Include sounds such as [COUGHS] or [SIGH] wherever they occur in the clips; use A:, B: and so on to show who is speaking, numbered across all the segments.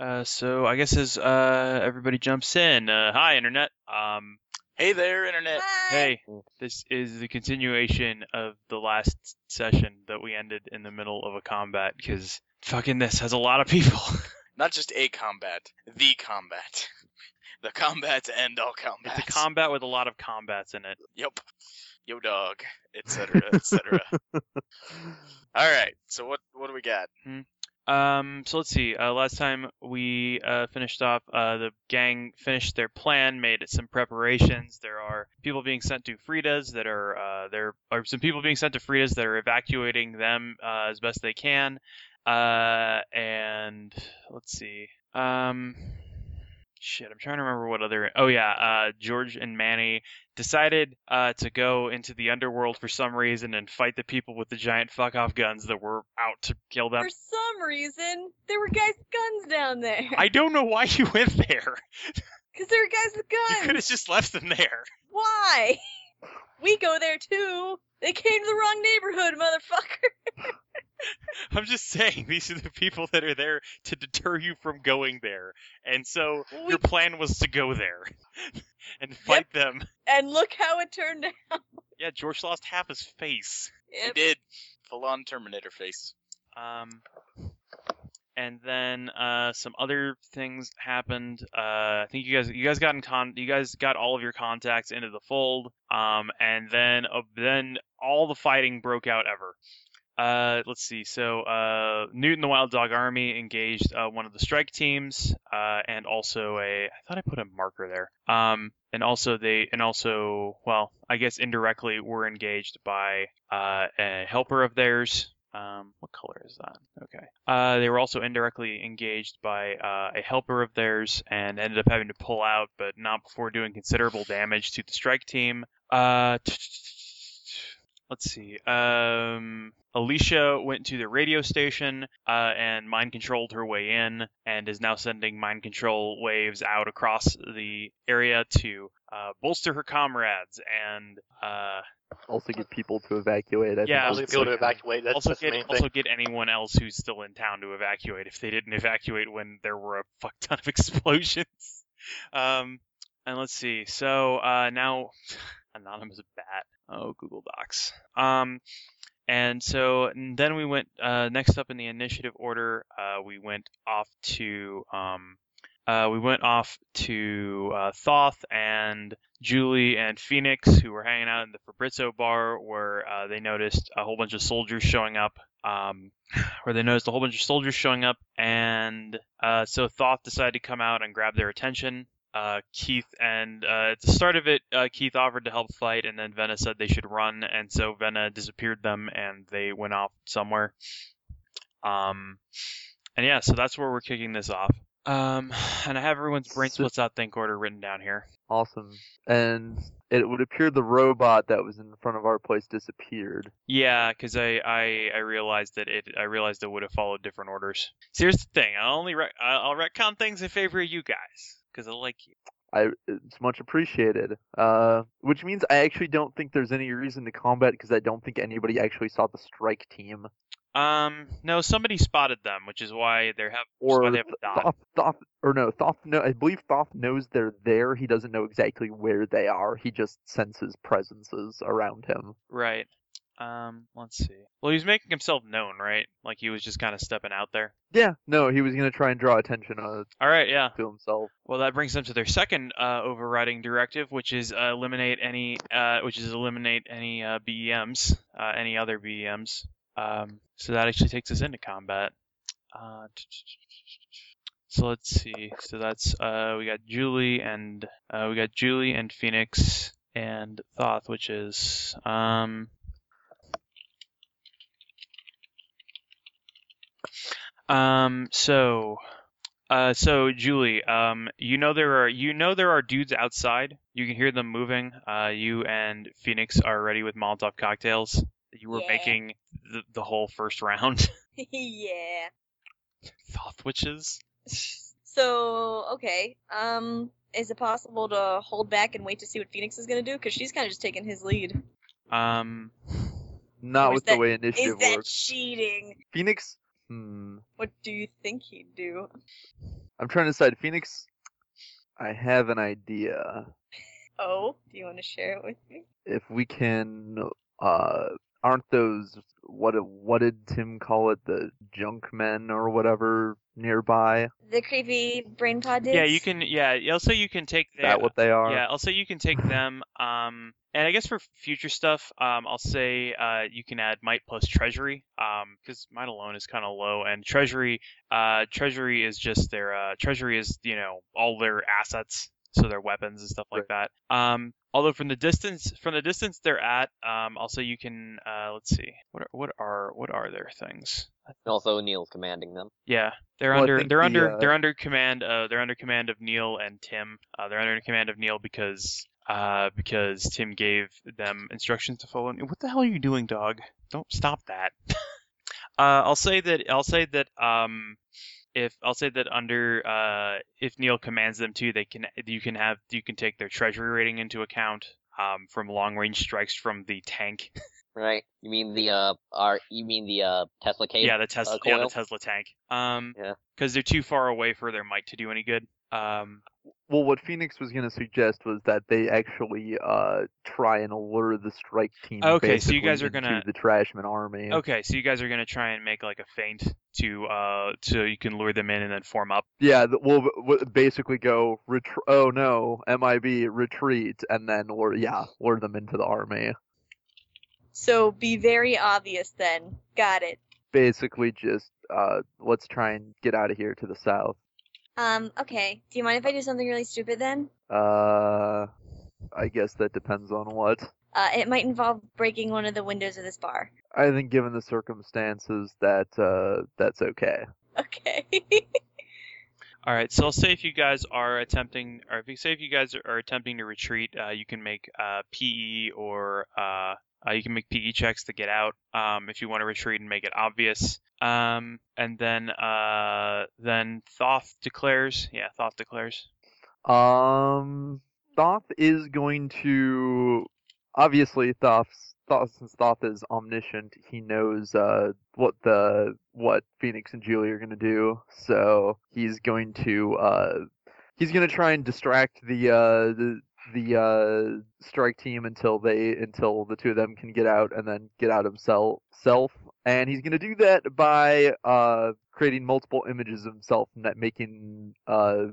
A: Uh, so I guess as uh, everybody jumps in, uh, hi internet. Um,
B: Hey there, internet.
A: hey, this is the continuation of the last session that we ended in the middle of a combat because fucking this has a lot of people.
B: Not just a combat, the combat. [LAUGHS] The combats end all combats.
A: it's a combat with a lot of combats in it.
B: Yep. Yo, dog, etc., etc. all right. So what what do we got?
A: Hmm. Um, so let's see. Uh, last time we uh, finished off, uh, the gang finished their plan, made some preparations. There are people being sent to Frida's that are uh, there are some people being sent to Frida's that are evacuating them uh, as best they can. Uh, and let's see. Um, shit, I'm trying to remember what other. Oh yeah, uh, George and Manny decided uh, to go into the underworld for some reason and fight the people with the giant fuck off guns that were out to kill them.
C: For [LAUGHS] some reason, there were guys with guns down there. [LAUGHS]
A: I don't know why you went there.
C: Because there were guys with
A: You
C: guns.
A: could have just left them there.
C: Why? We go there too. They came to the wrong neighborhood, motherfucker.
A: I'm just saying, these are the people that are there to deter you from going there. And so
C: Well,
A: your
C: we-
A: plan was to go there [LAUGHS] and fight them.
C: and look how it turned out. [LAUGHS]
A: Yeah, George lost half his face.
B: We
C: Yep.
B: did full on Terminator face.
A: Um, and then uh, some other things happened. Uh, I think you guys you guys got in con you guys got all of your contacts into the fold. Um, and then uh, then all the fighting broke out ever. Uh, let's see. So uh, Newton the Wild Dog Army engaged uh, one of the strike teams, uh, and also a I thought I put a marker there. Um, and also they and also well I guess indirectly were engaged by uh, a helper of theirs. Um, what color is that? Okay. Uh, they were also indirectly engaged by uh, a helper of theirs and ended up having to pull out, but not before doing considerable damage to the strike team. Uh, let's see. Um, Alicia went to the radio station uh, and mind controlled her way in, and is now sending mind control waves out across the area to uh, bolster her comrades and uh,
D: Also get people to evacuate. I think it
A: Yeah,
E: I
A: Also
E: was
D: was
E: able to
D: like-
E: evacuate. That's,
A: also
E: that's the
A: get
E: main thing.
A: also get anyone else who's still in town to evacuate if they didn't evacuate when there were a [LAUGHS] fuck ton of explosions. [LAUGHS] Um, and let's see. So uh, now, [LAUGHS] anonymous bat. Oh, Google Docs. Um, and so and then we went uh, next up in the initiative order. Uh, we went off to um, uh, we went off to uh, Thoth and Julie and Phoenix, who were hanging out in the Fabrizio bar, where uh, they noticed a whole bunch of soldiers showing up. Um, [SIGHS] where they noticed a whole bunch of soldiers showing up, and uh, so Thoth decided to come out and grab their attention. Uh, Keith and uh, at the start of it, uh, Keith offered to help fight, and then Venna said they should run, and so Venna disappeared them, and they went off somewhere. Um, and yeah, so that's where we're kicking this off. Um, [SIGHS] and I have everyone's brain
D: So-
A: splits out think order written down here.
D: Awesome. And it would appear the robot that was in front of our place disappeared.
A: Yeah, because I, I I realized that it I realized it would have followed different orders. See, here's the thing. I only rec- I- I'll retcon things in favor of you guys because I like you.
D: I it's much appreciated. Uh, which means I actually don't think there's any reason to combat because I don't think anybody actually saw the strike team
A: Um, no, somebody spotted them, which is why they have
D: or
A: why they have a dot.
D: Thoth, Thoth or no Thoth. No, I believe Thoth knows they're there. He doesn't know exactly where they are. He just senses presences around him.
A: Right. Um, let's see. Well, he was making himself known, right? Like he was just kind of stepping out there.
D: Yeah, no, he was gonna try and draw attention uh,
A: All right, yeah.
D: to himself.
A: Well, that brings them to their second uh, overriding directive, which is uh, eliminate any, uh, which is eliminate any uh, BEMs, uh, any other BEMs. Um, so that actually takes us into combat. Uh, so let's see. So that's uh, we got Julie and uh, we got Julie and Phoenix and Thoth, which is um. Um. So. Uh, so Julie, um, you know there are you know there are dudes outside. You can hear them moving. Uh, you and Phoenix are ready with Molotov cocktails. You were
C: Yeah.
A: making the, the whole first round. [LAUGHS]
C: yeah.
A: Thoth witches.
C: So okay. Um, is it possible to hold back and wait to see what Phoenix is gonna do? Because she's kind of just taking his lead.
A: Um,
D: Not
C: Or is
D: with
C: that-
D: the way
C: Is
D: initiative
C: that
D: works.
C: cheating?
D: Phoenix. Hmm.
C: What do you think he'd do?
D: I'm trying to decide. Phoenix, I have an idea.
C: Oh, do you want to share it with me?
D: If we can, uh, aren't those what did- what did Tim call it? The junk men or whatever nearby? Is
C: The creepy brain pod
A: Yeah,
C: dudes?
A: you can. Yeah, also you can take the,
D: that what they are?
A: Yeah, I'll say you can take them. Um, and I guess for future stuff, um, I'll say uh, you can add might plus treasury, um, because might alone is kind of low, and treasury, uh, treasury is just their uh, treasury is you know all their assets, so their weapons and stuff like that. Um, although from the distance, from the distance they're at, um, I'll say you can. Uh, let's see, what are, what are what are their things?
E: And also, Neil's commanding them.
A: Yeah, they're
D: Well, I
A: under
D: think
A: they're
D: the,
A: under
D: uh,
A: they're under command. Uh, they're under command of Neil and Tim. Uh, they're under command of Neil because uh because Tim gave them instructions to follow. What the hell are you doing, dog? Don't stop that. uh, I'll say that I'll say that um if I'll say that under uh if Neil commands them to, they can you can have you can take their treasury rating into account. Um, from long range strikes from the tank.
E: Right? You mean the uh, our you mean the uh Tesla case?
A: Yeah, the Tesla.
E: uh,
A: yeah, the
E: coil?
A: Tesla tank. Um,
E: Yeah.
A: because they're too far away for their might to do any good. Um,
D: Well, what Phoenix was gonna suggest was that they actually uh try and lure the strike team.
A: Okay, so
D: basically
A: you guys are
D: into
A: gonna-
D: the Trashman army.
A: okay, so you guys are gonna try and make like a feint to uh, so you can lure them in and then form up.
D: Yeah, th- we'll, we'll basically go. Retr- oh no, MIB retreat, and then lure yeah lure them into the army.
C: So be very obvious then. Got it.
D: Basically, just uh let's try and get out of here to the south.
C: Um, okay. Do you mind if I do something really stupid then?
D: Uh, I guess that depends on what.
C: Uh, it might involve breaking one of the windows of this bar.
D: I think, given the circumstances, that uh, that's okay.
C: Okay.
A: All right, so I'll say if you guys are attempting, or if you say if you guys are attempting to retreat, uh, you can make uh, PE or uh, uh, you can make PE checks to get out. Um, if you want to retreat and make it obvious. Um, and then uh, then Thoth declares. Yeah, Thoth declares.
D: Um, Thoth is going to obviously Thoth's Thoth since Thoth is omniscient, he knows uh what the what Phoenix and Julie are gonna do. So he's going to uh he's gonna try and distract the uh the the uh strike team until they until the two of them can get out and then get out himself self and he's going to do that by uh creating multiple images of himself and that making uh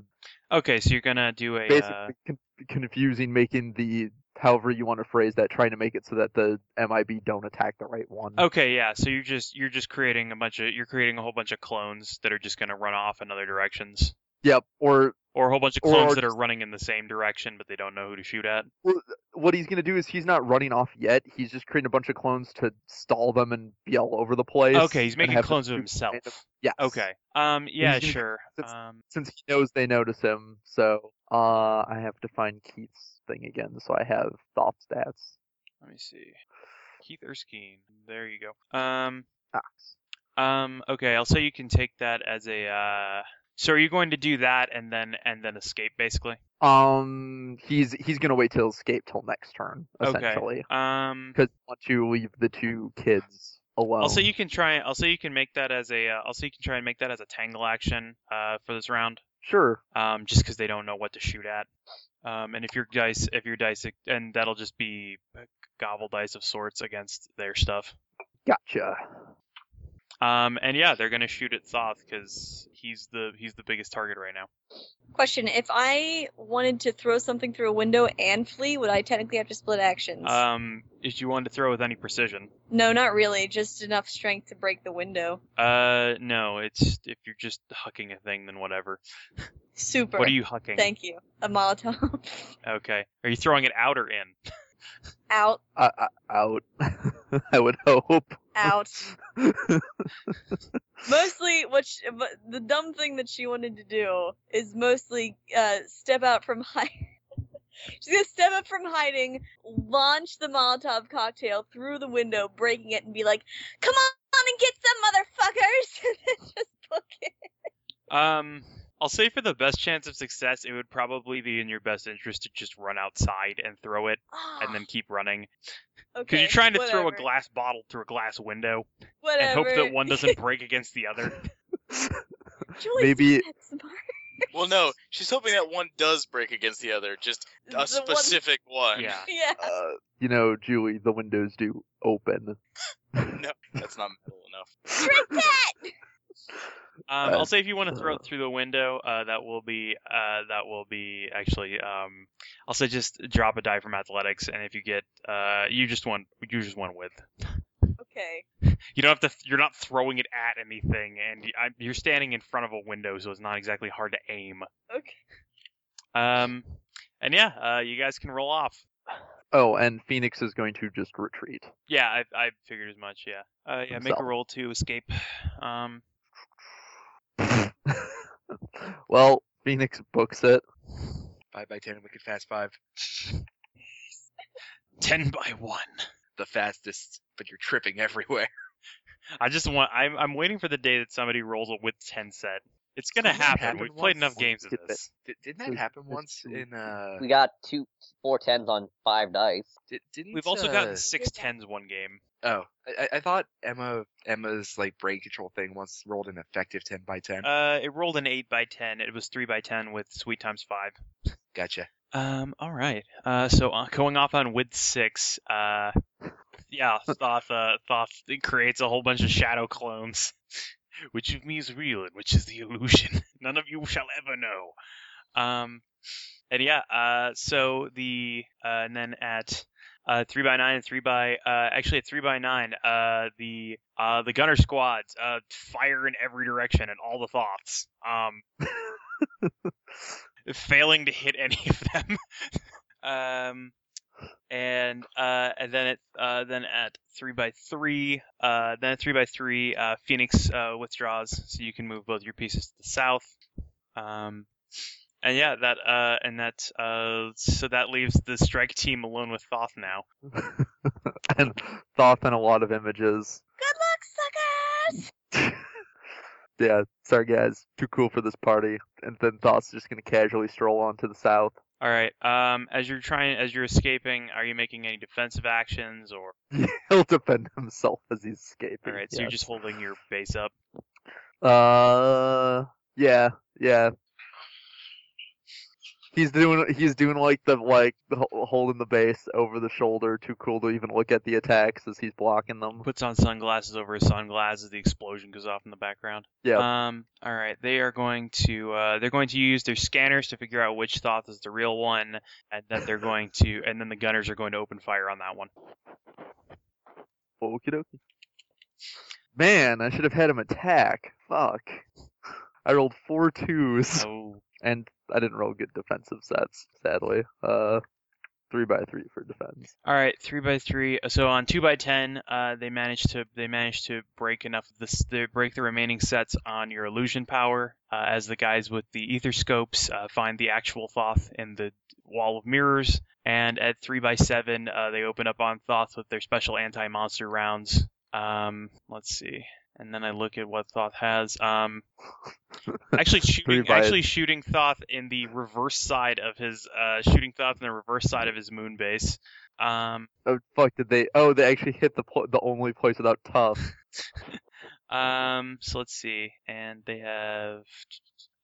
A: Okay, so you're gonna do a.
D: basically
A: Uh,
D: con- confusing making the however you want to phrase that trying to make it so that the mib don't attack the right one
A: Okay, yeah. So you're just you're just creating a bunch of you're creating a whole bunch of clones that are just going to run off in other directions,
D: yep or
A: or a whole bunch of
D: Or
A: clones that are
D: just-
A: running in the same direction but they don't know who to shoot at.
D: what he's going to do is he's not running off yet he's just creating a bunch of clones to stall them and be all over the place
A: Okay, he's
D: and
A: making
D: have them
A: clones of
D: shoot
A: himself.
D: random- yes
A: Okay. Um. Yeah.
D: He's gonna-
A: Sure.
D: it's-
A: Um.
D: since he knows they notice him so uh i have to find keith's thing again so i have thought stats
A: Let me see. Keith Erskine. There you go. Um.
D: Ah,
A: Um. Okay. I'll say you can take that as a. Uh, so are you going to do that and then and then escape basically?
D: um he's he's going to wait till escape till next turn
A: Okay.
D: essentially
A: Um.
D: because once you leave the two kids alone.
A: Also, you can try. Also, you can make that as a. Uh, also, you can try and make that as a tangle action. Uh, for this round.
D: Sure.
A: um, just because they don't know what to shoot at. Um, and if your dice, if your dice, and that'll just be uh, gobble dice of sorts against their stuff.
D: Gotcha. [LAUGHS]
A: Um, and yeah, they're gonna shoot at Thoth because he's the he's the biggest target right now.
C: Question: If I wanted to throw something through a window and flee, would I technically have to split actions?
A: Um, if you wanted to throw with any precision,
C: no, not really. Just enough strength to break the window.
A: uh, no, it's if you're just hucking a thing, then whatever.
C: Super.
A: What are you hucking?
C: Thank you. A Molotov [LAUGHS]
A: okay, are you throwing it out or in?
C: out,
D: I, I, out. [LAUGHS] I would hope.
C: out. mostly, what she, but the dumb thing that she wanted to do is mostly uh, step out from hiding. [LAUGHS] She's gonna step up from hiding, launch the Molotov cocktail through the window, breaking it, and be like, "Come on and get some motherfuckers!" [LAUGHS] and then just book it.
A: Um, I'll say for the best chance of success, it would probably be in your best interest to just run outside and throw it, and then keep running. Because
C: Ah. okay,
A: you're trying to throw a
C: whatever,
A: glass bottle through a glass window
C: whatever.
A: and hope that one doesn't break against the other.
C: Julie's
D: Maybe-
C: not that smart.
B: Well, no, she's hoping that one does break against the other, just a
C: The one-
B: specific one.
A: Yeah.
C: [LAUGHS] yeah.
D: Uh, you know, Julie, the windows do open.
B: No, that's not metal enough.
C: Drink [LAUGHS] that.
A: Um,
D: Uh,
A: I'll say if you want to throw it through the window, uh, that will be uh, that will be actually. Um, I'll say just drop a die from athletics, and if you get, uh, you just won. You just won with.
C: Okay. [LAUGHS]
A: You don't have to. You're not throwing it at anything, and you- I, you're standing in front of a window, so it's not exactly hard to aim.
C: Okay.
A: Um, and yeah, uh, you guys can roll off.
D: Oh, and Phoenix is going to just retreat.
A: Yeah, I, I figured as much. Yeah. Uh, yeah. Make
D: Himself.
A: a roll to escape. Um,
D: well, Phoenix books it. [LAUGHS]
F: Five by ten, wicked fast five,
A: [LAUGHS] ten by one.
F: the fastest. But you're tripping [LAUGHS] everywhere.
A: I just want. I'm I'm waiting for the day that somebody rolls it with ten set. It's gonna
F: Didn't that
A: happen.
F: happen
A: We've
F: once?
A: played enough games of
D: Get
A: this.
F: Did, didn't
D: So
F: that happen
D: it's
F: once
D: two.
F: in uh?
E: We got two four tens on five dice.
F: Did, didn't
A: We've also
F: uh,
A: gotten six tens one game.
F: Oh, I, I- I thought Emma Emma's like brain control thing once rolled an effective ten by ten.
A: Uh, it rolled an eight by ten. It was three by ten with sweet times five.
F: gotcha.
A: Um. All right. Uh. So uh, going off on with six. Uh. Yeah. Thoth. Uh, Thoth creates a whole bunch of shadow clones. [LAUGHS] Which of me is real and which is the illusion? [LAUGHS] None of you shall ever know. Um. And yeah. Uh. So the. Uh, and then at. Uh, three by nine and three by uh, actually at three by nine uh, the uh, the gunner squads uh, fire in every direction and all the thoughts um, failing to hit any of them um, and uh, and then at uh, then at three by three, uh, then at three by three, uh, Phoenix uh, withdraws, so you can move both your pieces to the south. Um, and yeah, that uh, and that uh, so that leaves the strike team alone with Thoth now.
D: and Thoth and a lot of images.
C: Good luck, suckers.
D: [LAUGHS] Yeah, sorry guys, too cool for this party. And then Thoth's just gonna casually stroll on to the south. [LAUGHS]
A: All right. Um, as you're trying, as you're escaping, are you making any defensive actions or?
D: He'll defend himself as he's escaping.
A: All right. So you're
D: yes.
A: just holding your base up.
D: Uh, yeah, yeah. He's doing he's doing like the like the ho- holding the base over the shoulder, too cool to even look at the attacks as he's blocking them.
A: Puts on sunglasses over his sunglasses. The explosion goes off in the background.
D: Yeah.
A: Um. All right. They are going to. Uh, they're going to use their scanners to figure out which Thoth is the real one, and that they're going to. And then the gunners are going to open fire on that one.
D: Okie dokie. Man, I should have had him attack. Fuck. I rolled four twos
A: Oh.
D: and I didn't roll good defensive sets, sadly. Uh, three by three for defense.
A: All right. Three by three. So on two by ten, uh, they managed to. They managed to break enough. Of this. They break the remaining sets on your illusion power. Uh, as the guys with the ether scopes uh, find the actual Thoth in the wall of mirrors. And at three by seven, uh, they open up on Thoth with their special anti-monster rounds. Um, let's see. And then I look at what Thoth has. Um,
D: [LAUGHS]
A: actually shooting,
D: by-
A: actually shooting Thoth in the reverse side of his, uh, shooting Thoth in the reverse side of his moon base. Um,
D: Oh fuck! Did they? Oh, they actually hit the pl- the only place without tough.
A: um, so let's see. And they have,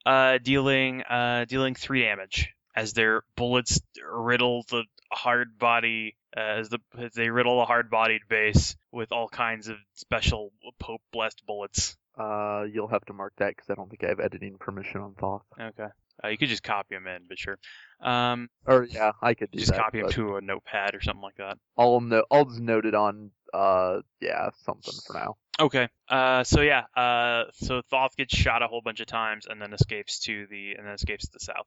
A: uh, dealing, uh, dealing three damage as their bullets riddle the hard body, uh, as the as they riddle the hard bodied base with all kinds of special Pope blessed bullets.
D: Uh, you'll have to mark that because I don't think I have editing permission on Thoth.
A: Okay. Uh, you could just copy them in, but sure. Um,
D: Or yeah, I could do
A: just
D: that.
A: copy them
D: but
A: to a notepad or something like that.
D: I'll no- I'll just note it on uh yeah something for now.
A: Okay. Uh, so yeah. Uh, so Thoth gets shot a whole bunch of times and then escapes to the and then escapes to the south.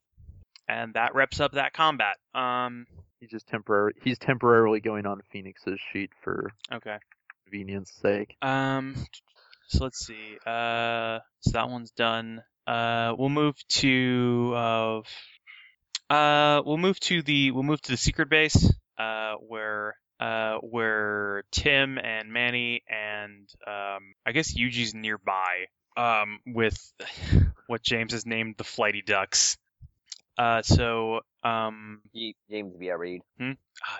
A: And that wraps up that combat. Um.
D: He's just temporary. He's temporarily going on Phoenix's sheet for
A: Okay.
D: convenience sake.
A: Um. So let's see. Uh. So that one's done. Uh. We'll move to. Uh. f- Uh. We'll move to the. We'll move to the secret base. Uh. Where. Uh. Where Tim and Manny and um. I guess Yuji's nearby. Um. With what James has named the flighty ducks. Uh. So. Um.
E: G- James B. R. Reed.
A: Ah,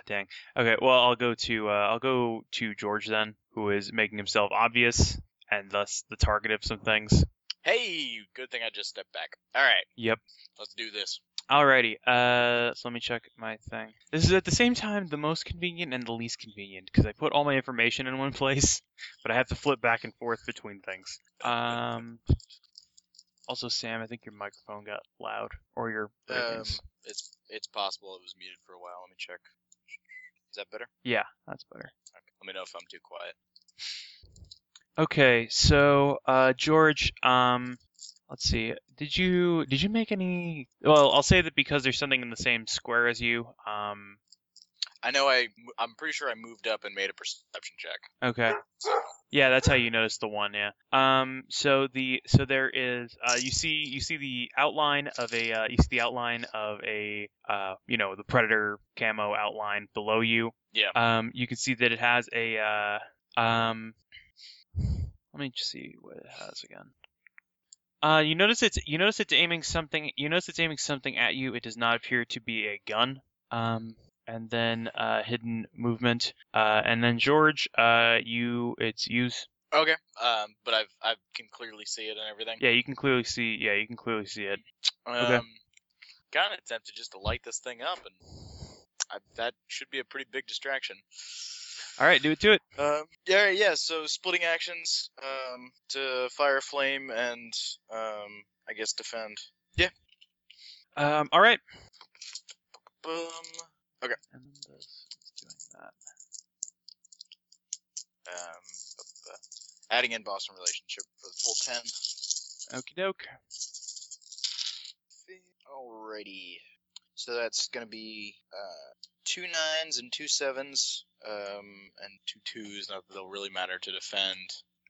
A: dang. Okay, well, I'll go to uh, I'll go to George then, who is making himself obvious and thus the target of some things.
B: Hey, good thing I just stepped back. All right,
A: Yep.
B: let's do this.
A: Alrighty. Uh, so let me check my thing. This is at the same time the most convenient and the least convenient because I put all my information in one [LAUGHS] place, but I have to flip back and forth between things. Um. Also, Sam, I think your microphone got loud, or your
B: Um,
A: breakings.
B: it's it's possible it was muted for a while. Let me check. Is that better?
A: yeah, that's better.
B: Okay. Let me know if I'm too quiet.
A: Okay, so uh, George, um, let's see. Did you did you make any? Well, I'll say that because there's something in the same square as you. Um,
B: I know I I'm pretty sure I moved up and made a perception check.
A: okay. Yeah, that's how you notice the one. Yeah. Um, so the so there is. Uh, you see you see the outline of a uh, you see the outline of a uh, you know the predator camo outline below you.
B: Yeah.
A: Um, you can see that it has a uh, um. Let me just see what it has again. Uh, you notice it's you notice it's aiming something. You notice it's aiming something at you. It does not appear to be a gun. Um, and then uh, hidden movement. Uh, and then George, uh, you it's use.
B: Okay. Um, but I've I can clearly see it and everything.
A: Yeah, you can clearly see. Yeah, you can clearly see it.
B: Um,
A: okay.
B: Kind of tempted just to light this thing up, and I, that should be a pretty big distraction.
A: All right, do it. Do it.
B: Um, yeah, yeah. So splitting actions um, to fire, flame, and um, I guess defend.
A: Um, all right.
B: Boom.
A: And then this is doing that.
B: Um, uh, adding in Boston relationship for the full ten.
A: Okie doke.
B: Alrighty. So that's gonna be uh, two nines and two sevens, um, and two twos. Not that they'll really matter to defend.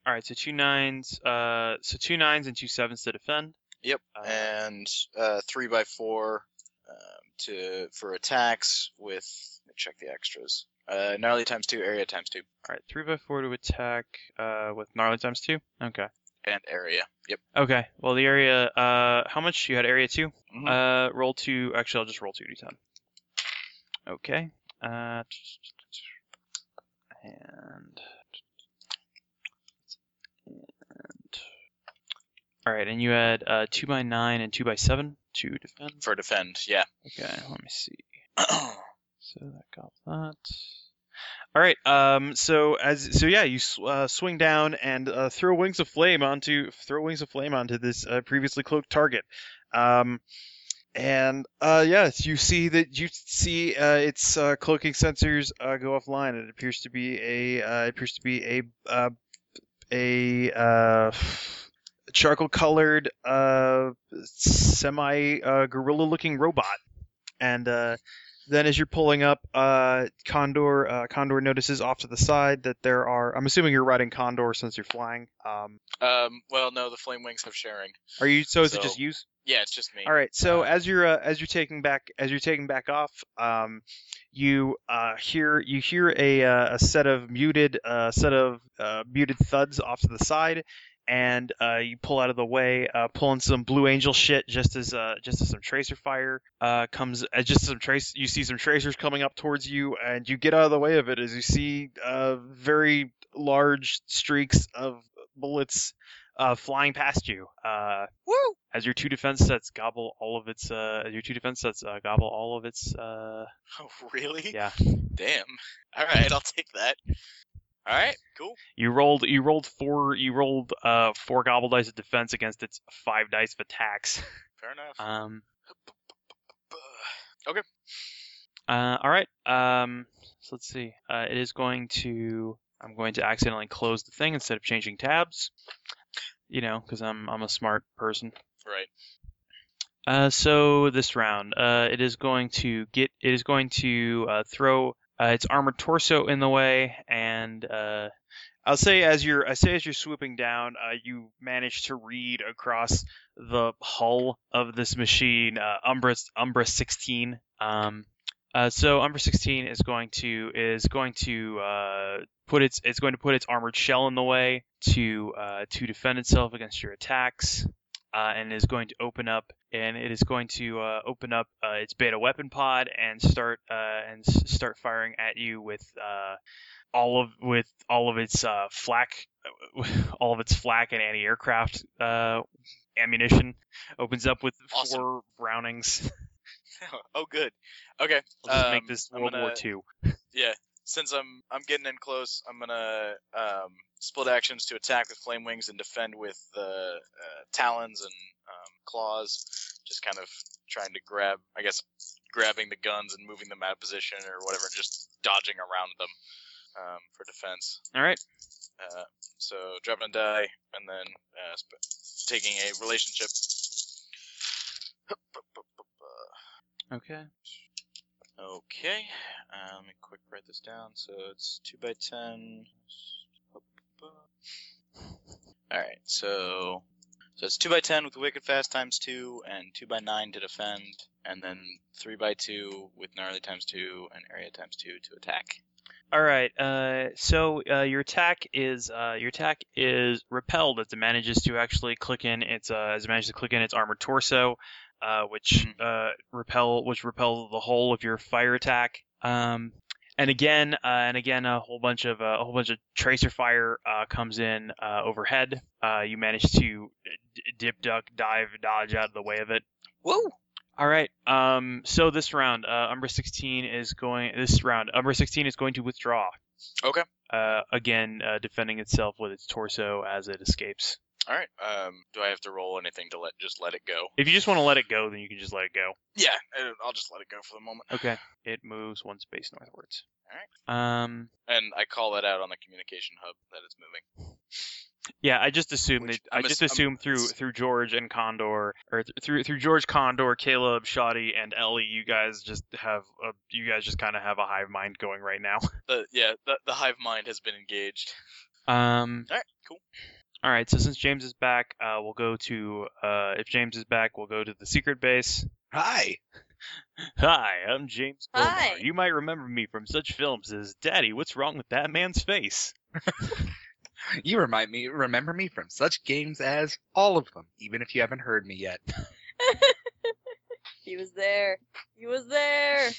A: All right, so two nines. Uh, so two nines and two sevens to defend.
B: Yep.
A: Uh,
B: and uh, three by four um, to for attacks with. Let me check the extras. Uh, gnarly times two, area times two,
A: All right, three by four to attack. Uh, with gnarly times two. Okay.
B: and area. Yep.
A: Okay. Well, the area. Uh, how much you had area 2
B: Mhm.
A: Uh, roll two. Actually, I'll just roll two d10. Okay. Uh, and and all right. And you had uh two by nine and two by seven to defend.
B: For defend, yeah.
A: Okay. Let me see. So that got that. All right. Um. So as so yeah, you s- uh, swing down and uh, throw wings of flame onto throw wings of flame onto this uh, previously cloaked target. Um. And uh, yes, you see that you see uh, its uh, cloaking sensors uh, go offline. It appears to be a uh, it appears to be a uh, a uh, charcoal colored uh, semi uh, gorilla looking robot. And uh, then as you're pulling up, uh, Condor uh, Condor notices off to the side that there are. I'm assuming you're riding Condor since you're flying. Um,
B: um, well, no, the flame wings have sharing.
A: are you? So is it
B: So-
A: just use?
B: Yeah, it's just me.
A: All right. So
B: Uh,
A: as you're uh, as you're taking back as you're taking back off, um, you uh, hear you hear a uh, a set of muted uh, set of uh, muted thuds off to the side, and uh, you pull out of the way, uh, pulling some Blue Angel shit just as uh, just as some tracer fire uh, comes uh, just some trace. You see some tracers coming up towards you, and you get out of the way of it as you see uh, very large streaks of bullets uh, flying past you. Uh,
C: Woo!
A: as your two defense sets gobble all of its uh as your two defense sets uh, gobble all of its uh
B: [LAUGHS] Oh, really?
A: yeah
B: Damn. All right, I'll take that. All right, cool.
A: you rolled you rolled four you rolled uh four gobble dice of defense against its five dice of attacks
B: Fair enough.
A: um
B: Buh.
A: uh all right um so let's see uh it is going to I'm going to accidentally close the thing instead of changing tabs you know because I'm I'm a smart person
B: right.
A: Uh, so this round, uh, it is going to get. It is going to uh, throw uh, its armored torso in the way, and uh, I'll say as you're, I say as you're swooping down, uh, you manage to read across the hull of this machine, uh, Umbra Umbra 16. Um, uh, so Umbra 16 is going to is going to uh, put its it's going to put its armored shell in the way to uh, to defend itself against your attacks uh, and is going to open up and it is going to uh, open up uh, its beta weapon pod and start uh, and s- start firing at you with uh, all of with all of its uh, flak [LAUGHS] all of its flak and anti-aircraft uh, ammunition opens up with
B: Awesome.
A: four Brownings.
B: [LAUGHS] oh, good. Okay.
A: Let's just make
B: um,
A: this
B: I'm
A: World War
B: gonna-
A: II.
B: Yeah. Since I'm I'm getting in close, I'm gonna um, split actions to attack with flame wings and defend with uh, uh, talons and um, claws. Just kind of trying to grab, I guess, grabbing the guns and moving them out of position or whatever, just dodging around them um, for defense.
A: All right.
B: Uh, so dropping a die and then uh, sp- taking a relationship.
A: Okay.
B: Okay. Uh, let me quick write this down. So it's two by ten. All right. So so it's two by ten with wicked fast times two, and two by nine to defend, and then three by two with gnarly times two and area times two to attack.
A: All right. Uh, so uh, your attack is uh, your attack is repelled as it manages to actually click in its uh, as it manages to click in its armored torso, uh, which
B: Mhm.
A: uh, repel which repels the whole of your fire attack. Um, and again, uh, and again, a whole bunch of uh, a whole bunch of tracer fire uh, comes in uh, overhead. Uh, you manage to d- dip, duck, dive, dodge out of the way of it.
B: Whoa!
A: All right. Um. So this round, uh, Umbra 16 is going. This round, Umbra 16 is going to withdraw.
B: Okay.
A: Uh. Again, uh, defending itself with its torso as it escapes.
B: All right. Um, do I have to roll anything to let just let it go?
A: If you just want to let it go, then you can just let it go.
B: Yeah, I- I'll just let it go for the moment.
A: Okay. It moves one space northwards.
B: All
A: right. Um.
B: And I call that out on the communication hub that it's moving.
A: Yeah, I just assumed
B: Which-
A: that. I
B: I'm
A: just
B: ass- I'm-
A: assumed through through George and Condor, or th- through through George, Condor, Caleb, Shoddy, and Ellie, you guys just have a, you guys just kind of have a hive mind going right now.
B: The yeah, the, the hive mind has been engaged.
A: Um.
B: All right, cool.
A: All right, so since James is back, uh, we'll go to uh, if James is back, we'll go to the secret base.
F: Hi.
A: [LAUGHS] Hi, I'm James Gilmore.
C: Hi.
A: You might remember me from such films as Daddy, What's Wrong with That Man's Face?
F: [LAUGHS] You remind me remember me from such games as all of them, even if you haven't heard me yet.
C: He was there. He was there.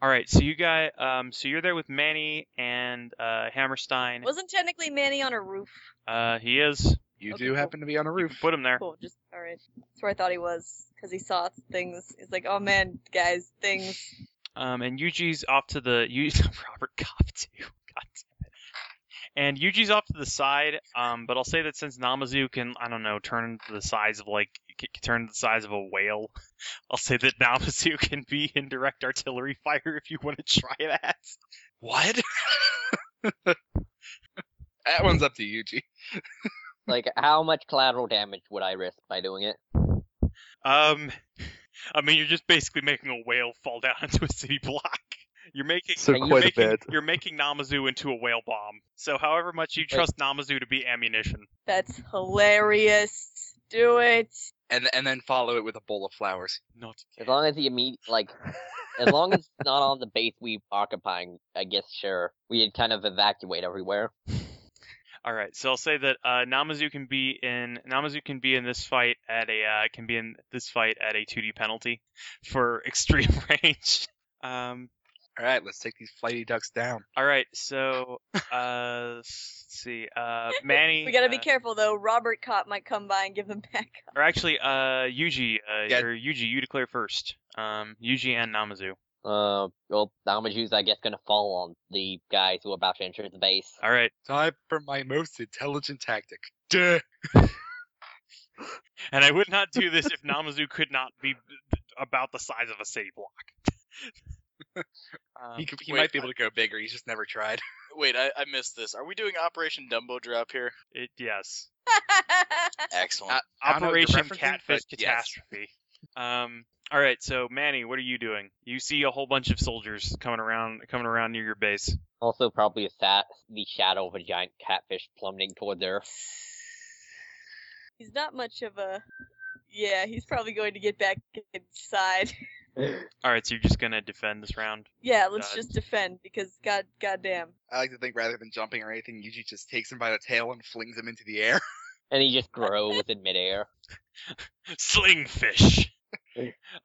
A: All right, so you guys, um, so you're there with Manny and uh, Hammerstein.
C: Wasn't technically Manny on a roof.
A: Uh, he is.
F: You
C: Okay,
F: do
C: cool.
F: happen to be on a
A: You
F: roof.
A: can put him there.
C: Cool. Just all right. That's where I thought he was because he saw things. He's like, oh man, guys, things.
A: Um, and Yuji's off to the you [LAUGHS] Robert Cop too. God damn it. And Yuji's off to the side. Um, but I'll say that since Namazu can, I don't know, turn to the size of like c- c- turn to the size of a whale, [LAUGHS] I'll say that Namazu [LAUGHS] can be in direct artillery fire if you want to try that. [LAUGHS]
F: What? that one's up to you, G. [LAUGHS]
E: Like, how much collateral damage would I risk by doing it?
A: Um, [LAUGHS] I mean, you're just basically making a whale fall down into a city block. You're making
D: So
E: you
A: you're
D: quite a
A: making,
D: bit.
A: You're making Namazu into a whale bomb. So however much you trust Namazu to be ammunition.
C: That's hilarious. Do it.
F: And and then follow it with a bowl of flowers.
A: Not
E: As long as the immediate, like, [LAUGHS] as long as it's not on the base we occupying, I guess sure. We'd kind of evacuate everywhere.
A: All right, so I'll say that uh, Namazu can be in Namazu can be in this fight at a uh, can be in this fight at a 2D penalty for [LAUGHS] extreme range. Um,
F: All right, let's take these flighty ducks down.
A: all right, so uh, let's see, uh,
C: [LAUGHS]
A: Manny.
C: We gotta be
A: uh,
C: careful though. Robert Cop might come by and give them back [LAUGHS] up.
A: Or actually, uh, Yuji, uh,
F: Yeah.
A: or Yuji, you declare first. Um, Yuji and Namazu.
E: Uh, well, Namaju's, I guess, gonna fall on the guys who are about to enter the base.
A: All right,
F: Time for my most intelligent tactic. Duh.
A: and I would not do this if Namazu could not be about the size of a city block. Um,
F: He, could, he
B: wait,
F: might be able to go bigger. He's just never tried. [LAUGHS]
B: Wait, I, I missed this. Are we doing Operation Dumbo Drop here?
A: it,
C: [LAUGHS]
A: yes.
B: Excellent.
F: Uh, I don't know what you're
A: Operation
F: referencing,
A: Catfish
F: but yes. [LAUGHS]
A: Catastrophe. Um. All right, so Manny, what are you doing? You see a whole bunch of soldiers coming around, coming around near your base.
E: Also, probably a sat the shadow of a giant catfish plummeting toward there.
C: he's not much of a. Yeah, he's probably going to get back inside. [LAUGHS]
A: All right, so you're just gonna defend this round.
C: Yeah, let's
A: God.
C: just defend because god, goddamn.
F: I like to think rather than jumping or anything, Yuji just takes him by the tail and flings him into the air. [LAUGHS]
E: And he just grows in midair.
F: [LAUGHS]
A: Slingfish.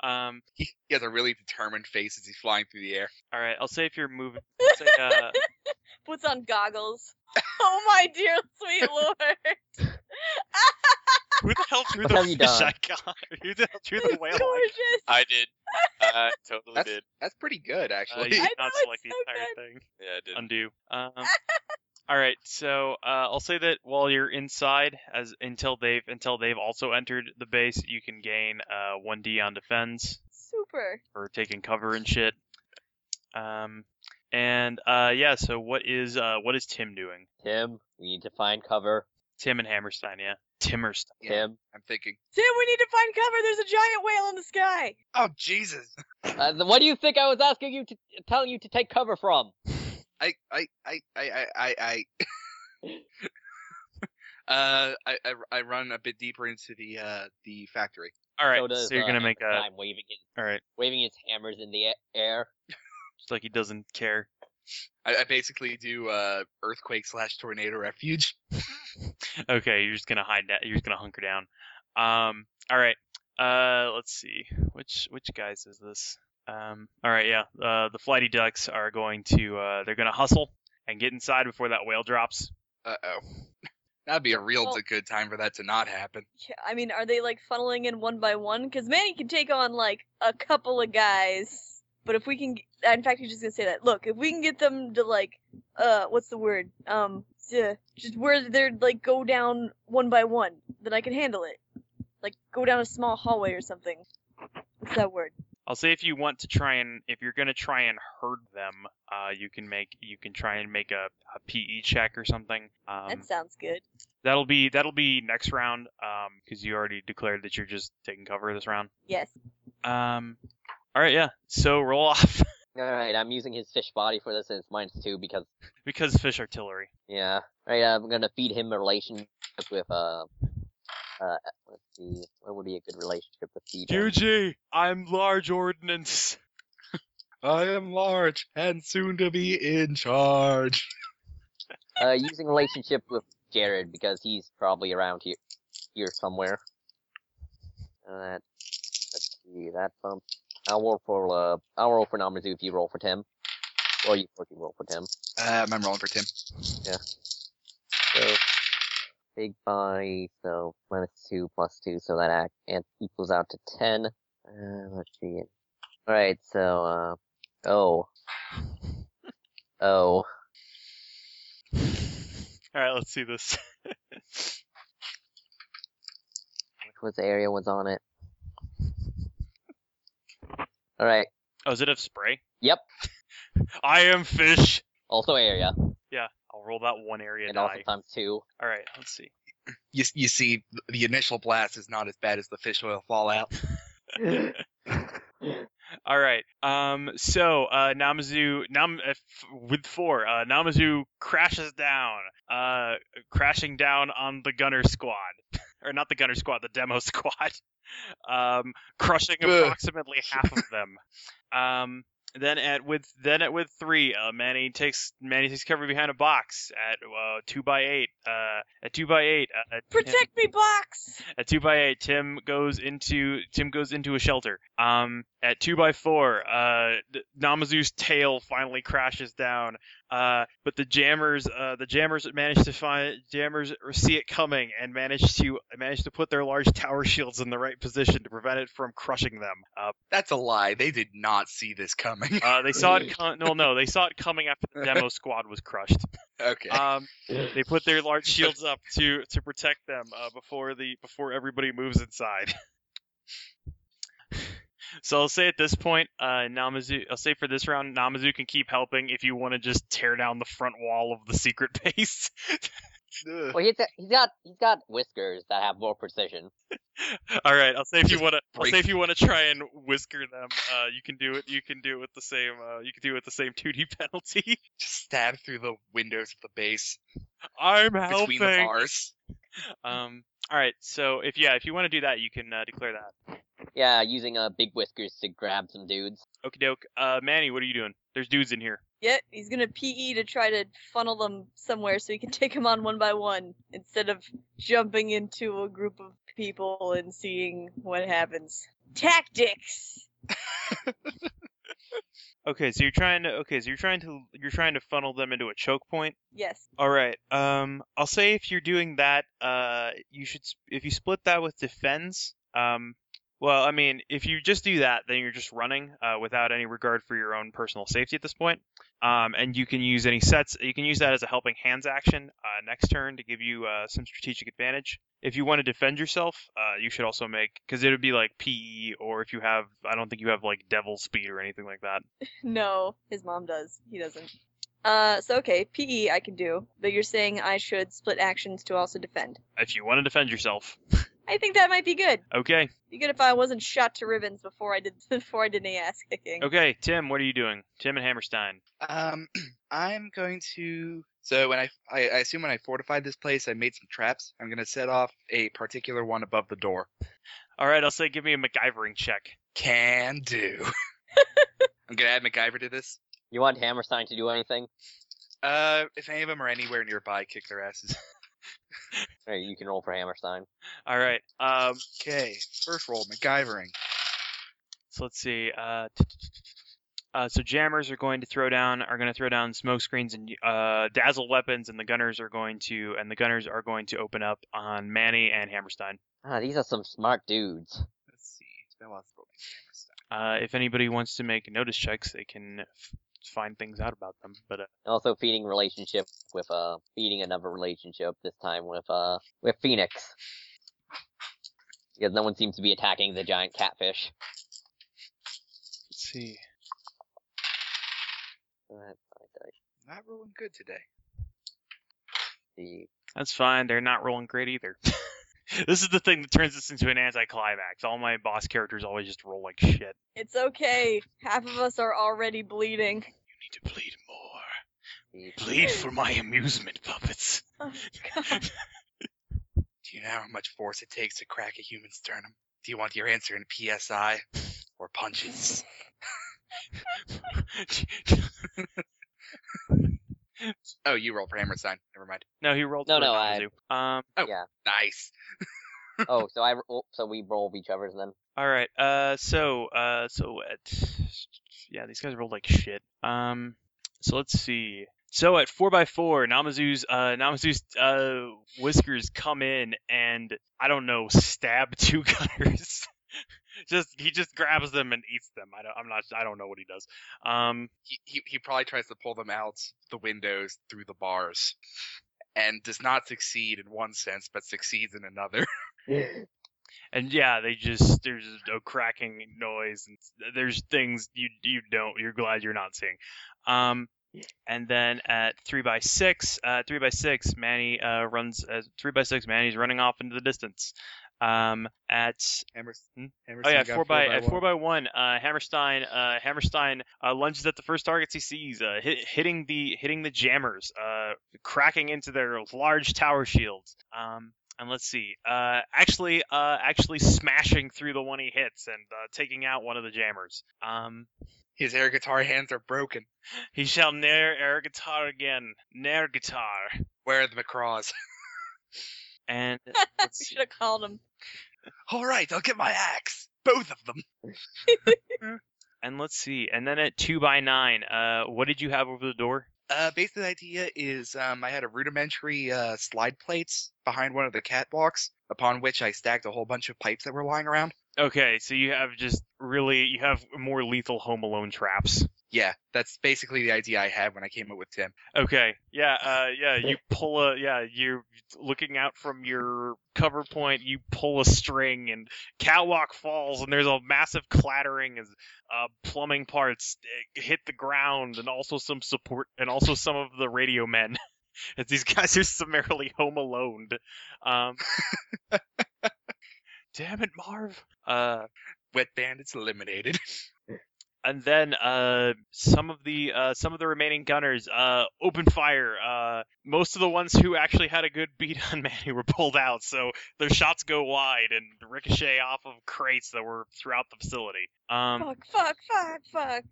A: Um,
F: He he has a really determined face as he's flying through the air.
A: all right, I'll say if you're moving. I'll say, uh,
C: [LAUGHS] Puts on goggles. [LAUGHS] Oh my dear
A: [LAUGHS]
C: sweet lord.
A: who the hell drew
E: What
A: the
E: have you
A: [LAUGHS] fish
E: done?
A: icon?
E: [LAUGHS]
A: Who the hell
C: [LAUGHS]
A: drew the whale
C: It's
A: icon?
C: gorgeous.
B: I
C: [LAUGHS]
B: did. Uh, I totally
F: That's-
B: did.
F: That's pretty good,
A: Uh, you
F: actually.
A: did
C: I know,
A: not
C: it's
A: select the
C: so
A: entire
C: good.
A: thing.
B: Yeah, I did.
A: undo. Um,
E: [LAUGHS]
A: all right, so uh, I'll say that while you're inside, as until they've until they've also entered the base, you can gain uh, 1d on defense
C: Super.
A: for taking cover and shit. Um, and uh, yeah, so what is uh, what is Tim doing?
E: Tim, we need to find cover.
A: Tim and Hammerstein, yeah, Timmerstein.
F: Yeah.
E: Tim.
F: I'm thinking,
C: Tim, we need to find cover. There's a giant whale in the sky.
F: oh Jesus,
E: Uh, th- what do you think I was asking you to telling you to take cover from?
F: I, I, I, I, I, I. [LAUGHS] I- uh, I, I, I run a bit deeper into the uh the factory.
A: All right,
E: so,
A: so,
E: does,
A: you're
E: uh,
A: gonna make a
E: Hammerstein waving his,
A: all right,
E: waving his hammers in the a- air.
A: just like he doesn't care.
F: I, I basically do uh earthquake slash tornado refuge.
A: [LAUGHS] Okay, you're just gonna hide that. You're just gonna hunker down. Um, all right. Uh, let's see. Which which guys is this? Um, all right, yeah. Uh, the flighty ducks are going to. Uh, they're gonna hustle and get inside before that whale drops.
F: Uh oh, [LAUGHS] that'd be a real
C: Well-
F: d- good time for that to not happen.
C: Yeah, I mean, are they like funneling in one by one? Because Manny can take on like a couple of guys, but if we can, g- uh, in fact, he's just gonna say that. Look, if we can get them to like, uh, what's the word? Um, yeah, just where they're like go down one by one, then I can handle it. Like go down a small hallway or something. What's that word?
A: I'll say if you want to try and if you're gonna try and herd them, uh, you can make you can try and make a, a PE check or something. Um,
C: that sounds good.
A: that'll be that'll be next round. Um, because you already declared that you're just taking cover this round.
C: Yes.
A: Um, all right, yeah. So roll [LAUGHS] off
E: All right, I'm using his fish body for this, and it's mine's too because
A: because fish artillery.
E: yeah. All right, I'm gonna feed him a relationship with uh, uh, let's see, what would be a good relationship to feed him?
A: QG, I'm large ordnance.
F: I am large and soon to be in charge. [LAUGHS]
E: Uh, using relationship with Jared because he's probably around here, here somewhere. Uh, that, let's see, that bump. I'll roll for uh, I'll roll for Namazu if you roll for Tim, or you or you roll for Tim.
F: Um, I'm rolling for Tim.
E: So big by so minus two plus two, so that act and equals out to ten. Uh, let's see. All right, so uh, oh, oh,
A: All right, let's see this.
E: which was the area was on it? All right.
A: Oh, is it of spray?
E: Yep.
A: [LAUGHS] I am fish.
E: Also area,
A: Yeah, I'll roll that one area
E: and
A: die.
E: also times two.
A: All right, let's see.
F: [CLEARS THROAT] You s- you see, th- the initial blast is not as bad as the fish oil fallout.
A: [LAUGHS] All right. Um. So, uh, Namazu, Nam, uh, f- with four, uh, Namazu crashes down. Uh, crashing down on the gunner squad, [LAUGHS] or not the gunner squad, the demo [LAUGHS] squad. Um, crushing
F: Ugh.
A: approximately half of
F: [LAUGHS]
A: them. Um. Then at with then at with three, uh, Manny takes Manny takes cover behind a box at uh, two by eight. Uh, at two by eight. Uh, at-
C: Protect me, box.
A: at two by eight, Tim goes into Tim goes into a shelter. Um, at two by four, uh, th- Namazu's tail finally crashes down. Uh, but the jammers, uh, the jammers manage to find jammers see it coming and manage to manage to put their large tower shields in the right position to prevent it from crushing them. Uh,
F: That's a lie. They did not see this coming.
A: uh, they saw
F: [LAUGHS]
A: it. Com- no, no, they saw it coming after the demo squad was crushed.
F: okay.
A: Um, they put their large shields up to to protect them uh, before the before everybody moves inside. [LAUGHS] so I'll say at this point, uh, Namazu. I'll say for this round, Namazu can keep helping if you want to just tear down the front wall of the secret [LAUGHS] base.
F: Ugh.
E: Well, he's got, he's got he's got whiskers that have more precision.
A: [LAUGHS] All right, I'll say if you
F: Just
A: want to. I'll
F: break-
A: say if you want to try and whisker them, uh, you can do it. You can do it with the same. Uh, you can do it with the same [LAUGHS] 2D penalty.
F: just stab through the windows of the base
A: [LAUGHS] I'm
F: between the
A: helping.
F: bars.
A: [LAUGHS] Um. All right. So if yeah, if you want to do that, you can uh, declare that.
E: Yeah, using uh big whiskers to grab some dudes.
A: Okie doke. Uh, Manny, what are you doing? There's dudes in here.
C: Yep, he's gonna PE to try to funnel them somewhere so he can [LAUGHS] take them on one by one instead of jumping into a group of people and seeing what happens. Tactics.
A: Okay, so you're trying to okay, so you're trying to you're trying to funnel them into a choke point.
C: Yes.
A: All right. Um, I'll say if you're doing that, uh, you should s- if you split that with defense. Um, well, I mean, if you just do that, then you're just running uh, without any regard for your own personal safety at this point. Um, and you can use any sets. You can use that as a helping hands action uh, next turn to give you uh, some strategic advantage. If you want to defend yourself, uh, you should also make because it would be like PE or if you have. I don't think you have like devil speed or anything like that.
C: No, his mom does. He doesn't. Uh, so okay, PE I can do, but you're saying I should split actions to also defend.
A: If you want to defend yourself,
C: I think that might be good.
A: okay.
C: Be good if I wasn't shot to ribbons before I did [LAUGHS] before I did any ass kicking.
A: Okay, Tim, what are you doing? Tim and Hammerstein.
F: Um, I'm going to. So when I, I, I assume when I fortified this place, I made some traps. I'm gonna set off a particular one above the door.
A: All right, I'll say give me a MacGyvering check.
F: Can do. [LAUGHS] I'm gonna add MacGyver to this.
E: You want Hammerstein to do anything?
F: Uh, if any of them are anywhere nearby, kick their asses.
E: All right, you can roll for Hammerstein.
A: All right, um,
F: Okay, first roll, MacGyvering.
A: so let's see. Uh, t- t- t- uh, so jammers are going to throw down are going to throw down smoke screens and uh, dazzle weapons, and the gunners are going to and the gunners are going to open up on Manny and Hammerstein.
E: Ah, these are some smart dudes.
F: Let's see. It's been a while since I rolled MacGyver stuff.
A: Uh, if anybody wants to make notice checks, they can f- find things out about them. But uh,
E: Also feeding relationship with uh feeding another relationship this time with uh with Phoenix. Because no one seems to be attacking the giant catfish.
A: let's see.
E: Alright, alright,
F: Not rolling good today.
E: see.
A: That's fine. They're not rolling great either. [LAUGHS] this is the thing that turns this into an anticlimax. All my boss characters always just roll like shit.
C: It's okay. Half of us are already bleeding. [LAUGHS]
A: You need to bleed more.
E: see.
A: Bleed for my amusement, puppets.
C: Oh, God.
F: Do you know how much force it takes to crack a human sternum? Do you want your answer in PSI or punches? Oh, you roll for Hammerstein. Never mind.
A: no, he rolled.
E: No,
A: for
E: no,
A: Namazu. Um.
F: Nice. [LAUGHS]
E: Oh, so I oh, so we roll each other's then.
A: All right. Uh. So. Uh. So. At, yeah. These guys rolled like shit. Um. So let's see. So at four x four, Namazu's uh Namazu's uh whiskers come in and I don't know stab [LAUGHS] two gunners. just he just grabs them and eats them. I don't. I'm not. I don't know what he does. Um.
F: He, he he probably tries to pull them out the windows through the bars, and does not succeed in one sense, but succeeds in another.
A: and yeah, they just there's a cracking noise and there's things you you don't you're glad you're not seeing. Um, and then at three by six, uh, three by six, Manny uh, runs uh, three by six. Manny's running off into the distance. Um, at
F: Hammers-
A: Hmm? oh
F: Hammerstein
A: yeah,
F: got
A: four by, at
F: one.
A: four by one, uh, Hammerstein uh, Hammerstein uh, lunges at the first targets he sees, uh, hit, hitting the hitting the jammers, uh, cracking into their large tower shields. Um, and let's see, uh, actually uh, actually smashing through the one he hits and uh, taking out one of the jammers. Um,
F: His air guitar hands are broken.
A: he shall ne'er air guitar again, ne'er guitar.
F: Where are the McCraws?
A: And
C: we
A: let's see.
C: should have called him.
F: All right, I'll get my axe. Both of them.
A: and let's see, and then at two by nine, uh, what did you have over the door?
F: Uh, basically, the idea is um, I had a rudimentary uh, slide plates behind one of the catwalks, upon which I stacked a whole bunch of pipes that were lying around.
A: Okay, so you have just really you have more lethal Home Alone traps.
F: Yeah, that's basically the idea I had when I came up with Tim.
A: Okay, yeah, uh, yeah, you pull a yeah, you're looking out from your cover point. You pull a string, and catwalk falls, and there's a massive clattering as uh, plumbing parts eh, hit the ground, and also some support, and also some of the radio men. [LAUGHS] As these guys are summarily home alone. Um, damn it, Marv. Uh,
F: Wet bandits eliminated. [LAUGHS]
A: and then uh, some of the uh, some of the remaining gunners uh, open fire. Uh, most of the ones who actually had a good [LAUGHS] beat on Manny were pulled out, so their shots go wide and ricochet off of Um, crates that were throughout the facility. Um,
C: fuck, fuck, fuck, fuck.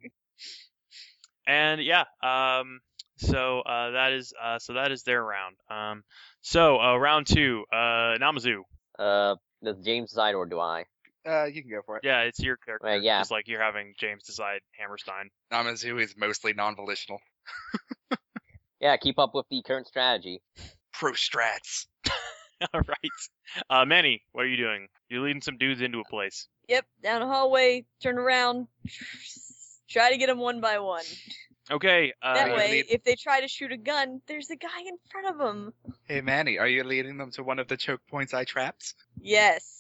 A: and yeah, um, so uh, that is uh, so that is their round. Um, so uh, round two, uh, Namazu.
E: Uh, does James decide or do I?
F: Uh, you can go for it.
A: Yeah, it's your character.
E: Well, yeah.
A: Just like you're having James decide Hammerstein.
F: Namazu is mostly non-volitional.
E: [LAUGHS] Yeah, keep up with the current strategy.
F: Pro strats.
A: [LAUGHS] All right. Uh, Manny, what are you doing? You're leading some dudes into a place.
C: Yep, down a hallway, turn around, try to get them one by one.
A: Okay.
C: That
A: Uh,
F: you
C: way,
F: lead-
C: if they try to shoot a gun, there's a guy in front of them.
F: Hey Manny, are you leading them to one of the choke points I trapped?
C: Yes.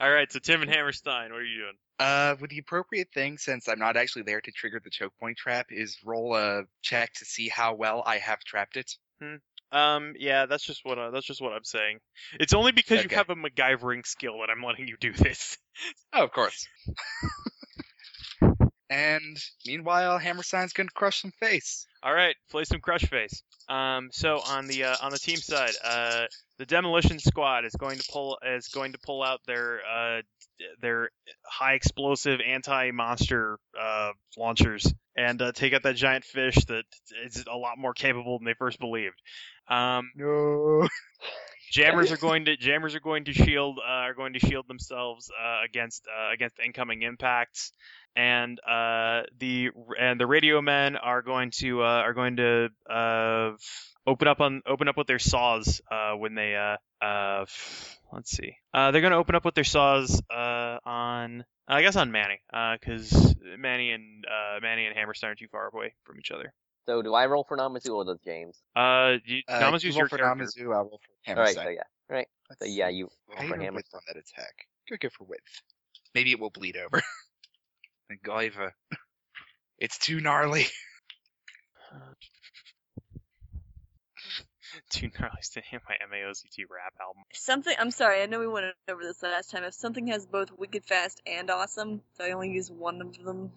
A: all right. So Tim and Hammerstein, what are you doing?
F: Uh, would the appropriate thing, since I'm not actually there to trigger the choke point trap, is roll a check to see how well I have trapped it.
A: Um, yeah, that's just what uh, that's just what I'm saying. It's only because
F: Okay.
A: you have a MacGyvering skill that I'm letting you do this.
F: Oh, of course. and meanwhile, Hammerstein's gonna crush some face.
A: All right, play some Crush Face. Um, so on the uh, on the team side, uh, the Demolition Squad is going to pull is going to pull out their uh, their high explosive anti monster uh, launchers and uh, take out that giant fish that is a lot more capable than they first believed. Um,
F: No.
A: [LAUGHS] jammers are going to jammers are going to shield uh, are going to shield themselves uh, against uh, against incoming impacts and uh, the and the radio men are going to uh, are going to uh, open up on open up with their saws uh, when they uh, uh, f- let's see uh, they're going to open up with their saws uh, on I guess on [LAUGHS] Manny because uh, Manny and uh, Manny and Hammerstein are too far away from each other.
E: So do I roll for Namazu or does James?
A: Uh, you,
F: Uh,
A: Namazu's
F: you roll
A: your
F: for
A: character.
F: Namazu, I roll for
E: All right.
F: Hammerstein.
E: So yeah. So yeah,
F: I
E: you roll for
F: even
E: Hammerstein.
F: width on that attack. Go go for width. Maybe it will bleed over. [LAUGHS] MacGyver. [LAUGHS] It's too gnarly.
A: Too gnarly [LAUGHS] to hit my MAOCT rap album.
C: Something. I'm sorry. I know we went over this last time. If something has both wicked fast and awesome, so I only use one of them.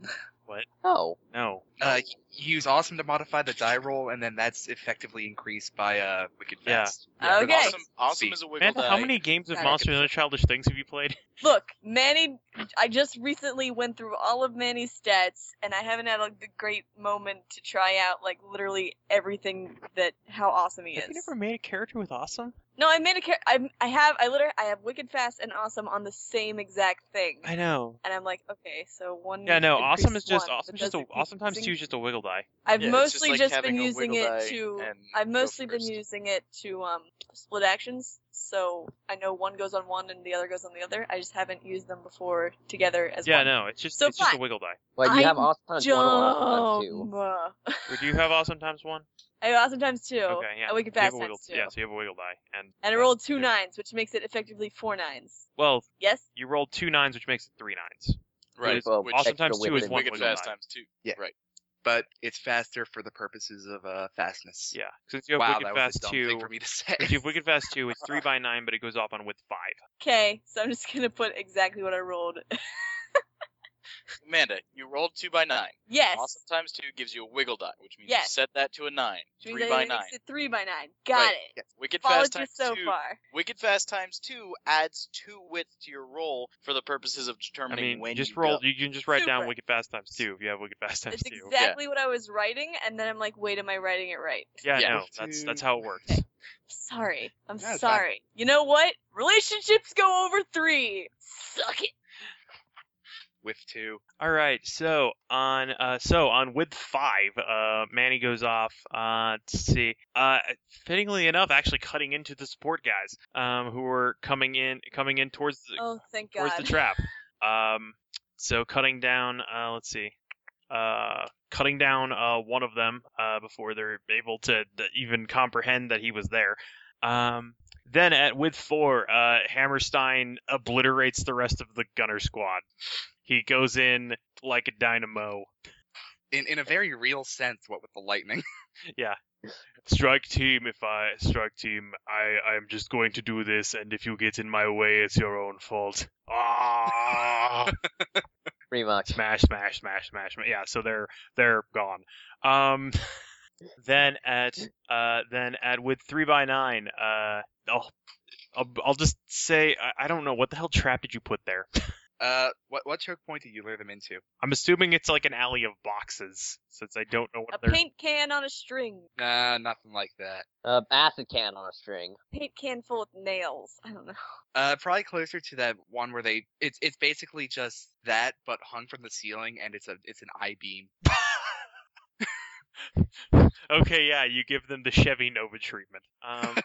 E: Oh.
A: No.
F: Uh, y- you use awesome to modify the die roll, and then that's effectively increased by uh wicked
A: Yeah.
F: fast.
B: Yeah, but
C: Okay.
B: Awesome, awesome is a wiggle
A: Amanda,
B: die.
A: how many games of
C: Sorry.
A: Monsters and Other Childish Things have you [LAUGHS] played?
C: Look, Manny. I just recently went through all of Manny's stats, and I haven't had a g- great moment to try out like literally everything that how awesome he is.
A: Have you never made a character with awesome?
C: No, I made a char- I I have I literally I have wicked fast and awesome on the same exact thing.
A: I know.
C: and I'm like, okay, so one.
A: Yeah, no.
C: increases
A: Awesome is just
C: one,
A: awesome.
C: but
A: is Just
C: does
A: a,
C: it keep
A: awesome times
C: using-
A: two is just a wiggle die.
C: I've
B: Yeah, it's just
C: mostly
B: like
C: just
B: having
C: been
B: a
C: using
B: wiggle
C: it
B: die
C: to.
B: and
C: I've
B: go
C: mostly been
B: first.
C: using it to um split actions, so I know one goes on one and the other goes on the other. I just haven't used them before together as
A: Yeah,
C: one.
A: no. It's just
C: So
A: it's just a
C: fine.
A: wiggle die.
E: Well, you have
C: I'm
E: awesome times one or awesome times two.
C: Jump. Uh, [LAUGHS]
A: Or do you have awesome times one?
C: I have awesome times [LAUGHS] two.
A: Okay, yeah.
C: I wicked
A: You have
C: fast
A: a wiggle.
C: times two.
A: Yeah, so you have a wiggle die, and
C: And I rolled two
A: Yeah.
C: nines, which makes it effectively four nines.
A: well,
C: Yes.
A: you rolled two nines, which makes it three nines.
B: Right.
E: Well,
B: Which
A: awesome
E: extra
A: times two
E: wiggle
A: is
E: than
A: one
B: wicked
A: wiggle
B: fast
A: die.
B: times two.
F: But it's faster for the purposes of uh fastness.
A: Yeah, since you have
F: wow,
A: wicked
F: that was a
A: fast
F: dumb
A: two,
F: thing for me to say.
A: since you have wicked fast
F: [LAUGHS]
A: two, it's three by nine, but it goes off on width five.
C: Okay, so I'm just gonna put exactly what I rolled. [LAUGHS]
B: Amanda, you rolled two by nine.
C: yes.
B: Awesome times two gives you a wiggle die, which means
C: Yes.
B: you set that to a nine.
C: Which means
B: three
C: I
B: by
C: mixed
B: nine.
C: it three by nine. Got
B: Right.
C: it.
B: Wicked
C: Followed
B: fast
C: you
B: times
C: so
B: two.
C: far.
B: Wicked fast times two adds two width to your roll for the purposes of
A: I
B: determining
A: mean,
B: when
A: just
B: you
A: roll.
B: Go.
A: You can just write down
C: Super.
A: wicked fast times two if you have wicked fast times
C: That's
A: two.
C: exactly what I was writing, and then I'm like, wait, am I writing it right?
A: Yeah,
B: Yeah.
A: no, that's that's how it works.
C: Sorry. I'm
F: No, it's fine.
C: sorry. You know what? Relationships go over three. Suck it.
F: With two.
A: All right, so on uh, so on width five, uh, Manny goes off. Uh, let's see, uh, fittingly enough, actually cutting into the support guys, um, who were coming in coming in towards the
C: Oh, thank God.
A: towards the trap. Um, so cutting down. Uh, let's see. Uh, cutting down uh, one of them uh, before they're able to d- even comprehend that he was there. Um, then at with four, uh, Hammerstein obliterates the rest of the gunner squad. He goes in like a dynamo.
F: In in a very real sense, what with the lightning. [LAUGHS]
A: Strike team, if I strike team, I I'm just going to do this, and if you get in my way, it's your own fault. Ah!
E: [LAUGHS] Pretty much.
A: smash, smash, smash, smash, smash. Yeah, so they're they're gone.
E: [LAUGHS]
A: Um, then at uh then at with three by nine, uh, I'll I'll, I'll just say I, I don't know what the hell trap did you put there.
F: Uh, what what choke point did you lure them into?
A: I'm assuming it's like an alley of boxes, since I don't know what
C: A
A: they're.
C: paint can on a string.
F: Nah, nothing like that.
E: Uh, acid can on a string.
C: Paint can full of nails. I don't know. [LAUGHS]
F: Uh, probably closer to that one where they it's it's basically just that but hung from the ceiling and it's a it's an I beam.
A: [LAUGHS] Okay, yeah, you give them the Chevy Nova treatment.
F: [LAUGHS]
A: Um,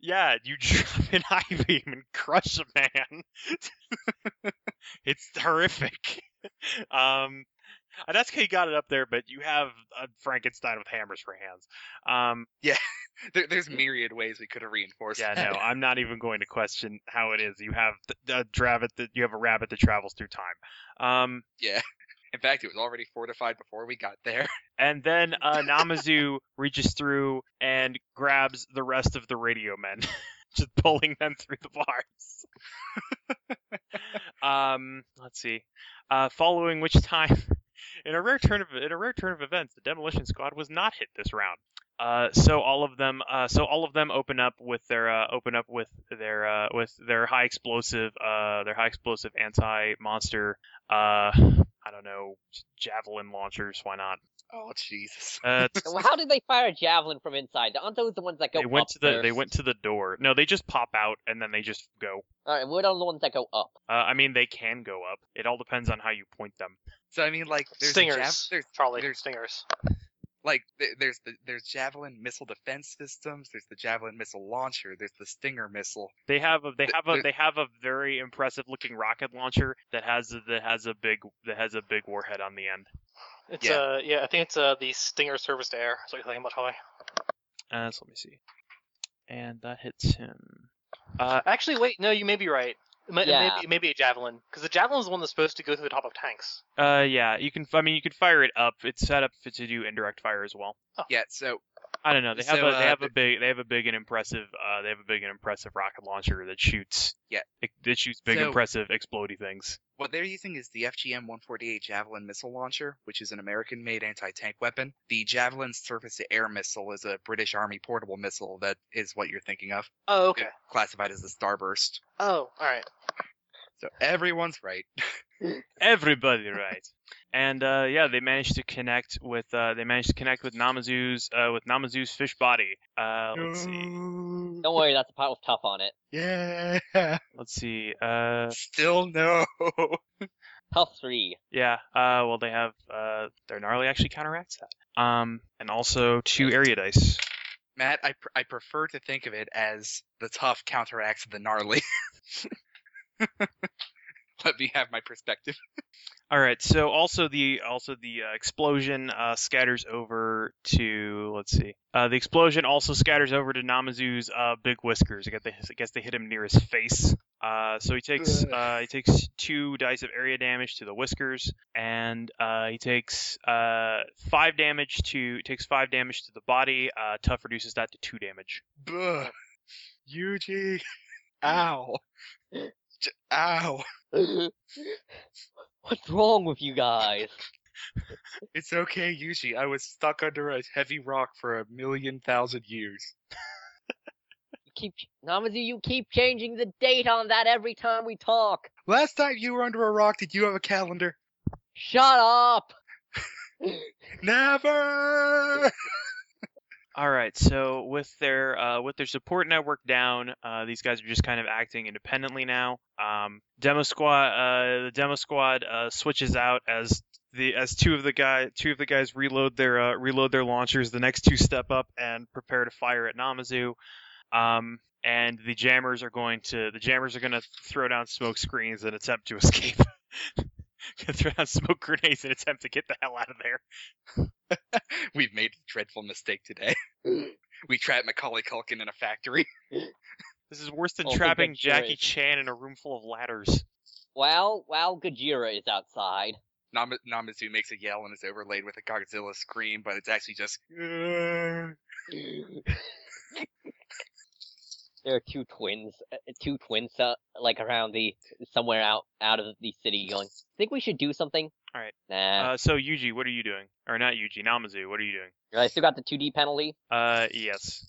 A: yeah, you drop an [LAUGHS] I beam and crush a man. [LAUGHS] it's horrific. Um, and that's how you got it up there, but you have a Frankenstein with hammers for hands. Um,
F: [LAUGHS] There, there's myriad ways we could have reinforced.
A: yeah,
F: that. [LAUGHS]
A: no, I'm not even going to question how it is. You have th- the rabbit that you have a rabbit that travels through time. Um,
F: yeah. In fact, it was already fortified before we got there.
A: And then uh, Namazu reaches through and grabs the rest of the radio men, [LAUGHS] just pulling them through the bars. [LAUGHS] um, let's see. Uh, following which time, [LAUGHS] in a rare turn of in a rare turn of events, the demolition squad was not hit this round. Uh, so all of them, uh, so all of them open up with their uh, open up with their uh, with their high explosive, uh, their high explosive anti monster. Uh, I don't know, javelin launchers. Why not?
F: Oh
E: [LAUGHS]
F: Jesus.
A: Uh, t-
E: Well, How did they fire a javelin from inside? Aren't those the ones that go
A: they went
E: up
A: to the they
E: first?
A: went to the door. No, they just pop out and then they just go.
E: All right, what are the ones that go up?
A: Uh, I mean, they can go up. It all depends on how you point them.
F: So I mean, like there's a
G: stingers.
F: jav- there's
G: Probably
F: there's-
G: stingers.
F: like th- there's the there's javelin missile defense systems. There's the javelin missile launcher. There's the stinger missile.
A: They have a they have a
F: There-
A: they have a very impressive looking rocket launcher that has a, that has a big that has a big warhead on the end.
G: It's
F: Yeah.
G: uh yeah, I think it's uh the stinger service to air. So you're thinking about how I-
A: Uh, so let me see. And that hits him. Uh,
G: Actually, wait, no, you may be right. It may- it may
E: Yeah.
G: be- it may be a javelin because the javelin is the one that's supposed to go through the top of tanks.
A: uh, yeah. You can. I mean, you can fire it up. It's set up for, to do indirect fire as well.
G: Oh.
F: Yeah. So
A: I don't know. They have
F: So,
A: a they
F: uh,
A: have a big they have a big and impressive uh they have a big and impressive rocket launcher that shoots
F: Yeah.
A: it, that shoots big
F: So-
A: impressive explodey things.
F: What they're using is the FGM 148 Javelin missile launcher, which is an American made anti tank weapon. The Javelin surface to air missile is a British Army portable missile that is what you're thinking of,
G: Oh, okay.
F: classified as the Starburst.
G: Oh, all right.
F: So everyone's right.
E: [LAUGHS]
A: Everybody right. And uh yeah, they managed to connect with uh they managed to connect with Namazu's uh with Namazu's fish body. Uh let's see.
E: Don't worry, that's a pile of tough
F: [LAUGHS]
E: on it.
F: Yeah.
A: Let's see. Uh
F: Still no.
E: Tough three.
A: yeah, uh well they have uh their gnarly actually counteracts that. Um and also two area dice.
F: Matt, I, pr- I prefer to think of it as the tough counteracts the gnarly. [LAUGHS] Let me have my perspective.
A: All right. So also the also the uh, explosion uh, scatters over to let's see. Uh, the explosion also scatters over to Namazu's uh, big whiskers. I guess, they, I guess they hit him near his face. Uh, so he takes
F: Ugh.
A: uh, he takes two dice of area damage to the whiskers, and uh, he takes uh, five damage to takes five damage to the body. Uh, tough reduces that to two damage.
F: Buh. Yuji. [LAUGHS] Ow. J- Ow.
E: [LAUGHS] What's wrong with you guys?
F: It's okay, Yuji. I was stuck under a heavy rock for a million thousand years.
E: You keep Namazu, you keep changing the date on that every time we talk. [LAUGHS]
F: Last time you were under a rock, did you have a calendar?
E: Shut up.
F: [LAUGHS]
E: [LAUGHS]
F: Never!
A: All right. So with their uh, with their support network down, uh, these guys are just kind of acting independently now. Um, demo squad. Uh, the demo squad uh, switches out as the as two of the guy two of the guys reload their uh, reload their launchers. The next two step up and prepare to fire at Namazu. Um, and the jammers are going to the jammers are going to throw down smoke screens and attempt to [LAUGHS] escape. throw down smoke grenades and attempt to get the hell out of there.
F: We've made a dreadful mistake today. [LAUGHS] we trapped Macaulay Culkin in a factory. [LAUGHS]
A: This is worse than
E: Oh, good
A: trapping
E: God, Jerry.
A: Jackie Chan in a room full of ladders.
E: Well, well, Gajira is outside.
F: Nam- Namazu makes a yell and is overlaid with a Godzilla scream, but it's actually just. "Uh."
E: There are two twins, uh, two twins, uh, like around the somewhere out out of the city, going. Think we should do something?
A: All right.
E: Nah.
A: Uh, so Yuji, what are you doing? Or not Yuji, Namazu, what are you doing?
E: I still got the two D penalty.
A: Uh, yes.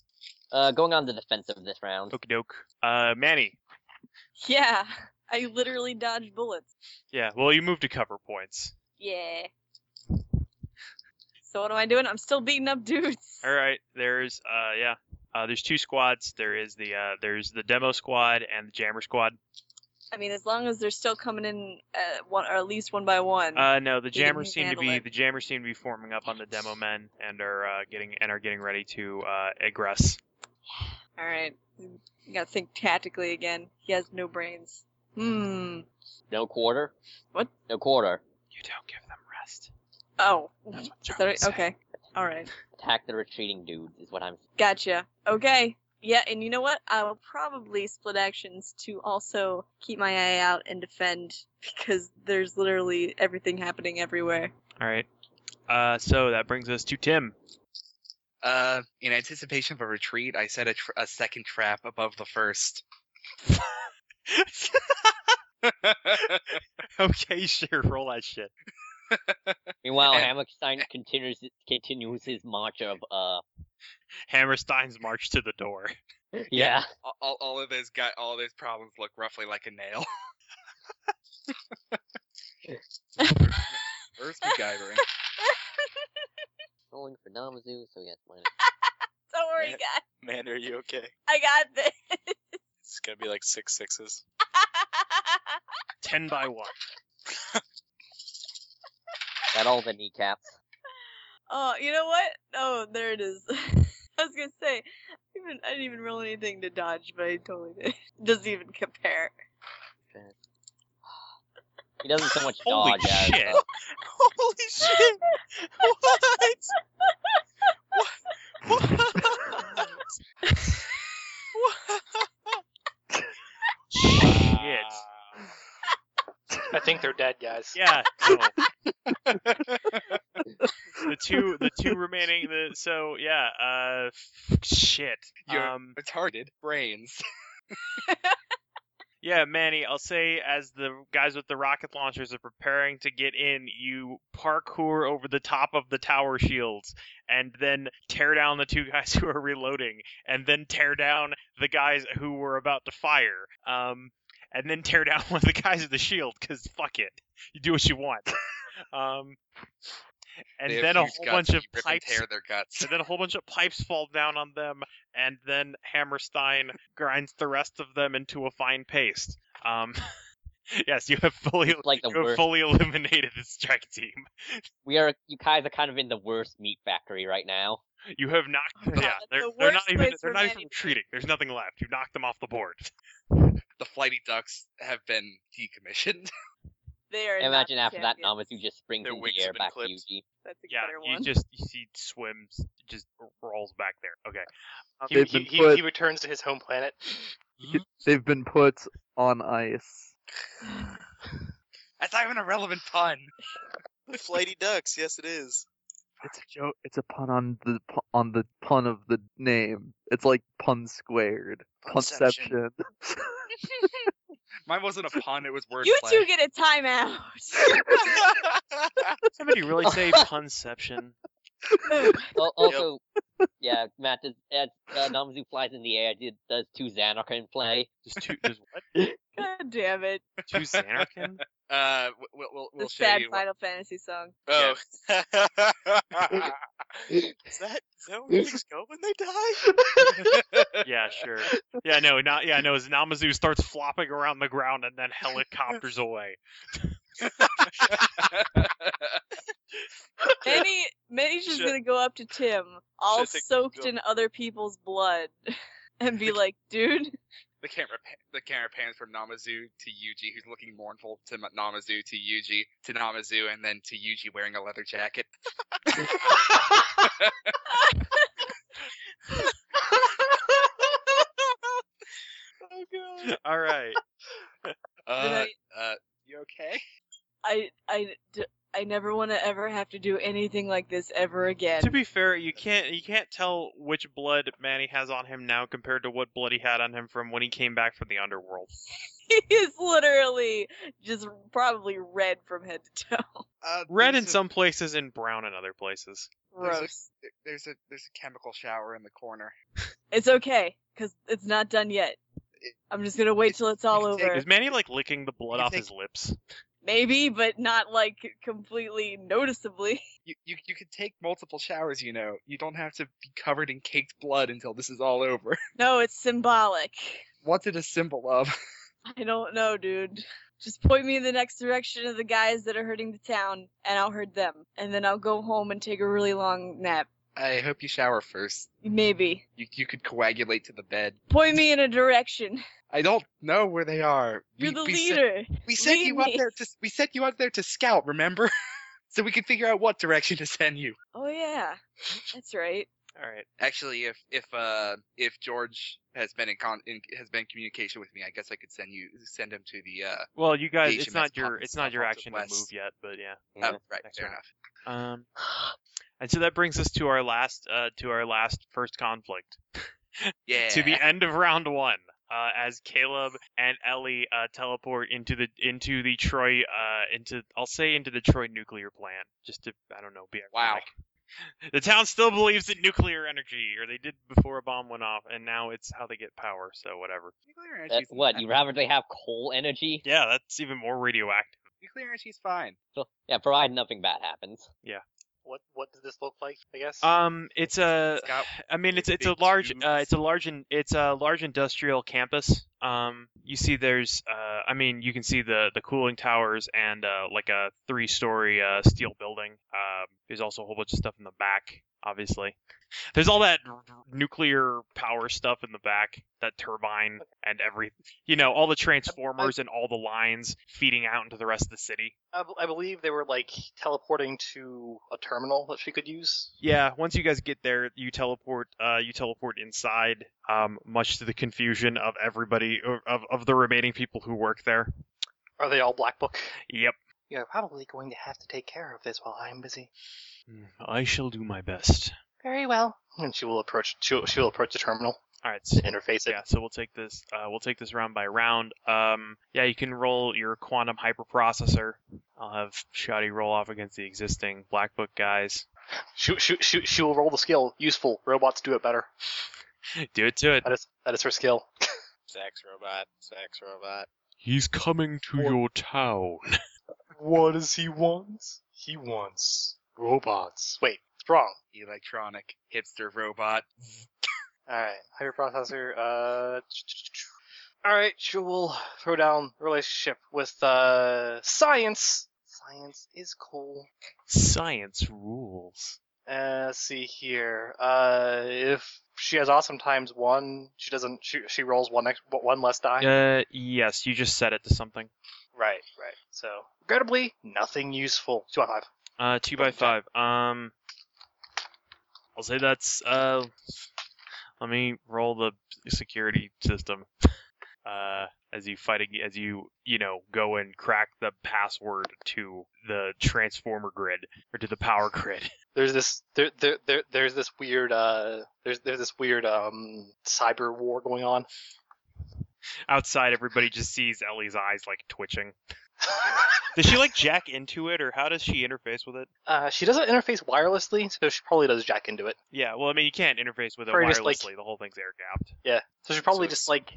E: Uh, going on the defensive this round.
A: Okie doke. Uh, Manny,
C: Yeah. I literally dodged bullets.
A: Yeah, well, you move to cover points.
C: Yeah. So what am I doing? I'm still beating up dudes. [LAUGHS]
A: All right, there's uh yeah, uh there's two squads. There is the uh there's the demo squad and the jammer squad.
C: I mean, as long as they're still coming in uh, one or at least one by one.
A: Uh no, the
C: He didn't
A: jammers seem to
C: handle
A: be
C: it.
A: the jammers seem to be forming up on the demo men and are uh, getting and are getting ready to uh aggress.
C: All right. You gotta think tactically again. He has no brains. Hmm.
E: No quarter?
C: What?
E: No quarter.
A: You don't give them rest.
C: Oh.
A: That's what
C: Is
A: Jarvan
C: that-
A: said.
C: okay. All right.
E: Attack the retreating dudes is what I'm.
C: Gotcha. Okay. Yeah, and you know what? I will probably split actions to also keep my eye out and defend [LAUGHS] because there's literally everything happening everywhere. [LAUGHS]
A: All right. [LAUGHS] Uh, so that brings us to Tim.
F: Uh, in anticipation of a retreat, I set a, tr- a second trap above the first.
A: [LAUGHS] okay, sure, roll that shit.
E: [LAUGHS] Meanwhile,
F: And-
E: Hammerstein continues continues his march of uh.
A: Hammerstein's march to the door.
E: Yeah.
F: All- all, all of those guy, all those problems look roughly like a nail. [LAUGHS] Where's MacGyvering?
E: [LAUGHS] Rolling for Namazu, so he has minus.
C: Don't worry,
B: Yeah.
C: guys.
B: Man, are you okay?
C: I got this. [LAUGHS]
B: It's gonna be like six sixes.
A: Ten by one.
E: Got all the kneecaps.
C: oh, you know what? Oh, there it is. [LAUGHS] I was gonna say, even I didn't even roll anything to dodge, but I totally did. [LAUGHS] Doesn't even compare.
E: He doesn't so much
A: Holy
E: dodge as.
A: shit.
E: Uh,
A: Holy
C: [LAUGHS]
A: shit! What? what? shit.
G: I think they're dead, guys.
A: [LAUGHS] Yeah. No. the two, the two remaining. The so yeah. Uh, f- shit.
F: You're
A: Um,
F: retarded brains. [LAUGHS]
A: Yeah, Manny, I'll say as the guys with the rocket launchers are preparing to get in, you parkour over the top of the tower shields and then tear down the two [LAUGHS] guys who are reloading and then tear down the guys who were about to fire. Um and then tear down [LAUGHS] one of the guys at the shield cuz fuck it. You do what
F: [LAUGHS]
A: you want. Um and
F: They have
A: then a
F: huge
A: whole
F: guts,
A: bunch
F: you
A: of
F: rip and
A: pipes
F: tear their guts.
A: and then a whole bunch of pipes fall down on them, and then Hammerstein grinds the rest of them into a fine paste. Um, [LAUGHS] yes, you have [LAUGHS] fully
E: It's like the
A: you have
E: worst.
A: fully eliminated the strike team. [LAUGHS]
E: We are. You guys are kind of in the worst meat factory right now.
A: You have knocked.
C: God,
A: yeah,
C: that's
A: they're,
C: the
A: they're
C: worst
A: not even
C: place
A: they're
C: for
A: not
C: Manny
A: even
C: to be.
A: retreating. There's nothing left. You knocked them off the board.
F: The flighty ducks have been decommissioned.
C: They are. not
E: Imagine
C: the
E: after that,
C: champions.
E: Namazu just springs
B: Their
E: into
B: wings
E: the
B: have
E: air
B: been
E: back
B: clipped.
E: to Yuji.
C: That's a
A: Yeah,
C: better
A: he
C: one.
A: just he swims, just rolls back there. Okay.
G: He,
D: Uh, They've
G: he,
D: been
G: he,
D: put-
G: he returns to his home planet.
D: They've been put on ice.
F: That's not even a relevant
B: [LAUGHS]
F: pun.
B: Flighty [LAUGHS] ducks. Yes, it is.
D: It's a joke. It's a pun on the pu- on the pun of the name. It's like pun squared.
F: Punception.
D: Conception. [LAUGHS]
B: [LAUGHS]
F: Mine wasn't a pun. It was wordplay.
C: you two get a timeout. [LAUGHS]
A: Somebody really say punception?
E: Al-
F: [LAUGHS]
E: Also, yeah, Matt does. As, uh, Namazu flies in the air. did- Does two Xanarkin play?
A: Just two, just what?
C: God damn it!
A: Two Xanarkin?
F: Uh, we- we'll we'll, we'll
C: the
F: show
C: sad
F: you. what-
C: Final Fantasy song.
B: Oh.
F: [LAUGHS]
B: [LAUGHS] is that is that where things go when they die?
A: Yeah, sure. Yeah, no, not yeah, no. As Namazu starts flopping around the ground and then helicopters away.
F: [LAUGHS]
A: [LAUGHS]
C: Manny, Manny's just
B: Should-
C: gonna go up to Tim, all
B: Should I take-
C: soaked in other people's blood, [LAUGHS] and be like, "Dude,
F: the camera pa- the camera pans from Namazu to Yuji, who's looking mournful to Ma- Namazu to Yuji to Namazu, and then to Yuji wearing a leather jacket. [LAUGHS]
B: Oh
C: [LAUGHS]
B: god.
A: All right.
F: Uh, uh, you okay?
C: I, I, d- I never want to ever have to do anything like this ever again."
A: To be fair, you can't you can't tell which blood Manny has on him now compared to what blood he had on him from when he came back from the underworld.
C: [LAUGHS] he is literally just probably red from head to toe.
F: Uh,
A: Red
F: there's
A: in
F: a-
A: some places and brown in other places.
F: There's a-
C: Gross.
F: There's a there's a chemical shower in the corner.
C: It's okay, cause it's not done yet. I'm just gonna wait till it's all
F: You can take
C: over.
F: Sure.
A: Is Manny like licking the blood
F: You
A: off
F: think-
A: his lips?
C: Maybe, but not like completely noticeably. [LAUGHS]
F: You, you you could take multiple showers, you know. You don't have to be covered in caked blood until this is all over. [LAUGHS]
C: No, it's symbolic.
F: What's it a symbol of? [LAUGHS]
C: I don't know, dude. Just point me in the next direction of the guys that are hurting the town, and I'll hurt them. And then I'll go home and take a really long nap.
F: I hope you shower first.
C: Maybe.
F: You you could coagulate to the bed.
C: Point me in a direction.
F: I don't know where they are.
C: You're
F: we,
C: the
F: we sent-
C: leader.
F: we sent
C: Lead
F: you out
C: me.
F: there to we sent you out there to scout. Remember, [LAUGHS] so we could figure out what direction to send you.
C: Oh yeah, that's right.
A: All right.
F: Actually, if if uh if George has been in con in, has been in communication with me, I guess I could send you send him to the uh.
A: Well, you guys,
F: HMS
A: it's not your
F: Pop
A: it's not your
F: Pop to the
A: action to
F: west.
A: move yet, but yeah.
E: Yeah.
F: oh, right,
A: next
F: fair
A: round.
F: enough.
A: Um, and so that brings us to our last uh, to our last first conflict
F: Yeah.
E: [LAUGHS]
A: to the end of round one. Uh, as Caleb and Ellie uh, teleport into the into the Troy uh, into I'll say into the Troy nuclear plant just to I don't know be
F: Wow.
A: ironic. The town still believes in nuclear energy, or they did before a bomb went off, and now it's how they get power. So whatever.
F: Nuclear
E: That,
F: energy's
E: what
F: fine.
E: you rather they have coal energy?
A: Yeah, that's even more radioactive.
F: Nuclear energy's fine.
E: So- yeah, provided nothing bad happens.
G: What what does this look like? I guess.
D: Uh,
A: Um, it's a
F: It's got
A: I mean, it's
F: Big,
A: it's a
F: big
A: large uh,
F: tubes.
A: it's a large in, it's a large industrial campus. Um, you see, there's uh, I mean, you can see the the cooling towers and uh, like a three story uh, steel building. Um, there's also a whole bunch of stuff in the back. Obviously, there's all that nuclear power stuff in the back, that turbine and every you know all the transformers and all the lines feeding out into the rest of the city.
G: I, b- I believe they were like teleporting to a terminal that she could use.
A: Yeah, once you guys get there, you teleport. Uh, you teleport inside, um, much to the confusion of everybody or of of the remaining people who work there.
G: Are they all black book?
A: Yep,
G: You're probably going to have to take care of this while I'm busy.
A: I shall do my best.
G: Very well. And she will approach. She will, she will approach the terminal
A: All right,
G: to [LAUGHS]
A: so,
G: interface it.
A: yeah. So we'll take this. Uh, we'll take this round by round. Um, yeah, you can roll your quantum hyperprocessor. I'll have Shoddy roll off against the existing Black Book
G: [LAUGHS]
A: guys.
G: She, she, she, she will roll the skill. Useful. Robots do it better.
A: Do it to it.
G: That is that is her [LAUGHS] skill.
B: Sex robot, sex robot.
A: He's coming to your town.
G: What does he want? He wants robots. Wait, it's wrong.
F: electronic hipster robot.
G: All right, hyperprocessor. Uh, all right, she will throw down relationship with uh science. Science is cool.
A: Science rules.
G: Uh, let's see here. Uh, if she has awesome times one, she doesn't. She, she rolls one ex, one less die.
A: Uh, yes, you just set it to something.
G: Right, right. So regrettably, nothing useful. Two out of five.
A: Uh, two by five. Um, I'll say that's uh. Let me roll the security system. [LAUGHS] Uh, as you fight ag- as you you know go and crack the password to the transformer grid or to the power [LAUGHS] grid.
G: There's this there, there there there's this weird uh there's there's this weird um cyber war going on.
A: Outside, everybody just sees Ellie's eyes like twitching. Does she like jack into it, or how does she interface with it?
G: Uh, she doesn't interface wirelessly, so she probably does jack into it.
A: Yeah, well, I mean, you can't interface with it
G: Probably
A: wirelessly.
G: just, like-
A: the whole thing's air gapped.
G: Yeah, so she probably
B: So
G: just like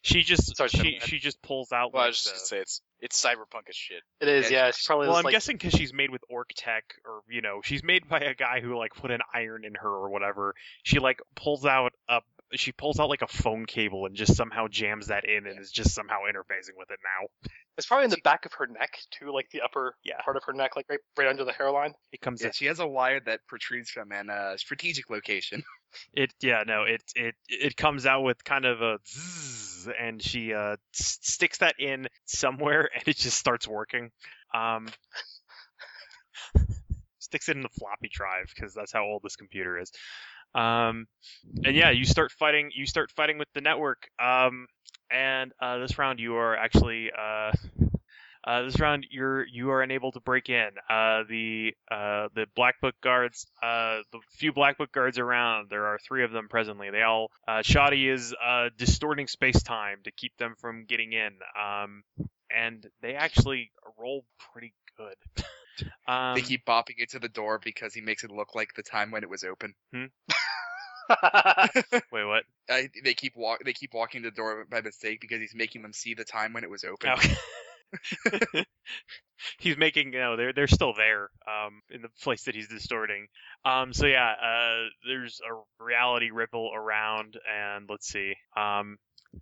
A: She just
G: Sorry,
A: she
G: Sam.
A: she just pulls out.
B: Well, I
A: like,
B: was just
A: the-
B: gonna say it's it's cyberpunk as shit.
G: it is.
F: Yeah,
G: Yeah, she probably
A: Well,
G: just
A: I'm
G: like
A: guessing because she's made with orc tech, or you know, she's made by a guy who like put an iron in her or whatever. She like pulls out a she pulls out like a phone cable and just somehow jams that in and is just somehow interfacing with it now.
G: it's probably in the back of her neck too, like the upper
A: Yeah.
G: part of her neck, like right right under the hairline.
A: It comes
F: Yeah, she has a wire that protrudes from an uh, strategic location.
A: it yeah no it it it comes out with kind of a zzz, and she uh s- sticks that in somewhere [LAUGHS] and it just starts working. Um. Sticks it in the floppy drive because that's how old this computer is. Um, and yeah, you start fighting. You start fighting with the network. Um, and uh, this round you are actually uh, uh, this round you're you are unable to break in. Uh, the uh, the black book guards, uh, the few black book guards around. There are three of them presently. They all uh, Shoddy is uh, distorting space time to keep them from getting in. Um, and they actually roll pretty good. Um,
F: they keep bopping it to the [LAUGHS] door because he makes it look like the time when it was open.
A: Hmm? wait, what?
F: I, they keep walk. They keep walking the door by mistake because he's making them see the time when it was open.
A: Okay. he's making no they're they're still there um in the place that he's distorting um so yeah uh there's a reality ripple around and let's see um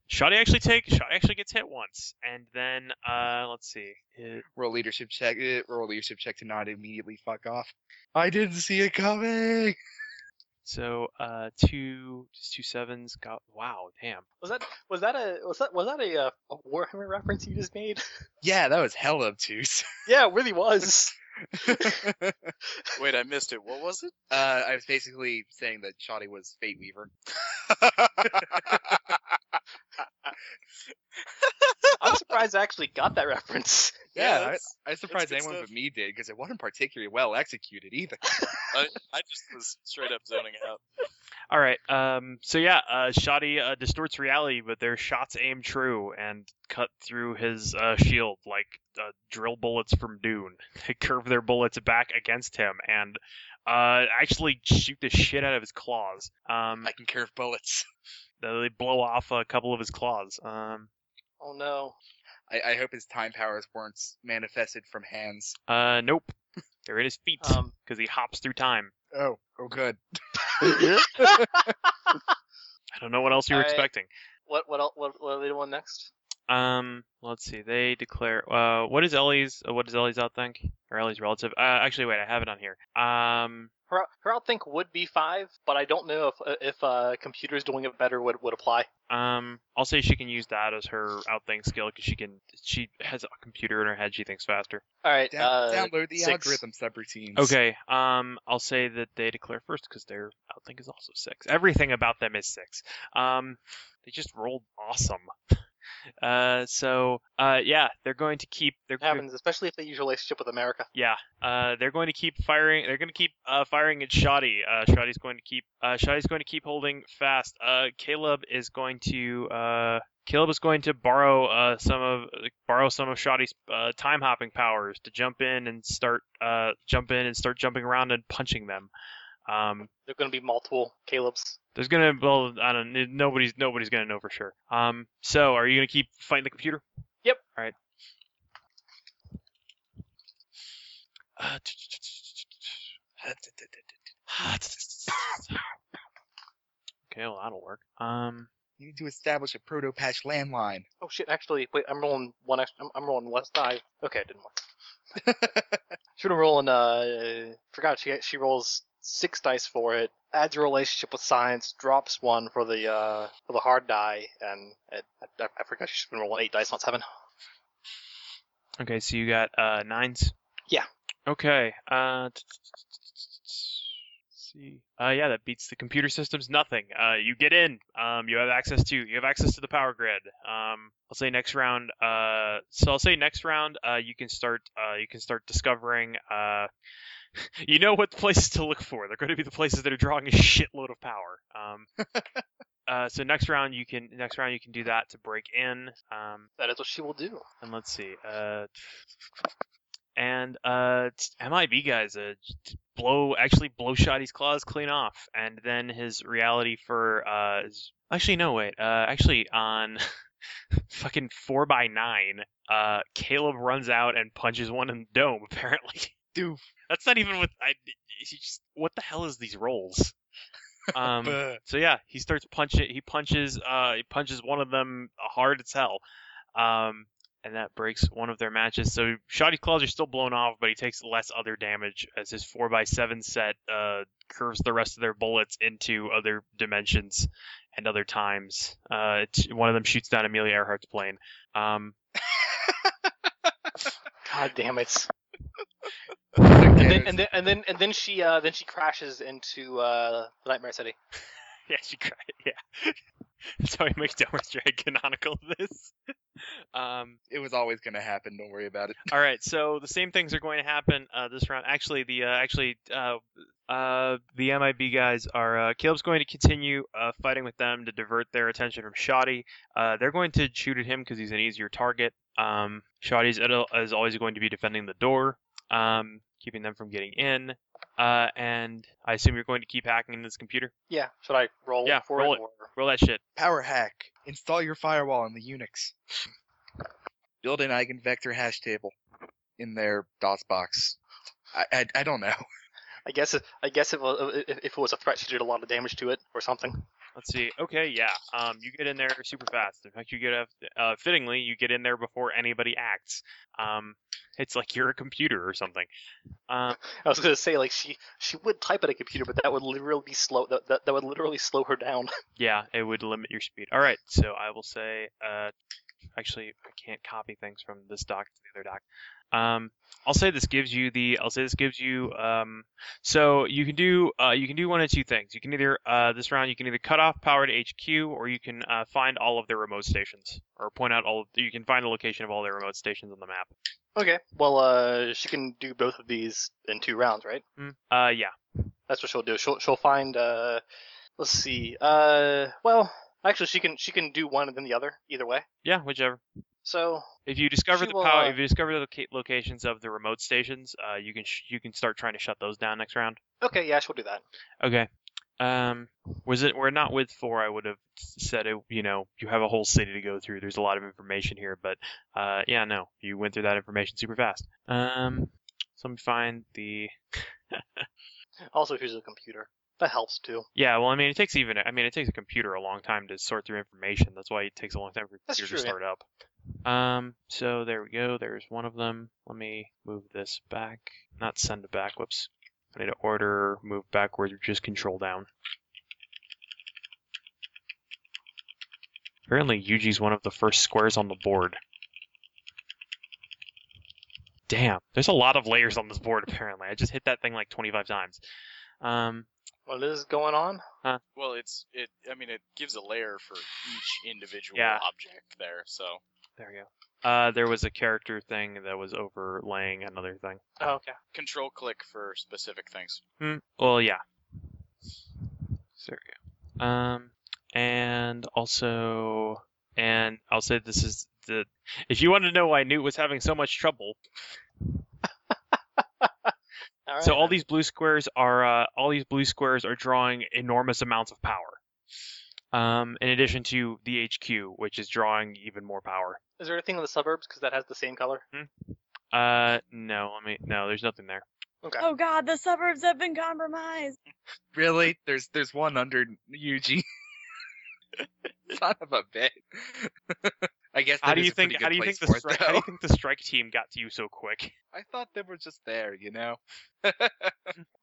A: Shoddy actually take Shoddy actually gets hit once and then uh let's see it,
F: Roll leadership check. eh, Roll leadership check to not immediately fuck off. I didn't see it coming.
A: so uh two just two sevens got wow damn
G: Was that was that a was that was that a, uh, a Warhammer reference you just made?
F: Yeah, that was hell [LAUGHS] obtuse.
G: [LAUGHS] yeah, it really [LAUGHS] was.
F: uh,
B: Wait, I missed it. What was it?
F: I was basically saying that Shoddy was Fate [LAUGHS] Weaver.
G: I'm surprised I actually got that reference.
F: Yeah,
B: that's-
F: I, I was surprised
B: good
F: anyone
B: stuff.
F: but me did because it wasn't particularly well executed
G: [LAUGHS]
F: either.
B: I, I just was straight up zoning out.
A: all right um so yeah uh Shoddy uh, distorts reality but their shots aim true and cut through his uh shield like uh, drill bullets from Dune [LAUGHS] they curve their bullets back against him and uh, actually shoot the shit out of his claws. Um,
F: I can curve bullets. [LAUGHS]
A: they blow off a couple of his claws. Um,
G: Oh no.
F: I, I hope his time powers weren't s- manifested from hands.
A: uh, nope, [LAUGHS] they're in his feet because [LAUGHS]
G: Um,
A: he hops through time.
F: Oh, oh, good. [LAUGHS]
A: I don't know what else you were
G: Alright.
A: expecting.
G: what what el- what what are they doing next?
A: Um, let's see. They declare. Uh, what is Ellie's? Uh, what does Ellie's out think? Or Ellie's relative? Uh, actually, wait, I have it on here. Um,
G: Her, her think would be five, but I don't know if if uh, computers doing it better would would apply.
A: um, I'll say she can use that as her outthink skill because she can. She has a computer in her head. She thinks faster.
G: All right.
F: Down,
G: uh,
F: download the
G: six.
F: algorithm subroutines.
A: Okay. Um, I'll say that they declare first because their outthink is also six. Everything about [LAUGHS] them is six. Um, they just rolled awesome. [LAUGHS] Uh, so uh, yeah, they're going to keep. They're
G: It happens, especially if they use your relationship with America.
A: Yeah, uh, they're going to keep firing. They're going to keep uh, firing at Shoddy. Uh, Shoddy's going to keep. Uh, Shoddy's going to keep holding fast. Uh, Caleb is going to. Uh, Caleb is going to borrow uh, some of borrow some of Shoddy's uh, time hopping powers to jump in and start uh, jump in and start jumping around and punching them. Um,
G: They're going to be multiple Caleb's.
A: there's gonna well, I don't. Nobody's nobody's gonna know for sure. Um, so are you gonna keep fighting the computer?
G: Yep.
A: All right. Uh, okay, well that'll work. Um,
F: You need to establish a proto-patch landline.
G: Oh shit! Actually, wait. I'm rolling one. Extra, I'm, I'm rolling West die. Okay, it didn't work. [LAUGHS] Should have rolling. Uh, forgot she she rolls six dice for it. Adds a relationship with science. Drops one for the uh for the hard die, and it, I, I forgot she's been rolling eight dice, not seven.
A: okay, so you got uh nines.
G: Yeah.
A: Okay. Uh. See. Uh, yeah, that beats the computer system's nothing. Uh, you get in. Um, you have access to you have access to the power grid. Um, I'll say next round. Uh, so I'll say next round. Uh, you can start. Uh, you can start discovering. Uh, [LAUGHS] you know what places to look for. They're going to be the places that are drawing a shitload of power. Um, uh, so next round you can next round you can do that to break in. Um,
G: That is what she will do.
A: and let's see. Uh, and uh, t- MIB guys, uh, j- blow actually blow Shoddy's claws clean off, and then his reality for uh, is- actually no wait, uh, actually on [LAUGHS] fucking four by nine, uh, Caleb runs out and punches one in the dome. [LAUGHS] Apparently,
F: Doof.
A: that's not even with I. he Just, what the hell is these rolls? Um.
F: Buh.
A: So yeah, he starts punching. He punches. Uh, he punches one of them hard as hell, um, and that breaks one of their matches. So Shoddy claws are still blown off, but he takes less other damage as his four x seven set uh, curves the rest of their bullets into other dimensions and other times. Uh, it's- one of them shoots down Amelia Earhart's plane. Um,
G: God damn
A: [LAUGHS]
G: it!
F: Okay,
G: And then and then and then and then she uh then she crashes into uh the Nightmare City.
A: [LAUGHS] yeah, she cried. Yeah, [LAUGHS] that's how he makes Domer's Drag canonical. This. Um,
F: it was always going to happen. Don't worry about it.
A: [LAUGHS] All right, so the same things are going to happen uh, this round. Actually, the uh, actually uh, uh, the MIB guys are uh, Caleb's going to continue uh, fighting with them to divert their attention from Shoddy. Uh, they're going to shoot at him because he's an easier target. Um, Shoddy's at- is always going to be defending the door, um, keeping them from getting in. Uh, and I assume you're going to keep hacking this computer.
G: Yeah. Should I roll
A: Yeah,
G: for
A: roll
G: it?
A: it.
G: Or...
A: Roll that shit.
F: Power hack. Install your firewall in the Unix. Build an eigenvector hash table in their DOS box. I, I, I don't know. [LAUGHS]
G: I guess it, I guess it was, if, if it was a threat, she did a lot of damage to it or something. [LAUGHS]
A: Let's see. Okay, yeah. Um, you get in there super fast. In fact, you get a, uh, fittingly, you get in there before anybody acts. Um, it's like you're a computer or something. Um,
G: [LAUGHS] I was gonna say like she she would type at a computer, but that would literally be slow. That that, that would literally slow her down. [LAUGHS]
A: yeah, it would limit your speed. All right, so I will say. Uh, actually, I can't copy things from this doc to the other doc. Um, I'll say this gives you the. I'll say this gives you. Um, so you can do. Uh, you can do one of two things. You can either uh, this round you can either cut off power to HQ, or you can uh, find all of their remote stations, or point out all. You can find the location of all their remote stations on the map.
G: Okay. Well, uh, she can do both of these in two rounds, right?
A: Mm. Uh, yeah.
G: That's what she'll do. She'll she'll find uh let's see. Uh well, actually she can she can do one and then the other either way.
A: Yeah, whichever.
G: So,
A: If you discover
G: She
A: the
G: will,
A: power,
G: uh,
A: if you discover the loca- locations of the remote stations, uh, you can sh- you can start trying to shut those down next round.
G: okay, yeah, she'll do that.
A: Okay. Um, was it? We're not with four. I would have said it. You know, you have a whole city to go through. There's a lot of information here, but uh, yeah, no, you went through that information super fast. Um, so let me find the.
G: Also, she's a computer. That helps too.
A: Yeah, well, I mean, it takes even. I mean, it takes a computer a long time to sort through information. That's why it takes a long time for a
G: That's
A: computer to
G: true,
A: start up. Um, so there we go. There's one of them. Let me move this back. Not send it back. Whoops. I need to order, move backwards, or just control down. Apparently, Yuji's one of the first squares on the board. Damn, there's a lot of layers on this board. Apparently, I just hit that thing like 25 times. Um,
G: What is going on?
B: Well, it's it. I mean, it gives a layer for each individual
A: Yeah.
B: object there. So
A: There we go. Uh, there was a character thing that was overlaying another thing.
G: Oh, okay.
B: control click for specific things.
A: Hmm. Well, yeah. There we go. Um, and also, and I'll say this is the. If you want to know why Newt was having so much
B: [LAUGHS]
A: trouble,
G: All right.
A: so all these blue squares are uh, all these blue squares are drawing enormous amounts of power. Um, in addition to the HQ, which is drawing even more power.
G: Is there anything in the suburbs because that has the same color?
A: Hmm. Uh, no, let me. No, there's nothing there.
G: Okay.
C: Oh god, the suburbs have been compromised.
F: Really? There's there's one under [LAUGHS] Yuji. Son of a bit. [LAUGHS] I guess.
A: How
F: that
A: do
F: is
A: you
F: a pretty
A: think?
F: good
A: How do you
F: place
A: think the
F: for it,
A: strike? How do you
F: though.
A: think the strike team got to you so quick?
F: I thought they were just there, you know. [LAUGHS]
G: All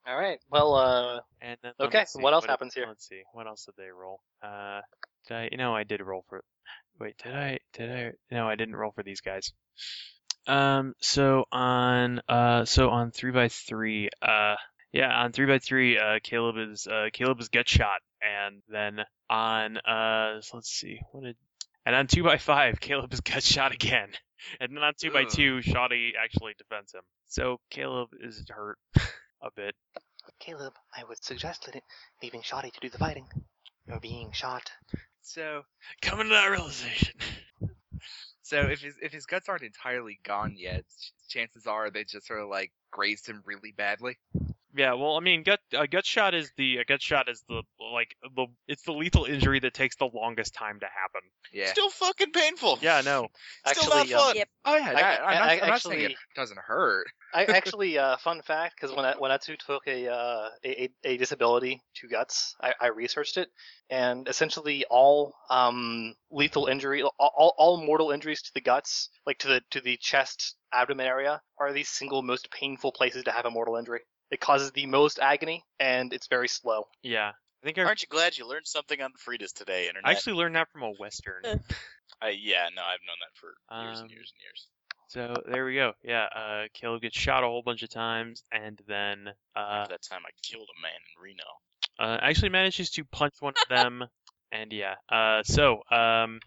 G: right. [LAUGHS] Well, uh,
A: And then let
G: Okay,
A: me see,
G: what else
A: did-
G: happens here?
A: Let's see. What else did they roll? Uh, did I? No, I did roll for. Wait, did I? Did I? No, I didn't roll for these guys. Um. So on. Uh. So on three by three. Uh. Yeah. On three by three. Uh. Caleb is. Uh. Caleb is get shot, and then on. Uh. so Let's see. What did? And on two by five, [LAUGHS] Caleb is get shot again. [LAUGHS] And then on two by
F: Ugh.
A: two, Shoddy actually defends him. So Caleb is hurt [LAUGHS] a bit.
G: Caleb, I would suggest let it, leaving Shoddy to do the fighting. You're being shot.
F: So
A: Coming to that realization.
F: so if his if his guts aren't entirely gone yet, ch- chances are they just sort of like grazed him really badly.
A: Yeah, well, I mean, gut uh, gut shot is the uh, gut shot is the like the it's the lethal injury that takes the longest time to happen.
F: Yeah.
B: Still fucking painful.
A: Yeah, no.
B: Still not
G: Actually, um,
B: fun.
C: Yep.
F: oh yeah.
G: I-
F: that- I'm, not,
G: I-
F: I'm not saying it
G: actually-
F: doesn't hurt.
G: [LAUGHS]
F: [LAUGHS]
G: I actually, uh, fun fact, because when I, when Atsu took a, uh, a a- a disability to guts, I, I researched it, and essentially all um, lethal injury, all, all all mortal injuries to the guts, like to the to the chest abdomen area, are the single most painful places to have a mortal injury. It causes the most agony, and it's very slow.
A: Yeah, I think I
B: Aren't you glad you learned something on Frida's today, internet?
A: I actually learned that from a western.
B: I, yeah, no, I've known that for years
A: Um,
B: and years and years.
A: So there we go. Yeah, uh, Caleb gets shot a whole bunch of times, and then uh,
B: At that time, I killed a man in Reno.
A: uh, actually manages to punch one of them, and yeah. Uh, so um,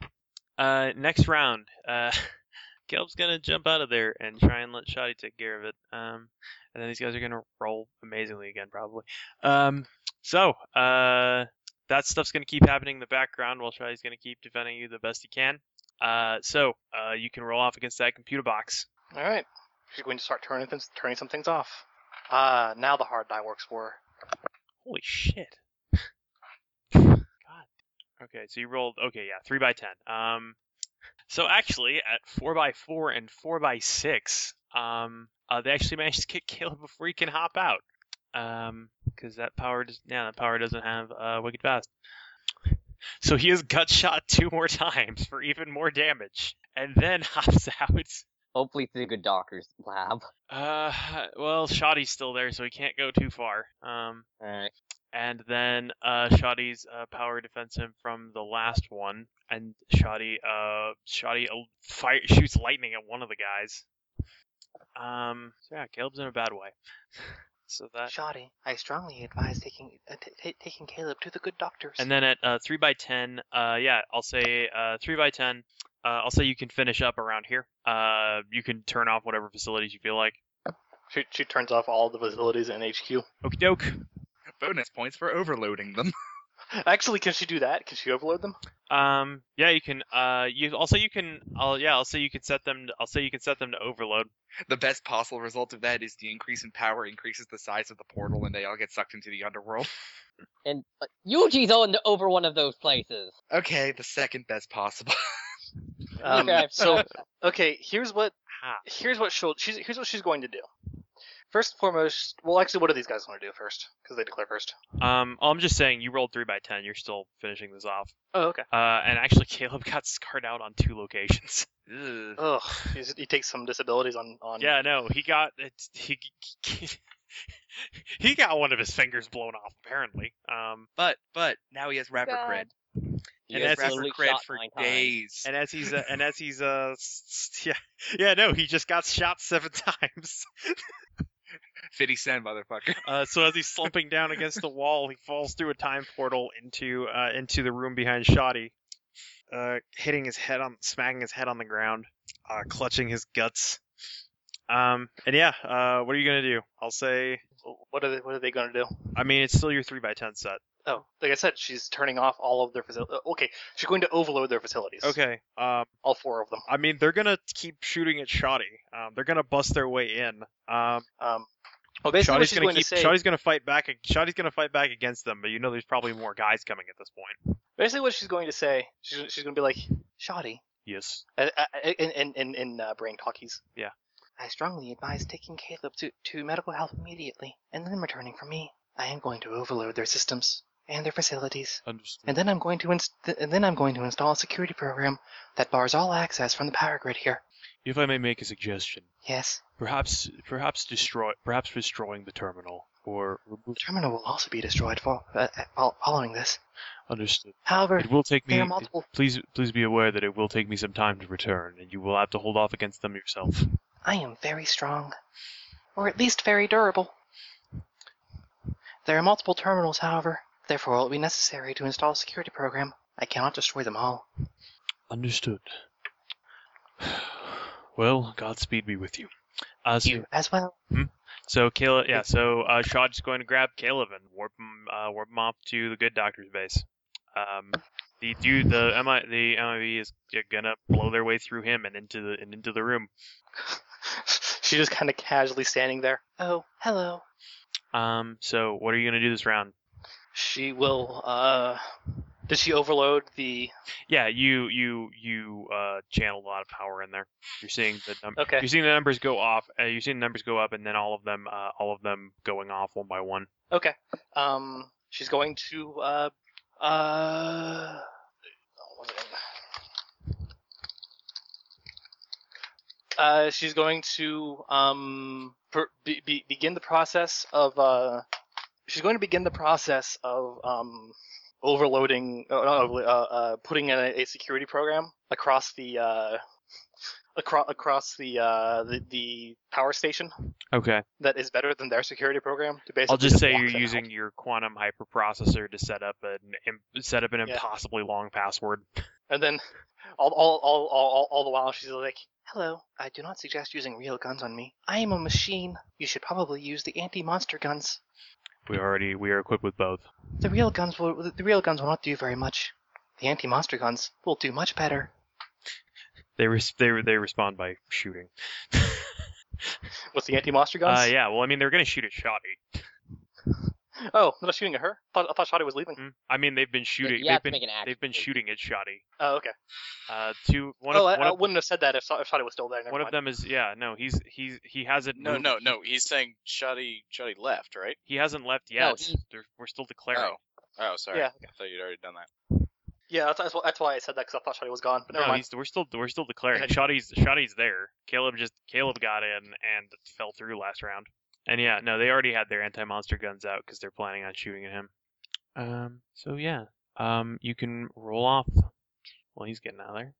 A: uh, next round, uh, [LAUGHS] Caleb's gonna jump out of there and try and let Shoddy take care of it. Um, and then these guys are gonna roll amazingly again, probably. Um, so uh, that stuff's gonna keep happening in the background while Shoddy's gonna keep defending you the best he can. Uh, so uh, you can roll off against that computer box.
G: All right, she's going to start turning things, turning some things off. Ah, now the hard die works for.
A: Holy shit. God. Okay, so you rolled. Okay, yeah, three by ten. Um, so actually, at four by four and four by six, um, uh, they actually managed to get [LAUGHS] Caleb before he can hop out. Um, because that power does. Yeah, that power doesn't have uh wicked fast. So he is gut shot two more [LAUGHS] times for even more damage, and then [LAUGHS] hops out.
E: Hopefully through the doctor's lab. [LAUGHS]
A: Uh, [LAUGHS] well, Shoddy's still there, so he can't go too far. Um,
E: Alright.
A: and then uh, Shoddy's uh, power defends him from the last one, and Shoddy uh, Shoddy uh, fire, shoots lightning at one of the guys. Um, so yeah, Caleb's in a bad way. [LAUGHS] So that,
G: Shoddy, I strongly advise taking uh, t- t- taking Caleb to the good doctors.
A: and then at uh, three by ten, uh, yeah, I'll say uh, three by ten. Uh, I'll say you can finish up around here. Uh, you can turn off whatever facilities you feel like.
G: she, she turns off all the facilities in HQ.
A: Okie doke.
F: Bonus points for overloading them.
G: Actually, can she do that? Can she overload them?
A: Um. Yeah, you can. Uh. You also you can. I'll yeah. I'll say you can set them. I'll say you can set them to overload.
F: The best possible result of that is the increase in power increases the size of the portal, and they all get sucked into the underworld. [LAUGHS]
E: And uh, Yuji's on the, over one of those places.
F: Okay, the second best possible. [LAUGHS]
G: Um,
E: Okay, I [LAUGHS]
G: so
E: forgot.
G: Um, [LAUGHS] okay, here's what
A: Ah.
G: here's what she'll she's here's what she's going to do. First and foremost, well, actually, what do these guys want to do first? Because they declare first.
A: Um. oh, I'm just saying you rolled three by ten. You're still finishing this off.
G: Oh, okay.
A: Uh. And actually, [LAUGHS] Caleb got scarred out on two locations. [LAUGHS]
F: Ugh.
G: Ugh, he's, he takes some disabilities on on.
A: Yeah. No. He got. It's, he. [LAUGHS] He got one of his fingers blown off apparently. Um.
F: But but now he has rapper
C: God.
F: cred.
E: He was
A: And that's
F: rapper
E: literally
F: cred
E: shot
F: for
E: nine times.
F: days.
A: And as he's uh,
F: [LAUGHS]
A: and as he's uh s- [LAUGHS] s- yeah yeah no he just got shot seven [LAUGHS] times.
F: Fifty cent motherfucker. [LAUGHS]
A: Uh, so as he's slumping down against the wall, he falls through a time portal into uh, into the room behind Shoddy, uh, hitting his head on, smacking his head on the ground, uh, clutching his guts. Um, and yeah, uh, what are you gonna do? I'll say.
G: What are they, what are they going to do?
A: I mean, it's still your three by ten set.
G: Oh, like I said, she's turning off all of their facilities. Okay, she's going to overload their facilities.
A: Okay. Um,
G: all four of them.
A: I mean, they're gonna keep shooting at Shoddy. Um, they're gonna bust their way in. Um,
G: Um, well, basically, what
A: Shoddy's
G: she's
A: gonna
G: going
A: keep.
G: to say,
A: Shoddy's gonna fight back. ag- Shoddy's gonna fight back against them, but you know, there's probably more guys coming at this point.
G: basically, what she's going to say, she's, she's going to be like, "Shoddy,
A: Yes.
G: uh, uh, in in in, in uh, brain talkies."
A: Yeah.
G: I strongly advise taking Caleb to to medical help immediately, and then returning for me. I am going to overload their systems and their facilities,
A: Understood.
G: and then I'm going to inst- and then I'm going to install a security program that bars all access from the power grid here.
A: If I may make a suggestion.
G: Yes,
A: Perhaps, perhaps destroy, perhaps destroying the terminal or remove.
G: the terminal will also be destroyed for uh, uh, fol- following this.
A: Understood.
G: However,
A: It will take me.
G: there are
A: it-
G: multiple.
A: please, please be aware that it will take me some time to return, and you will have to hold off against them yourself.
G: I am very strong. Or at least very durable. There are multiple terminals, however. Therefore, it will be necessary to install a security program. I cannot destroy them all.
A: Understood. Well, Godspeed be with you. Uh, so,
G: You as well.
A: so Caleb, yeah. So uh, Shad's going to grab Caleb and warp him, uh, warp him off to the good doctor's base. Um, the dude, the MI, the MIB is gonna blow their way through him and into the and into the room.
G: she just kind of casually standing there. Oh, hello.
A: Um, so what are you gonna do this round?
G: She will, uh. Did she overload the.
A: Yeah, you you you uh, channel a lot of power in there. You're seeing the num-
G: Okay.
A: you're seeing the numbers go off. Uh, you're seeing the numbers go up, and then all of them uh, all of them going off one by one.
G: Okay. Um, she's going to uh, uh, what was it? uh she's going to um per, be, be, begin the process of uh, she's going to begin the process of um overloading uh, not overlo- uh, uh putting in a, a security program across the uh across across the uh the, the power station
A: Okay.
G: that is better than their security program to basically
A: I'll just say
G: block
A: you're
G: them out.
A: using your quantum hyperprocessor to set up an im- set up an
G: Yeah.
A: impossibly long password.
G: And then all, all, all, all, all, all the while she's like, Hello, I do not suggest using real guns on me. I am a machine. You should probably use the anti-monster guns.
A: We already we are equipped with both.
G: The real guns will, the real guns will not do very much. The anti-monster guns will do much better.
A: They res- they they respond by shooting.
G: What's the anti-monster guns?
A: Uh, yeah. Well, I mean, they're gonna shoot at Shoddy.
G: Oh, they're not shooting at her. I thought, I thought Shoddy was leaving.
A: Hmm? I mean, they've been shooting.
E: you have
A: They've
E: to
A: been
E: make an action
A: they've been
E: save.
A: shooting at Shoddy.
G: Oh, okay.
A: Uh, two. One
G: oh,
A: of,
G: I,
A: one
G: I
A: of,
G: wouldn't have said that if, Sho- if Shoddy was still there. Never
A: one of
G: mind.
A: them is yeah. No, he's he's he hasn't.
B: No,
A: moved.
B: no, no. He's saying Shoddy, Shoddy left, right?
A: He hasn't left yet.
E: he-
A: They're- We're still declaring.
B: Oh, oh, sorry.
G: Yeah.
B: I thought you'd already done that.
G: Yeah, that's, that's, why- that's why I said that because I thought Shoddy was gone. But never
A: No,
G: mind.
A: he's, we're still we're still declaring.
G: Okay.
A: Shoddy's Shoddy's there. Caleb just Caleb got in and fell through last round. And yeah, no, they already had their anti-monster guns out because they're planning on shooting at him. Um. So yeah. Um. You can roll off. Well, he's getting out of there,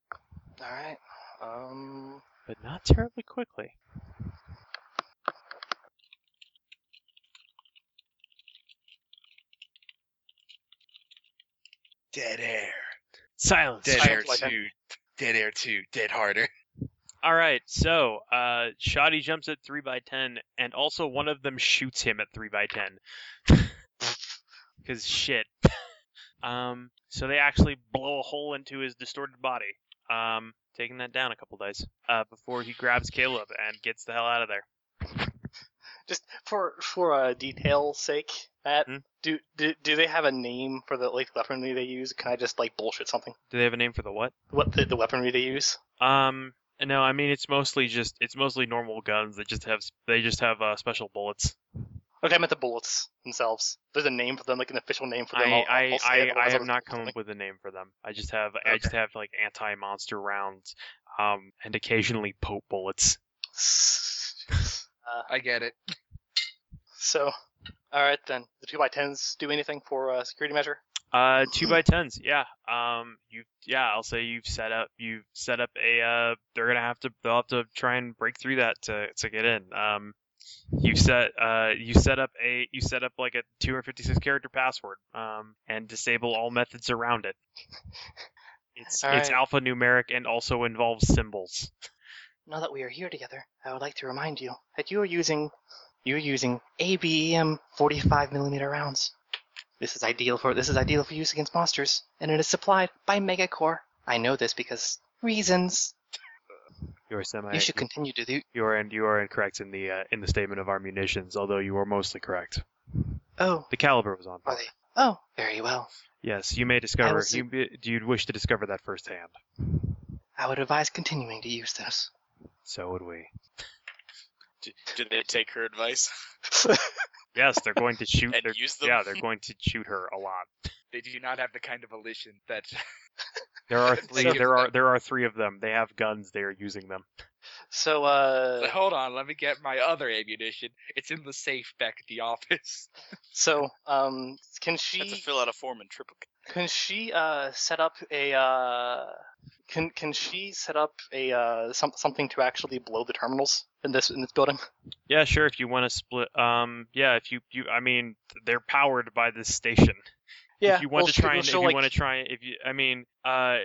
G: All right. Um.
A: but not terribly quickly.
F: Dead air.
A: Silence.
F: Dead
G: Sounds
F: air
G: like a-
F: two. Dead air two. Dead harder.
A: All right, so uh, Shoddy jumps at three by ten, and also one of them shoots him at three by ten. [LAUGHS] Cause shit. [LAUGHS] um, so they actually blow a hole into his distorted body, um, taking that down a couple dice uh, before he grabs Caleb and gets the hell out of there.
G: Just for for uh, detail's sake, Matt,
A: Hmm?
G: do, do do they have a name for the like weaponry they use? Can I just like bullshit something?
A: Do they have a name for the what?
G: What the, the weaponry they use?
A: Um, no, I mean it's mostly just it's mostly normal guns that just have they just have uh, special bullets.
G: Okay, I meant the bullets themselves. There's a name for them, like an official name for them.
A: I,
G: I'll- I'll say
A: I,
G: it,
A: I, I
G: otherwise
A: have
G: I'll
A: not
G: just-
A: come up with a name for them. I just have I just have like anti monster rounds, um, and occasionally pope bullets.
G: Uh,
F: I get it.
G: so, all right then. The two by tens do anything for uh, security measure? [LAUGHS]
A: Uh, two by tens, yeah. Um, you yeah, I'll say you've set up you've set up a uh, they're gonna have to they'll have to try and break through that to to get in. Um, you set uh you set up a you set up like a 256 character password um and disable all methods around it. It's
G: [LAUGHS] All
A: it's
G: right.
A: alphanumeric and also involves symbols.
G: Now that we are here together, I would like to remind you that you are using you're using ABEM 45 millimeter rounds. This is ideal for this is ideal for use against monsters, and it is supplied by Megacore. I know this because reasons.
A: Your semi
G: You should continue to do.
A: You are and you are incorrect in the uh, in the statement of our munitions, although you are mostly correct.
G: Oh,
A: The caliber was on
G: are
A: point.
G: they? Oh, very well.
A: Yes, you may discover.
G: was-
A: You be- do you wish to discover that firsthand?
G: I would advise continuing to use those.
A: So would we.
B: Did, did they take her advice
A: [LAUGHS]
B: [LAUGHS]
A: Yes, they're going to shoot.
B: and
A: They're,
B: use them?
A: yeah, they're going to shoot her a lot.
F: They do not have the kind of volition that. [LAUGHS]
A: There
B: [LAUGHS]
A: are three.
G: So-
A: there are there are three of them. They have guns. They are using them.
G: So, uh,
F: Hold on, let me get my other ammunition. It's in the safe back at the office.
G: so, um, can she?
B: Have to fill out a form in triplicate.
G: Can she uh, set up a uh, can can she set up a uh, some, something to actually blow the terminals in this in this building?
A: Yeah, sure. If you want to split, um, yeah. If you you, I mean, they're powered by this station. If you want
G: well,
A: to try
G: she,
A: and if
G: she'll,
A: you
G: like-
A: want to try, if you, I mean, uh,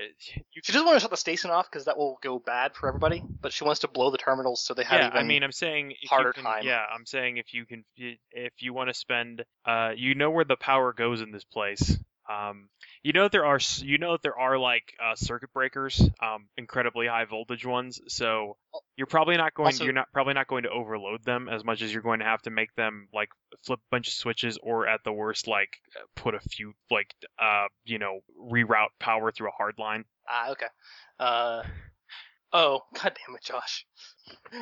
A: you
G: she doesn't want to shut the station off because that will go bad for everybody. But she wants to blow the terminals so they have.
A: yeah,
G: even,
A: I mean, I'm saying if you
G: harder
A: can-
G: time.
A: Yeah, I'm saying if you can, if you want to spend, uh, you know where the power goes in this place. Um, you know there are, s- you know there are like uh, circuit breakers, um, incredibly high voltage ones. So you're probably not going,
G: Also-
A: you're not probably not going to overload them as much as you're going to have to make them like flip a bunch of switches, or at the worst, like put a few like, uh, you know, reroute power through a hard line.
G: ah, okay. Uh, oh, god damn it, Josh!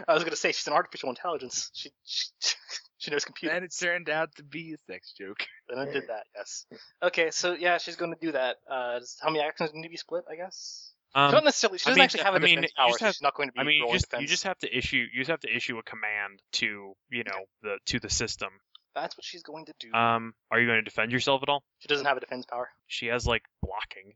G: I was gonna say she's an artificial intelligence. She she, [LAUGHS] she knows computers.
F: And it turned out to be a sex joke. [LAUGHS]
G: Then I did that. Yes. Okay, so yeah, she's going to do that. Uh, just how many actions need to be split? I guess.
A: Um,
G: she not necessarily. She
A: I
G: doesn't
A: mean,
G: actually have a
A: I mean,
G: defense
A: you
G: power.
A: just
G: so
A: have-
G: she's not going to be
A: I mean, you
G: rolling
A: just
G: defense.
A: you just have to issue you just have to issue a command to you know the to the system.
G: That's what she's going to do.
A: Um, are you going to defend yourself at all?
G: she doesn't have a defense power.
A: She has like blocking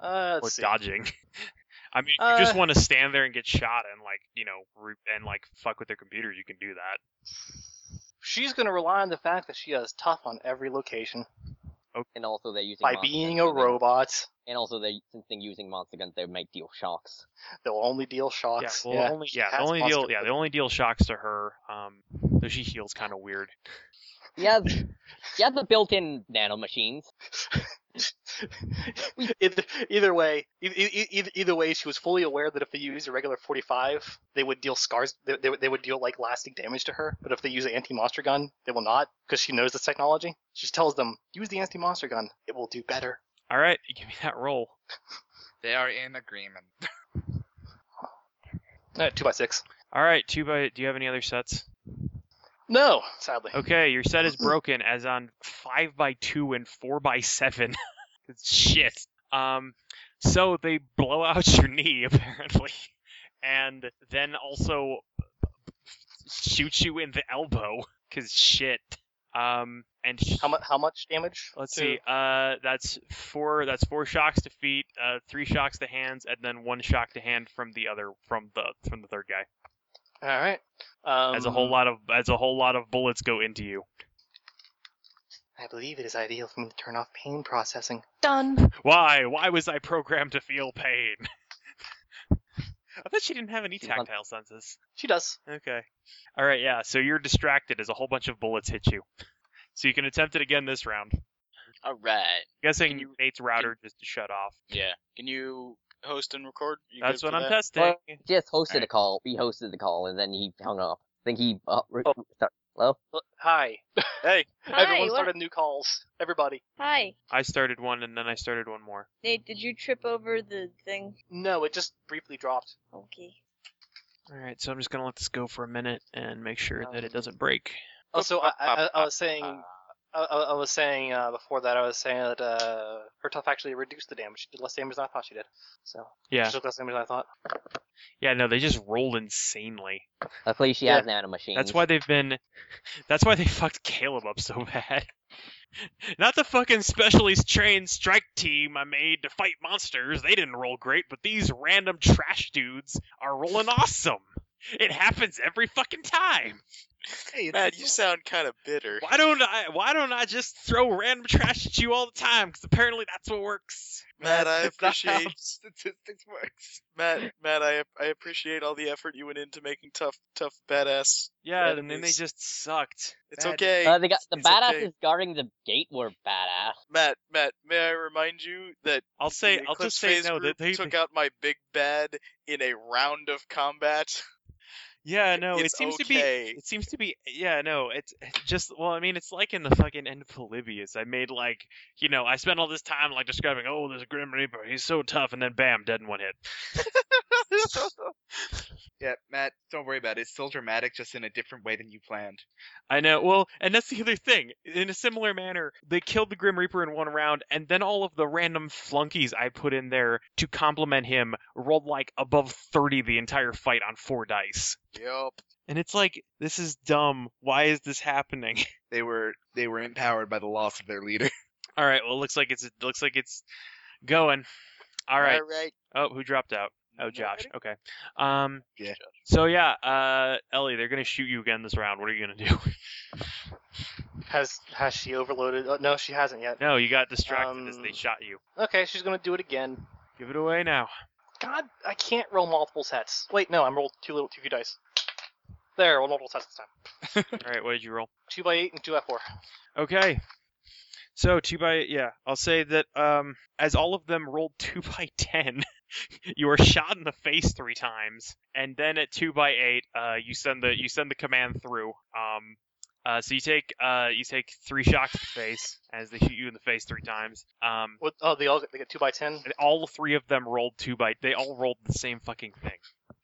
G: Uh,
A: or
G: [LAUGHS] let's see.
A: dodging. [LAUGHS] I mean, if you just
G: Uh,
A: want to stand there and get shot and like you know re- and like fuck with their computers, you can do that.
G: She's going to rely on the fact that she is tough on every location
A: Oh.
E: And also they're using
G: by
E: monster
G: being
E: guns,
G: a
E: so they-
G: robot.
E: And also they since they're using monster guns, they might deal shocks.
G: They'll only deal shocks.
A: yeah, well, the only
G: she
A: yeah, the
G: has
A: only
G: monster-
A: deal yeah, the only deal shocks to her. Um, though she heals kind of weird.
E: She has she has the built-in nano machines.
G: [LAUGHS] either, either way, e, either, either way, she was fully aware that if they used a regular 45, they would deal scars. They, they, would- they would deal like lasting damage to her. But if they use an anti-monster gun, they will not, because she knows this technology. She tells them, use the anti-monster gun. It will do better.
A: All right, [LAUGHS] give me that roll.
F: They are in agreement.
G: Uh, two by six.
A: All right, two by. Do you have any other sets?
G: No, sadly.
A: Okay, your
G: [LAUGHS]
A: set is broken as on five by two and four by seven. [LAUGHS] Shit. Um, so they blow out your knee [LAUGHS] apparently, and then also shoot you in the elbow. Cause shit. Um, and sh-
G: How much? How much damage?
A: Let's
G: to-
A: see. Uh, that's four. That's four shocks to feet. Uh, three shocks to hands, and then one shock to hand from the other from the from the third guy.
G: All right. Um,
A: As a whole lot of as a whole lot of bullets go into you. [LAUGHS]
G: I believe it is ideal for me to turn off pain processing.
A: Why? Why was I programmed to feel pain? [LAUGHS] I thought she didn't have any
E: She want-
A: tactile senses.
G: She does.
A: Okay. All right. Yeah. So you're distracted as a whole bunch of bullets hit you. So you can attempt it again this round.
B: All right.
A: Guessing
B: Can you-
A: Nate's router just shut off.
B: Yeah. Can you host and record? You
A: That's
B: good
A: what
B: for
A: I'm
B: that?
A: testing.
E: Well- Just hosted
B: Alright.
E: a call. We hosted the call, and then he hung up. I think he. Uh, re-
G: Oh.
E: sorry. Hello.
A: [LAUGHS]
G: Hi.
B: Hey.
C: Hi,
G: Everyone
C: what-
G: started new calls. Everybody.
C: Hi.
A: [LAUGHS] I started one and then I started one more.
C: Nate, did you trip over the thing?
G: No, it just briefly dropped.
C: Okay.
A: All right, so I'm just gonna let this go for a minute and make sure that
G: Um,
A: it doesn't break.
G: Also, Oh, I, I, I was saying,
B: Uh,
G: I, I I was saying uh, before that, I was saying that uh, her tough actually reduced the damage. She did less damage than I thought she did. So
A: Yeah,
G: she took less damage than I thought.
A: yeah, no, they just rolled insanely.
E: Luckily, she
G: Yeah.
E: has nano machines.
A: That's why they've been, [LAUGHS] that's why they fucked Caleb up so bad. [LAUGHS] Not the fucking specially trained strike team I made to fight monsters. They didn't roll great, but these random trash dudes are rolling awesome. It happens every fucking time.
F: Hey,
B: Matt, you sound kind of bitter.
A: Why don't I? Why don't I just throw random trash at you all the time? Because apparently that's what works.
B: [LAUGHS]
F: [LAUGHS]
B: Matt, [LAUGHS] I
F: that's not how
B: appreciate
F: statistics works.
B: Matt. Matt, I I appreciate all the effort you went into making tough, tough, badass.
A: Yeah,
B: That
A: and then they
B: is-
A: just sucked.
B: It's
F: Matt-
B: okay.
E: Uh, they got the
B: It's
E: badass
B: okay.
E: is guarding the gate. We're badass.
B: Matt, Matt, may I remind you that
A: I'll say,
B: the
A: I'll just
B: Eclipse
A: say
B: Phase
A: no.
B: group
A: That they,
B: took out my big bad in a round of combat. [LAUGHS]
A: yeah, no, it
B: It's
A: seems to be.
B: okay.
A: It seems to be, yeah, no, it's it's just, well, I mean, it's like in the fucking end of Polybius. I made, like, you know, I spent all this time, like, describing, oh, there's a Grim Reaper, he's so tough, and then bam, dead in one hit.
F: [LAUGHS] Yeah, Matt, don't worry about it. It's still dramatic, just in a different way than you planned.
A: I know, well, and that's the other thing. In a similar manner, they killed the Grim Reaper in one round, and then all of the random flunkies I put in there to compliment him rolled, like, above 30 the entire fight on four dice.
B: Yup.
A: And it's like, this is dumb. Why is this happening?
F: They were they were empowered by the loss of their leader.
A: All right. Well, it looks like it's it looks like it's going. All right.
B: All right.
A: Oh, who dropped out? Oh, Josh.
B: Nobody?
A: Okay. Um.
F: Yeah.
A: So yeah, uh, Ellie, they're gonna shoot you again this round. What are you gonna do? [LAUGHS]
G: Has has she overloaded? Uh, no, she hasn't yet.
A: no, you got distracted as they
G: Um,
A: shot you.
G: Okay, she's gonna do it again.
A: Give it away now.
G: God, I can't roll multiple sets. Wait, no, I'm rolled two little two few dice. There, roll multiple sets this time.
A: All right. What did you roll?
G: Two by eight and two by four.
A: Okay. So two by yeah, I'll say that um, as all of them rolled [LAUGHS] two by ten, you are shot in the face three times, and then at two by eight, uh, you send the you send the command through. Um, uh, so you take uh, you take three shocks to the face as they shoot you in the face three times. Um,
G: What? Oh, they all get, they get two by ten.
A: and all three of them rolled two by they all rolled the same fucking thing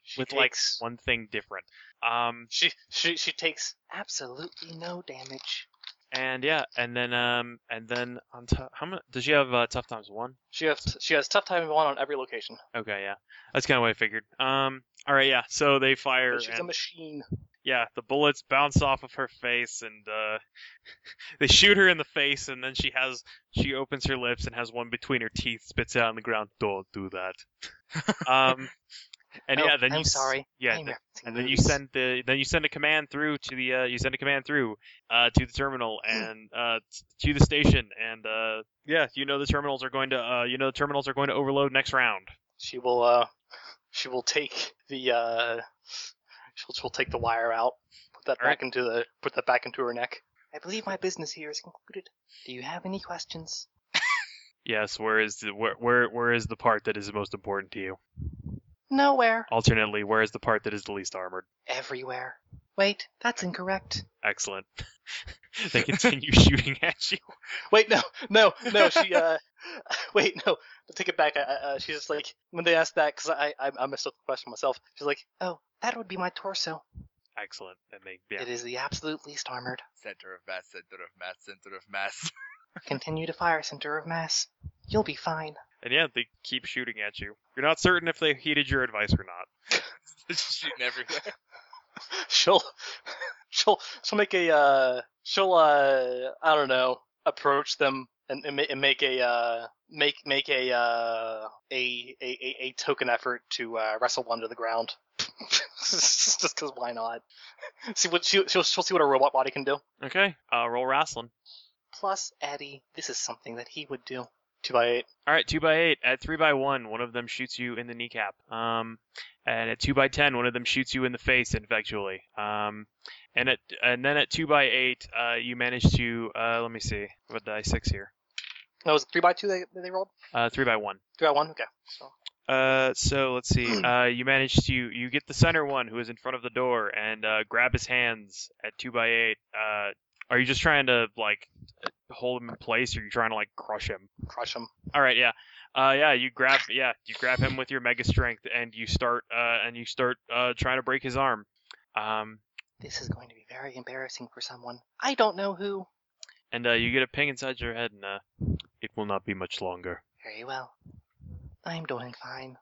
G: She
A: with
G: takes-
A: like one thing different. Um,
G: She she she takes absolutely no damage.
A: and yeah, and then um, and then on top, how many does she have uh, tough times one?
G: She has she has tough time one on every location.
A: Okay, yeah, that's kind of what I figured. Um, all right, yeah. So they fire,
G: But she's a
A: and-
G: machine.
A: yeah, the bullets bounce off of her face, and uh, [LAUGHS] they shoot her in the face, and then she has she opens her lips and has one between her teeth, spits it out on the ground. Don't do
G: [LAUGHS]
A: that. um, and
G: Oh,
A: yeah, then
G: I'm
A: you s-
G: sorry.
A: Yeah,
G: I'm
A: th-
G: referencing
A: and then you
G: movies.
A: send the then you send a command through to the uh, you send a command through uh, to the terminal and uh, t- to the station, and uh, yeah, you know the terminals are going to uh, you know the terminals are going to overload next round.
G: She will uh she will take the uh she'll she'll take the wire out, put that
A: All right.
G: back into the put that back into her neck. I believe my business here is concluded. Do you have any questions?
A: Yes, where is the where where where is the part that is most important to you?
G: Nowhere.
A: Alternately, where is the part that is the least armored?
G: Everywhere. Wait, that's incorrect.
A: Excellent. [LAUGHS] they continue [LAUGHS] shooting at you.
G: Wait, no, no, no. She, uh, [LAUGHS] wait, no. Take it back. I, I- uh, she's just like when they asked that because I, I I messed up the question myself. She's like, oh, that would be my torso.
A: Excellent. And they yeah.
G: It is the absolute least armored.
F: Center of mass, center of mass, center of mass. [LAUGHS]
G: Continue to fire, center of mass. You'll be fine.
A: And yeah, they keep shooting at you. You're not certain if they heeded your advice or not.
B: [LAUGHS] Just shooting everywhere.
G: She'll, [LAUGHS] she'll, she'll make a, uh, she'll, uh, I don't know, approach them and, and, ma- and make a, uh, make make a, uh, a, a a a token effort to uh, wrestle one to the ground. [LAUGHS] Just because why not? [LAUGHS] See what she she'll, she'll see what a robot body can do.
A: Okay. Uh, roll wrestling.
G: Plus, Eddie, this is something that he would do. Two by eight.
A: All right, two by eight. At three by one, one of them shoots you in the kneecap. Um, and at two by ten, one of them shoots you in the face, infectually. Um, and at and then at two by eight, uh, you manage to uh, let me see what die six here.
G: No, was it three by two they they rolled.
A: Uh, three by one.
G: Three by one. Okay. So
A: Uh, so
G: [CLEARS THROAT]
A: let's see. Uh, you manage to you get the center one who is in front of the door and uh, grab his hands at two by eight. Uh, are you just trying to like hold him in place, or are you trying to like crush him?
G: crush him.
A: All right, yeah, uh, yeah. You grab, yeah, you grab him with your mega strength, and you start, uh, and you start uh, trying to break his arm. Um,
G: This is going to be very embarrassing for someone. I don't know who.
A: and uh, you get a ping inside your head, and uh, it will not be much longer.
G: Very well. I'm doing fine.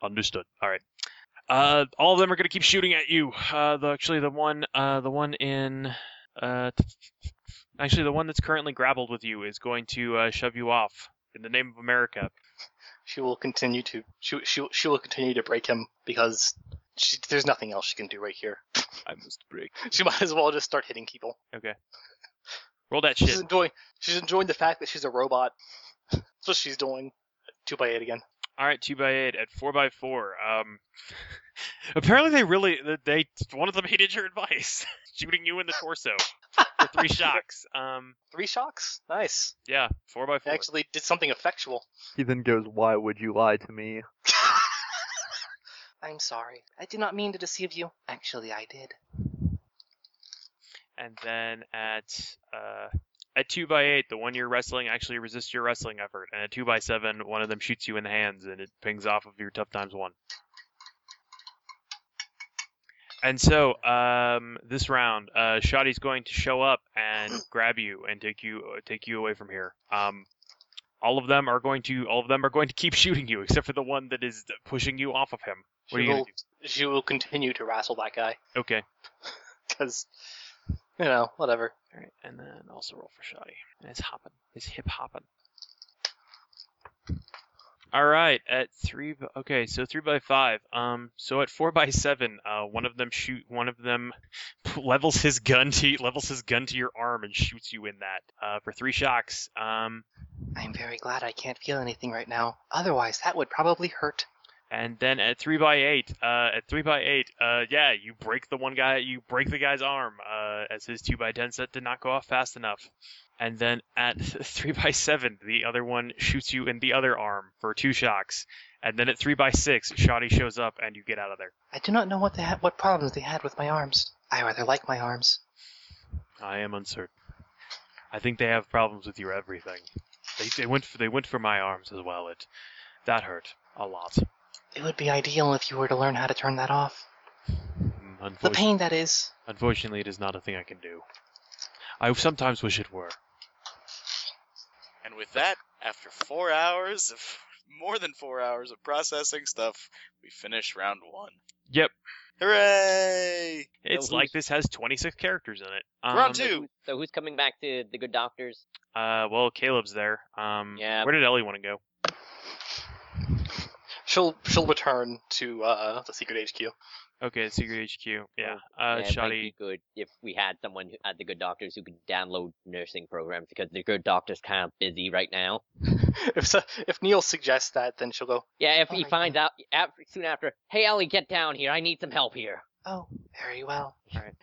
A: Understood. All right. Uh, all of them are gonna keep shooting at you. Uh, the, actually, the one, uh, the one in, uh, actually, the one that's currently grappled with you is going to uh, shove you off in the name of America.
G: She will continue to she she she will continue to break him because she, there's nothing else she can do right here. [LAUGHS]
A: I must break.
G: She might as well just start hitting people.
A: Roll that
G: She's
A: shit.
G: enjoying she's enjoying the fact that she's a robot. [LAUGHS] That's what she's doing. Two by eight again.
A: All right, two by eight at four by four. Um, apparently they really they one of them [LAUGHS] hated your advice, shooting you in the torso for three shocks. Um,
G: Three shocks. Nice.
A: yeah, four by
G: I
A: four.
G: actually did something effectual.
D: He then goes, "Why would you lie to me?"
G: I'm sorry. I did not mean to deceive you. Actually, I did.
A: And then at uh at two by eight, the one you're wrestling actually resists your wrestling effort, and at two by seven, one of them shoots you in the hands, and it pings off of your tough times one. And so, um, this round, uh, Shoddy's going to show up and grab you and take you uh, take you away from here. Um, all of them are going to all of them are going to keep [LAUGHS] shooting you, except for the one that is pushing you off of him. What are
G: she
A: you gonna
G: will she will continue to wrestle that guy
A: Okay.
G: because you know whatever.
A: All right, and then also roll for shoddy. And it's hopping. It's hip hopping. All right, at three. b- Okay, so three by five. Um, so at four by seven, uh, one of them shoot. One of them [LAUGHS] levels his gun to levels his gun to your arm and shoots you in that. Uh, for three shocks. Um,
G: I'm very glad I can't feel anything right now. Otherwise, that would probably hurt.
A: and then at three by eight. Uh, at three by eight. Uh, yeah, you break the one guy. You break the guy's arm. Uh, as his two by ten set did not go off fast enough. And then at [LAUGHS] 3x7, the other one shoots you in the other arm for two shocks. And then at 3x6, Shoddy shows up and you get out of there.
G: I do not know what they ha- what problems they had with my arms. I rather like my arms.
A: I am uncertain. I think they have problems with your everything. They, they went for they went for my arms as well. It that hurt a lot.
G: It would be ideal if you were to learn how to turn that off.
A: Mm,
G: The
A: Unfortunately,
G: pain that is.
A: unfortunately, it is not a thing I can do. I sometimes wish it were.
B: And with that, after four hours of [LAUGHS] more than four hours of processing stuff, we finish round one.
A: Yep,
B: Hooray!
A: it's
E: who's-
A: like this has 26 characters in it. Um,
B: We're on
E: So
B: Two.
E: who- So who's coming back to the good doctors?
A: Uh, well, Caleb's there. Um,
E: Yeah.
A: Where did Ellie want to go?
G: She'll she'll return to uh the secret HQ.
A: Okay, Secret HQ. Yeah.
E: Yeah,
A: Uh,
E: Oh, it might
A: Shoddy.
E: be good if we had someone who- at the good doctors who could download nursing programs because the good doctors kind of busy right now.
G: [LAUGHS] if so, if Neil suggests that, then she'll go.
E: Yeah, if
G: Oh
E: he
G: my
E: finds out after, soon after, hey Ellie, get down here. I need some help here.
G: Oh, very well.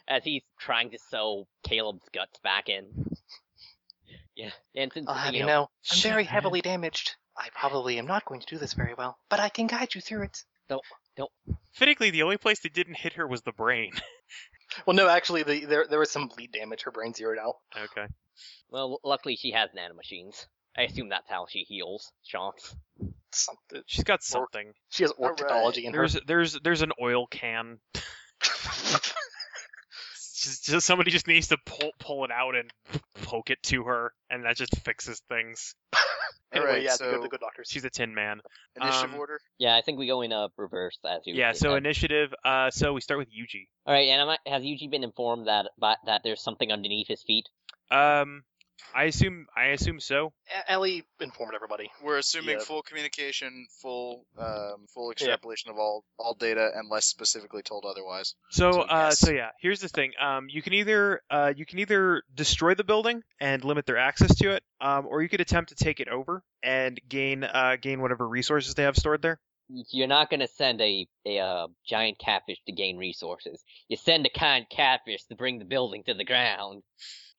E: As he's trying to sew Caleb's guts back in. Yeah. And since
G: I'll have
E: you
G: you
E: know,
G: know, I'm
A: Shit,
G: very
A: man.
G: heavily damaged. I probably am not going to do this very well, but I can guide you through it.
A: Fittingly, the only place they didn't hit her was the brain.
G: Well, no, actually, the, there there was some bleed damage. Her brain zeroed out.
A: okay.
E: well, luckily she has nanomachines. I assume that's how she heals shots.
G: Something.
A: She's got something.
G: [LAUGHS] She has orc
B: Alright.
G: technology in her.
A: There's there's there's an
G: [LAUGHS]
A: oil can. Just, just somebody just needs to pull pull it out and poke it to her, and that just fixes things.
G: anyway,
B: Alright,
G: yeah, the,
B: so-
G: good, the good doctors.
A: She's a tin man.
B: Initiative
A: Um,
B: order.
E: Yeah, I think we go in uh, reverse as you.
A: Yeah.
E: did
A: So
E: that.
A: initiative. Uh. So we start with Yuji.
E: All right, and am I, has Yuji been informed that by, that there's something underneath his feet?
A: Um. I assume. I assume so.
G: A- E-, Ellie informed everybody.
B: We're assuming
G: Yeah.
B: full communication, full um, full extrapolation of all all data, unless specifically told otherwise.
A: So,
B: So,
A: uh,
B: yes.
A: so yeah. Here's the thing. Um, you can either, uh, you can either destroy the building and limit their access to it, um, or you could attempt to take it over and gain, uh, gain whatever resources they have stored there.
E: You're not gonna send a a uh, giant catfish to gain resources. You send a kind catfish to bring the building to the ground.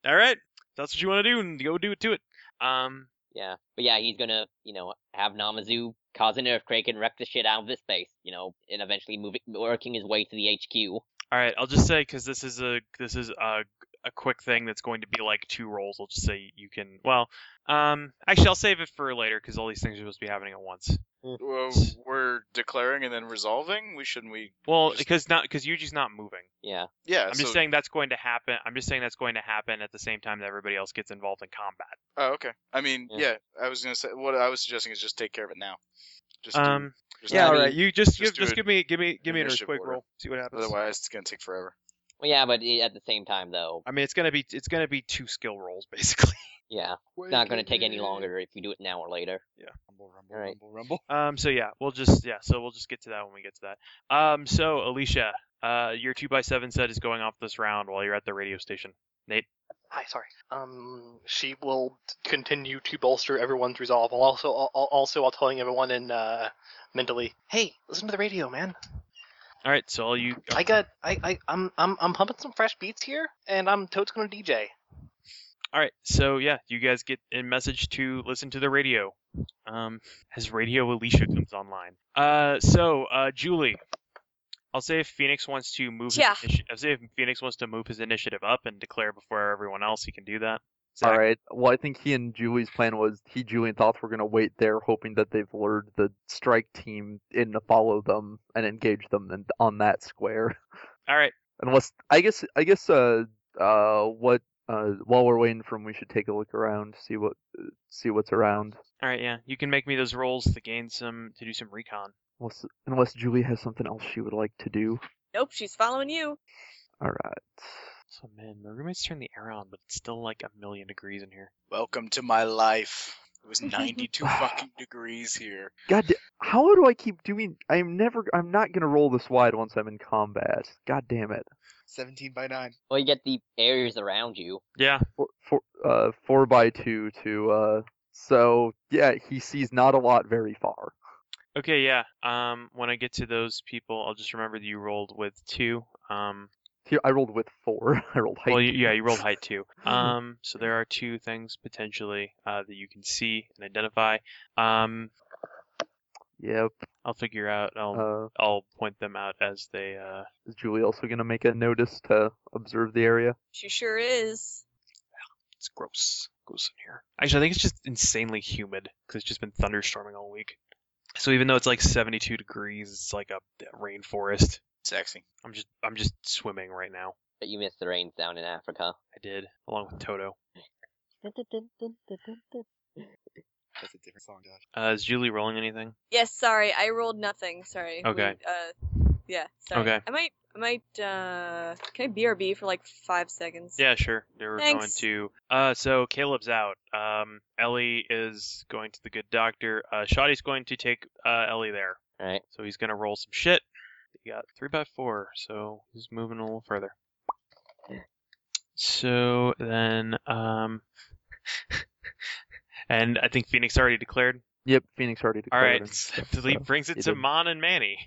A: All right, that's what you want to do, and go do it to it. Um,
E: Yeah, but yeah, he's gonna you know have Namazu cause an earthquake and wreck the shit out of this space. You know, and eventually move it, working his way to the HQ.
A: all right. I'll just say because this is a, this is a, a quick thing that's going to be like two rolls. I'll just say you can. Well, um, actually, I'll save it for later because all these things are supposed to be happening at once.
B: Well, we're declaring and then resolving. We shouldn't we?
A: Well,
B: Just-
A: because not because Yuji's not moving.
E: Yeah,
B: Yeah.
A: I'm just
B: so-
A: saying that's going to happen. I'm just saying that's going to happen at the same time that everybody else gets involved in combat.
B: Oh, okay. I mean,
E: Yeah.
B: yeah. I was gonna say what I was suggesting is just take care of it now. Just do-
A: Um,
B: just
A: yeah,
B: do
A: all
B: it.
A: right. You just,
B: just
A: give,
B: do
A: just
B: it
A: give me give me give me an
B: initiative
A: earthquake
B: order.
A: roll. See what happens.
B: Otherwise, it's gonna take forever.
E: well, yeah, but i- at the same time though,
A: I mean, it's gonna be it's gonna be two skill rolls [LAUGHS] basically.
B: [LAUGHS]
E: yeah, it's not gonna take any longer if we do it now or later.
B: Rumble, rumble,
E: All right.
B: rumble, rumble.
A: Um, so yeah, we'll just yeah, so we'll just get to that when we get to that. Um, so Alicia, uh, your two by seven set is going off this round while you're at the radio station.
G: Hi, sorry. Um, she will t- continue to bolster everyone's resolve. While also, al- al- also while telling everyone in uh, mentally, "Hey, listen to the radio, man.
A: All right, so all you
G: I got, I, I, I'm, I'm, I'm pumping some fresh beats here, and I'm totes gonna DJ."
A: all right, so yeah, you guys get a message to listen to the radio. Um, as Radio Alicia comes online. Uh, so uh, Julie, I'll say if Phoenix wants to move,
C: Yeah.
A: his initi- I'll say if Phoenix wants to move his initiative up and declare before everyone else, he can do that.
D: All
A: Zach?
D: right. Well, I think he and Julie's plan was he, Julie, and Thoth were going to wait there, hoping that they've lured the strike team in to follow them and engage them in, on that square.
A: All right.
D: Unless I guess I guess uh uh what uh while we're waiting for him, we should take a look around, see what uh, see what's around.
A: All right, yeah. You can make me those rolls to gain some to do some recon.
D: Unless unless Julie has something else she would like to do.
C: Nope, she's following you.
D: All right.
A: So man, my roommates turned the air on, but it's still like a million degrees in here.
B: Welcome to my life. It was
A: [LAUGHS]
B: 92 fucking degrees here.
D: God, da- how do I keep doing? I'm never. I'm not gonna roll this wide once I'm in combat. God damn it.
F: 17 by 9.
E: Well, you get the areas around you.
A: Yeah.
D: four, four, uh, four by two to uh. So yeah, he sees not a lot very far.
A: Okay, yeah. Um, when I get to those people, I'll just remember that you rolled with two. Um,
D: Here I rolled with four. [LAUGHS] I rolled height.
A: well, you,
D: two.
A: yeah, you rolled
D: [LAUGHS]
A: height two. Um, so there are two things potentially uh, that you can see and identify. Um,
D: Yep.
A: I'll figure out. I'll
D: Uh,
A: I'll point them out as they. Uh,
D: is Julie also gonna make a notice to observe the area?
C: She sure is.
A: it's gross. Gross in here. Actually, I think it's just insanely humid because it's just been thunderstorming all week. So even though it's like 72 degrees, it's like a rainforest.
B: Sexy.
A: I'm just I'm just swimming right now.
E: But you missed the rains down in Africa.
A: I did, along with Toto.
F: That's a different song, Josh.
A: Uh, is Julie rolling anything?
C: Yes, sorry, I rolled nothing. Sorry.
A: Okay.
C: We- uh, yeah. Sorry.
A: Okay.
C: I might, I might. Uh, can I BRB for like five seconds?
A: Yeah, sure. They were
C: Thanks.
A: going to. Uh, so Caleb's out. Um, Ellie is going to the good doctor. Uh, Shoddy's going to take uh, Ellie there.
E: All right.
A: So he's gonna roll some shit. He got three by four, so he's moving a little further. So then, um, [LAUGHS] and I think Phoenix already declared.
D: Yep. Phoenix already
A: [LAUGHS] All
D: declared.
A: right,
D: him.
A: so he brings it
D: He
A: to
D: did.
A: Mon and Manny.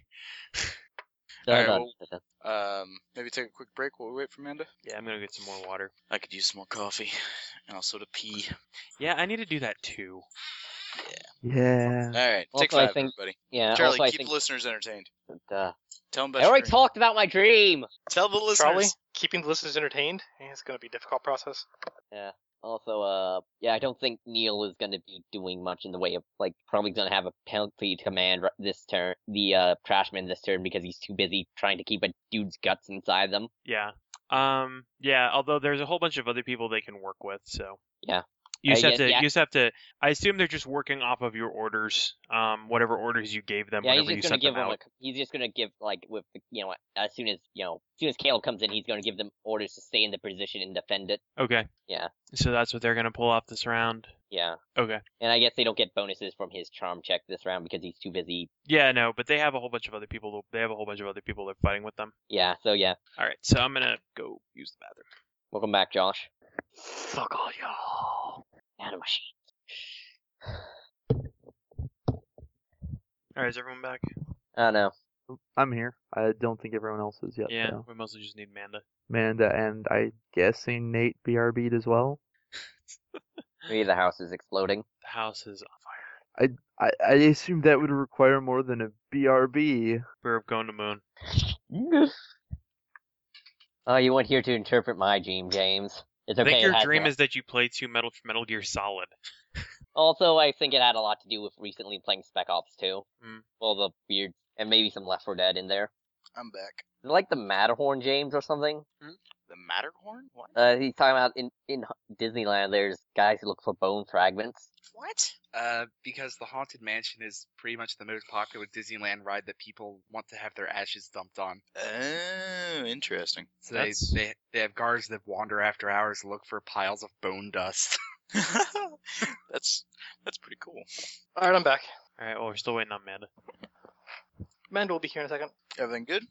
B: Alright,
E: Dun,
B: well-
E: dun, dun,
B: Um, maybe take a quick break while we wait for Amanda.
A: Yeah, I'm gonna get some more water.
B: I could use some more coffee and also to pee.
A: Yeah, I need to do that too.
D: Yeah.
B: All right,
E: Also,
B: take
E: I
B: five,
E: think-
B: everybody.
E: dun. Yeah,
B: Charlie,
E: also I
B: keep
E: think
B: the listeners entertained.
E: that, uh,
B: Tell them
E: I
B: about your
E: already
B: dream.
E: talked about my dream.
B: Tell the listeners.
G: Charlie, keeping the listeners entertained eh, it's going to be a difficult
B: [LAUGHS]
G: process.
E: Also, uh, yeah, I don't think Neil is gonna be doing much in the way of like probably gonna have a penalty to command r- this turn, the uh trashman this turn because he's too busy trying to keep a dude's guts inside them.
A: Yeah. Um. Yeah. Although there's a whole bunch of other people they can work with, so.
E: Yeah.
A: You just
E: Uh,
A: have
E: yeah,
A: to.
E: yeah.
A: You just have to. I assume they're just working off of your orders, um, whatever orders you gave them,
E: yeah,
A: whenever
E: he's just gonna
A: you sent
E: give
A: them
E: them.
A: out.
E: A, he's just gonna give like with the- you know as soon as you know as soon as Kale comes in, he's gonna give them orders to stay in the position and defend it.
A: Okay.
E: Yeah.
A: So that's what they're gonna pull off this round.
E: Yeah,
A: Okay.
E: and I guess they don't get bonuses from his charm check this round because he's too busy.
A: Yeah. No, but they have a whole bunch of other people. They have a whole bunch of other people that are fighting with them.
E: Yeah, so yeah,
A: All right. So I'm gonna go use the bathroom.
E: welcome back, Josh.
G: Fuck all y'all.
E: Out of machine.
A: All right. Is everyone back?
E: I don't know.
D: Oh, I'm here. I don't think everyone else is yet.
A: Yeah.
D: so.
A: We mostly just need Amanda.
D: Amanda and I guessing Nate BRB'd as well.
E: Maybe the house is exploding.
A: The house is on fire.
D: I, I assume that would require more than a
A: E.
D: BRB.
A: We're going to moon.
E: Oh, you weren't here to interpret my dream, James. It's okay.
A: I think
E: it
A: your
E: has
A: dream
E: to-
A: is that you play two Metal Metal Gear Solid.
E: Also, I think it had a lot to do with recently playing Spec Ops 2.
A: Mm.
E: Well, the weird and maybe some Left 4 Dead in there.
B: I'm back.
E: Is it like the Matterhorn, James, or something?
A: Hmm?
B: The Matterhorn? What?
E: Uh, he's talking about in in Disneyland. There's guys who look for bone fragments.
B: what?
F: Uh, because the Haunted Mansion is pretty much the most popular Disneyland ride that people want to have their ashes dumped on.
B: Oh, interesting.
F: So they,
A: That's- [LAUGHS]
F: they they have guards that wander after hours to look for piles of bone dust. [LAUGHS]
B: that's that's pretty cool.
G: All right, I'm back.
A: All right. Well, we're still waiting on Amanda.
G: Amanda will be here in a second.
B: Everything good?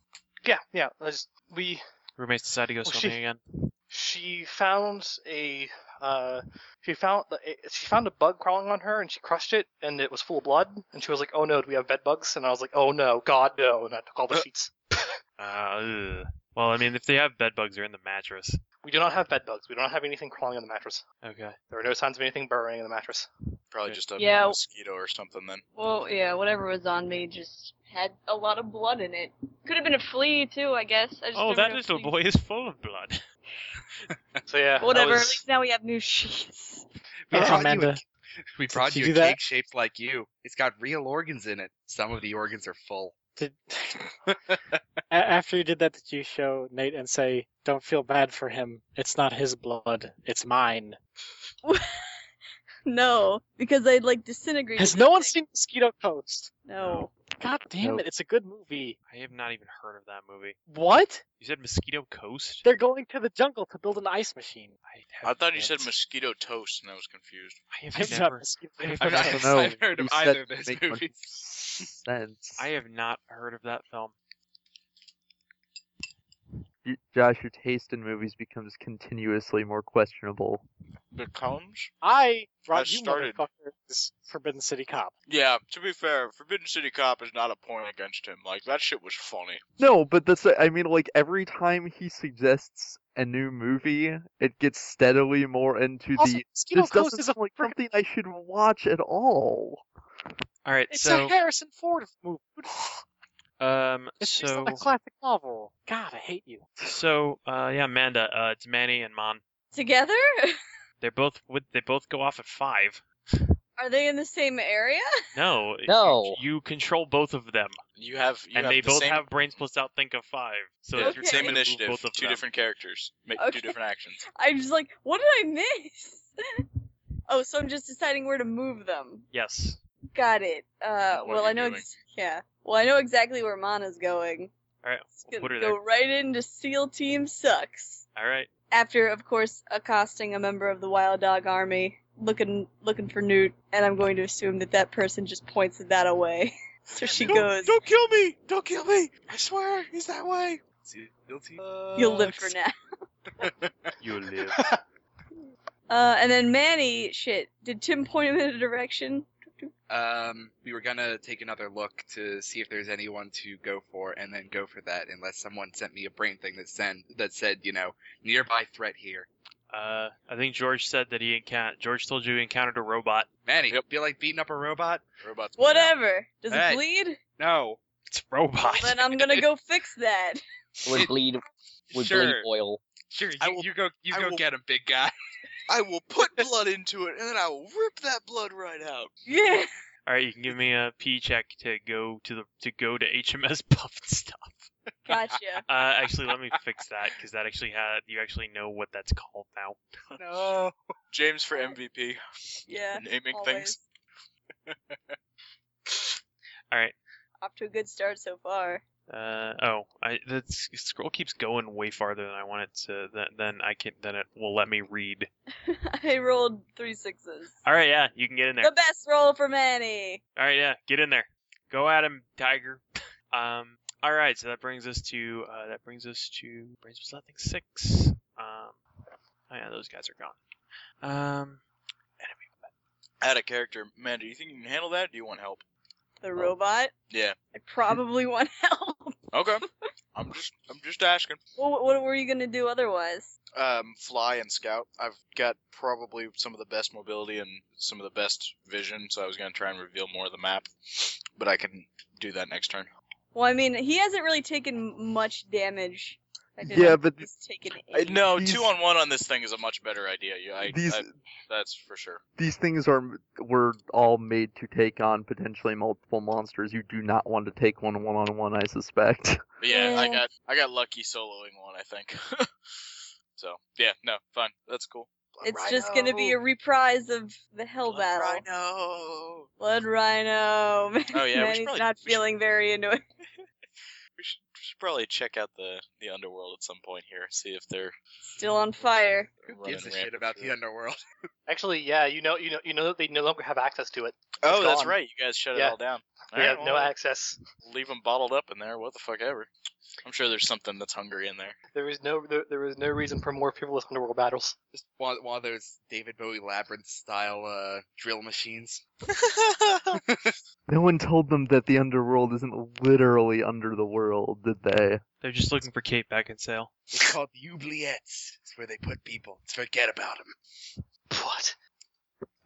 G: Yeah, yeah. I just we
A: Roommates decide to go
G: Well,
A: swimming
G: she-
A: again.
G: she found a uh she found a- she found a bug crawling on her and she crushed it and it was full of blood and she was like oh no do we have bed bugs and I was like oh no god no and I took all the sheets
A: Uh, ugh. well, I mean, if they have bed bugs, they're in the mattress.
G: we do not have bed bugs we do not have anything crawling on the mattress
A: Okay.
G: there are no signs of anything burrowing in the mattress
B: Probably
A: Yeah.
B: just a
C: Yeah.
B: mosquito or something then.
C: Well, yeah, whatever was on me just had a lot of blood in it. Could have been a flea too, I guess. I just
A: Oh,
C: never
A: that
C: know
A: little
C: flea.
A: boy is full of blood. [LAUGHS]
G: so yeah I
C: Whatever. At
G: was-
C: least now we have new [LAUGHS] sheets.
F: We
G: Uh,
H: Oh,
F: brought you a,
G: Amanda,
F: we brought
G: did
F: you
G: you
F: a
G: do that?
F: cake shaped like you. It's got real organs in it. Some of the organs are full.
H: Did A- after you did that, did you show Nate and say, "Don't feel bad for him. It's not his blood. It's mine."
C: No, because I'd like disintegrate.
H: Has
C: the
H: no one
C: thing.
H: seen Mosquito Coast?
C: No.
H: God damn
D: Nope.
H: it! It's a good movie.
A: I have not even heard of that movie.
H: What?
A: You said Mosquito Coast?
H: They're going to the jungle to build an ice machine.
A: I,
B: I
A: have
B: thought you said
A: not-
B: mosquito toast and I was confused.
H: [LAUGHS]
A: I have never.
H: mosquito.
B: [LAUGHS]
A: I have
H: Coast.
A: not-
D: don't know.
F: I've heard of
D: You
F: either
D: said
F: of those
D: make much
F: movies.
D: sense.
A: I have not heard of that film.
D: You- Josh, your taste in movies becomes continuously more questionable.
B: Becomes?
H: I brought
B: I
H: you
B: started-
H: motherfuckers Forbidden City Cop.
B: Yeah, to be fair, Forbidden City Cop is not a point against him. Like that shit was funny.
D: No, but that's I mean like every time he suggests a new movie, it gets steadily more into
H: Also,
D: the
H: Mosquito
D: this doesn't
H: Coast is a
D: sound like
H: frick-
D: something I should watch at all.
A: All right,
H: it's
A: so
H: a Harrison Ford movie.
A: um,
H: It's just
A: so
H: a classic novel. God, I hate you.
A: so uh, yeah, Amanda, uh, it's Manny and Mon.
C: Together? [LAUGHS]
A: They're both with. They both go off at five.
C: Are they in the same area?
A: No. you-
E: No.
A: You, control both of them,
B: You have you
A: and
B: have
A: they
B: the
A: both
B: same,
A: have brains plus out think of five. So
B: yeah,
A: it's your
C: Okay.
B: same
A: turn to move
B: initiative,
A: Both of
B: two
A: them.
B: different characters, make
C: Okay.
B: two different actions.
C: I'm just like, what did I miss? [LAUGHS] oh, so I'm just deciding where to move them.
A: Yes.
C: Got it. Uh,
B: What
C: well,
B: you're
C: I know.
B: doing.
C: Ex- yeah. Well, I know exactly where Mana's going.
A: All right.
C: It's
A: We'll
C: gonna
A: put her
C: go right into SEAL Team Sucks.
A: there. All right.
C: After, of course, accosting a member of the Wild Dog Army, looking looking for Newt, and I'm going to assume that that person just points that away. [LAUGHS] so she goes,
B: kill me! Don't kill me! I swear, he's that way.
F: Guilty.
C: "You'll live for now."
A: You live.
C: Uh, and then Manny, shit, did Tim point him in a direction?
F: [LAUGHS] Um, we were gonna take another look to see if there's anyone to go for, and then go for that, unless someone sent me a brain thing that send that said, you know, nearby threat here.
A: Uh, I think George said that he encountered. George told you he encountered a robot.
F: Manny, feel like beating up a robot?
B: Robots. bleed out.
C: Whatever. Does
F: Hey.
C: it
B: [LAUGHS]
C: bleed?
F: No.
A: It's a robot.
C: [LAUGHS] Then I'm gonna go fix
B: [LAUGHS]
C: that.
E: Would bleed would bleed
F: sure,
E: oil.
F: sure. You,
B: I will-
F: you go, you
B: I
F: go
B: will-
F: get him, big guy.
B: I will put blood into it, and then I will rip that blood right out.
C: Yeah.
A: All right, you can give me a P check to go to the to go to [LAUGHS] HMS Puff and stuff.
C: Gotcha.
A: Uh, actually, let me fix that because that actually had you actually know what that's called now. [LAUGHS]
F: No.
B: James for MVP.
C: Yeah.
B: Naming
C: Always.
B: things. [LAUGHS]
A: All right.
C: Off to a good start so far. [LAUGHS]
A: Uh, oh, I the s- scroll keeps going way farther than I want it to. Then, then I can then it will let me read.
C: I rolled three sixes.
A: All right, yeah, you can get in there.
C: The best roll for Manny.
A: All right, yeah, get in there. Go at him, Tiger. [LAUGHS] Um, all right, so that brings us to uh, that brings us to brings us to, I think six. Um, oh yeah, those guys are gone. Um,
B: Add a character. Man, do you think you can handle that? Do you want help?
C: The robot.
B: Yeah.
C: I probably want [LAUGHS] help.
H: [LAUGHS]
B: Okay. I'm just I'm just asking.
C: What, what were you gonna do otherwise?
B: Um, fly and scout. I've got probably some of the best mobility and some of the best vision, so I was gonna try and reveal more of the map, but I can do that next turn.
C: Well, I mean, he hasn't really taken much damage. I didn't
D: Yeah,
C: think
D: but-
C: he's taken
B: I,
C: eight.
B: no,
D: These-
B: two on one on this thing is a much better idea. Yeah, I,
D: These
B: I- that's for sure.
D: these things are were all made to take on potentially multiple monsters. You do not want to take one one on one, I suspect. [LAUGHS]
B: But yeah, I
C: Yeah.
B: got I got lucky soloing one, I think. [LAUGHS] so yeah, no, fine, that's cool. Blood
C: It's just gonna be a reprise of the hell
B: Blood
C: battle.
B: Rhino.
C: Blood Rhino. [LAUGHS]
B: Oh, yeah, we should
C: Manny's
B: probably-
C: not
B: we should-
C: feeling very into it.
B: We should, we should probably check out the the underworld at some point here, see if they're
C: Still on fire.
F: Who
B: running
F: gives a shit
B: rampant
F: about
B: through.
F: the underworld?
G: [LAUGHS] Actually, yeah, you know, you know, you know that they no longer have access to it.
B: Oh,
G: It's
B: that's
G: gone.
B: right. You guys shut
G: Yeah.
B: it all down.
G: They
B: All
G: have
B: right,
G: no
B: well,
G: access.
B: Leave them bottled up in there. What the fuck ever. I'm sure there's something that's hungry in there. [LAUGHS]
G: There is no, there, there is no reason for more frivolous underworld battles.
F: Just one, one of those David Bowie labyrinth style uh, drill machines.
C: [LAUGHS]
F: [LAUGHS]
D: No one told them that the underworld isn't literally under the world, did they?
A: they're just looking for Kate Beckinsale.
F: It's called the oubliettes. It's where they put people. It's forget about them.
G: What?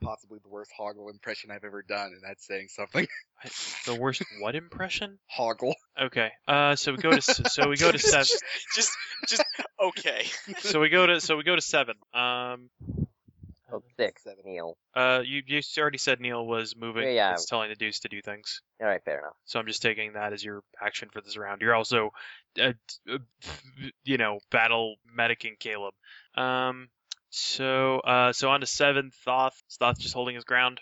F: Possibly the worst Hoggle impression I've ever done, and that's saying
A: [LAUGHS]
F: something. [LAUGHS]
A: What? The worst what impression?
F: Hoggle.
A: Okay. Uh, so we go to s- so we go to seven.
F: [LAUGHS]
B: just, just, just okay.
A: So we go to so we go to seven. Um,
E: Oh, six.
F: Seven.
E: Neil.
A: uh, you you already said Neil was moving.
E: Yeah, yeah.
A: was telling the Deuce to do things.
E: All right, fair enough.
A: So I'm just taking that as your action for this round. You're also, uh, t- uh, you know, battle medicing Caleb. Um, so uh, so on to seven. Thoth. Thoth just holding his ground.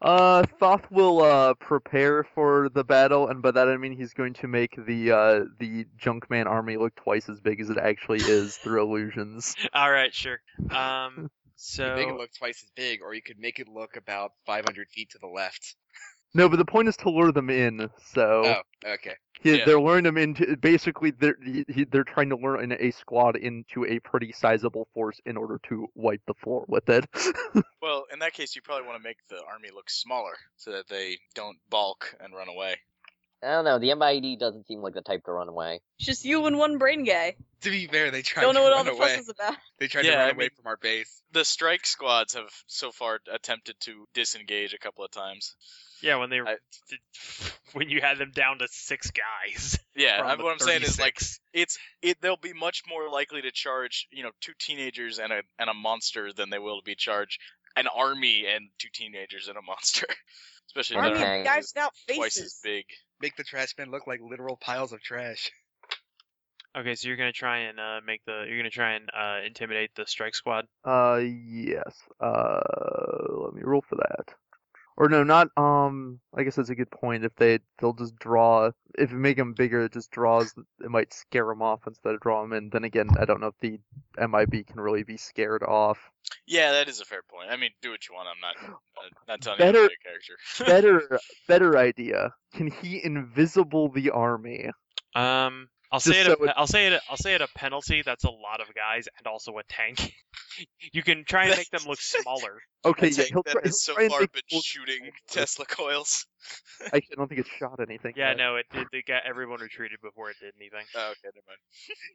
D: Uh, Thoth will uh prepare for the battle, and by that I mean he's going to make the uh the Junkman army look twice as big as it actually is through illusions.
A: All right, sure.
F: You
A: Um,
F: could make it
A: so
F: look twice as big, or you could make it look about 500 feet to the left.
D: No, but the point is to lure them in. So
F: Oh, okay.
D: he,
B: yeah.
D: they're luring them into basically they're he, he- they're trying to lure in a squad into a pretty sizable force in order to wipe the floor with it. [LAUGHS]
B: Well, in that case, you probably want to make the army look smaller so that they don't balk and run away.
E: I don't know. The MID doesn't seem like the type to run away.
C: It's just you and one brain guy.
F: To be fair, they tried
C: Don't know
F: to
C: what all
F: run
C: the
F: away.
C: fuss is about.
F: They tried
B: Yeah,
F: to run
B: I
F: away
B: mean-
F: from our base.
B: The strike squads have so far attempted to disengage a couple of times.
A: yeah, when they [LAUGHS]
B: I-
A: when you had them down to six guys.
B: Yeah,
A: from
B: I-
A: the
B: what I'm saying is like
A: 36.
B: it's it they'll be much more likely to charge you know two teenagers and a and a monster than they will to be charged an army and two teenagers and a monster [LAUGHS] especially if
E: Army
B: they're
E: of
B: is
E: guys
C: without
B: twice as big
F: Make the trash men look like literal piles of trash.
A: okay, so you're gonna try and uh, make the you're gonna try and uh, intimidate the strike squad.
D: Uh, yes. Uh, let me roll for that. Or no, not um. I guess that's a good point. If they they'll just draw. If you make them bigger, it just draws. It might scare them off instead of draw them in. Then again, I don't know if the MIB can really be scared off.
B: yeah that is a fair point i mean do what you want i'm not uh, not telling you
D: Better-
B: how to play a character [LAUGHS]
D: Better better idea. Can he invisible the army?
A: Um, I'll
D: Just
A: say it. a
D: so it-
A: I'll say it. a- I'll say it. A penalty. That's a lot of guys and also a tank. [LAUGHS] You can try and make them
D: [LAUGHS]
A: look smaller.
D: Okay,
B: I
D: yeah,
B: take
D: he'll
B: that
D: try, he'll
B: it's so
D: try and
B: far
D: make
B: been
D: more-
B: shooting [LAUGHS] Tesla coils.
D: Actually, [LAUGHS] I don't think it shot anything.
A: Yeah,
D: yet.
A: no, it, it they got everyone retreated before it did anything.
B: Oh, okay, never mind.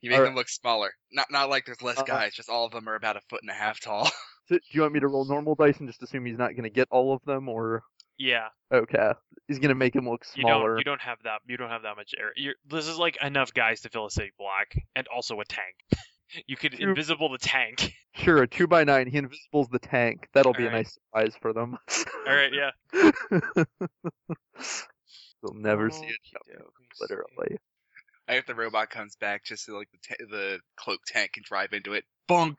F: You make
D: All
F: them look smaller. Not not like there's less
D: Uh-uh.
F: guys. Just all of them are about a foot and a half tall. [LAUGHS]
D: So, do you want me to roll normal dice and just assume he's not going to get all of them, or
A: Yeah,
D: okay, he's going to make him look
A: you
D: smaller?
A: don't you don't have that you don't have that much air. You're, this is like enough guys to fill a city block and also a tank. [LAUGHS] You could
D: True.
A: invisible the tank. [LAUGHS]
D: Sure, a two by nine. He invisibles the tank. That'll be a
A: Alright.
D: nice surprise for them. [LAUGHS]
A: All right, [LAUGHS] yeah.
D: They'll never see it coming,
A: Okey-dokey.
D: literally.
F: I if the robot comes back, just so, like the ta- the cloak tank can drive into it. Bonk.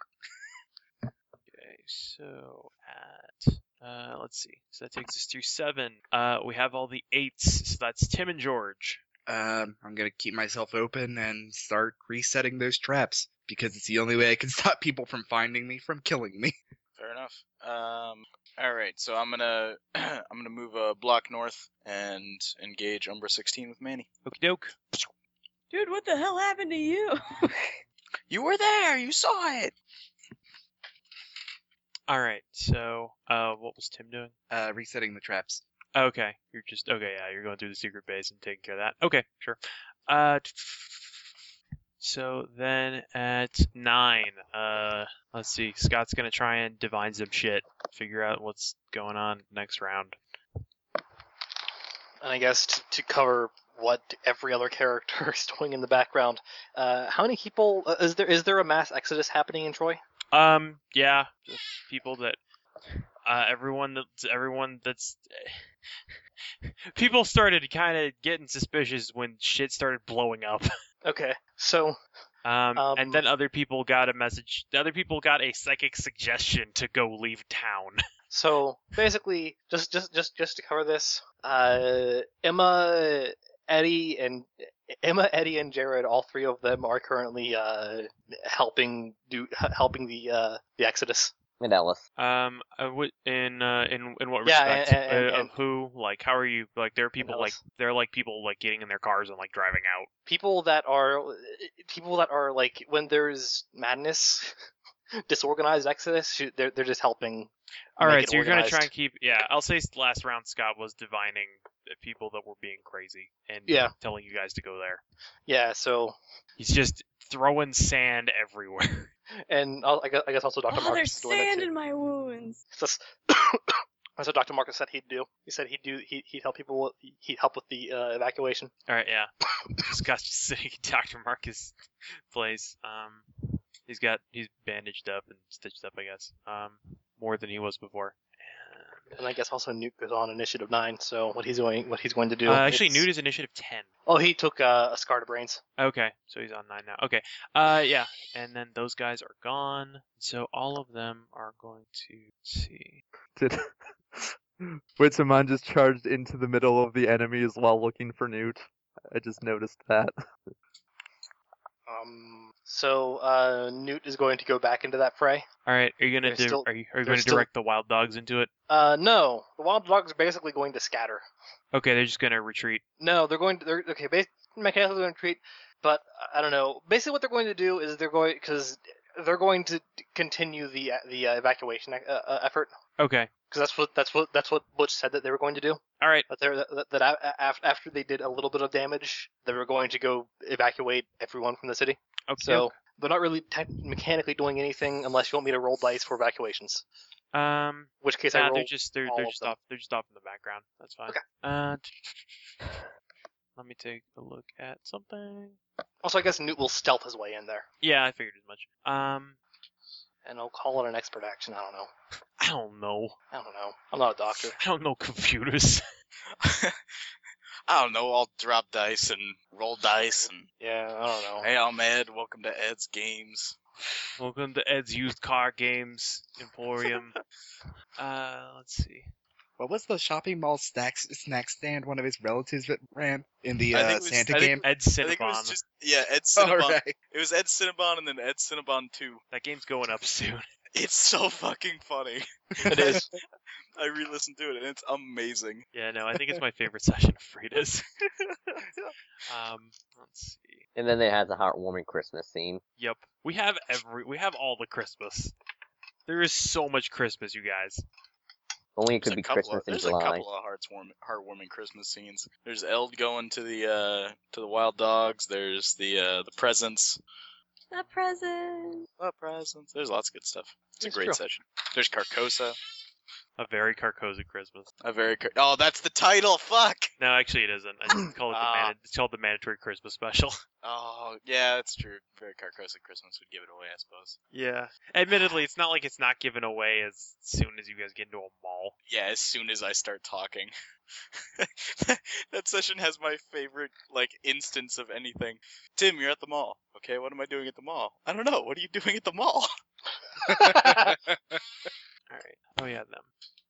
A: Okay, so at uh, let's see, so that takes us through seven. Uh, we have all the eights, so that's Tim and George.
F: Um, I'm gonna keep myself open and start resetting those traps because it's the only way I can [LAUGHS] stop people from finding me from killing me. [LAUGHS]
B: Fair enough. Um, all right, so I'm gonna [CLEARS THROAT] I'm gonna move a block north and engage Umbra 16 with Manny.
A: Okie doke.
C: Dude, what the hell happened to you? [LAUGHS]
B: You were there. You saw it.
A: All right, so uh, what was Tim doing?
F: Uh, resetting the traps.
A: Okay, you're just okay. Yeah, you're going through the secret base and taking care of that. Okay, sure. Uh, t- so then at nine, uh, let's see. Scott's gonna try and divine some shit, figure out what's going on next round.
G: And I guess to, to cover what every other character [LAUGHS] is doing in the background, uh, how many people uh, is there? Is there a mass exodus happening in Troy?
A: Um, yeah, just people that, uh, everyone that's everyone that's. [LAUGHS] People started kind of getting suspicious when shit started blowing up. [LAUGHS]
G: Okay, so
A: Um,
G: Um,
A: and then other people got a message. the Other people got a psychic suggestion to go leave town. [LAUGHS]
G: So basically, just just just just to cover this, uh, Emma, Eddie, and Emma, Eddie, and Jared, all three of them are currently uh, helping do h- helping the uh, the Exodus.
E: And Ellis.
A: Um, uh, what- in uh, in in what
G: Yeah,
A: respect?
G: and- and-
A: Uh, of
G: and-
A: who? Like, how are you? Like, there are people like
G: else.
A: they're like people like getting in their cars and like driving out.
G: People that are people that are like when there's madness, [LAUGHS] disorganized Exodus, shoot, they're they're just helping.
A: All
G: make
A: right,
G: it
A: so you're gonna try
G: organized.
A: and keep. Yeah, I'll say s- last round Scott was divining the people that were being crazy and
G: Yeah.
A: telling you guys to go there.
G: Yeah, so
A: He's just throwing sand everywhere. [LAUGHS]
G: and I'll, I guess I guess also Dr.
C: oh,
G: Marcus
C: there's
G: is doing that
C: sand
G: too.
C: in my wounds.
G: That's, [COUGHS] that's what Dr. Marcus said he'd do. He said he'd do he, he'd help people with- he'd help with the uh, evacuation.
A: All right, yeah. [LAUGHS] Scott's just sitting in Dr. Marcus' place. Um, he's got he's bandaged up and stitched up, I guess. Um, more than he was before.
G: And I guess also Nuke is on initiative nine. So what he's going what he's going to do?
A: Uh, actually,
G: is-
A: nude is initiative ten.
G: Oh, he took uh, a scar to brains.
A: Okay, so he's on nine now. Okay, uh, yeah, and then those guys are gone, so all of them are going to see.
D: Did... [LAUGHS] Wait, so mine just charged into the middle of the enemies while looking for Newt. I just noticed that.
G: Um. So uh, Newt is going to go back into that fray.
A: All right, are you gonna
G: They're
A: di-
G: still-
A: are you, are
G: they're
A: you gonna
G: still-
A: direct the wild dogs into it?
G: Uh, no, the wild dogs are basically going to scatter.
A: Okay, they're just gonna retreat.
G: No, they're going to. They're okay. Bas- mechanicals are going to treat, but I I don't know. Basically, what they're going to do is they're going because they're going to continue the the uh, evacuation uh, uh, effort
A: Okay,
G: because that's what that's what that's what Butch said that they were going to do.
A: all right,
G: That they that, that a- a- af- after they did a little bit of damage, they were going to go evacuate everyone from the city.
A: okay.
G: So they're not really tech mechanically doing anything unless you want me to roll dice for evacuations.
A: um,
G: In which case I
A: nah,
G: roll.
A: they're just they're
G: all
A: they're
G: of
A: just
G: them.
A: off they're just off in the background. That's fine.
G: Okay.
A: Uh, [SIGHS] t- let me take a look at something.
G: Also, I guess Newt will stealth his way in there,
A: Yeah, I figured as much. Um,
G: and I'll call it an expert action. I don't know.
A: I don't know. [LAUGHS]
G: I don't know. I'm not a doctor.
A: I don't know computers. [LAUGHS]
B: I don't know. I'll drop dice and roll dice and
G: Yeah, I don't know.
B: hey, I'm Ed. Welcome to Ed's games.
A: Welcome to Ed's Used Car Games
B: [LAUGHS]
A: Emporium. uh, let's see.
F: What was the shopping mall snacks snack stand one of his relatives that ran in the
B: I
F: uh,
B: think it was-
F: Santa
B: I think-
F: game?
A: Ed
B: I think it was
A: Cinnabon.
B: just yeah, Ed
F: All
B: Cinnabon.
F: right.
B: It was Ed Cinnabon and then Ed Cinnabon two.
A: That game's going up soon. [LAUGHS]
B: It's so fucking funny.
G: It is.
B: [LAUGHS] I re-listened to it and it's amazing.
A: Yeah, no, I think it's my [LAUGHS] favorite session of
B: [LAUGHS]
A: Frida's. um, let's see.
E: And then it has a heartwarming Christmas scene.
A: Yep, we have every we have all the Christmas. There is so much Christmas, you guys.
E: Only it
B: There's
E: could
B: a
E: be
B: couple
E: Christmas
B: of,
E: in
B: there's
E: July.
B: a couple of heartwarming, heartwarming Christmas scenes. There's Eld going to the uh, to the wild dogs. There's the uh, the presents.
C: The present.
B: The presents. There's lots of good stuff. It's
G: That's
B: a great
G: true.
B: session. There's Carcosa.
A: A very Carcosa Christmas.
B: A very Car- oh, that's the title. Fuck.
A: No, actually, it isn't. I just call it the
B: Ah.
A: man- it's called the mandatory Christmas special. [LAUGHS]
B: Oh yeah, that's true. Very Carcosa Christmas would give it away, I suppose.
A: Yeah. Admittedly, it's not like it's not given away as soon as you guys get into a mall.
B: Yeah, as soon as I start talking. [LAUGHS] that session has my favorite like instance of anything. Tim, you're at the mall. Okay, what am I doing at the mall? [LAUGHS] I [LAUGHS] don't know. What are you doing at the mall? [LAUGHS]
A: All right. Oh yeah, them.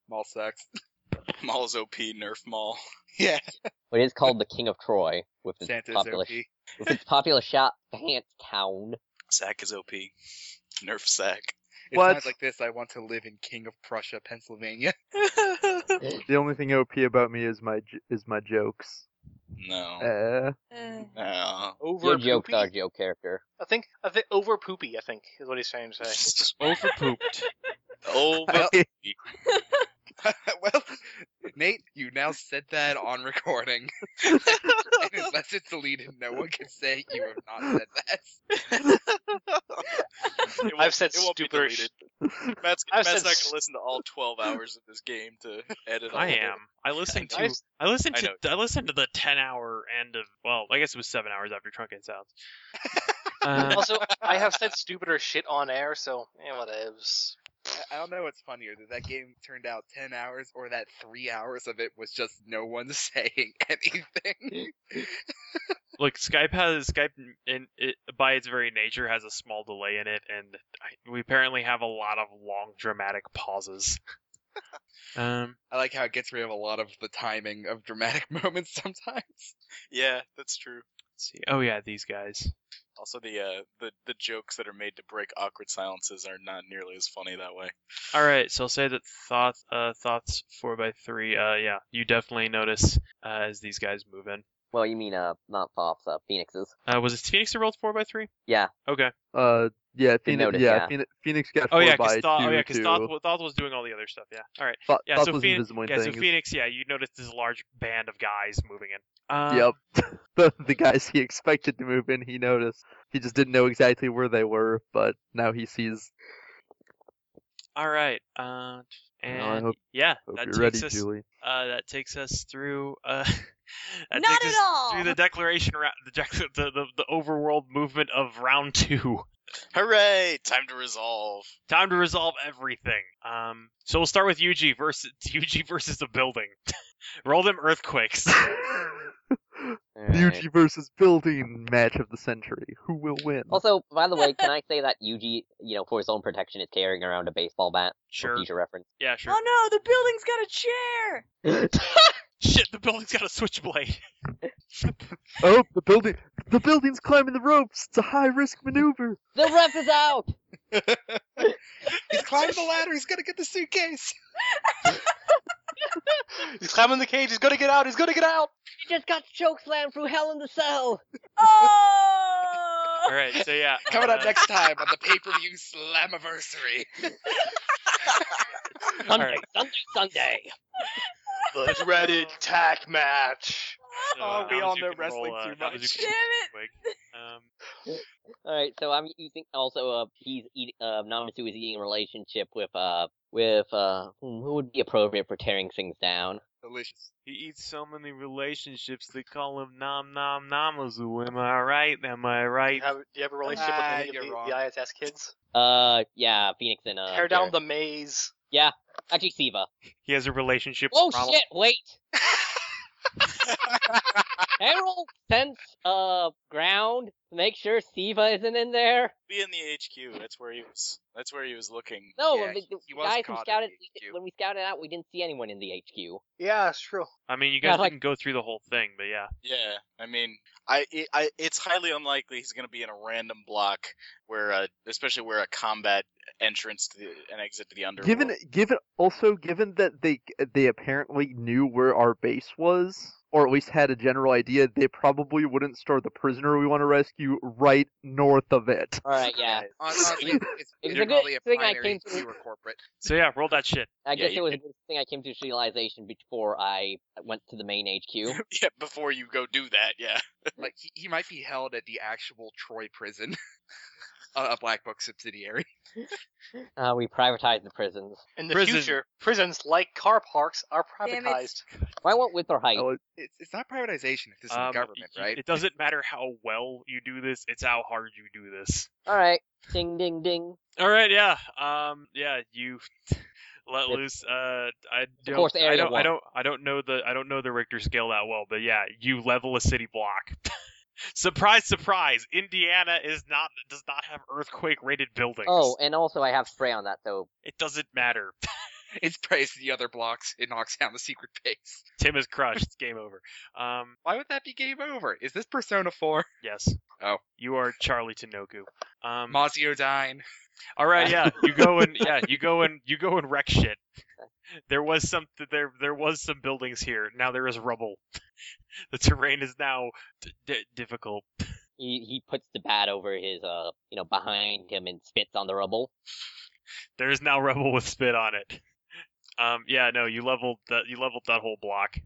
F: Mall sex.
B: [LAUGHS] Mall's OP Nerf Mall. [LAUGHS] Yeah.
E: But it is called the King of Troy with its
F: Santa's
E: popular
F: OP.
E: with its popular shop Pants Town.
B: Sack is OP. Nerf sack.
F: It
D: What?
F: sounds like this. I want to live in King of Prussia,
B: [LAUGHS]
F: Pennsylvania.
D: The only thing OP about me is my j- is my jokes.
E: Oh.
B: No.
D: Uh,
C: Uh,
B: No.
G: Over
E: Your joke
G: poopy?
E: dog joke character.
G: I think I think over poopy. I think is what he's trying to say.
B: [LAUGHS]
A: Overpooped.
B: oh, well, [LAUGHS]
F: well, [LAUGHS] Nate, you now said that on recording. [LAUGHS]
B: [LAUGHS]
F: and unless it's deleted, no one can say you have not said that.
B: [LAUGHS]
F: [LAUGHS]
B: it won't-
G: I've said
B: it won't be
G: stupider.
B: deleted. Matt's,
G: I've
B: Matt's
G: said
B: not
G: s-
B: gonna listen to all 12 hours of this game to edit. All
A: I
B: of it.
A: am. I listened to.
G: I've,
A: I listened
B: I
A: to.
B: know.
A: I, listened to the ten-hour end of. Well, I guess it was seven hours after Trunk and
B: [LAUGHS]
A: Sounds. Um,
G: also, I have said stupider shit on air, so eh, whatevs.
F: I- I don't know what's funnier that that game turned out 10 hours or that 3 hours of it was just no one [LAUGHS] saying anything.
A: look, Skype has Skype, and it, by its very nature, has a small delay in it, and I, we apparently have a lot of long dramatic
B: [LAUGHS]
A: pauses. Um.
F: I like how it gets rid of a lot of the timing of dramatic [LAUGHS] moments sometimes.
B: Yeah, that's true.
A: Let's see. Oh yeah, these guys.
B: Also, the uh, the the jokes that are made to break awkward silences are not nearly as funny that way.
A: All right, so I'll say that thought, uh, thoughts four by three. Uh, yeah, you definitely notice uh, as these guys move in.
E: Well, you mean uh not pops, uh phoenixes.
A: Uh, was it Phoenix that rolled four by three?
E: Yeah.
A: Okay.
D: uh, yeah, Phoenix.
E: notice,
D: yeah,
E: yeah.
D: Phoenix, Phoenix got
A: Oh
D: four
A: yeah,
D: by
A: because thought.
D: two.
A: Oh yeah,
D: too.
A: thought, thought was doing all the other stuff. Yeah. All right.
D: Thought,
A: Yeah.
D: Thought
A: so
D: was
A: Phoenix.
D: invisible and
A: Yeah. So
D: things.
A: Phoenix. Yeah, you notice this large band of guys moving in. Um,
D: Yep. [LAUGHS] the the guys he expected to move in, he noticed. He just didn't know exactly where they were, but now he sees.
A: All right. Uh, and
D: Well, I hope-
A: yeah,
D: Hope
A: [LAUGHS] that
D: you're
A: takes
D: ready,
A: us.
D: Julie.
A: Uh, that takes us through. Uh, [LAUGHS] that
C: Not
A: takes
C: at
A: us
C: all.
A: through the declaration, ra- the, dec- [LAUGHS] the the the overworld movement of round two.
B: Hooray! Time to resolve.
A: Time to resolve everything. Um, so we'll start with Yuji versus [LAUGHS] Yuji versus the building. [LAUGHS] Roll them
C: [LAUGHS]
A: earthquakes.
E: Alright.
D: Beauty versus building match of the century. Who will win?
E: [LAUGHS] Also, by the way, [LAUGHS] can I say that Yuji, you know, for his own protection, is carrying around a baseball bat for
A: Sure.
E: future reference?
A: Yeah, sure.
C: Oh no, the building's got a chair.
A: Shit, the building's got a switchblade.
D: Oh, the building! The building's climbing the ropes. It's a high risk maneuver.
E: the ref
F: [LAUGHS]
E: is out.
F: He's climbing the ladder, he's gonna get the suitcase!
G: [LAUGHS] He's climbing the cage. He's gonna get out. He's gonna get out.
E: He just got choke slammed through Hell in the [LAUGHS] Cell.
A: All
C: Oh.
A: right, so yeah.
F: Coming up
A: uh, [LAUGHS]
F: next time on the pay per view Slammiversary!
E: [LAUGHS] Sunday,
A: Alright.
E: Sunday, Sunday.
G: The dreaded
E: [LAUGHS]
G: tack match.
A: so, uh,
F: Oh, we
A: Alan,
F: all
A: you
F: know
A: can
F: wrestling
A: roll, uh,
F: too
A: Alan, you
F: much.
A: can
C: Damn it.
A: roll Um,
E: All right, so I'm using also. Uh, he's eating. Uh, Namasu is eating a relationship with uh with uh hmm, who would be appropriate for tearing things down.
F: Delicious.
A: He eats so many relationships they call him Nom Nom Namazu. Am I right? Am I
G: Do you
A: right?
G: have, do you have a relationship
F: Ah,
G: with any
F: you're
G: of the,
F: wrong.
G: the ISS kids?
E: Uh, yeah, Phoenix and uh.
G: Tear down
E: Jared.
G: the maze.
E: Actually, Siva.
A: He has a relationship.
E: Oh
A: problem.
E: shit! Wait. Harold sense uh ground to make sure Siva isn't in there.
B: Be in the HQ. That's where he was. That's where he was looking.
E: No,
F: Yeah,
E: the,
F: he-
E: the
F: he was
E: guys who
F: caught at
E: scouted
F: HQ.
E: when we scouted out, we didn't see anyone in the HQ.
G: Yeah, it's true.
A: I mean, you
E: Yeah,
A: guys
E: like-
A: didn't go through the whole thing, but yeah.
B: Yeah. I mean, I, it, I it's highly unlikely he's gonna be in a random block where, uh, especially where a combat entrance to the, an exit to the underworld.
D: Given, given, also given that they they apparently knew where our base was, or at least had a general idea, they probably wouldn't store the prisoner we want to rescue right north of it. [LAUGHS]
E: All right, yeah.
F: Hon- Honestly, it's,
E: It's
F: you're
E: a good
F: probably a
E: thing I
F: primary
E: came to-
F: viewer
E: [LAUGHS]
F: corporate.
A: So yeah, roll that shit.
E: I
A: Yeah,
E: guess
A: you-
E: it was a good thing I came to this realization before I went to the main HQ.
B: yeah, before you go do that, yeah.
F: Like he, he might be held at the actual Troy prison, [LAUGHS] a a Black Book subsidiary.
E: Uh, we privatized the prisons.
G: In the
A: Prison.
G: future, prisons like car parks are
C: Damn it.
G: privatized.
E: Why won't with their height?
D: Oh,
F: It's, it's not privatization if this is
A: Um,
F: government,
A: y-
F: right?
A: It doesn't matter how well you do this; it's how hard you do this.
E: All right, ding ding ding.
A: All right, yeah, um, yeah, you [LAUGHS] let loose. Uh, I don't,
E: course,
A: I
E: area
A: don't, I
E: one.
A: don't, I don't know the, I don't know the Richter scale that well, but yeah, you level a city block. [LAUGHS] surprise, surprise! Indiana is not does not have earthquake rated buildings.
E: Oh, and also I have spray on that, so
A: it doesn't matter. [LAUGHS]
F: It sprays the other blocks. It knocks down the secret base.
A: Tim is crushed. Game over. Um,
F: Why would that be game over? Is this Persona 4?
A: yes.
F: Oh.
A: you are Charlie Tanoku. Um,
F: Mazio Dine.
A: All right, yeah, you
F: [LAUGHS]
A: go and yeah, you go and you go and wreck shit. There was some there there was some buildings here. Now there is rubble. [LAUGHS] The terrain is now d- d- difficult.
E: he he puts the bat over his uh you know behind him and spits on the rubble.
A: There is now rubble with spit on it. Um, yeah, no, you leveled that you leveled that whole block.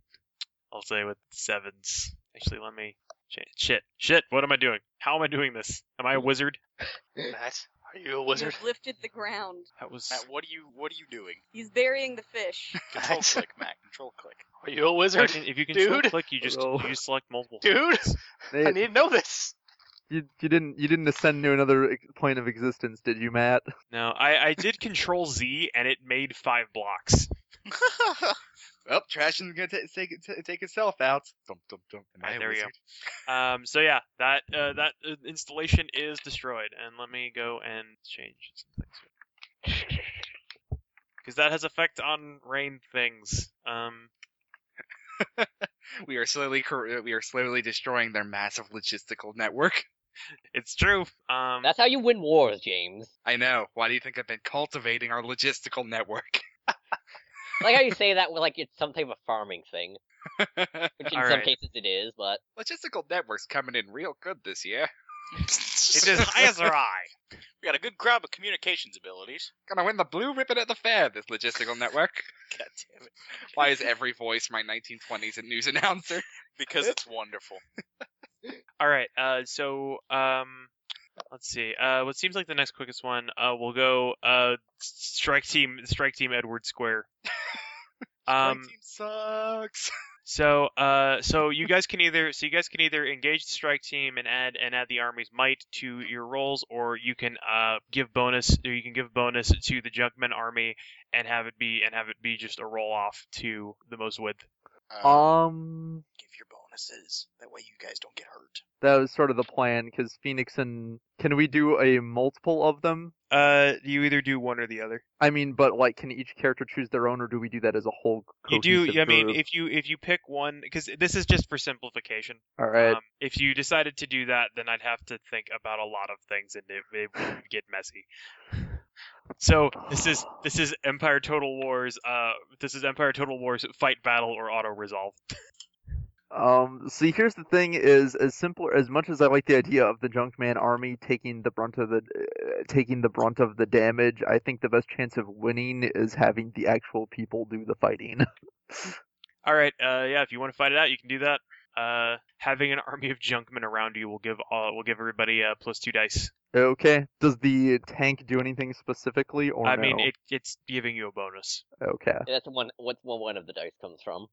A: I'll say with sevens. Actually, let me cha- shit shit. What am I doing? How am I doing this? Am I a wizard? [LAUGHS]
G: Matt, are you a
C: He's
G: wizard?
C: lifted the ground.
A: That was
B: Matt, what are you what are you doing?
C: He's burying the fish.
B: [LAUGHS] Control
G: Matt,
B: click, Matt. Control click.
G: are you a
A: I
G: wizard?
A: can- if you can
G: Dude.
A: click, you just
D: Hello.
A: you just select multiple.
G: Dude,
D: Nate,
G: I need to know this.
D: you, you didn't you didn't ascend to another ex- plane of existence, did you, Matt?
A: No, I I did Control Z and it made five blocks.
F: [LAUGHS] Well, trash is gonna ta take it- ta- take itself out. Dum, dum, dum. Am
A: Alright,
F: I a
A: there we go.
F: wizard?
A: Um, so yeah, that uh, that uh, installation is destroyed, and let me go and change some things because that has effect on rain things. Um,
F: [LAUGHS] We are slowly cor- uh, we are slowly destroying their massive logistical network. [LAUGHS]
A: it's true. Um,
E: That's how you win wars, James.
F: I know. Why do you think I've been cultivating our logistical network? [LAUGHS]
E: I like how you say that with like it's some type of farming thing, which in
A: All
E: some
A: right.
E: cases it is, but
F: logistical [LAUGHS] network's coming in real good this
B: [LAUGHS]
F: year.
A: it's
F: [LAUGHS]
A: as high as their eye.
B: We got a good crop of communications abilities.
F: Gonna win the blue ribbon at the fair. This logistical network.
B: God damn it.
F: Why
B: [LAUGHS]
F: is every voice my 1920s and news [LAUGHS] announcer?
B: Because it's wonderful.
A: All right. Uh, so um, let's see. Uh, what seems like the next quickest one. Uh, we'll go. Uh, strike team. Strike team. Edward Square.
F: My
A: Um,
F: team sucks.
A: So, uh, so you guys can either so you guys can either engage the strike team and add and add the army's might to your roles, or you can uh give bonus or you can give bonus to the Junkman army and have it be and have it be just a roll off to the most width.
B: Uh,
D: Um,
B: give your bonuses. That way you guys don't get hurt.
D: that was sort of the plan because Phoenix and can we do a multiple of them?
A: Uh, you either do one or the other.
D: I mean, but like, can each character choose their own, or do we do that as a whole?
A: You do. I
D: cohesive
A: mean,
D: group?
A: if you if you pick one, because this is just for simplification.
D: all right.
A: Um, if you decided to do that, then I'd have to think about a lot of things, and it, it would get messy. So this is this is Empire Total Wars. Uh, this is Empire Total Wars fight battle or auto resolve.
D: Um, see, here's the thing: is as simple as much as I like the idea of the Junkman army taking the brunt of the uh, taking the brunt of the damage. I think the best chance of winning is having the actual people do the fighting. [LAUGHS]
A: All right. Uh, yeah. If you want to fight it out, you can do that. Uh, having an army of junkmen around you will give all will give everybody uh, plus two dice.
D: okay. Does the tank do anything specifically, or
A: I
D: Oh, no?
A: mean, it, it's giving you a bonus.
D: Okay.
E: yeah, that's one. What's one one of the dice comes from?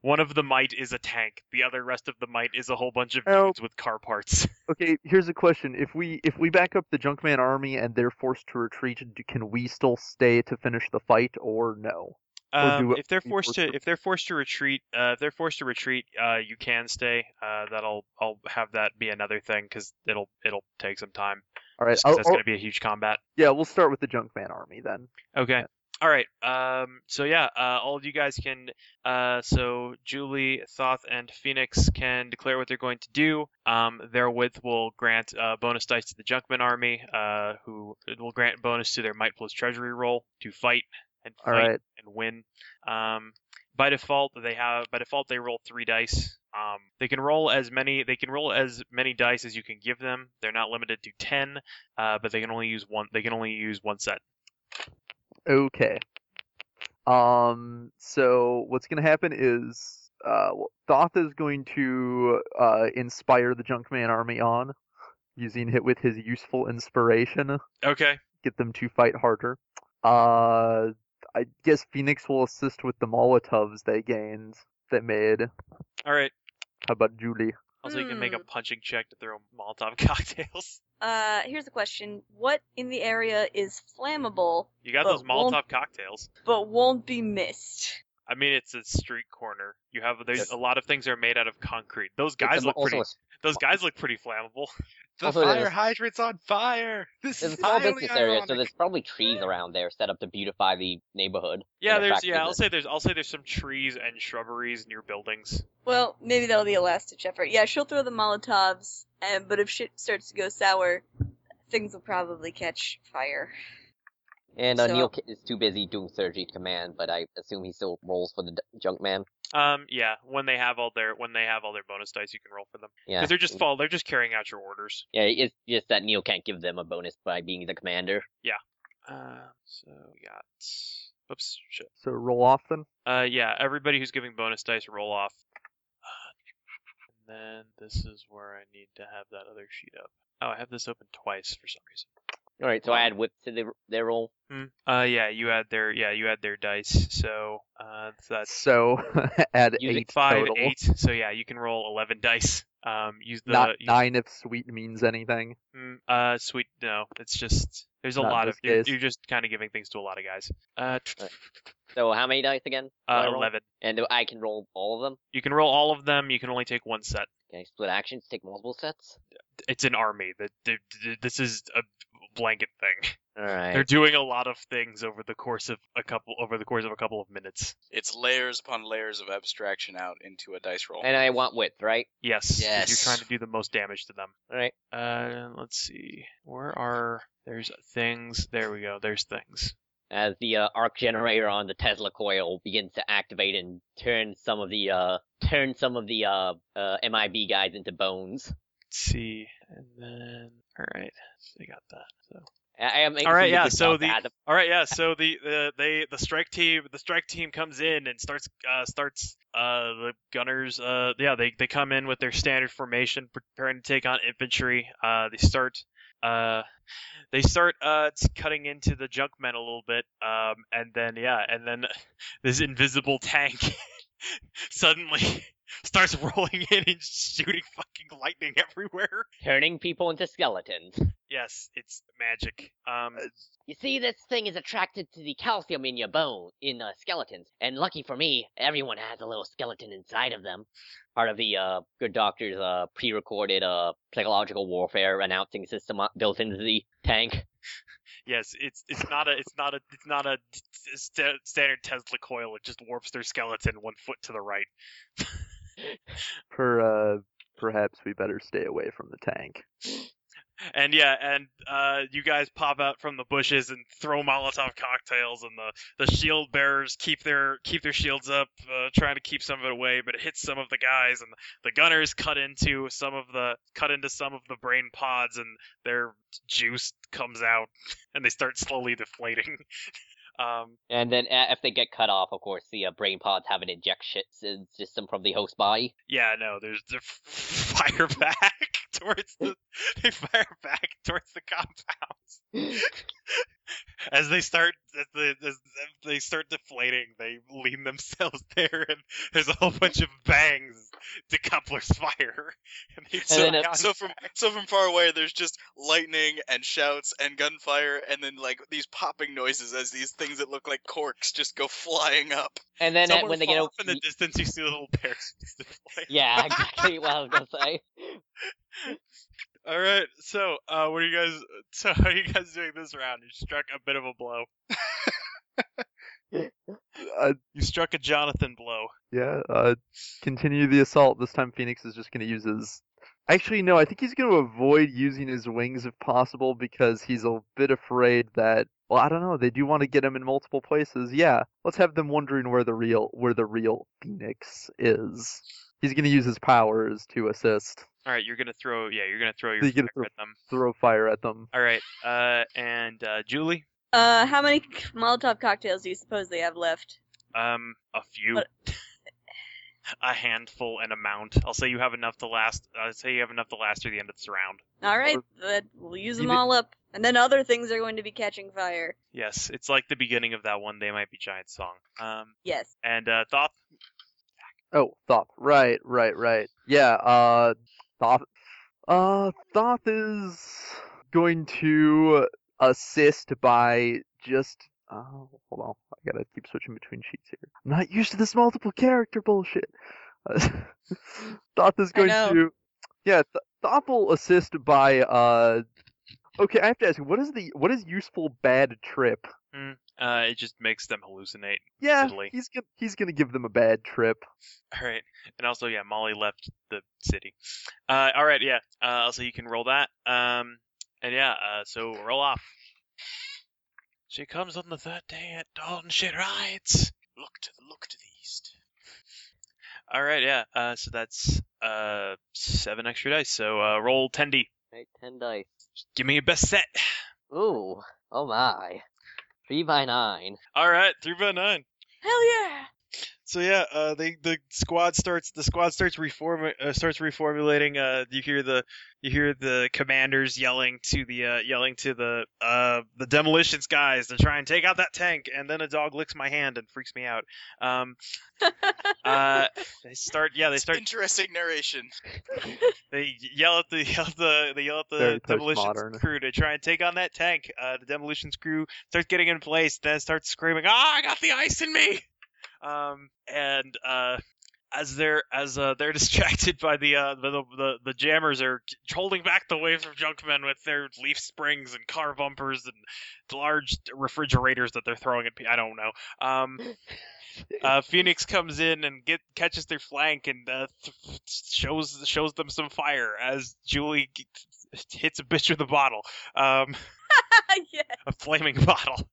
A: One of the might is a tank. The other rest of the might is a whole bunch of
D: Oh.
A: dudes with car parts. [LAUGHS]
D: Okay. Here's a question: If we if we back up the Junkman army and they're forced to retreat, d- can we still stay to finish the fight, or no? Or do
A: Um,
D: it-
A: if they're
D: be
A: forced
D: forced
A: to
D: to-
A: if they're forced to retreat, uh, if they're forced to retreat, uh, you can stay. Uh, that'll I'll have that be another thing because it'll it'll take some time.
D: All right.
A: just 'cause
D: I'll,
A: that's
D: I'll-
A: gonna be a huge combat.
D: yeah, we'll start with the Junkman army then.
A: Okay. All right. Um. So yeah. Uh. All of you guys can. Uh. So Julie, Thoth, and Phoenix can declare what they're going to do. Um. Their width will grant uh, bonus dice to the Junkman army. Uh. Who it will grant bonus to their Might plus Treasury roll to fight and
D: All
A: fight
D: right.
A: and win. Um, by default they have by default they roll three dice. Um, they can roll as many they can roll as many dice as you can give them. They're not limited to ten, uh, but they can only use one. They can only use one set.
D: Okay. Um. So what's gonna happen is, uh, well, Thoth is going to uh inspire the Junkman army on, using it with his useful inspiration,
A: Okay.
D: get them to fight harder. Uh, I guess Phoenix will assist with the Molotovs they gained that made.
A: All right.
D: How about Julie?
A: Also, you can make a
C: Hmm.
A: punching check to throw Molotov [LAUGHS] cocktails.
C: Uh, here's a question: What in the area is flammable
A: You got
E: Oh,
C: But
A: those Molotov
C: won't-
A: cocktails.
C: but won't be missed?
A: I mean, it's a street corner. You have there's
E: Yes.
A: a lot of things that are made out of concrete. Those guys
E: a-
A: look
E: also
A: pretty.
E: it's-
A: Those guys look pretty flammable.
F: The
E: [LAUGHS] Also,
F: fire
E: there's-
F: hydrant's on fire. This
E: There's a
F: is
E: small
F: highly
E: business area, so
F: ironic.
E: there's probably trees around there set up to beautify the neighborhood.
A: Yeah,
E: and
A: there's
E: attract
A: yeah. I'll
E: business.
A: say there's I'll say there's some trees and shrubberies near buildings.
C: Well, maybe that'll be a last ditch effort. Yeah, she'll throw the Molotovs, and but if shit starts to go sour, things will probably catch fire.
E: And uh,
C: so-
E: Neil Neil is too busy doing surgery to command, but I assume he still rolls for the d- junk man.
A: Um, yeah, when they have all their when they have all their bonus dice, you can roll for them
E: Yeah,
A: because they're just fall. They're just carrying out your orders.
E: Yeah, it's just that Neil can't give them a bonus by being the commander.
A: Uh, so we got. Oops, shit.
D: So roll off then.
A: Uh, yeah, everybody who's giving bonus dice roll off. Uh, and then this is where I need to have that other sheet up. Oh, I have this open twice for some reason.
E: All right, so I add whip to the, their roll.
A: Hmm. Uh, yeah, you add their yeah you add their dice. So uh, that's
D: So [LAUGHS] add
E: Use
D: eight
A: five
D: total.
A: eight. So yeah, you can roll eleven dice. Um, use the
D: Not
A: use-
D: nine if sweet means anything.
A: Mm, uh, sweet. No, it's just there's a
D: Not in
A: lot of
D: this
A: you're,
D: case.
A: you're just kind of giving things to a lot of guys. Uh, t-
E: Right. So how many dice again? do I
A: uh
E: roll?
A: eleven.
E: And I can roll all of them.
A: You can roll all of them. You can only take one set.
E: Can I split actions? Take multiple sets?
A: It's an army. The, the, the- this is a blanket thing.
E: All right.
A: They're doing a lot of things over the course of a couple over the course of a couple of minutes.
B: It's layers upon layers of abstraction out into a dice roll.
E: And I want width, right?
A: Yes. 'cause You're
B: Yes.
A: trying to do the most damage to them.
E: All right.
A: Uh, let's see. Where are there's things? There we go. There's things.
E: As the uh, arc generator on the Tesla coil begins to activate and turn some of the uh turn some of the uh, uh MIB guys into bones.
A: Let's see. And then all right, they got that. So
E: I, I am
A: All right,
E: making
A: yeah,
E: good
A: so
E: thought to
A: the-
E: add them.
A: All right, yeah. So the, the they the strike team the strike team comes in and starts uh, starts uh, the gunners uh, yeah they, they come in with their standard formation preparing to take on infantry uh, they start uh, they start uh, t- cutting into the junk men a little bit um, and then yeah and then this invisible tank [LAUGHS] suddenly [LAUGHS] starts rolling in and [LAUGHS] shooting fucking lightning [LAUGHS] everywhere.
E: turning people into skeletons. Uh,
A: Yes, it's magic. Um,
E: You see, this thing is attracted to the calcium in your bone, in uh, skeletons. And lucky for me, everyone has a little skeleton inside of them. Part of the uh, good doctor's uh, pre-recorded uh, psychological warfare announcing system uh, built into the tank.
A: Yes, it's it's not a it's not a it's not a t- t- sta- standard Tesla coil. It just warps their skeleton one foot to the right.
D: Per uh, perhaps we better stay away from the tank.
A: And yeah, and uh, you guys pop out from the bushes and throw Molotov cocktails, and the, the shield bearers keep their keep their shields up, uh, trying to keep some of it away, but it hits some of the guys, and the gunners cut into some of the cut into some of the brain pods, and their juice comes out, [LAUGHS] and they start slowly deflating. [LAUGHS] um,
E: And then uh, if they get cut off, of course, the uh, brain pods have an ejection sy- system from the host body.
A: Yeah, no, there's they [LAUGHS] fire back [LAUGHS] towards the they fire [LAUGHS] back towards the
E: [LAUGHS]
A: compounds. as they start as the as they start deflating, they lean themselves [LAUGHS] there and there's a whole bunch of bangs. Decouplers fire. [LAUGHS] And they
E: And then
A: fly
E: it-
A: on
B: so
A: [LAUGHS]
B: from
A: back.
B: so from far away, there's just lightning and shouts and gunfire, and then like these popping noises as these things that look like corks just go flying up.
E: And then uh,
A: Somewhere
E: when they
A: far
E: get
A: off in
E: over,
A: the distance you see little
B: [LAUGHS]
A: bears just deflate.
E: [LAUGHS] yeah, exactly what I was gonna say.
A: All right, so uh, what are you guys? So [LAUGHS] how are you guys doing this round? You struck a bit of a
E: [LAUGHS]
A: blow.
D: Uh,
A: You struck a Jonathan blow.
D: yeah. Uh, continue the assault. This time Phoenix is just going to use his Actually, no, I think he's going to avoid using his wings if possible because he's a bit afraid that. Well, I don't know. They do want to get him in multiple places. Yeah, let's have them wondering where the real where the real phoenix is. He's going to use his powers to assist,
A: All right, you're gonna throw. Yeah, Oh, you're gonna throw your
D: You're gonna throw-
A: fire at them.
D: throw fire at them.
A: All right. Uh, and uh, Julie.
C: Uh, how many Molotov cocktails do you suppose they have left?
A: Um, a few.
C: But-
A: [LAUGHS] a handful and amount. I'll say you have enough to last. I'll say you have enough to last through the end of this round.
C: All right, that we'll use
D: You
C: them
D: did-
C: all up, and then other things are going to be catching fire.
A: Yes, it's like the beginning of that one. They might be giant song. Um,
C: Yes.
A: and uh, Thoth.
D: Oh, Thoth. Right, right, right. Yeah, uh Thoth uh Thoth is going to assist by just oh hold on. I gotta keep switching between sheets here. I'm not used to this multiple
I: [LAUGHS]
D: character bullshit. Uh, Thoth is
C: I
D: going
C: know.
D: to Yeah, Th- Thoth will assist by uh Okay, I have to ask, what is the what is useful bad trip?
A: Uh, it just makes them hallucinate.
D: Yeah,
A: Diddly.
D: he's gonna he's gonna give them a bad trip. [LAUGHS]
A: All right. And also, yeah, Molly left the city. Uh, all right. Yeah. Uh, also you can roll that. Um, and yeah. Uh, so roll off. She comes on the third day at dawn. She rides.
B: Look to the look to the east.
A: All right. Yeah. Uh, so that's uh seven extra dice. So uh, roll ten d.
E: Right, ten dice.
A: Give me your best set.
E: Ooh, oh my. Three by nine.
A: All right. Three by nine.
C: Hell yeah!
A: So yeah, uh, they the squad starts the squad starts reform uh, starts reformulating. Uh, you hear the you hear the commanders yelling to the uh, yelling to the uh, the demolitions guys to try and take out that tank. And then a dog licks my hand and freaks me out. Um,
B: [LAUGHS]
A: uh, they start yeah they start
B: Interesting narration.
A: [LAUGHS] they yell at the [LAUGHS] yell at the they yell at the
D: Very
A: demolitions
D: postmodern.
A: crew to try and take on that tank. Uh, the demolitions crew starts getting in place, then starts screaming, "Ah, I got the ice in me!" Um, and uh, as they're as uh, they're [LAUGHS] distracted by the uh by the, the the jammers are holding back the wave of junkmen with their leaf springs and car bumpers and large refrigerators that they're throwing at. pe- I don't know. Um, uh, Phoenix comes in and get catches their flank and uh, th- shows shows them some fire as Julie g- hits a bitch with a bottle, um, [LAUGHS]
C: [LAUGHS] yeah.
A: a flaming bottle,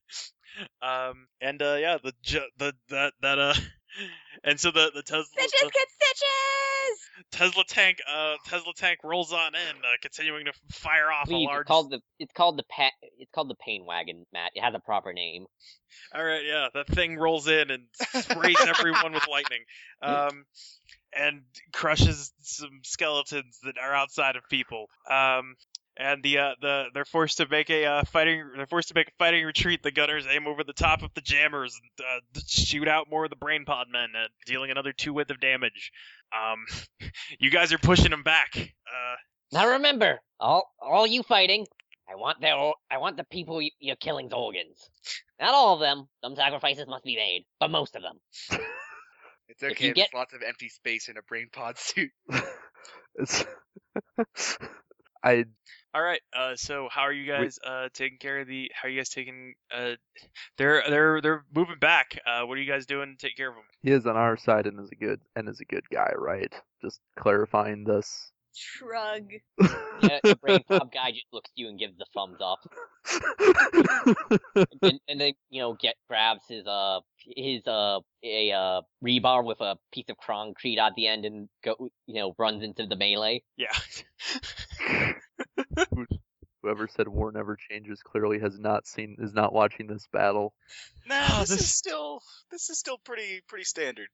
A: um, and uh, yeah, the ju- the that that uh, [LAUGHS] and so the the Tesla
C: Stitches get stitches!
A: Tesla tank uh Tesla tank rolls on in, uh, continuing to fire [LAUGHS] off
E: Please,
A: a large.
E: it's called the it's called the pa- it's called the pain wagon, Matt. It has a proper name.
A: All right, yeah, that thing rolls in and sprays everyone with lightning, um, and crushes some skeletons that are outside of people. Um, and the uh, the they're forced to make a uh, fighting they're forced to make a fighting retreat. The gunners aim over the top of the jammers and uh, shoot out more of the brain pod men, uh, dealing another two width of damage. Um, [LAUGHS] you guys are pushing them back. Uh,
E: Now remember, all all you fighting, I want their or- I want the people you, you're killing's organs. Not all of them. Some sacrifices must be made, but most of them.
F: It's
E: If you
F: okay. There's
E: get-
F: lots of empty space in a brain pod [LAUGHS] suit.
D: it's [LAUGHS] I
A: All right. Uh, so how are you guys uh taking care of the? How are you guys taking? Uh, they're they're they're moving back. Uh, what are you guys doing to take care of them?
D: he is on our side and is a good and is a good guy, right? Just clarifying this.
C: Shrug.
E: Yeah, the brain pop guy just looks at you and gives the thumbs up, and, and then you know get grabs his uh his uh a uh rebar with a piece of concrete at the end and go you know runs into the melee.
A: Yeah.
D: Whoever said war never changes clearly has not seen is not watching this battle. [LAUGHS]
B: Nah,
A: Oh,
B: this, is
A: this-
B: still this is still pretty pretty standard.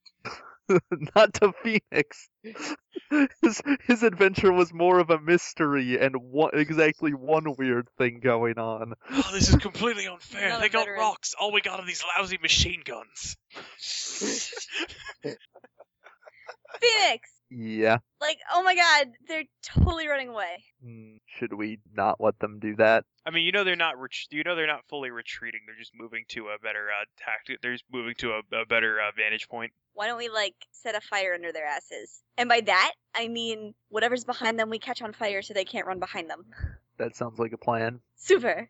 D: not to Phoenix. [LAUGHS] his his adventure was more of a mystery and one, exactly one weird thing going on.
A: oh, this is completely unfair.
C: Not a
A: they got
C: veteran.
A: rocks. All we got are these lousy machine guns.
C: [LAUGHS] Phoenix!
D: Yeah.
C: Like, oh my god, they're totally running away.
D: Hmm, Should we not let them do that?
A: I mean, you know they're not. Ret- you know they're not fully retreating. They're just moving to a better uh, tactic. They're just moving to a, a better uh, vantage point.
C: Why don't we, like, set a fire under their asses? And by that, I mean whatever's behind them, we catch on fire so they can't run behind them.
D: That sounds like a plan.
C: Super.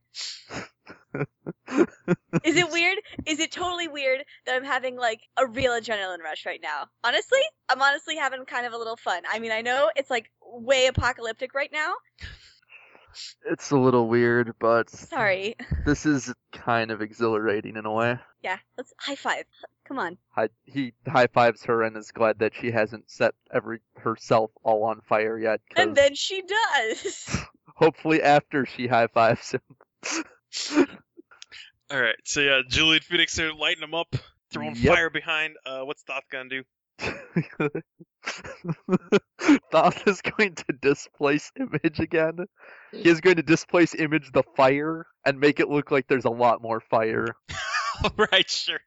C: Is it weird? Is it totally weird that I'm having like a real adrenaline rush right now? Honestly, I'm honestly having kind of a little fun. I mean, I know it's like way apocalyptic right now.
D: It's a little weird, but
C: Sorry. [LAUGHS]
D: this is kind of exhilarating in a way.
C: Yeah, let's high five. Come on.
D: Hi- he high fives her and is glad that she hasn't set every herself all on fire yet. 'cause
C: And then she does. [LAUGHS]
D: hopefully, after she high fives him,
A: [LAUGHS]
D: [LAUGHS]
A: All right, so yeah, Julie and Phoenix are lighting them up, throwing
D: Yep.
A: fire behind. Uh, what's Thoth gonna do?
D: Thoth is going to displace image again. He is going to displace image the fire and make it look like there's a lot more fire,
A: [LAUGHS] right, sure.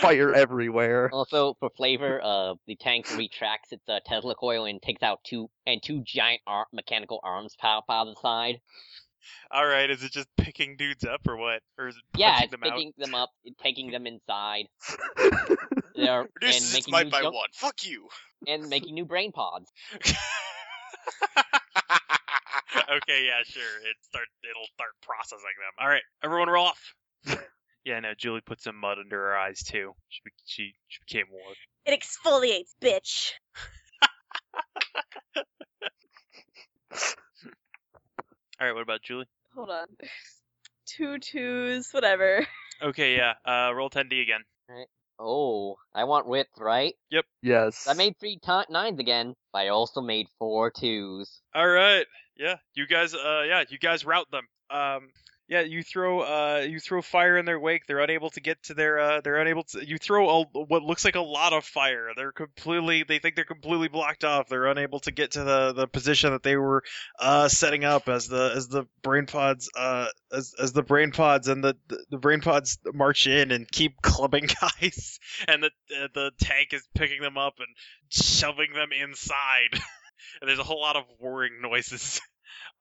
D: fire
A: [LAUGHS]
D: everywhere.
E: [LAUGHS] Also, for flavor, uh, the tank retracts its uh, Tesla coil and takes out two and two giant ar- mechanical arms pop out of the side.
A: All right, is it just picking dudes up or what? Or is it punching
E: Yeah, it's
A: them out?
E: picking them up, and taking them inside. They are- and
B: Reduces its
E: making
B: might
E: new
B: by
E: junk-
B: one. Fuck you.
E: and making new brain pods.
A: [LAUGHS] okay, yeah, sure. It start it'll start processing them. All right, everyone, roll off. [LAUGHS] yeah, no. Julie put some mud under her eyes too. She be- she she became more.
C: It exfoliates, bitch.
A: All right, what about Julie?
C: Hold on. Two twos, whatever.
A: Okay, yeah. Uh, roll 10d again.
E: Oh, I want width, right?
D: yes.
E: I made three ti nines again, but I also made four twos.
A: All right. Yeah, you guys. Uh, yeah, you guys route them. Um, yeah, you throw. Uh, you throw fire in their wake. They're unable to get to their. Uh, they're unable to. You throw a, what looks like a lot of fire. They're completely. They think they're completely blocked off. They're unable to get to the the position that they were uh setting up as the as the brain pods uh as as the brain pods and the the, the brain pods march in and keep [LAUGHS] clubbing guys and the uh, the tank is picking them up and shoving them inside and there's a whole lot of whirring noises. [LAUGHS]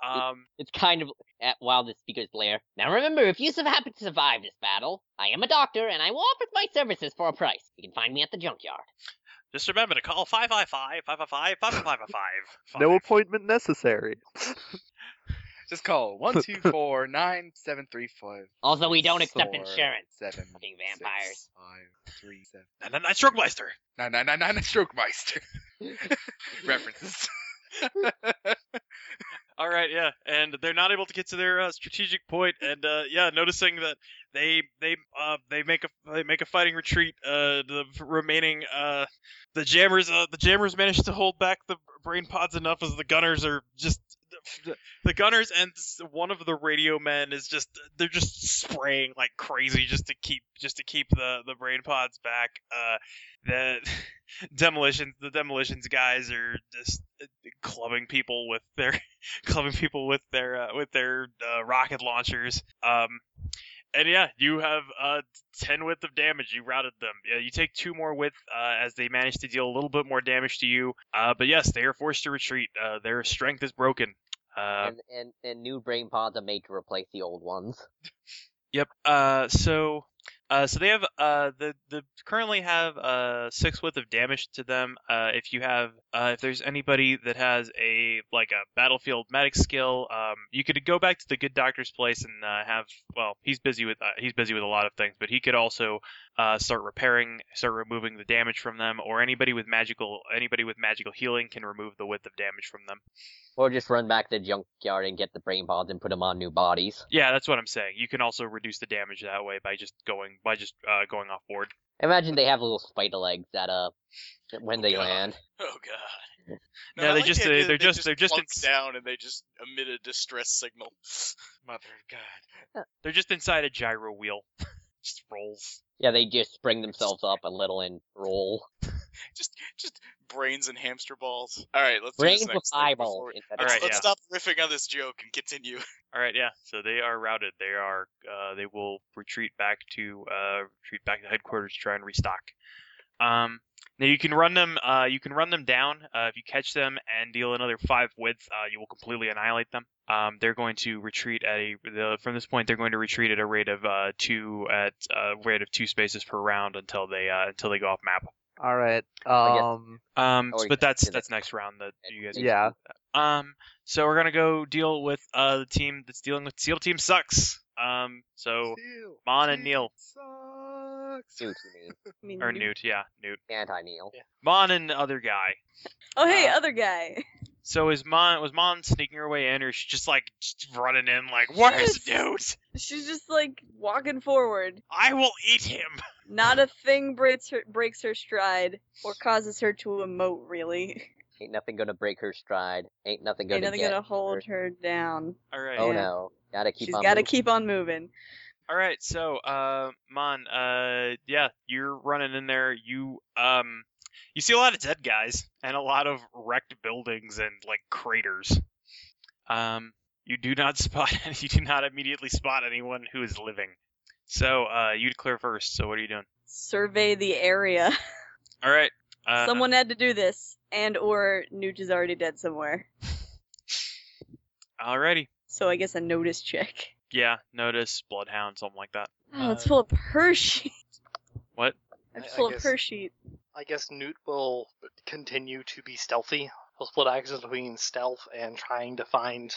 A: Um,
E: It's kind of at, while the speakers blare. Now remember, if you sur- happen to survive this battle, I am a doctor and I will offer my services for a price. You can find me at the junkyard.
A: just remember to call 555 555 555.
D: No appointment necessary.
F: Just call one
E: [LAUGHS]
F: two four nine seven three five.
E: Also, we don't accept
F: four,
E: insurance.
F: Seven.
E: Fucking vampires.
F: Six, five, three, seven.
A: And then that's Strookmeister.
F: Nine nine nine nine. Stroke
E: [LAUGHS]
F: Meister. [LAUGHS] References.
A: All right, yeah, and they're not able to get to their uh, strategic point, and uh, yeah, noticing that they they uh, they make a they make a fighting retreat. Uh, the remaining uh, the jammers uh, the jammers manage to hold back the brain pods enough as the gunners are just the gunners and s- one of the radio men is just they're just spraying like crazy just to keep just to keep the the brain pods back. Uh, the [LAUGHS] demolitions the demolitions guys are just uh, clubbing people with their [LAUGHS] clubbing people with their uh, with their uh, rocket launchers. Um, and yeah, you have uh, ten width of damage. You routed them. Yeah, you take two more width uh, as they manage to deal a little bit more damage to you. Uh, but yes, they are forced to retreat. Uh, their strength is broken. Uh,
E: and, and and new brain pods are made to replace the old ones.
A: Yep. Uh, so, uh, so they have uh, the the currently have uh six width of damage to them. Uh, if you have uh, if there's anybody that has a like a battlefield medic skill, um, you could go back to the good doctor's place and uh, have well, he's busy with uh, he's busy with a lot of things, but he could also uh, start repairing, start removing the damage from them, or anybody with magical anybody with magical healing can remove the width of damage from them.
E: Or just run back to the junkyard and get the brain pods and put them on new bodies.
A: Yeah, that's what I'm saying. You can also reduce the damage that way by just going by just uh, going off board.
E: Imagine they have little spider legs that uh when they
B: God.
E: land.
B: Oh god.
A: No,
B: I
A: they
B: the
A: just-
B: idea
A: they-
B: that
A: they're
B: they
A: just- they're just
B: plunk
A: ins-
B: down and they just emit a distress signal.
F: Mother of God.
A: They're just inside a gyro wheel. just rolls.
E: Yeah, they just spring themselves up a little and roll.
B: Just just brains and hamster balls. All right, let's do
E: Brains
B: this
E: with
B: next thing before
E: eyeballs.
B: we-
E: instead
A: All
B: Let's,
A: right,
E: of-
B: let's
A: yeah.
B: stop riffing on this joke and continue.
A: All right, yeah. So they are routed. They are. Uh, they will retreat back to uh, retreat back to headquarters to try and restock. Um, now you can run them. Uh, you can run them down. Uh, if you catch them and deal another five width, uh, you will completely annihilate them. Um, they're going to retreat at a the, from this point. They're going to retreat at a rate of uh, two at a rate of two spaces per round until they uh, until they go off map.
D: All right.
E: guess-
D: Um.
A: Um,
E: Oh, we
A: but
E: can
A: that's
E: do that.
A: that's next round that you guys.
E: Thank
D: Yeah.
A: Um, so we're gonna go deal with uh the team that's dealing with Seal Team Sucks. Um, so
F: Ew,
A: Mon and
F: Jeez,
A: Neil.
F: Sucks.
E: Newt, you
C: I [LAUGHS]
E: mean.
C: mean,
A: or
C: you-
A: Newt, yeah, Newt.
E: Anti-Neil.
A: Mon and the other guy.
C: Oh hey,
A: Uh,
C: other guy.
A: So is Mon was Mon sneaking her way in, or is she just like just running in like, "Where's Newt?
C: She's just like walking forward.
A: I will eat him."
C: Not a thing breaks her, breaks her stride or causes her to emote. Really,
E: Ain't nothing gonna break her stride. Ain't nothing gonna
C: ain't nothing
E: get
C: gonna hold
E: her.
C: her down.
A: All right.
E: Oh
C: Yeah.
E: no, gotta keep
C: She's
E: on.
C: got to
E: moving.
C: keep on moving.
A: All right, so uh, Mon, uh, yeah, you're running in there. You um, you see a lot of dead guys and a lot of wrecked buildings and like craters. Um, you do not [LAUGHS] spot. You do not immediately spot anyone who is living. So uh, you declare first. So what are you doing?
C: Survey the area.
A: All right. Uh,
C: Someone had to do this, and or Newt is already dead somewhere.
A: Alrighty.
C: So I guess a notice check.
A: Yeah. Notice bloodhound, something like that.
C: Oh, let's
G: Uh,
C: pull up her sheet.
A: What?
C: Let's
G: I
C: pull up
G: guess-
C: her sheet.
G: I guess Newt will continue to be stealthy. He'll split actions between stealth and trying to find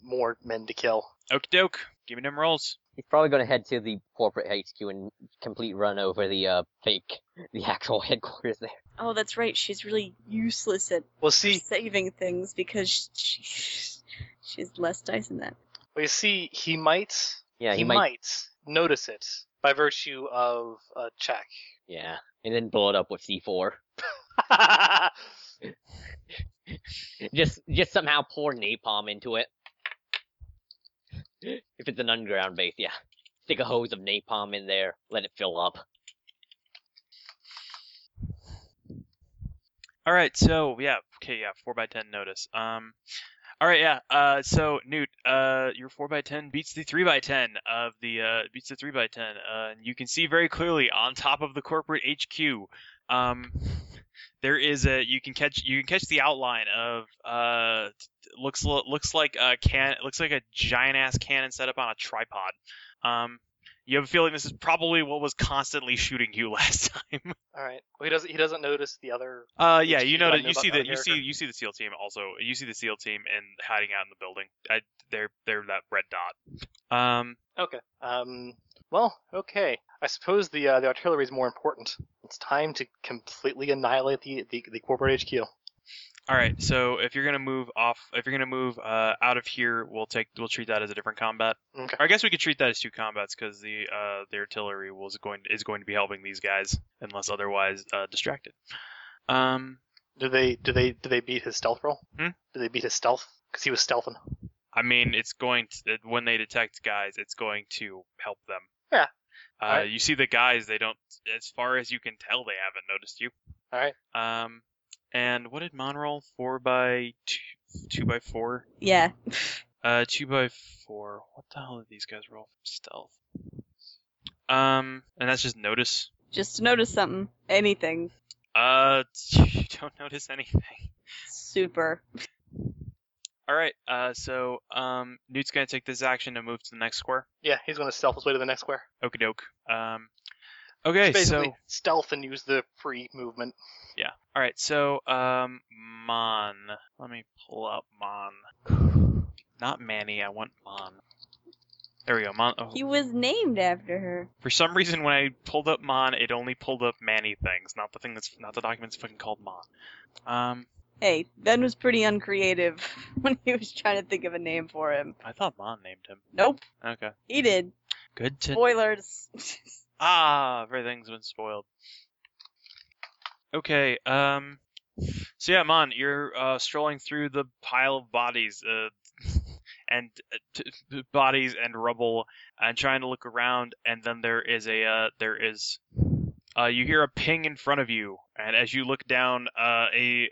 G: more men to kill.
A: Okie doke. Give me them rolls.
E: He's probably gonna head to the corporate HQ and complete run over the uh fake, the actual [LAUGHS] headquarters there.
C: [LAUGHS] Oh, that's right. She's really useless at
G: We'll see.
C: saving things because she, she has less dice than that.
G: We see he might.
E: Yeah,
G: he,
E: he,
G: might. notice it by virtue of a check.
E: Yeah, and then blow it up with C4. Just, just somehow pour napalm into it. If it's an underground base, yeah. Stick a hose of napalm in there, let it fill up.
A: All right, so yeah, okay, yeah, four by ten notice. Um, all right, yeah. Uh, so Newt, uh, your four by ten beats the three by ten of the uh beats the three by ten. Uh, and you can see very clearly on top of the corporate HQ. Um, there is a you can catch you can catch the outline of uh t- looks lo- looks like a can looks like a giant ass cannon set up on a tripod. Um, you have a feeling this is probably what was constantly shooting you [LAUGHS] last time.
G: All right. Well, he doesn't. He doesn't notice the other.
A: Uh,
G: Which
A: yeah, you
G: you
A: know
G: don't
A: that
G: know
A: you
G: about
A: see
G: that
A: that you see
G: character.
A: you see the SEAL team also. You see the SEAL team and hiding out in the building. I, they're they're that red dot. Um,
G: Okay. Um. Well. Okay. I suppose the uh, the artillery is more important. It's time to completely annihilate the the, the corporate HQ.
A: all right. So if you're gonna move off, if you're gonna move uh out of here, we'll take we'll treat that as a different combat.
G: Okay.
A: Or I guess we could treat that as two combats because the uh the artillery was going is going to be helping these guys unless otherwise uh, distracted. Um,
G: Do they do they do they beat his stealth roll?
A: Hmm?
G: Do they beat his stealth? Because he was stealthing.
A: I mean, it's going to when they detect guys, it's going to help them.
G: Yeah.
A: Uh,
G: Alright.
A: You see the guys; they don't, as far as you can tell, they haven't noticed you.
G: All right.
A: Um, and what did Mon roll? Four by two, two by four.
C: Yeah.
A: Uh, two by four. What the hell did these guys roll? for Stealth. Um, and that's just notice.
C: Just notice something. Anything.
A: Uh, [LAUGHS] you don't notice anything.
C: Super.
A: All right. Uh, so um, Newt's gonna take this action to move to the next square.
G: Yeah. He's going to stealth his way to the next square.
A: Okie doke. Um, okay.
G: Basically,
A: So
G: stealth and use the free movement.
A: Yeah. All right. So, um, Mon. Let me pull up Mon. [SIGHS] Not Manny. I want Mon. There we go. Mon. Oh.
C: He was named after her.
A: For some reason, when I pulled up Mon, it only pulled up Manny things, not the thing that's not the document that's fucking called Mon. Um,
C: Hey, Ben was pretty uncreative [LAUGHS] when he was trying to think of a name for him.
A: I thought Mon named him.
C: Nope,
A: Okay.
C: he did.
A: Good to.
C: Spoilers.
A: Ah, everything's been spoiled. Okay, um so yeah, Mon, you're uh strolling through the pile of bodies uh [LAUGHS] and uh, t- t- bodies and rubble and trying to look around and then there is a uh there is uh you hear a ping in front of you and as you look down uh a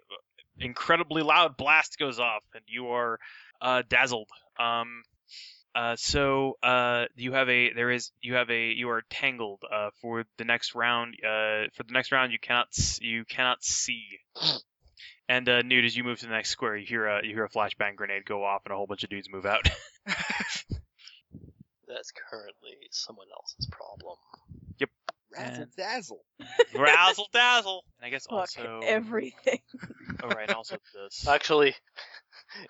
A: incredibly loud blast goes off and you are uh dazzled. Um uh, so uh, you have a there is you have a you are tangled uh, for the next round. Uh, for the next round, you cannot s- you cannot see. And uh, Newt, as you move to the next square, you hear a you hear a flashbang grenade go off, and a whole bunch of dudes move out. [LAUGHS]
G: That's currently someone else's problem.
F: Razzle dazzle.
A: [LAUGHS] Razzle dazzle. And I guess
C: Fuck
A: also
C: everything.
A: oh right, and also this.
G: Actually, [LAUGHS]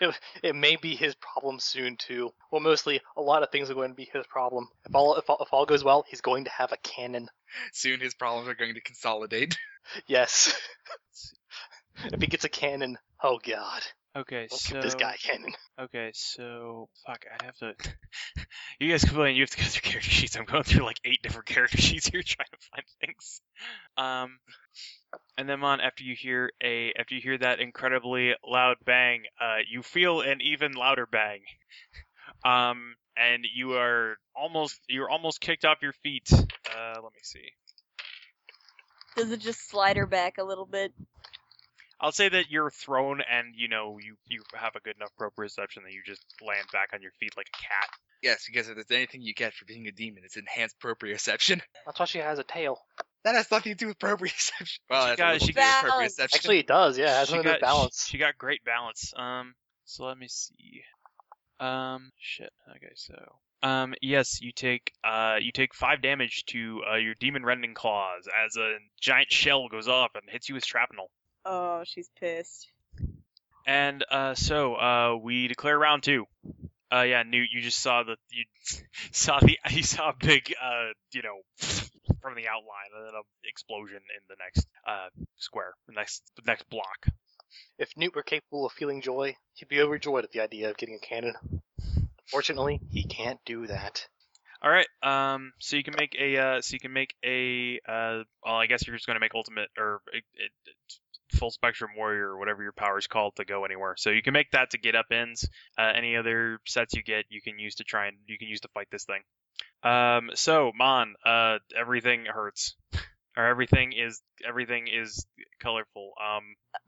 G: It, it may be his problem soon too. Well, mostly a lot of things are going to be his problem. If all if all, if all goes well, he's going to have a cannon.
F: Soon his problems are going to consolidate. [LAUGHS]
G: Yes. if he gets a cannon, oh god,
A: Okay,
G: Don't
A: so
G: give this guy a [LAUGHS] cannon.
A: okay, so fuck, I have to. [LAUGHS] you guys complain. You have to go through character sheets. I'm going through like eight different [LAUGHS] character sheets here trying to find things. Um, and then Mon, after you hear a after you hear that incredibly loud bang, uh, you feel an even louder bang. [LAUGHS] Um, and you are almost you're almost kicked off your feet. Uh, let me see.
C: Does it just slide her back a little bit?
A: I'll say that you're thrown, and you know you you have a good enough proprioception that you just land back on your feet like a cat.
F: yes, because if there's anything you get for being a demon, it's enhanced proprioception. [LAUGHS]
G: That's why she has a tail.
F: That has nothing to do with [LAUGHS] proprioception. Well,
A: She
F: that's
A: got-
F: a little
A: she
F: bit of
C: got-
F: proprioception.
G: Actually, it does. Yeah, it has
A: she
G: something to do
A: got
G: with balance.
A: She, she got great balance. Um, so let me see. Um, shit. Okay, so um, yes, you take uh, you take five damage to uh, your demon rending claws as a giant shell goes off and hits you with shrapnel.
C: Oh, she's pissed.
A: And uh, so uh, we declare round two. Uh, yeah, Newt, you just saw the you [LAUGHS] saw the [LAUGHS] you saw a big uh, you know from the outline and then a explosion in the next uh square, the next the next block.
G: If Newt were capable of feeling joy, he'd be overjoyed at the idea of getting a cannon. Fortunately, he can't do that.
A: All right. Um. So you can make a. Uh, so you can make a. Uh. Well, I guess you're just going to make ultimate or uh, uh, full spectrum warrior or whatever your power is called to go anywhere. So you can make that to get up ends. Uh, any other sets you get, you can use to try and you can use to fight this thing. Um. So Mon. Uh. Everything hurts. [LAUGHS] Or everything is everything is colorful. Um.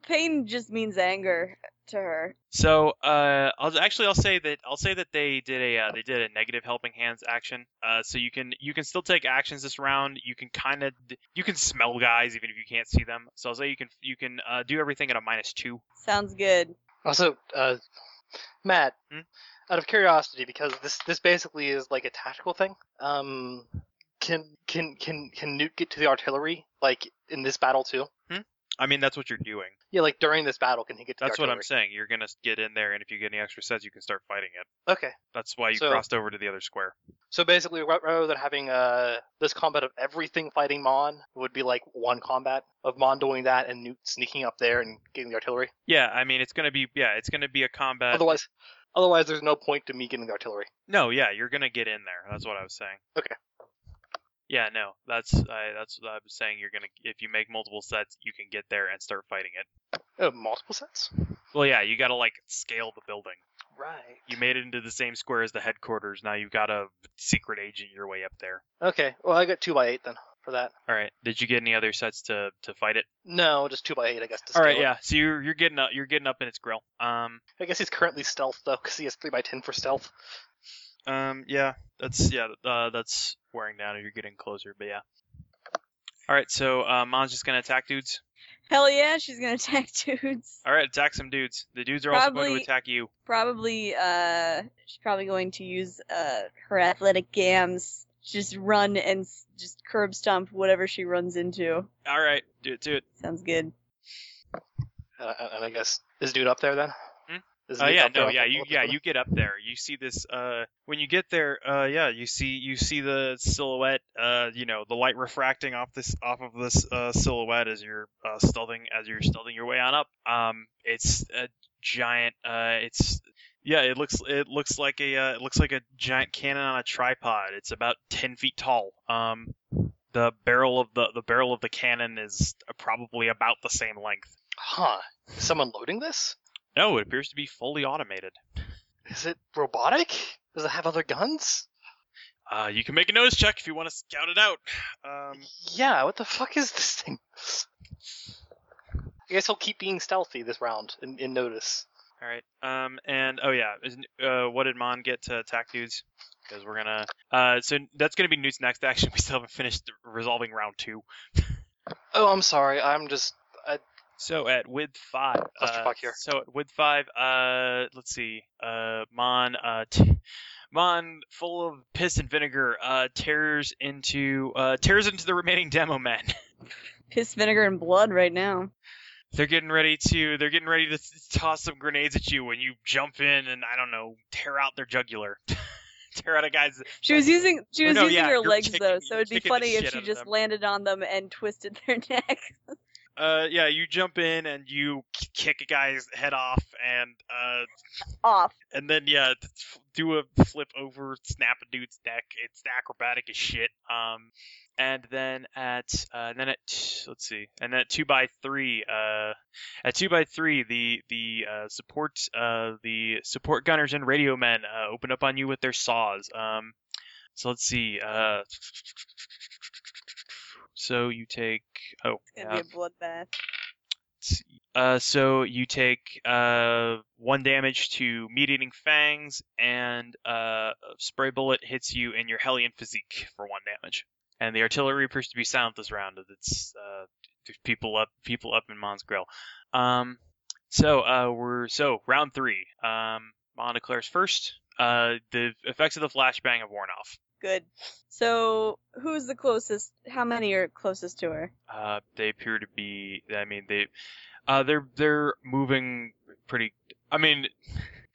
C: Pain just means anger to her.
A: So, uh, I'll actually I'll say that I'll say that they did a uh, they did a negative helping hands action. Uh, so you can you can still take actions this round. You can kind of you can smell guys even if you can't see them. So I'll say you can you can uh, do everything at a minus two.
C: Sounds good.
G: Also, uh, Matt,
A: Hmm?
G: out of curiosity, because this this basically is like a tactical thing. Um, can can can can Newt get to the artillery like in this battle too?
A: I mean that's what you're doing.
G: Yeah, like during this battle, can he get to
A: That's
G: the
A: what
G: artillery?
A: I'm saying. You're gonna get in there, and if you get any extra sets, you can start fighting it.
G: I'm. Okay,
A: That's why you
G: So-
A: crossed over to the other square.
G: so basically, ra- rather than having uh this combat of everything fighting Mon, it would be like one combat of Mon doing that and Newt sneaking up there and getting the artillery.
A: Yeah, I mean it's gonna be yeah it's gonna be a combat.
G: otherwise, otherwise, there's no point to me getting the artillery.
A: No, yeah, you're gonna get in there. That's what I was saying.
G: Okay.
A: Yeah, no, that's I that's what I was saying. You're gonna if you make multiple sets, you can get there and start fighting it.
G: Oh, multiple sets.
A: Well, yeah, you gotta like scale the building.
G: Right.
A: You made it into the same square as the headquarters. Now you've got a secret agent your way up there.
G: Okay. Well, I got two by eight then for that.
A: All right. Did you get any other sets to to fight it?
G: No, just two by eight, I guess. To
A: All right.
G: scale it.
A: Yeah. So you're you're getting up you're getting up in its grill. Um.
G: I guess he's currently stealth though, because he has three by ten for stealth.
A: Um. Yeah. That's yeah. Uh, that's wearing down. You're getting closer. But yeah. All right. So uh, Mon's just gonna attack dudes.
C: Hell yeah, she's gonna [LAUGHS] attack dudes.
A: All right, attack some dudes. The dudes are also going
C: Probably-
A: to attack you.
C: Probably, uh, she's probably going to use uh her athletic gams. Just run and s- just curb stomp whatever she runs into.
A: All right, do it, do it.
C: Sounds good.
G: And I, and I guess is dude up there then?
A: Hmm?
G: Is
A: Oh
G: Newt
A: yeah,
G: up there
A: no,
G: on
A: yeah,
G: top
A: you
G: of the
A: yeah
G: building?
A: you get up there. You see this. Uh, when you get there, uh, yeah, you see you see the silhouette. Uh, you know the light refracting off this off of this uh silhouette as you're uh stealthing as you're stealthing your way on up. Um, it's a giant. Uh, it's yeah, it looks it looks like a uh, it looks like a giant cannon on a tripod. It's about ten feet tall. Um. The barrel of the the barrel of the cannon is probably about the same length.
G: Huh? Is someone loading this?
A: No, it appears to be fully automated.
G: Is it robotic? Does it have other guns?
A: Uh, you can make a notice check if you want to scout it out. Um,
G: Yeah. What the fuck is this thing? I guess he'll keep being stealthy this round in, in notice.
A: all right. Um, and oh yeah, is, uh, what did Mon get to attack dudes? Because we're gonna. Uh, so that's gonna be Newt's next [LAUGHS] action. We still haven't finished resolving round two.
G: Oh, I'm sorry. I'm just
A: So at with five. Uh,
G: Clusterfuck here.
A: so at with five. Uh, let's see. Uh, Mon. Uh, t- Mon, full of piss and vinegar, uh, tears into uh, tears into the remaining demo men.
C: Piss, vinegar, and blood right now.
A: they're getting ready to they're getting ready to th- toss some grenades at you when you jump in and I don't know tear out their jugular, [LAUGHS] tear out a guy's.
C: She was using she
A: Or
C: was
A: Oh, no,
C: using
A: yeah,
C: her
A: you're
C: legs
A: kicking-
C: though, so
A: you're
C: it'd be
A: kicking the
C: funny
A: shit
C: if she
A: out of
C: just
A: them.
C: landed on them and twisted their [LAUGHS] neck.
A: Uh, yeah, you jump in and you k- kick a guy's head off and uh
C: Off.
A: and then yeah, t- f- do a flip over, snap a dude's neck. It's acrobatic as shit. Um, and then at uh, and then at let's see, and then at two by three, uh, at two by three, the the uh, support uh the support gunners and radio men uh, open up on you with their saws. Um, so let's see. Uh, so you take oh
C: It's
A: yeah.
C: gonna be a bloodbath.
A: Uh, so you take uh one damage to meat eating fangs, and uh a spray bullet hits you in your Hellion physique for one damage. And the artillery appears to be silent this round. as It's uh there's people up people up in Mons Grill. Um, so uh we're so round three. Um, Mon declares first. Uh, the effects of the flashbang have worn off.
C: Good. So who's the closest? How many are closest to her?
A: Uh, they appear to be. I mean, they, uh, they're they're moving pretty. I mean,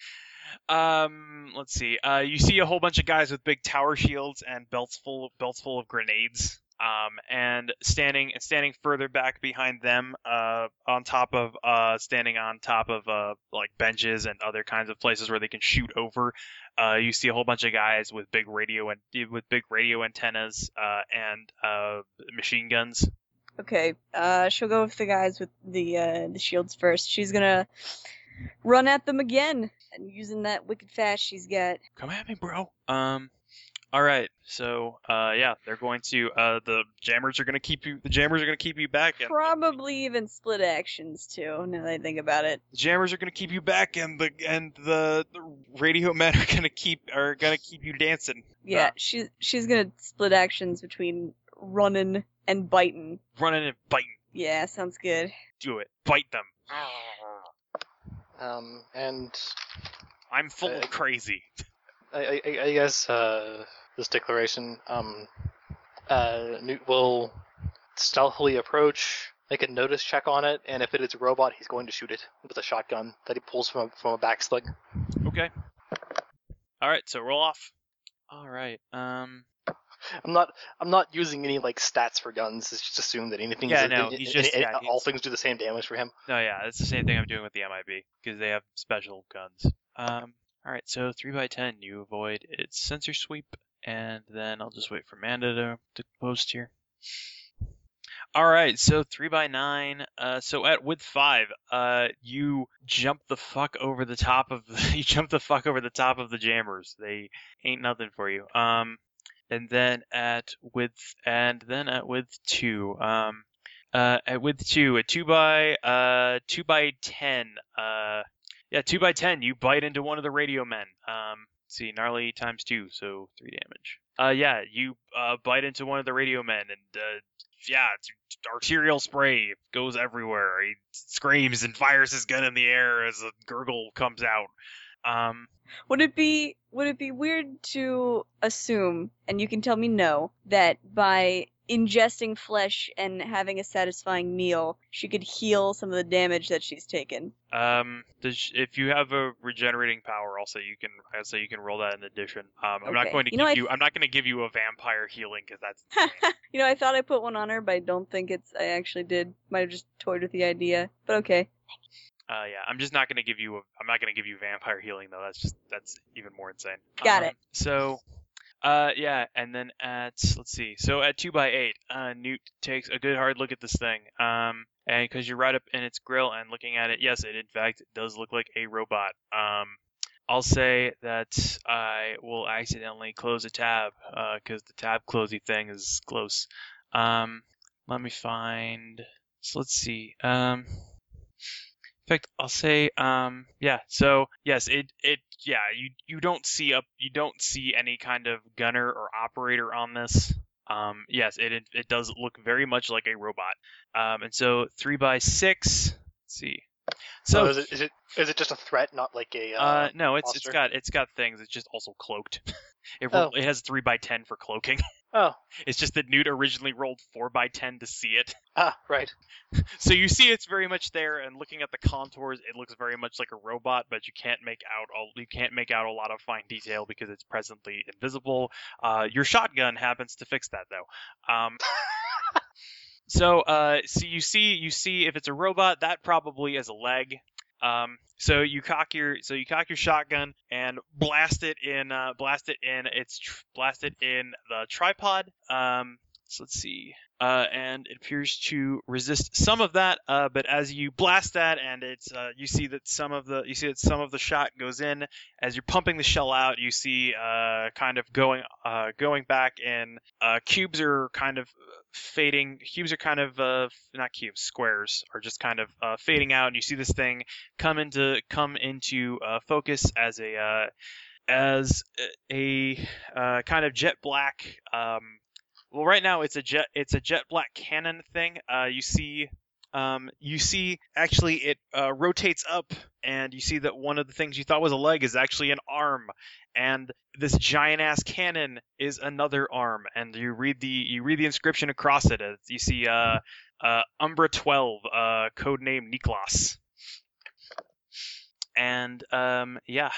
A: [LAUGHS] um, let's see. Uh, you see a whole bunch of guys with big tower shields and belts full belts full of grenades. Um, and standing and standing further back behind them, uh, on top of uh, standing on top of uh, like benches and other kinds of places where they can shoot over. Uh, you see a whole bunch of guys with big radio and with big radio antennas, uh, and uh, machine guns.
C: Okay. Uh, she'll go with the guys with the uh the shields first. She's gonna run at them again and using that wicked fast she's got.
A: come at me, bro. Um, all right. So, uh, yeah, they're going to uh, the jammers are going to keep you. The jammers are going to keep you back, and
C: Probably even split actions too. Now that I think about it.
A: the jammers are going to keep you back, and the and the, the radio [LAUGHS] men are going to keep are going to keep you dancing.
C: Yeah,
A: Uh,
C: she she's gonna split actions between running and biting.
A: running and biting.
C: Yeah, sounds good.
A: Do it. Bite them.
G: Um, and
A: I'm full of crazy.
G: I, I, I guess uh, this declaration, um, uh, Newt will stealthily approach, make a notice check on it, and if it is a robot, he's going to shoot it with a shotgun that he pulls from a, from a back slug.
A: Okay. All right. So roll off. All right. Um.
G: I'm not I'm not using any like stats for guns. It's just assumed that anything.
A: Yeah,
G: is,
A: no,
G: any-
A: he's just-
G: any-
A: yeah,
G: all
A: he's-
G: things do the same damage for him.
A: No, yeah, it's the same thing I'm doing with the MIB because they have special guns. Um, all right, so three by ten, you avoid its sensor sweep, and then I'll just wait for Manda to, to post here. All right, so three by nine. Uh, so at with five, uh, you jump the fuck over the top of you jump the [LAUGHS] fuck over the top of the jammers. They ain't nothing for you. Um, and then at with and then at with two. Um, uh, at- with two, a two by uh two by ten. Uh, yeah, two by ten. You bite into one of the radio men. Um, let's see, gnarly times two, so three damage. Uh, yeah, you uh bite into one of the radio men, and uh, yeah, it's arterial spray It goes everywhere. He screams and fires his gun in the air as a gurgle comes out. Um,
C: Would it be would it be weird to assume, and you can tell me no, that by ingesting flesh and having a satisfying meal, she could heal some of the damage that she's taken?
A: Um, does, if you have a regenerating power, also you can also you can roll that in addition. Um, I'm not
C: Okay.
A: going to
C: You know,
A: give
C: I-
A: you I'm not going to give you a vampire healing because that's
C: You know, I thought I put one on her, but I don't think it's I actually did. Might have just toyed with the idea. But okay.
A: uh yeah I'm just not going to give you a, I'm not going to give you vampire healing though. That's just that's even more insane. Um,
C: Got it.
A: So, uh yeah, and then at let's see, so at two by eight, uh Newt takes a good hard look at this thing. Um, and because you're right up in its grill and looking at it, yes, it in fact does look like a robot. Um, I'll say that I will accidentally close a tab because the tab closey thing is close. Um, let me find. So let's see. Um, in fact, I'll say. Um, yeah. So yes, it it yeah. You you don't see up. You don't see any kind of gunner or operator on this. Um, yes, it it, it does look very much like a robot. Um, and so three by six. Let's see.
G: So
A: So
G: Oh, is it is it is it just a threat, not like a? Uh,
A: uh, no, it's it's
G: monster.
A: got it's got things. It's just also cloaked. [LAUGHS] it
G: Oh.
A: it has three by ten for cloaking. [LAUGHS]
G: Oh,
A: It's just that Newt originally rolled 4 by 10 to see it. [LAUGHS]
G: ah, right.
A: So you see it's very much there, and looking at the contours, it looks very much like a robot, but you can't make out all you can't make out a lot of fine detail because it's presently invisible. Uh, your shotgun happens to fix that though.
G: [LAUGHS]
A: Um, so uh, so you see you see if it's a robot, that probably is a leg. Um, so you cock your so you cock your shotgun and blast it in uh, blast it in its tr- blast it in the tripod. Um, so let's see uh, and it appears to resist some of that. Uh, but as you blast that, and it's uh, you see that some of the you see that some of the shot goes in. As you're pumping the shell out, you see uh, kind of going uh, going back in. Uh, cubes are kind of uh, fading. Cubes are kind of uh, not cubes. Squares are just kind of uh, fading out, and you see this thing come into come into uh, focus as a uh, as a uh, kind of jet black um, well, right now it's a jet. It's a jet black cannon thing. Uh, you see, um, you see. Actually, it uh, rotates up, and you see that one of the things you thought was a leg is actually an arm, and this giant ass cannon is another arm. And you read the you read the inscription across it. Uh, You see, uh, uh, Umbra Twelve, uh, code name Niklas. And um, yeah.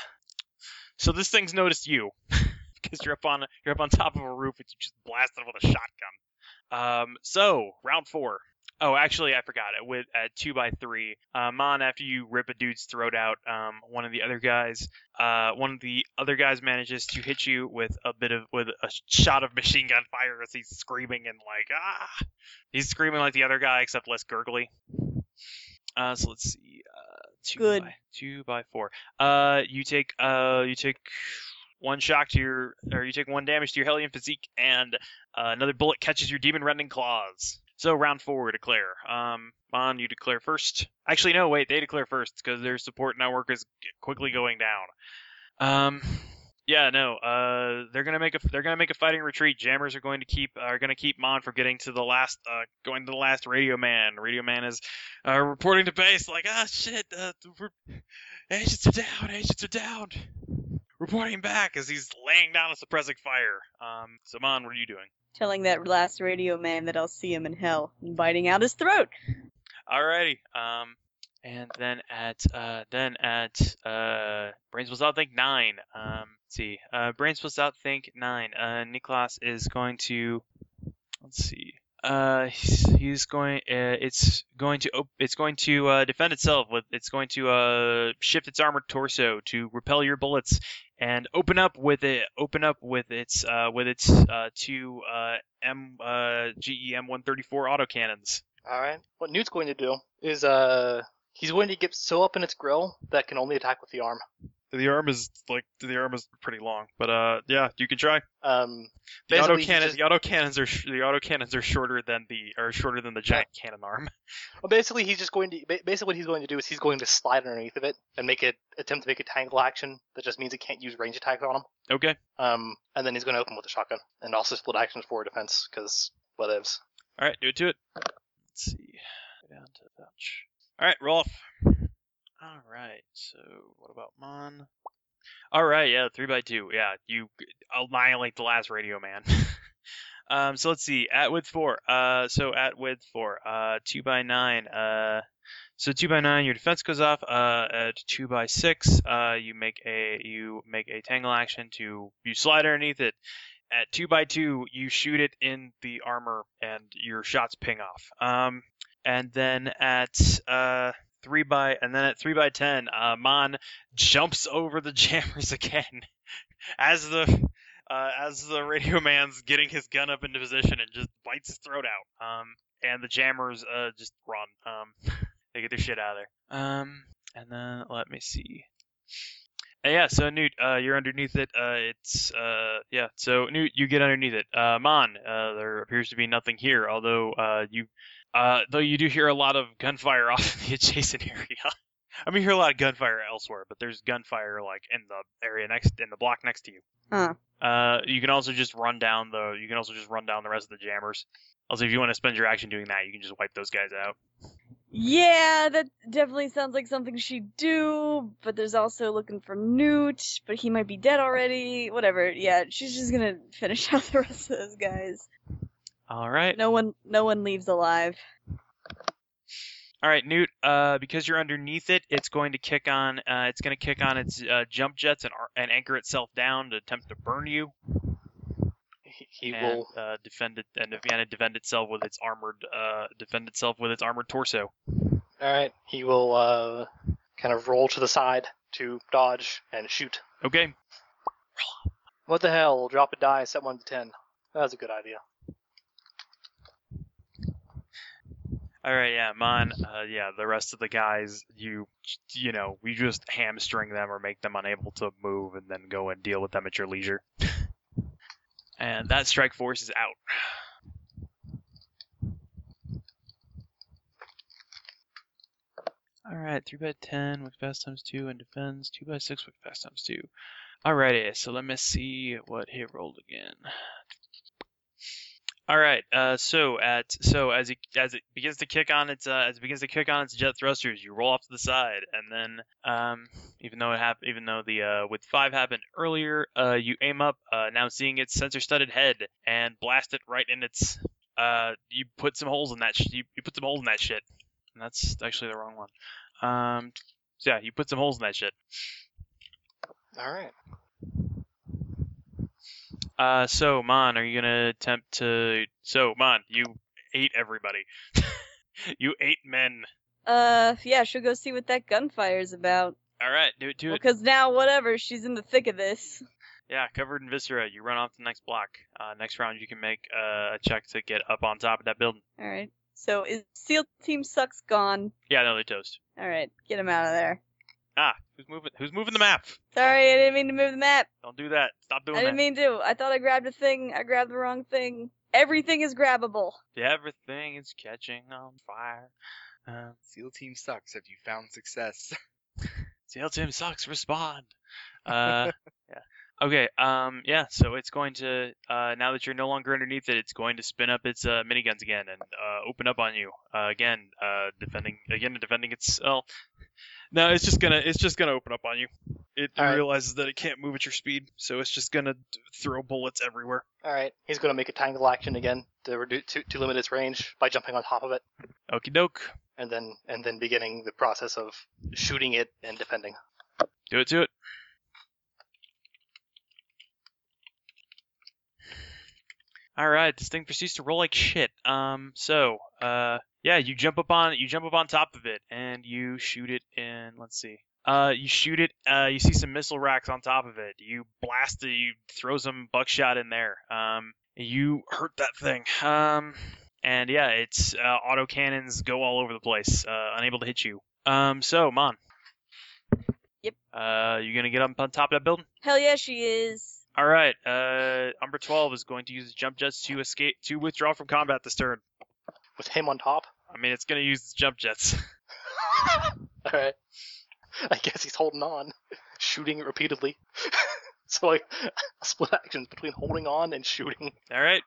A: So this thing's noticed you [LAUGHS] because you're up on you're up on top of a roof and you just blast it with a shotgun. Um, so round four. Oh, actually, I forgot. It with at two by three, uh, Mon. After you rip a dude's throat out, um, one of the other guys, uh, one of the other guys manages to hit you with a bit of with a shot of machine gun fire as he's screaming and like ah, he's screaming like the other guy except less gurgly. Uh, so let's see. Uh, two
C: Good.
A: by two by four. Uh, you take uh you take one shock to your, or you take one damage to your Hellion physique, and uh, another bullet catches your demon rending claws. So round four, declare. Um, Mon, you declare first. Actually, no, wait, they declare first because their support network is quickly going down. Um, yeah, no, uh, they're gonna make a they're gonna make a fighting retreat. Jammers are going to keep are gonna keep Mon from getting to the last uh going to the last Radio Man. Radio Man is uh, reporting to base like ah shit, uh, we're- agents are down, agents are down reporting back as he's laying down a suppressing fire. Um, Saman, what are you doing?
C: Telling that last radio man that I'll see him in hell and biting out his throat.
A: Alrighty. Um, and then at uh, then at uh, brains was out think nine. Um, let's see, uh, brains was out think nine. Uh, Niklas is going to, let's see. Uh, he's, he's going. Uh, it's going to. Op- it's going to uh, defend itself with. It's going to uh, shift its armored torso to repel your bullets and open up with it. Open up with its. Uh, with its uh, two uh, M uh, GEM 134 autocannons.
G: All right. What Newt's going to do is uh, he's going to get so up in its grill that it can only attack with the arm.
A: The arm is like the arm is pretty long, but uh, yeah, you can try.
G: Um,
A: The
G: Basically,
A: auto
G: he's
A: cannon,
G: just-
A: the auto cannons are sh- the auto cannons are shorter than the are shorter than the giant cannon arm. [LAUGHS]
G: well, basically he's just going to ba- basically what he's going to do is he's going to slide underneath of it and make it attempt to make a tangle action that just means it can't use range attacks on him.
A: Okay,
G: Um, and then he's going to open with a shotgun and also split actions for defense because what ifs.
A: all right, do it to it. Let's see, Go down to touch. All right, roll off. All right, so what about Mon? All right, yeah, three by two. Yeah, you annihilate the last radio man. [LAUGHS] um, so let's see, at width four. Uh, so at width four. Uh, two by nine. Uh, so two by nine, your defense goes off. Uh, at two by six, uh, you make a you make a tangle action to you slide underneath it. At two by two, you shoot it in the armor, and your shots ping off. Um, and then at uh three by and then at three by ten, uh, Mon jumps over the [LAUGHS] jammers again [LAUGHS] as the uh, as the radio man's getting his gun up into position and just bites his throat out. Um, and the jammers uh, just run. Um, [LAUGHS] they get their shit out of there. Um, and then let me see. Uh, yeah, so Newt, uh, you're underneath it. Uh, it's uh, yeah. So Newt, you get underneath it. Uh, Mon, uh, there appears to be nothing here, although uh, you uh, though you do hear a lot of gunfire [LAUGHS] off in the adjacent area. [LAUGHS] I mean, you hear a lot of gunfire elsewhere, but there's gunfire like in the area next, in the block next to you.
C: Huh.
A: Uh, you can also just run down the. You can also just run down the rest of the jammers. Also, if you want to spend your action doing that, you can just wipe those guys out.
C: Yeah, that definitely sounds like something she'd do, but there's also looking for Newt, but he might be dead already. Whatever. Yeah, she's just gonna [LAUGHS] finish out the rest of those guys.
A: All right.
C: No one no one leaves alive.
A: All right, Newt. Uh, because you're underneath it, it's going to kick on. Uh, it's going to kick on its uh, jump jets and, ar- and anchor itself down to attempt to burn you.
G: He, he
A: and,
G: will.
A: uh, defend it and Vienna defend itself with its armored uh, defend itself with its armored torso.
G: All right. He will uh, kind of roll to the side to dodge and shoot.
A: Okay.
G: What the hell? We'll drop a die. Set one to ten. That was a good idea.
A: All right. Yeah, Mon. Uh, yeah, the rest of the guys, you you know, we just hamstring them or make them unable to move, and then go and deal with them at your leisure. and that strike force is out. All right, three by ten with fast times two and defends two by six with fast times two. Alrighty, so let me see what he rolled again. All right. Uh, so at so as it as it begins to kick on its uh, as it begins to kick on its jet thrusters, you roll off to the side, and then um, even though it hap- even though the uh, with five happened earlier, uh, you aim up, uh, now seeing its sensor-studded head, and blast it right in its. Uh, you put some holes in that. Sh- you, you put some holes in that shit. And that's actually the wrong one. Um, so yeah, you put some holes in that shit.
G: All right.
A: Uh, so Mon, are you gonna attempt to? So Mon, you ate everybody. [LAUGHS] you ate men.
C: Uh, yeah, she'll go see what that gunfire's about.
A: All right, do it, do it.
C: Because now, whatever, she's in the thick of this.
A: Yeah, covered in viscera. You run off to the next block. Uh, next round, you can make uh, a check to get up on top of that building.
C: All right. So is SEAL Team Sucks gone?
A: Yeah, no, they're toast.
C: All right, get him out of there.
A: Ah, who's moving? Who's moving the map?
C: Sorry, I didn't mean to move the map.
A: Don't do that. Stop doing
C: I
A: that.
C: didn't mean to. I thought I grabbed a thing. I grabbed the wrong thing. Everything is grabbable.
A: Everything is catching on fire. Um,
F: SEAL team sucks. Have you found success?
A: CL Tim sucks. Respond. Uh, yeah. Okay. Um. Yeah. So it's going to. Uh. Now that you're no longer underneath it, it's going to spin up its uh, miniguns again and uh, open up on you. Uh, again. Uh. Defending. Again. Defending its. Oh. No. It's just gonna. It's just gonna open up on you. It
G: All right.
A: realizes that it can't move at your speed, so it's just gonna d- throw bullets everywhere.
G: All right. He's going to make a tangle action again to reduce to, to limit its range by jumping on top of it,
A: Okie doke.
G: and then and then beginning the process of shooting it and defending. [LAUGHS]
A: Do it. Do it. All right, this thing proceeds to roll like shit. Um, so, uh, yeah, you jump up on you jump up on top of it and you shoot it in. Let's see. Uh, you shoot it. Uh, you see some missile racks on top of it. You blast it. You throw some buckshot in there. Um, you hurt that thing. Um, and yeah, its uh, auto cannons go all over the place, uh, unable to hit you. Um, so Mon.
C: Yep.
A: Uh, you gonna get up on top of that building?
C: Hell yeah, she is.
A: All right. Uh, Umber Twelve is going to use its jump jets to escape to withdraw from combat this turn.
G: With him on top.
A: I mean, it's gonna use its jump jets. [LAUGHS]
G: All right. I guess he's holding on, [LAUGHS] shooting it repeatedly. [LAUGHS] so I, I [LAUGHS] split actions between holding on and shooting.
A: All right.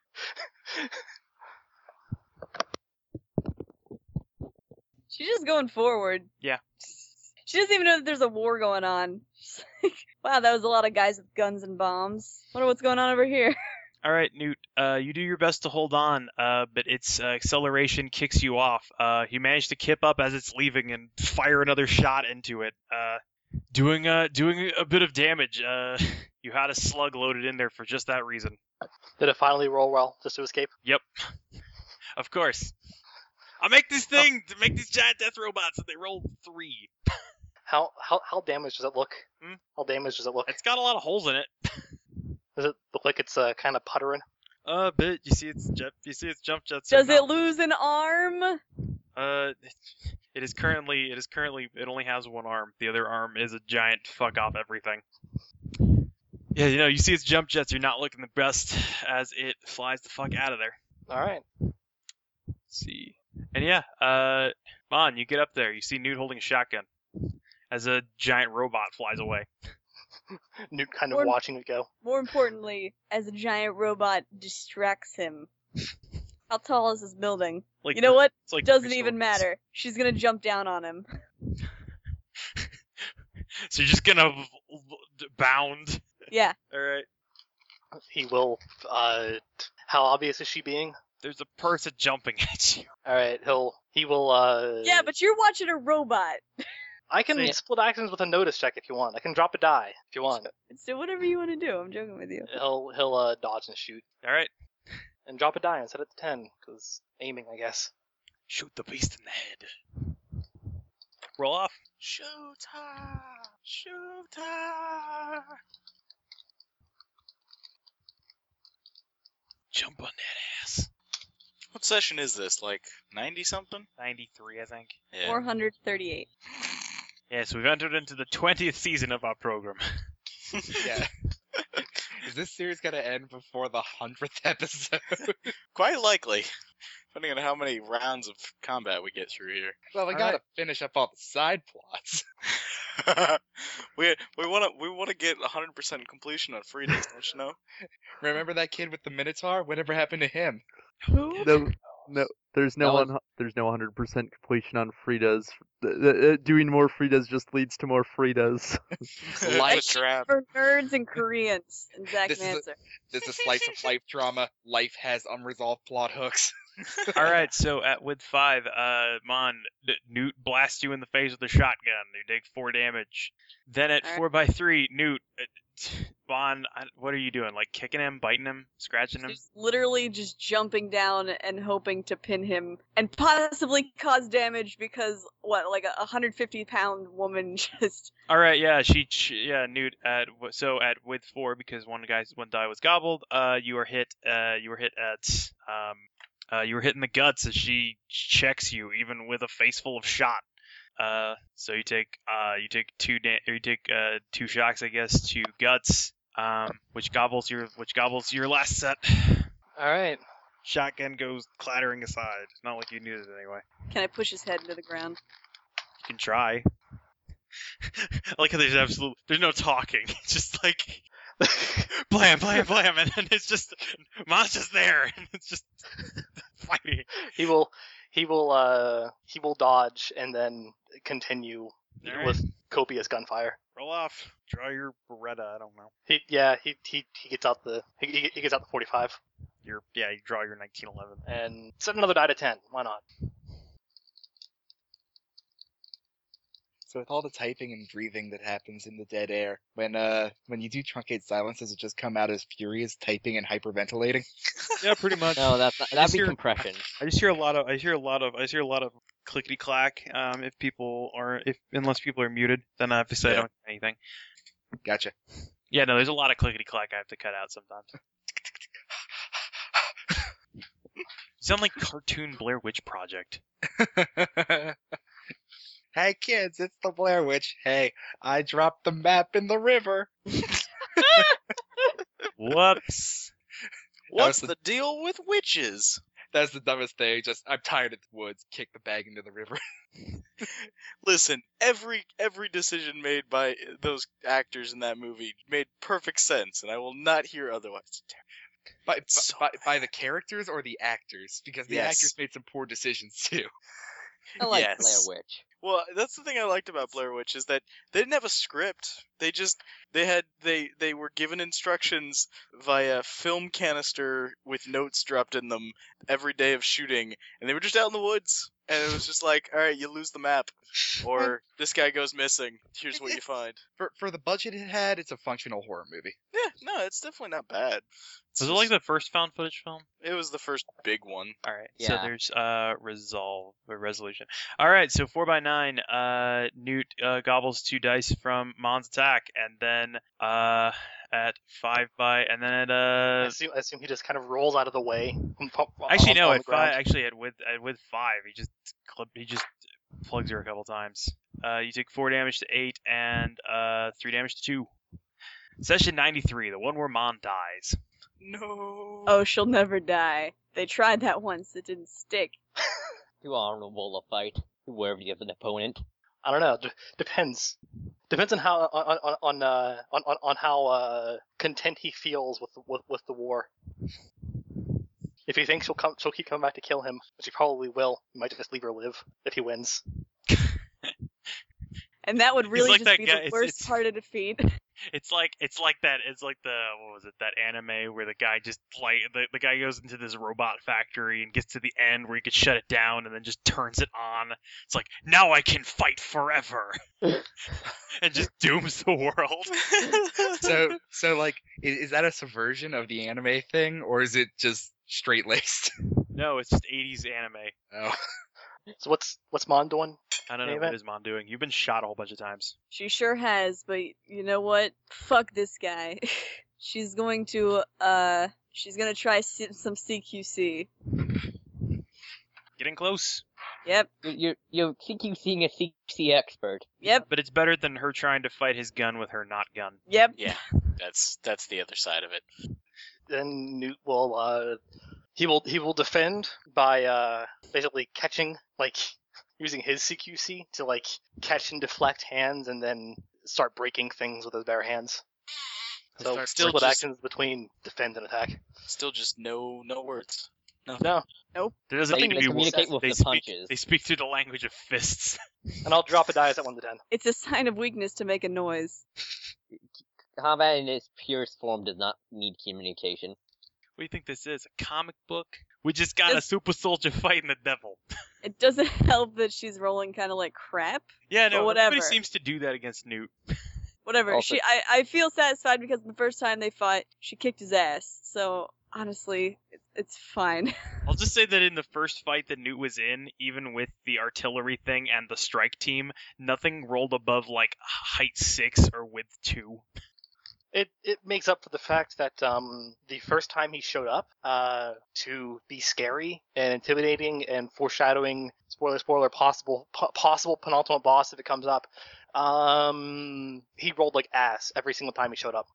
C: She's just going forward.
A: Yeah.
C: She doesn't even know that there's a war going on. She's like, [LAUGHS] wow, that was a lot of guys with guns and bombs. Wonder what's going on over here.
A: All right, Newt. Uh, you do your best to hold on, uh, but its uh, acceleration kicks you off. Uh, you manage to kip up as it's leaving and fire another shot into it, uh, doing uh, doing a bit of damage. Uh, [LAUGHS] you had a slug loaded in there for just that reason.
G: Did it finally roll well just to escape?
A: [LAUGHS] Of course. I make this
G: Oh.
A: thing to make these giant death robots, and they roll three.
G: How how how damaged does it look?
A: Hmm?
G: How damaged does it look?
A: It's got a lot of holes in it. [LAUGHS]
G: Does it look like it's uh, kind of puttering?
A: A bit. Uh, You see its jet. You see its jump jets. are
C: Does it
A: not-
C: lose an arm?
A: Uh, [LAUGHS] it is currently. It is currently. It only has one arm. The other arm is a giant fuck off everything. Yeah, you know, you see its jump jets. You're not looking the best as it flies the fuck out of there.
G: All right.
A: see. And yeah, uh, Mon, you get up there. You see Newt holding a shotgun as a giant robot flies away.
G: Newt kind of
C: Or-
G: watching it go.
A: [LAUGHS]
C: More importantly, as a giant robot distracts him. How tall is this building?
A: Like
C: you know what?
A: It's like
C: Doesn't
A: three
C: even
A: stories.
C: matter. She's gonna jump down on him.
A: So you're just gonna v- v- bound.
C: Yeah.
A: All right.
G: He will. Uh, how obvious is she being?
A: There's a person jumping [LAUGHS] at you.
G: All right, he'll he will. Uh,
C: Yeah, but you're watching a robot.
G: I can
E: Yeah.
G: split actions with a notice check if you want. I can drop a die if you want.
C: So whatever you want to do, I'm joking with you.
G: He'll he'll uh, dodge and shoot
A: All right.
G: and drop a die and set it to ten because aiming, I guess.
A: Shoot the beast in the head. Roll off.
B: Shoot her! Shoot her!
A: Jump on that ass.
B: What session is this? Like ninety something?
A: 93, I think.
B: Yeah. [LAUGHS]
C: 438.
A: Yes, we've entered into the 20th season of our program.
B: yeah. [LAUGHS]
J: Yeah. Is this series gonna end before the hundredth episode? [LAUGHS]
B: Quite likely. Depending on how many rounds of combat we get through here.
J: well, we
A: All
J: gotta finish up all the side plots. [LAUGHS]
B: [LAUGHS] we we want to we want to get 100% completion on free days, don't you know?
J: Remember that kid with the Minotaur? Whatever happened to him?
E: [LAUGHS]
A: [LAUGHS]
D: No, no, there's no
E: That was-
D: one, there's no 100% completion on Frida's. Th- th- uh, Doing more Frida's just leads to more
A: [LAUGHS]
D: Frida's.
E: [LAUGHS]
J: Life
B: Just drown.
C: For nerds and Koreans
J: [LAUGHS]
C: and Zach
J: This is a-
C: Manser.
J: There's a slice of life drama. Life has unresolved plot hooks. [LAUGHS]
A: All right, so at with five, uh, Mon, N- Newt blasts you in the face with a shotgun. You take four damage. Then at
C: All right.
A: four by three, Newt, uh, t- Mon, I, what are you doing? Like kicking him, biting him, scratching him?
C: She's literally just jumping down and hoping to pin him and possibly cause damage because what, like a 150 pound woman [LAUGHS] just.
A: All right, yeah, she, she yeah, Newt at w- so at with four because one guy's one die was gobbled. Uh, you are hit. Uh, you were hit at um, uh, you were hit in the guts as she checks you even with a face full of shot. Uh, so you take uh you take two da- or you take uh two shocks I guess to guts um which gobbles your which gobbles your last set. [SIGHS]
G: All right.
A: Shotgun goes clattering aside. Not like you needed it anyway.
C: Can I push his head into the ground?
A: You can try. [LAUGHS] I like how there's absolute there's no talking. [LAUGHS] It's just like blam, blam, blam, and then it's just Mon's just there and it's just fighting.
G: he will he will uh he will dodge and then continue
A: Alright.
G: with copious gunfire.
A: Roll off. Draw your Beretta, I don't know.
G: He yeah he he, he gets out the he- he, he gets out the 45
A: Your yeah, you draw your nineteen eleven.
G: and set another die to 10. Why not?
J: So with all the typing and breathing that happens in the dead air, when uh when you do truncate silence, does it just come out as furious typing and hyperventilating?
A: Yeah, pretty much.
E: No, that's not,
A: Just
E: that'd be
A: your-
E: compression.
A: I just hear a lot of I hear a lot of I just hear a lot of clickety clack, um, if people are if unless people are muted, then obviously I
J: Yeah.
A: don't get anything.
J: Gotcha.
A: Yeah, no, there's a lot of clickety clack I have to cut out
E: [LAUGHS]
A: sometimes. You sound like cartoon Blair Witch Project.
J: [LAUGHS] hey kids, it's the Blair Witch. Hey, I dropped the map in the river.
A: Whoops.
B: What's
J: the-
B: the deal with witches?
J: That's the dumbest thing. Just I'm tired of the woods. Kick the bag into the river. [LAUGHS]
B: Listen, every every decision made by those actors in that movie made perfect sense, and I will not hear otherwise.
J: by, by,
B: So
J: by, by the characters or the actors, because the
B: Yes.
J: actors made some poor decisions too.
E: I like
B: Yes.
E: Blair Witch.
B: Well, that's the thing I liked about Blair Witch is that they didn't have a script. They just they had they they were given instructions via film canister with notes dropped in them every day of shooting, and they were just out in the woods. And it was just like, all right, you lose the map,
J: [LAUGHS]
B: or this guy goes missing. Here's what you find.
J: For for the budget it had, it's a functional horror movie.
B: Yeah, no, it's definitely not bad. It's
A: Was it like
B: just-
A: the first found footage film?
J: [LAUGHS]
B: it was the first big one.
A: All right. So
E: Yeah.
A: there's uh resolve or resolution. All right. So four by nine. Uh, Newt uh, gobbles two dice from Mon's attack, and then uh at five by, and then at
G: I
A: uh.
G: assume, I assume he just kind of rolls out of the way. and pop-
A: Actually
G: on-
A: no.
G: on the
A: At five,
G: ground.
A: actually at with at with five, he just clip, he just plugs her a couple times. Uh, you take four damage to eight and uh three damage to two. Session ninety three, the one where Mon dies.
B: No.
C: Oh, she'll never die. They tried that once, it didn't stick.
E: Too honorable a fight. Whoever you have an opponent.
G: I don't know. D- depends. Depends on how on on on uh, on, on, on how uh, content he feels with, with with the war. If you think she'll come, she'll keep coming back to kill him. She probably will. You might just leave her live if he wins.
C: And that would really
A: like
C: just
A: that
C: be
A: guy-
C: the
A: it's-
C: worst
A: it's-
C: part of defeat. [LAUGHS]
A: It's like it's like that. It's like the what was it? That anime where the guy just like the, the guy goes into this robot factory and gets to the end where he could shut it down and then just turns it on. It's like now I can fight forever, [LAUGHS] and just dooms the
J: [LAUGHS]
A: world.
J: So, so like, i- is, that a subversion of the anime thing, or is it just straight laced? [LAUGHS]
A: No, it's just 80s anime.
J: Oh,
G: [LAUGHS] So what's what's Mon doing?
A: I don't know
G: Name
A: what
G: it.
A: is Mon doing. You've been shot a whole bunch of times.
C: She sure has, but you know what? Fuck this guy. [LAUGHS] she's going to uh she's going to try C- some CQC.
A: Getting close,
C: Yep.
E: You you you think you seeing a CC expert?
C: Yep.
A: but it's better than her trying to fight his gun with her not gun.
C: Yep.
B: Yeah, that's that's the other side of it.
G: Then Newt will uh, he will he will defend by uh basically catching like [LAUGHS] using his CQC to like catch and deflect hands and then start breaking things with his bare hands. So
B: Start
G: still
B: breaking-
G: split actions between defend and attack.
B: Still just no no words.
G: No,
A: There doesn't
E: They-
A: need to
E: they
A: be
E: communicate with
A: they
E: the
A: speak,
E: punches.
A: They speak through the language of fists.
G: and I'll drop a dice at one to ten.
C: It's a sign of weakness to make a noise.
E: Combat in its purest form does not need communication.
A: What do you think this is? A comic book? We just got a
C: This-
A: super soldier fighting the devil. [LAUGHS]
C: It doesn't [LAUGHS] help that she's rolling kind of like crap.
A: Yeah, no,
C: But
A: everybody
C: whatever.
A: seems to do that against Newt.
C: Whatever.
E: Also-
C: she I I feel satisfied because the first time they fought, she kicked his ass. So, honestly, it, it's fine. [LAUGHS]
A: I'll just say that in the first fight that Newt was in, even with the artillery thing and the strike team, nothing rolled above like height six or width two.
G: It it makes up for the fact that um the first time he showed up uh to be scary and intimidating and foreshadowing spoiler spoiler possible po- possible penultimate boss if it comes up um he rolled like ass every single time he
A: [LAUGHS]
G: showed up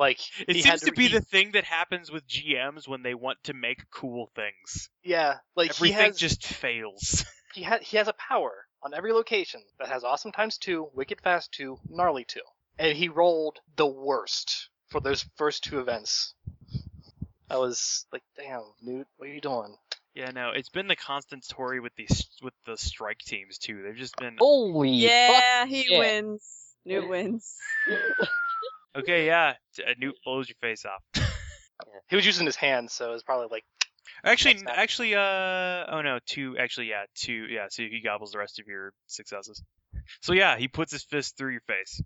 G: like
A: It
G: he had
A: seems
G: to,
A: to be
G: he-
A: the thing that happens with GMs when they want to make cool things.
G: yeah like
A: Everything
G: he has
A: just fails. [LAUGHS]
G: he has he has a power on every location that has awesome times two, wicked fast two, gnarly two, and he rolled the worst for those first two events. I was like, damn, Newt, what are you doing?
A: Yeah, no, it's been the constant story with these with the strike teams too. They've just been
E: Holy
C: yeah, he
E: shit.
C: wins. Newt wins.
A: [LAUGHS] okay, yeah, t- uh, Newt blows your face off. [LAUGHS]
G: He was using his hands, so it was probably like,
A: Actually,
G: That's not-
A: actually, uh, oh no, two. Actually, yeah, two. Yeah, so he gobbles the rest of your successes. So yeah, he puts his fist through your face.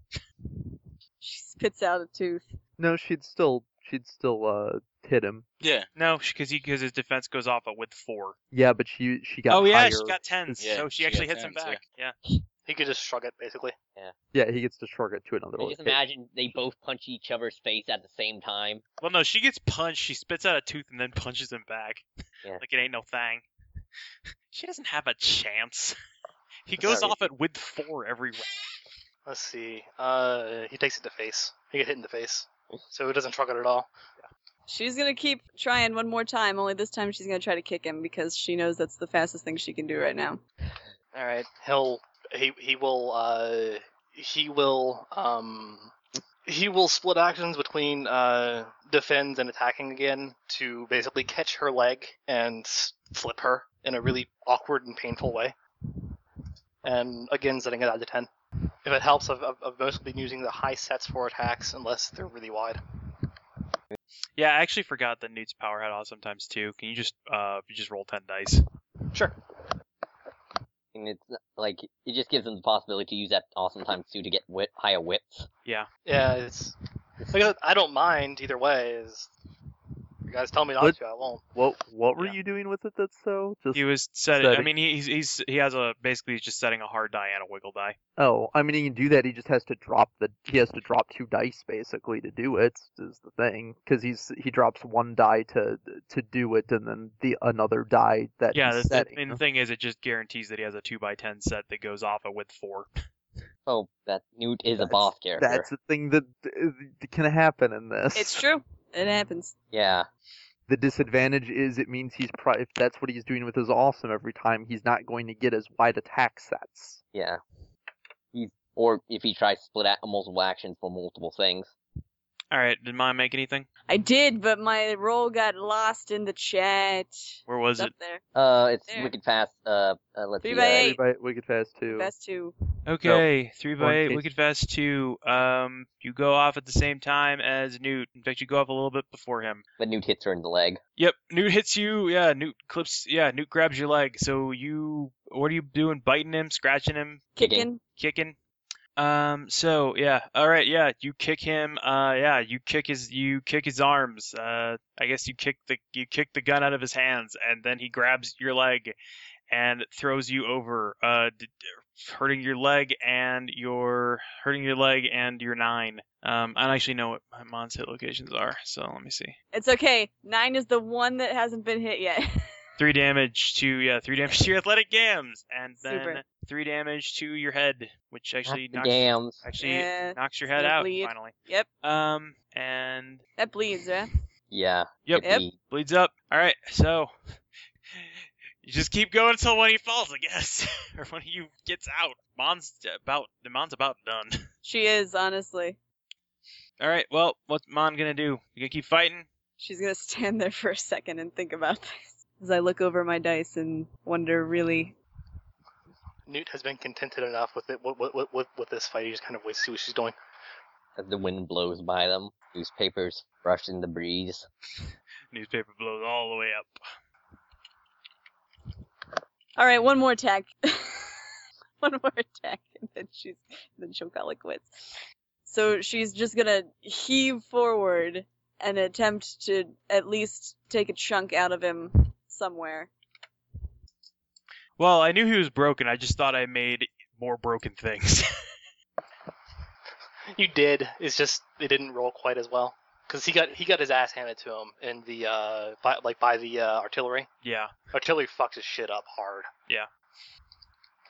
C: She spits out a tooth.
D: No, she'd still she'd still uh hit him.
B: Yeah,
A: No, because he because his defense goes off at with four.
D: Yeah, but she she got
A: oh yeah,
D: higher.
A: she got tens.
B: Yeah,
A: so she,
B: she
A: actually
B: got
A: hits him
B: tens, yeah.
A: back. Yeah.
G: he could just shrug it basically.
D: Yeah, he gets to shrug it to another
E: I
D: one.
E: just imagine they both punch each other's face at the same time.
A: Well, no, she gets punched. She spits out a tooth and then [LAUGHS] punches him back.
E: Yeah.
A: Like it ain't no thing. [LAUGHS] She doesn't have a chance. He goes
E: Sorry.
A: off at with four every round.
G: Let's see. Uh, he takes it to face. He get hit in the face, so it doesn't shrug it at all.
C: She's gonna keep trying one more time, only this time she's gonna try to kick him because she knows that's the fastest thing she can do right now.
G: All right, he'll he he will uh he will um he will split actions between uh defends and attacking again to basically catch her leg and s- flip her in a really awkward and painful way. And again, setting it out to ten. If it helps, I've, I've I've mostly been using the high sets for attacks unless they're really wide.
A: Yeah, I actually forgot that Newt's power had off sometimes too. Can you just uh you just roll ten dice?
G: Sure.
E: And it's not- like it just gives them the possibility to use that awesome time too to get wit- higher whips.
G: Yeah, it's. Like I, said, I don't mind either way. Is you guys tell me not
D: What-
G: to, I won't.
D: What what were
A: Yeah.
D: you doing with it? That's so just.
A: He was set. I
D: Setting.
A: mean, he- he's he's he has a basically he's just setting a hard die and a wiggle die.
D: Oh, I mean, he can do that. He just has to drop the. He has to drop two dice basically to do it. Is the thing because he's he drops one die to to do it, and then the another die that
A: Yeah,
D: he's
A: that's the,
D: setting.
A: and the thing is, it just guarantees that he has a two by ten set that goes off at with four.
E: Oh, that Newt is a
D: That's-
E: boss character.
D: That's the thing that uh, can happen in this.
C: It's true. It happens.
E: Yeah.
D: The disadvantage is it means he's pro- if that's what he's doing with his awesome every time, he's not going to get as wide attack sets.
E: Yeah. He's or if he tries to split out multiple actions for multiple things.
A: All right. Did mine make anything?
C: I did, but my roll got lost in the chat.
A: Where was
C: It's
A: it?
C: up there.
E: Uh, it's
C: There.
E: wicked fast. Uh, uh let's
C: Three
E: see.
C: by
E: uh,
C: eight.
D: Everybody, Wicked Fast 2.
C: Best two.
A: Okay, three by
D: one
A: eight,
D: case.
A: Wicked Fast two. Um, you go off at the same time as Newt. In fact, you go off a little bit before him.
E: But Newt hits her in the leg.
A: Yep, Newt hits you. Yeah, Newt clips. Yeah, Newt grabs your leg. So you, what are you doing? Biting him, scratching him,
E: Kicking.
C: Kicking.
A: kicking. Um. So yeah. All right. Yeah. You kick him. Uh. Yeah. You kick his. You kick his arms. Uh. I guess you kick the. You kick the gun out of his hands, and then he grabs your leg, and throws you over. Uh. d- d- Hurting your leg and your hurting your leg and your nine. Um. I don't actually know what my mon's hit locations are, so let me see.
C: It's okay. Nine is the one that hasn't been hit yet. [LAUGHS]
A: Three damage to yeah. Three damage [LAUGHS] to your athletic gams, and then
C: Super.
A: three damage to your head, which actually
E: Not the
A: knocks
E: dams.
A: actually
C: Yeah,
A: knocks your head
C: gonna
A: out
C: bleed.
A: finally.
C: Yep.
A: Um, and
C: that bleeds, yeah.
E: Yeah.
A: Yep.
E: Yep.
A: bleeds up. All right, so you just keep going until one of you falls, I guess, [LAUGHS] or one of you gets out. Mon's about the Mon's about done. [LAUGHS]
C: She is honestly.
A: All right, well, what's Mon gonna do? You gonna keep fighting?
C: She's gonna [LAUGHS] stand there for a second and think about this as I look over my dice and wonder really.
G: Newt has been contented enough with it with, with, with, with this fight. He just kind of waits to see what she's doing.
E: As the wind blows by them, newspapers brush in the breeze.
A: [LAUGHS] Newspaper blows all the way up.
C: All right, one more attack. [LAUGHS] one more attack, and then she's then she'll call it quits. So she's just gonna heave forward and attempt to at least take a chunk out of him somewhere.
A: Well, I knew he was broken. I just thought I made more broken things. [LAUGHS]
G: You did. It's just it didn't roll quite as well because he got he got his ass handed to him in the uh by, like by the uh, artillery.
A: yeah,
G: Artillery fucks his shit up hard.
A: Yeah.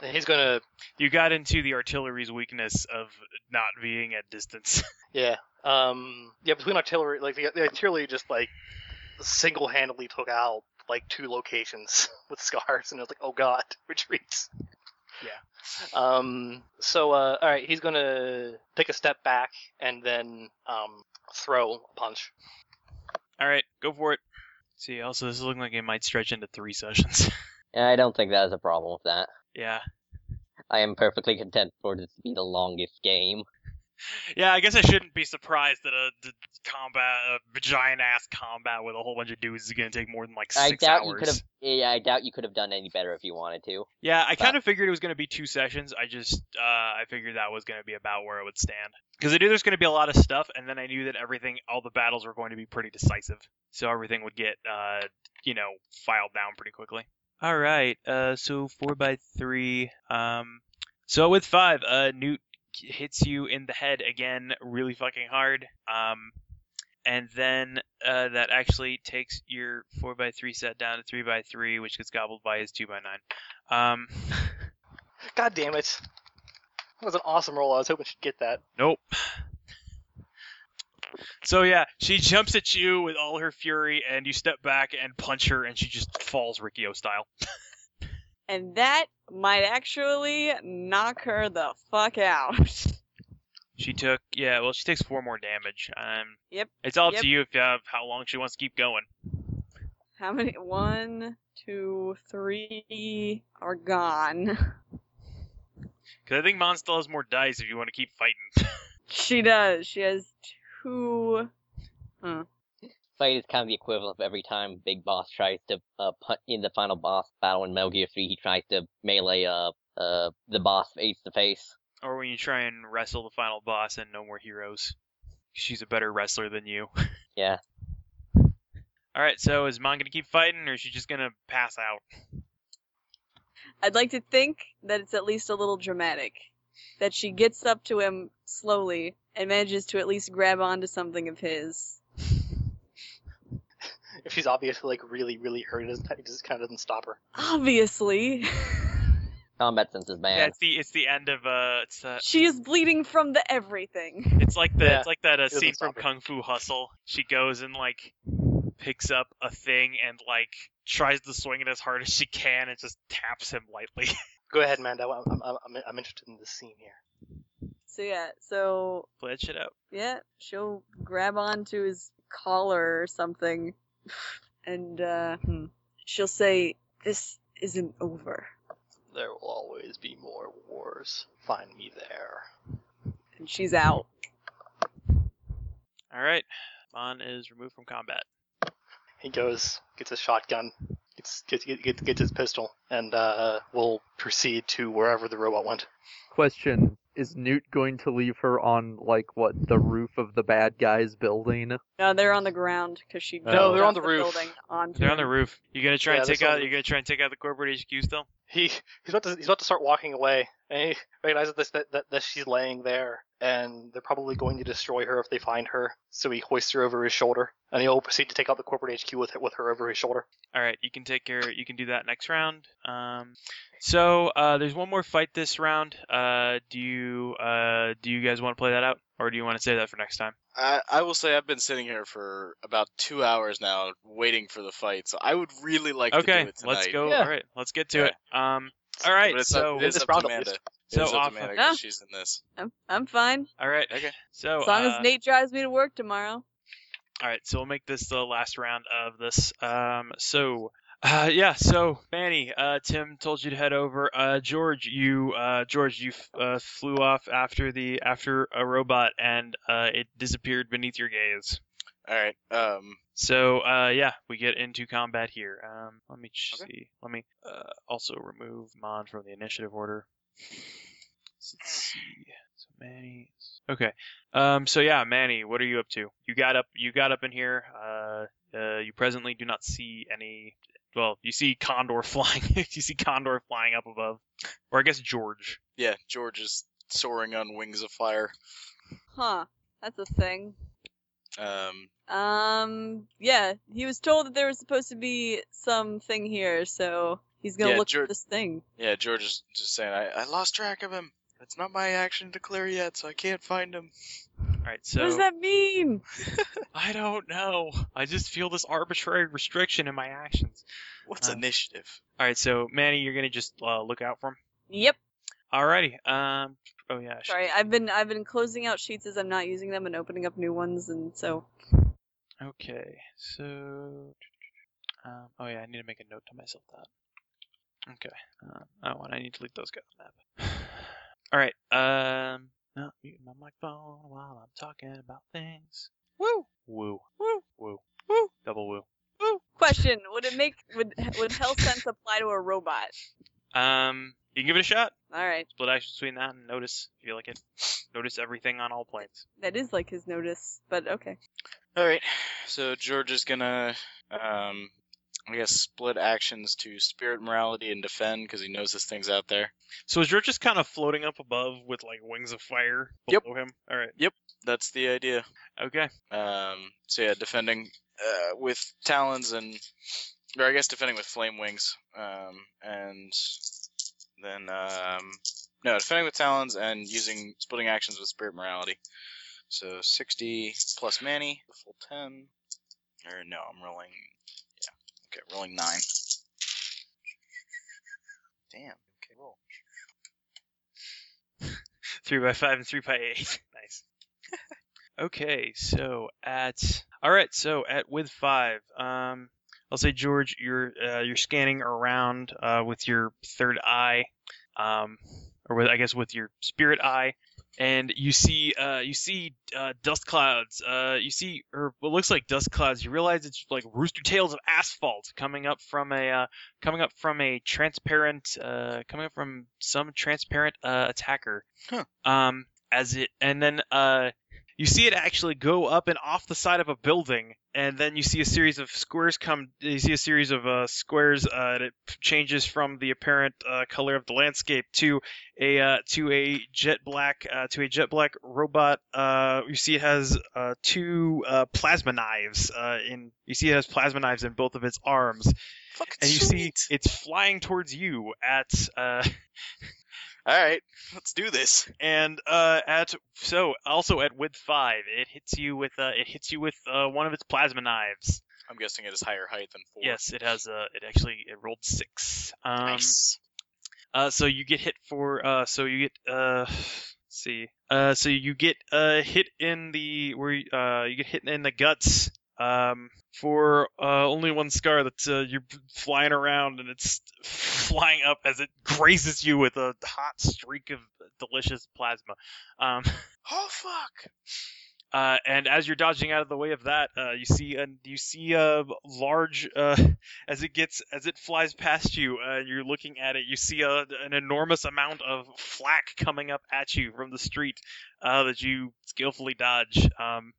G: And He's gonna
A: you got into the artillery's weakness of not being at distance. [LAUGHS]
G: yeah um yeah between artillery like the, the artillery just like single handedly took out like two locations [LAUGHS] with scars and it was like oh god [LAUGHS] retreats. Um, so, uh, all right, he's gonna take a step back and then um, throw a punch.
A: all right, go for it. See, also this is looking like it might stretch into three sessions. [LAUGHS]
E: And I don't think that is a problem with that.
A: yeah.
E: I am perfectly content for this to be the longest game.
A: Yeah, I guess I shouldn't be surprised that a d- combat, a giant ass combat with a whole bunch of dudes is gonna take more than like
E: I
A: six
E: doubt you
A: hours.
E: could have. Yeah, I doubt you could have done any better if you wanted to.
A: Yeah, I kind of figured it was gonna be two sessions. I just, uh, I figured that was gonna be about where it would stand because I knew there's gonna be a lot of stuff, and then I knew that everything, all the battles were going to be pretty decisive, so everything would get, uh, you know, filed down pretty quickly. All right, uh, so four by three, um, so with five, uh, Newt hits you in the head again, really fucking hard, um, and then uh, that actually takes your 4x3 set down to 3x3, which gets gobbled by his 2x9. Um,
G: [LAUGHS] God damn it! That was an awesome roll. I was hoping she'd get that.
A: nope. So yeah, she jumps at you with all her fury, and you step back and punch her, and she just falls Rikio style.
C: And that might actually knock her the fuck out. [LAUGHS]
A: She took yeah, well she takes four more damage. Um,
C: Yep,
A: It's all up
C: yep.
A: to you if uh, how long she wants to keep going.
C: How many? One, two, three are gone. [LAUGHS]
A: Because I think Mon still has more dice if you want to keep fighting.
C: She does. She has two. hmm,
E: Fight is kind of the equivalent of every time Big Boss tries to uh, put in the final boss battle in Metal Gear 3. He tries to melee uh, uh, the boss face to face.
A: or when you try and wrestle the final boss and no more heroes. She's a better wrestler than you. [LAUGHS]
E: Yeah.
A: All right, so is Mon gonna keep fighting, or is she just gonna pass out?
C: I'd like to think that it's at least a little dramatic. That she gets up to him slowly and manages to at least grab onto something of his.
G: If she's obviously like really, really hurt, it, doesn't, it just kind of doesn't stop her.
C: Obviously, [LAUGHS]
E: Combat senses, man.
A: Yeah, it's the it's the end of uh, it's uh,
C: she is bleeding from the everything.
A: it's like the
G: Yeah,
A: it's like that uh,
G: doesn't
A: scene from
G: stop her.
A: Kung Fu Hustle. She goes and like picks up a thing and like tries to swing it as hard as she can and just taps him lightly. [LAUGHS]
G: Go ahead, Amanda. I'm, I'm, I'm, I'm interested in this scene here.
C: So yeah, so
A: Play that shit out.
C: yeah, she'll grab onto his collar or something, [SIGHS] and uh, hmm, she'll say, "This isn't over."
G: There will always be more wars. Find me there.
C: And she's out.
A: All right. Mon is removed from combat.
G: He goes, gets a shotgun, gets gets gets, gets his pistol, and uh, will proceed to wherever the robot went.
D: Question: Is Newt going to leave her on like what the roof of the bad guy's building?
C: No, they're on the ground because she.
D: No,
C: jumped
G: they're on
C: off
G: the roof.
C: Building onto
A: They're on
C: him.
A: the roof. You gonna try
G: Yeah,
A: and
G: that's
A: take
G: on
A: out?
G: the-
A: You gonna try and take out the corporate HQ still?
G: He he's about to he's about to start walking away, and he recognizes this, that, that that she's laying there, and they're probably going to destroy her if they find her. So he hoists her over his shoulder, and he'll proceed to take out the corporate HQ with with her over his shoulder. [LAUGHS]
A: All right, you can take care. You can do that next round. Um, so uh, there's one more fight this round. Uh, do you uh, do you guys want to play that out, or do you want to save that for next time?
B: I, I will say I've been sitting here for about two hours now waiting for the fight, so I would really like to
A: okay,
B: do it tonight.
A: let's go.
G: Yeah.
A: All right, let's get to
B: Yeah.
A: it. Um, all right,
B: But it's
A: so
B: up, it's
G: This
B: up to
G: round at
B: Amanda.
G: least.
A: so
B: it's up
A: off.
B: to Amanda
A: Of,
B: 'cause she's in this.
C: I'm I'm fine.
A: all right,
B: Okay.
A: so
C: As long
A: uh,
C: as Nate drives me to work tomorrow.
A: All right, so we'll make this the last round of this. Um, so, uh, yeah, so Manny, uh, Tim told you to head over. Uh, George, you, uh, George, you f- uh, flew off after the after a robot, and uh, it disappeared beneath your gaze.
B: All right. Um.
A: So, uh, yeah, we get into combat here. Um, let me ch-
B: Okay.
A: see. Let me uh, also remove Mon from the initiative order. So Let's see. So Manny. Okay. Um. So yeah, Manny, what are you up to? You got up. You got up in here. Uh. Uh. You presently do not see any. Well, you see Condor [LAUGHS] flying. you see Condor flying up above, or I guess George.
B: Yeah. George is soaring on wings of fire.
C: Huh? That's a thing.
B: Um.
C: Um. Yeah, he was told that there was supposed to be something here, so he's gonna
B: Yeah,
C: look
B: Jor-
C: for this thing.
B: Yeah. George is just saying I, I lost track of him. It's not my action to clear yet, so I can't find him.
A: All right. So
C: What does that mean?
A: I don't know. I just feel this arbitrary restriction in my actions.
B: What's
A: Uh.
B: initiative?
A: All right. So Manny, you're gonna just uh, look out for him.
C: Yep.
A: Alrighty. Um. Oh yeah. I should-
C: Sorry, I've been I've been closing out sheets as I'm not using them and opening up new ones, and so
A: Okay. So. Um. Oh yeah. I need to make a note to myself that. Okay. Um, oh, and I need to leave those guys on the map. [SIGHS] All right. Um. Not muting my microphone while I'm talking about things.
B: Woo!
A: Woo.
B: Woo.
A: Woo.
B: Woo.
A: Double woo.
C: question: Would it make would would health sense apply to a robot?
A: Um. You can give it a shot.
C: All right,
A: Split action between that and notice if you like it. Notice everything on all planes.
C: that is like his notice, but okay.
B: All right. So George is gonna, um, I guess, split actions to spirit morality and defend because he knows this thing's out there.
A: So is George just kind of floating up above with like wings of fire
B: Yep.
A: below him? All right.
B: That's the idea.
A: Okay.
B: Um. So yeah, defending uh, with talons and, or I guess defending with flame wings. Um. And then um, no, defending with talons and using splitting actions with spirit morality. So sixty plus Manny, the full ten. Or no, I'm rolling. Yeah. Okay, rolling nine. Damn. Okay, roll.
A: three by five and three by eight. [LAUGHS] nice. okay, so at all right, so at with five, um, I'll say George, you're uh, you're scanning around uh, with your third eye, um, or with I guess with your spirit eye, and you see uh, you see uh, dust clouds. Uh, you see or what looks like dust clouds. You realize it's like rooster tails of asphalt coming up from a uh, coming up from a transparent uh, coming up from some transparent uh, attacker um, as it, and then uh, you see it actually go up and off the side of a building, and then you see a series of squares come. You see a series of uh, squares, uh, and it changes from the apparent uh, color of the landscape to a uh, to a jet black uh, to a jet black robot. Uh, you see it has uh, two uh, plasma knives. Uh, in you see it has plasma knives in both of its arms,
B: Fucking
A: and you
B: sweet.
A: see it's flying towards you at. Uh, [LAUGHS]
B: All right, let's do this.
A: and uh, at so also at width five, it hits you with uh, it hits you with uh, one of its plasma knives.
B: I'm guessing it is higher height than four.
A: Yes, it has. Uh, it actually it rolled six. Um,
B: Nice.
A: Uh, so you get hit for. Uh, so you get. Uh, let's see. Uh, so you get uh, hit in the where you- uh, you get hit in the guts. Um, for uh, only one scar that's uh, you're flying around and it's flying up as it grazes you with a hot streak of delicious plasma. Um,
B: Oh fuck!
A: uh, and as you're dodging out of the way of that, uh, you see and you see a large uh, [LAUGHS] as it gets as it flies past you. Uh, you're looking at it. You see a, an enormous amount of flak coming up at you from the street uh, that you skillfully dodge. Um,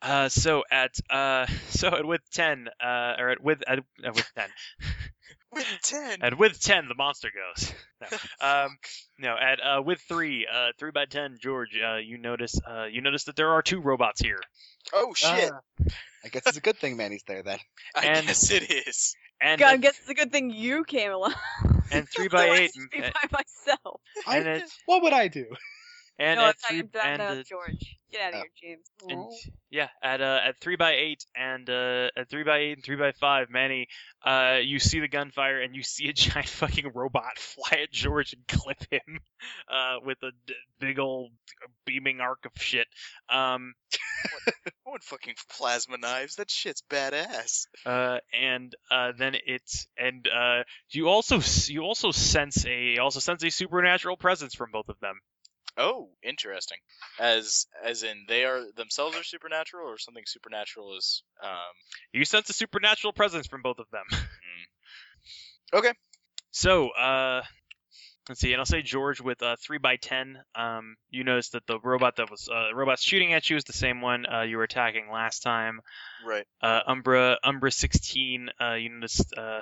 A: uh, so at uh, [LAUGHS] so at with ten uh, or at with at, at with ten
B: With ten.
A: and with ten, the monster goes. [LAUGHS] No, um, no at uh, with three, uh, three by ten, George. Uh, you notice, uh, you notice that there are two robots here,
B: Oh shit!
G: Ah,
J: I guess it's a good thing Manny's there then.
B: I
A: and-
B: guess it is.
A: and
C: God, I
A: and,
C: guess it's a good thing you came along. [LAUGHS]
A: and three by eight,
C: Otherwise,
A: and,
C: I'd be by [LAUGHS] myself.
J: I,
A: And it-
J: what would I do?
A: and
C: no,
A: at
C: it's not
A: three,
C: your dad,
A: and,
C: no,
A: uh,
C: it's George. Get out of
J: oh.
C: here, James.
A: and- yeah, at uh, at three by eight and uh, at three by eight and three by five, Manny, uh, you see the gunfire and you see a [LAUGHS] giant fucking robot fly at George and clip him, uh, with a d- big old beaming arc of shit. Um,
B: [LAUGHS] I want fucking plasma knives. That shit's badass.
A: uh, and uh, then it's and uh, you also s- you also sense a also sense a supernatural presence from both of them.
B: Oh, interesting. As as in they are themselves are supernatural, or something supernatural is. Um,
A: You sense a supernatural presence from both of them. [LAUGHS]
B: Okay.
A: So uh, let's see, and I'll say George with uh, three by ten. Um, you notice that the robot that was uh, robot shooting at you is the same one uh, you were attacking last time.
B: right.
A: Uh, Umbra Umbra sixteen. Uh, you noticed. Uh,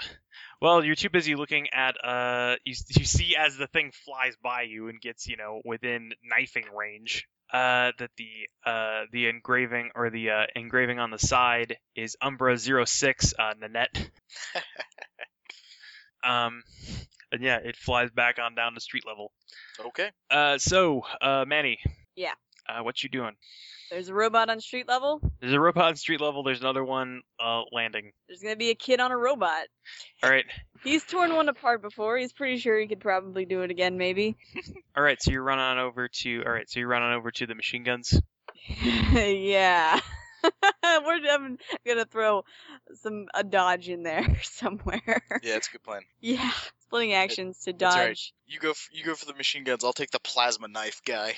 A: well, you're too busy looking at. Uh, you you see as the thing flies by you and gets you know within knifing range. Uh, that the uh the engraving or the uh, engraving on the side is Umbra 06, uh, Nanette. um, and yeah, it flies back on down to street level.
B: Okay.
A: Uh, so uh, Manny.
C: Yeah.
A: Uh, what you doing?
C: There's a robot on street level.
A: There's a robot on street level. There's another one uh landing.
C: There's gonna be a kid on a robot.
A: All right.
C: He's torn one apart before. He's pretty sure he could probably do it again,
B: [LAUGHS]
C: maybe. [LAUGHS]
A: All right, so you run on over to. All right, so you run on over to the machine guns.
C: yeah. [LAUGHS] We're I'm gonna throw some a dodge in there [LAUGHS] somewhere.
B: Yeah, that's a good plan.
C: Yeah. Splitting [LAUGHS] actions to
B: that's right.
C: dodge.
B: You go. F- you go for the machine guns. I'll take the plasma knife guy.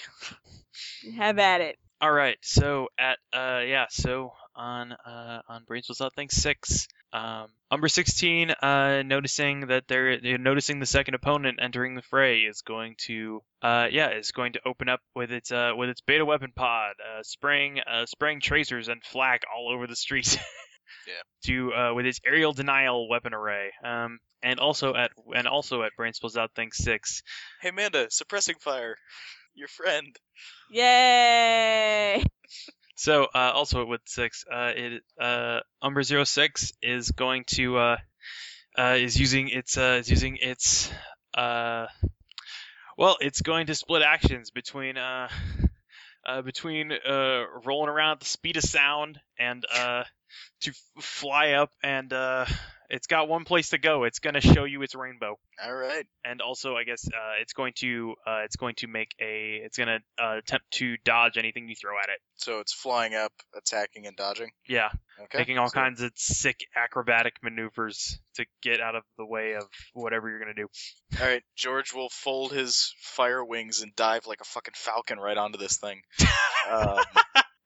C: Have at it.
A: All right, so at uh yeah, so on uh on brains was that thing six. Um, number sixteen, uh, noticing that they're, they're noticing the second opponent entering the fray is going to, uh, yeah, is going to open up with its uh with its beta weapon pod, uh, spraying uh spraying tracers and flak all over the street. [LAUGHS]
B: Yeah.
A: To uh with its aerial denial weapon array. Um, and also at and also at brain spills out thing six.
B: Hey, Amanda, suppressing fire. Your friend.
C: Yay!
A: So uh, also at Wood Six, uh, it uh, Umber 06 is going to uh, uh, is using its uh, is using its uh, well, it's going to split actions between uh, uh, between uh, rolling around at the speed of sound and uh, to f- fly up and uh, it's got one place to go. It's going to show you its rainbow
B: All right.
A: and also I guess uh, it's going to uh, it's going to make a it's going to uh, attempt to dodge anything you throw at it.
B: So it's flying up, attacking, and dodging.
A: Yeah.
B: Okay.
A: making all
B: So-
A: kinds of sick acrobatic maneuvers to get out of the way of whatever you're gonna do.
B: All right. George will fold his fire wings and dive like a fucking falcon right onto this
A: [LAUGHS]
B: thing. um,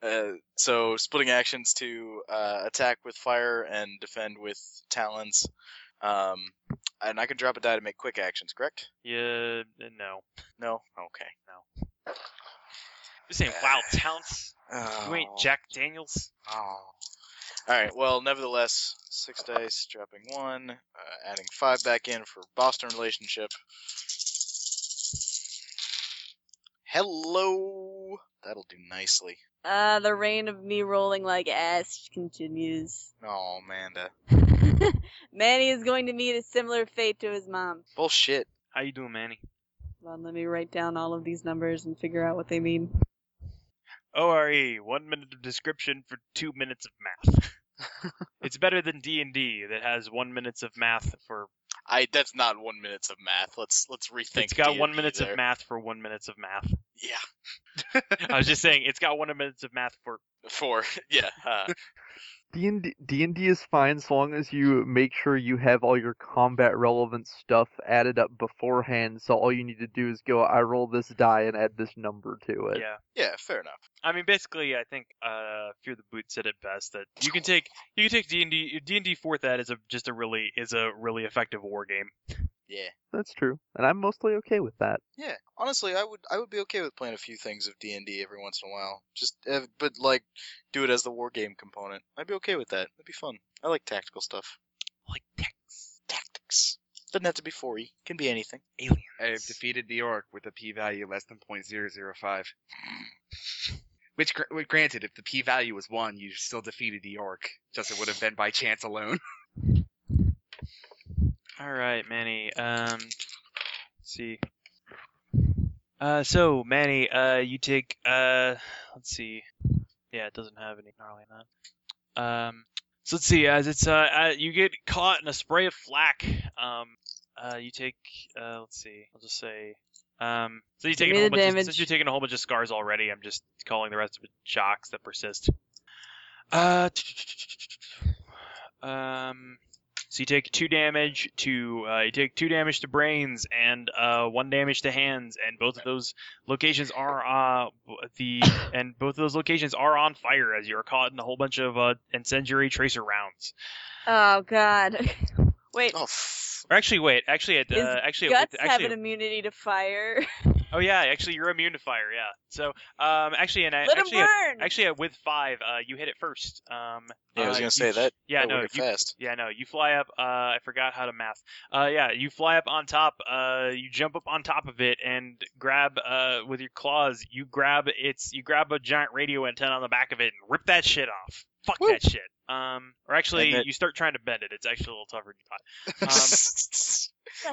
B: uh, so splitting actions to uh, attack with fire and defend with talons. Um, and I can drop a die to make quick actions, correct?
A: Yeah, uh, no,
B: No. Okay.
A: this
B: [SIGHS]
A: ain't wild talents. You ain't
B: Oh.
A: Jack Daniels.
B: Oh. All right. Well, nevertheless, six dice, dropping one, uh, adding five back in for Boston relationship. Hello. That'll do nicely.
C: Uh, the rain of me rolling like ass continues.
B: Oh, Amanda.
C: Manny is going to meet a similar fate to his mom.
B: Bullshit.
A: How you doing, Manny?
C: Hold on, let me write down all of these numbers and figure out what they mean.
A: ORE, E, one minute of description for two
B: [LAUGHS]
A: minutes of math. it's better than D and D that has one minutes of math for
B: I that's not one minutes of math. Let's let's rethink.
A: It's got one
B: D&D
A: minutes
B: there.
A: of math for one minutes of math.
B: Yeah.
A: I was just saying, it's got one minutes of math for.
B: [LAUGHS] Four. Yeah.
A: [LAUGHS]
B: Uh,
D: D and D is fine so long as you make sure you have all your combat relevant stuff added up beforehand. So all you need to do is go, I roll this die and add this number to it.
A: Yeah.
B: yeah. Fair enough.
A: I mean, basically, I think uh, Fear the Boot said it best that you can take you can take D and D D and D fourth ed is a just a really is a really effective war game.
B: Yeah.
D: That's true, and I'm mostly okay with that.
B: Yeah, honestly, I would I would be okay with playing a few things of D and D every once in a while. Just uh, but like do it as the war game component. I'd be okay with that. That'd be fun. I like tactical stuff.
A: Like text.
B: Tactics doesn't have to be 4e. Can be anything.
F: I have defeated the orc with a p-value less than 0.005. Which, gr- well, granted, if the p-value was one, you still defeated the orc. Just it would have been by chance alone.
A: All right, Manny. Um, let's see. Uh, so Manny, uh, you take uh, let's see. Yeah, it doesn't have any gnarly on that. Um, so let's see. As it's uh, uh, you get caught in a spray of flak. Um, uh, you take uh, let's see. I'll just say. Um, so you
C: Give
A: take a
C: me
A: whole
C: the
A: bunch of,
C: damage.
A: since you've taken a whole bunch of scars already. I'm just calling the rest of it shocks that persist. Uh, um, so you take two damage to uh, you take two damage to brains and uh, one damage to hands, and both of those locations are uh, b-
C: [COUGHS]
A: the and both of those locations are on fire as you are caught in a whole bunch of uh, incendiary tracer rounds.
C: Oh God. [LAUGHS] Wait.
B: Oh, f-
A: Or actually, wait, actually, it, uh,
C: Is
A: actually,
C: Guts
A: it-
C: have
A: actually,
C: an immunity to fire. [LAUGHS]
A: oh yeah, actually, you're immune to fire, yeah. So, um, actually, and I,
C: Let him
A: actually,
C: burn.
A: actually, uh, with five, uh, you hit it first. Um,
B: yeah, I was
A: uh,
B: gonna
A: you-
B: say that.
A: Yeah,
B: that
A: no,
B: went
A: you,
B: fast.
A: Yeah, no, you fly up. Uh, I forgot how to math. Uh, yeah, you fly up on top. Uh, you jump up on top of it and grab uh, with your claws. You grab its. You grab a giant radio antenna on the back of it and rip that shit off. Fuck
B: Woo.
A: that shit. Um, or actually,
B: And that-
A: you start trying to bend it. It's actually a little tougher than you thought. Um,
B: [LAUGHS]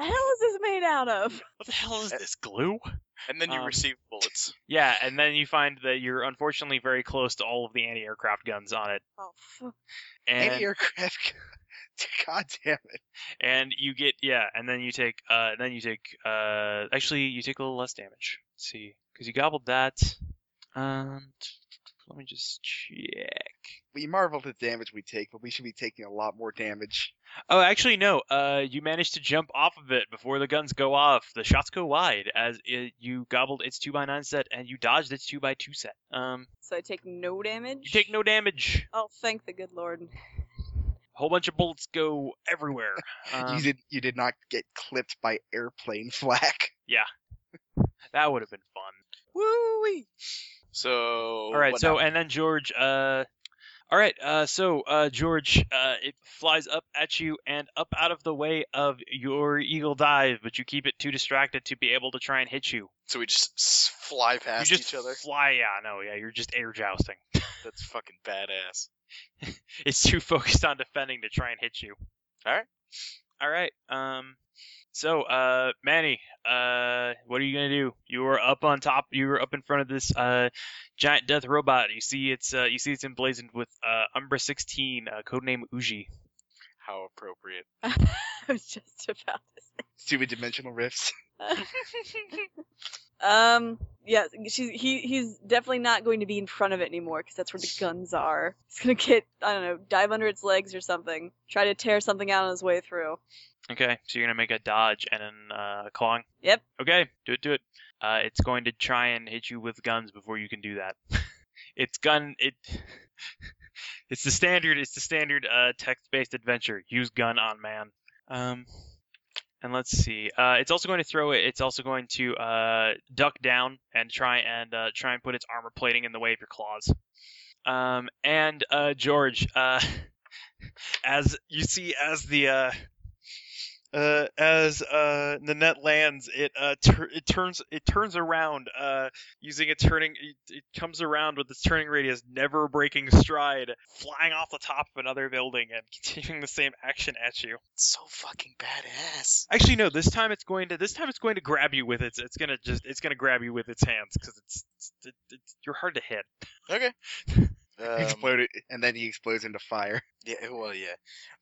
C: What the hell is this made out of?
A: what the hell is this glue?
B: and then you
A: um,
B: receive bullets.
A: Yeah, and then you find that you're unfortunately very close to all of the anti-aircraft guns on it,
C: Oh, fuck.
A: and
J: aircraft.
F: [LAUGHS]
J: God damn it.
A: and you get yeah, and then you take uh, then you take uh, actually you take a little less damage. Let's see, because you gobbled that. Um, let me just check.
J: We marveled at the damage we take, but we should be taking a lot more damage.
A: Oh, actually no. Uh, you managed to jump off of it before the guns go off. The shots go wide as it, you gobbled its two by nine set, and you dodged its two by two set. Um,
C: So I take no damage.
A: you take no damage.
C: Oh, thank the good Lord. [LAUGHS]
A: whole bunch of bullets go
F: [LAUGHS]
A: everywhere. Um,
J: you did you did not get clipped by
F: [LAUGHS]
J: airplane flak.
A: That would have been fun.
B: Woo So. All
A: all right, so and then George. Uh, all right, uh, so uh, George, uh, it flies up at you and up out of the way of your eagle dive, but you keep it too distracted to be able to try and hit you.
B: so we just s- fly
A: You
B: past
A: just
B: each other.
A: fly, yeah, no, yeah, you're just air jousting. [LAUGHS]
B: That's fucking badass.
A: It's too focused on defending to try and hit you.
B: All right.
A: All right. Um. So, uh, Manny, uh, what are you gonna do? You were up on top. You were up in front of this uh, giant death robot. You see it's uh, you see it's emblazoned with uh, Umbra 16, uh, codename Uji.
B: How appropriate.
C: I was just about to say.
J: Stupid dimensional rifts.
C: [LAUGHS] Um. Yeah. She's he. He's definitely not going to be in front of it anymore because that's where the guns are. He's gonna get. I don't know. Dive under its legs or something. Try to tear something out on his way through.
A: Okay. So you're gonna make a dodge and an uh, clawing.
C: Yep.
A: Okay. Do it. Do it. Uh, it's going to try and hit you with guns before you can do that. [LAUGHS] it's gun. It. [LAUGHS] It's the standard. It's the standard uh, text-based adventure. Use gun on man. Um, and let's see. Uh, it's also going to throw it. It's also going to uh, duck down and try and uh, try and put its armor plating in the way of your claws. Um, and uh, George, uh, [LAUGHS] as you see, as the uh, uh, as uh, the net lands, it uh, tur it turns it turns around uh, using a turning. It, it comes around with its turning radius, never breaking stride, flying off the top of another building and [LAUGHS] continuing the same action at you.
B: So fucking badass.
A: Actually, no. This time it's going to. This time it's going to grab you with its. It's gonna just. It's gonna grab you with its hands because it's, it's, it's. You're hard to hit.
B: Okay. Um,
J: exploded, and then he explodes into fire. [LAUGHS]
B: yeah, well, yeah.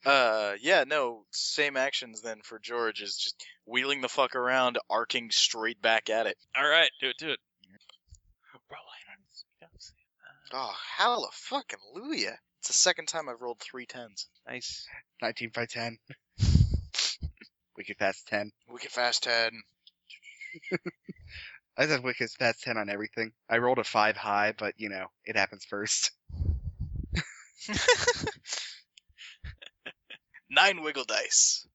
B: Uh, yeah, no, same actions then for George is just wheeling the fuck around, arcing straight back at it.
A: All right, do it, do it. Bro, I don't speak up. Sam.
B: Oh, hallelujah, fucking Luya. It's the second time I've rolled three tens.
A: Nice.
J: 19 by 10.
A: [LAUGHS]
J: Wicked Fast 10.
B: Wicked fast ten.
J: [LAUGHS] I said Wicked Fast 10 on everything. I rolled a 5 high, but, you know, it happens first. [LAUGHS]
B: Nine wiggle dice.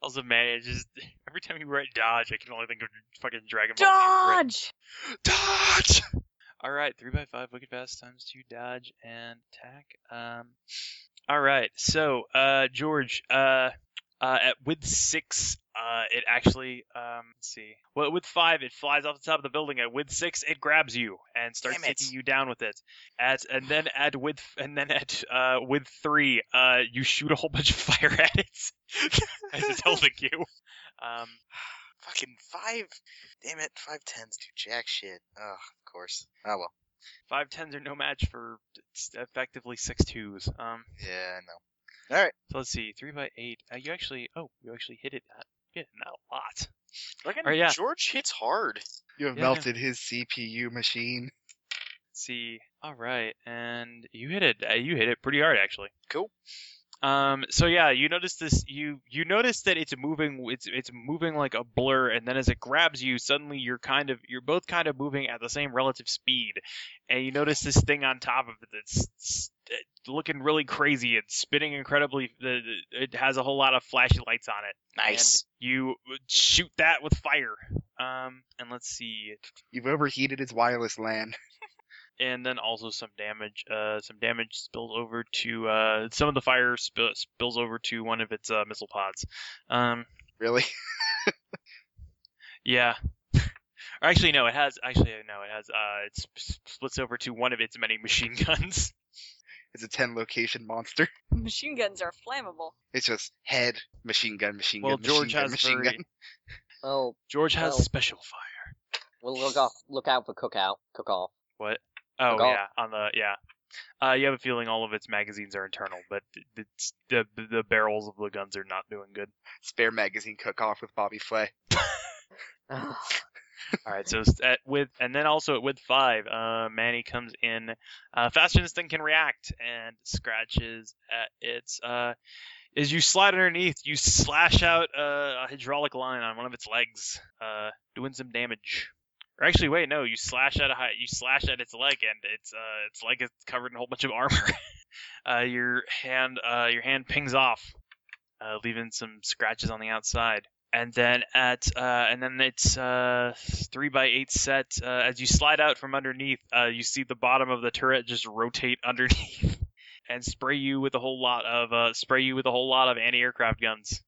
A: Also, man, it just every time you write dodge, I can only think of fucking Dragon Ball. Z Red.
C: Dodge!
B: Dodge!
A: All right, three by five, wicked fast times two, dodge and attack. Um, all right, so uh, George, uh, uh, at with six, uh, it actually um, let's see, well, with five, it flies off the top of the building. At with six, it grabs you and starts
B: Damn it.
A: taking you down with it. At and then at with and then at uh with three, uh, you shoot a whole bunch of fire [LAUGHS] at it [LAUGHS] as it's holding you. Um,
B: Fucking five. Damn it, five tens do jack shit. Ugh, of course. Ah, well.
A: five tens are no match for s- effectively six twos. Um.
B: Yeah, I know.
A: So let's see, three by eight. Uh, you actually, oh, you actually hit it. That yeah, not a lot.
B: Reckon
A: Alright, yeah.
B: George hits hard.
J: You have
A: Yeah.
J: melted his CPU machine.
A: Let's see, all right, and you hit it. Uh, you hit it pretty hard, actually.
B: Cool.
A: Um. So yeah, you notice this. You you notice that it's moving. It's it's moving like a blur, and then as it grabs you, suddenly you're kind of you're both kind of moving at the same relative speed, and you notice this thing on top of it that's s- uh, looking really crazy. It's spinning incredibly. The, the- it has a whole lot of flashy lights on it.
B: Nice.
A: And you uh, shoot that with fire. Um, and let's see,
J: You've overheated his wireless LAN.
A: and then also some damage. Uh, some damage spills over to uh, some of the fire sp- spills over to one of its uh, missile pods. Um,
J: Really?
A: [LAUGHS] yeah. [LAUGHS] Or actually, no, it has. Actually, no, it has. Uh, it sp- sp- splits over to one of its many machine [LAUGHS] guns.
J: It's a 10 location monster. [LAUGHS]
C: Machine guns are flammable.
J: It's just head, machine gun, machine
A: Well,
J: gun, machine
A: George
J: gun,
A: has
J: machine
A: very-
J: gun.
E: Oh,
A: [LAUGHS] George has
E: Oh.
A: special fire.
E: we'll look off. Look out for cookout. Cook off.
A: Oh
E: Golf.
A: yeah, on the yeah. Uh, you have a feeling all of its magazines are internal, but it's, the the barrels of the guns are not doing good.
J: Spare magazine cook off with Bobby Flay. [LAUGHS]
A: All right, so s- at, with and then also at with five, uh, Manny comes in uh, faster than this thing can react and scratches at its. Uh, as you slide underneath, you slash out uh, a hydraulic line on one of its legs, uh, doing some damage. Or actually, wait, no, you slash at a high, you slash at its leg, and its uh, its leg is covered in a whole bunch of [LAUGHS] armor. uh, your hand, uh, your hand pings off, uh, leaving some scratches on the outside and then at uh, and then it's uh, three by eight set. Uh, as you slide out from underneath, uh, you see the bottom of the turret just rotate [LAUGHS] underneath and spray you with a whole lot of uh, spray you with a whole lot of anti-aircraft guns.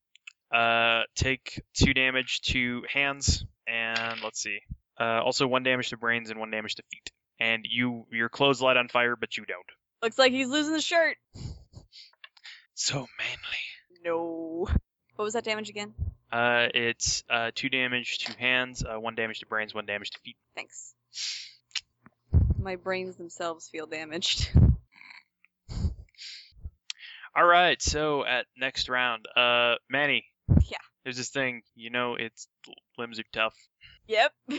A: Uh, take two damage to hands and let's see. Uh, also one damage to brains and one damage to feet. And you your clothes light on fire, but you don't.
C: Looks like he's losing the shirt.
A: So manly.
C: No. What was that damage again?
A: Uh, it's uh, two damage to hands, uh, one damage to brains, one damage to feet.
C: Thanks. My brains themselves feel damaged. [LAUGHS]
A: All right, so at next round, uh, Manny.
C: Yeah.
A: There's this thing, you know, its limbs are tough.
C: Yep. [LAUGHS]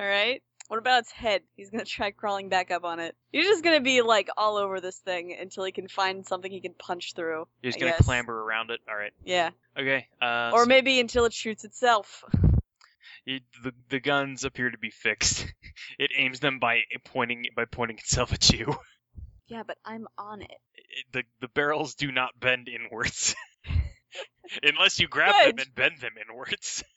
C: Alright. What about its head? He's gonna try crawling back up on it. You're just gonna be like all over this thing until he can find something he can punch through.
A: You're just
C: I
A: gonna
C: guess.
A: clamber around it. All right.
C: Yeah.
A: Okay. Uh,
C: or
A: so
C: maybe until it shoots itself. [LAUGHS]
A: you- the the guns appear to be fixed. [LAUGHS] it aims them by pointing by pointing itself at you.
C: Yeah, but I'm on it.
A: It- the the barrels do not bend inwards, [LAUGHS] unless you grab them
C: Good.
A: and bend them inwards. [LAUGHS]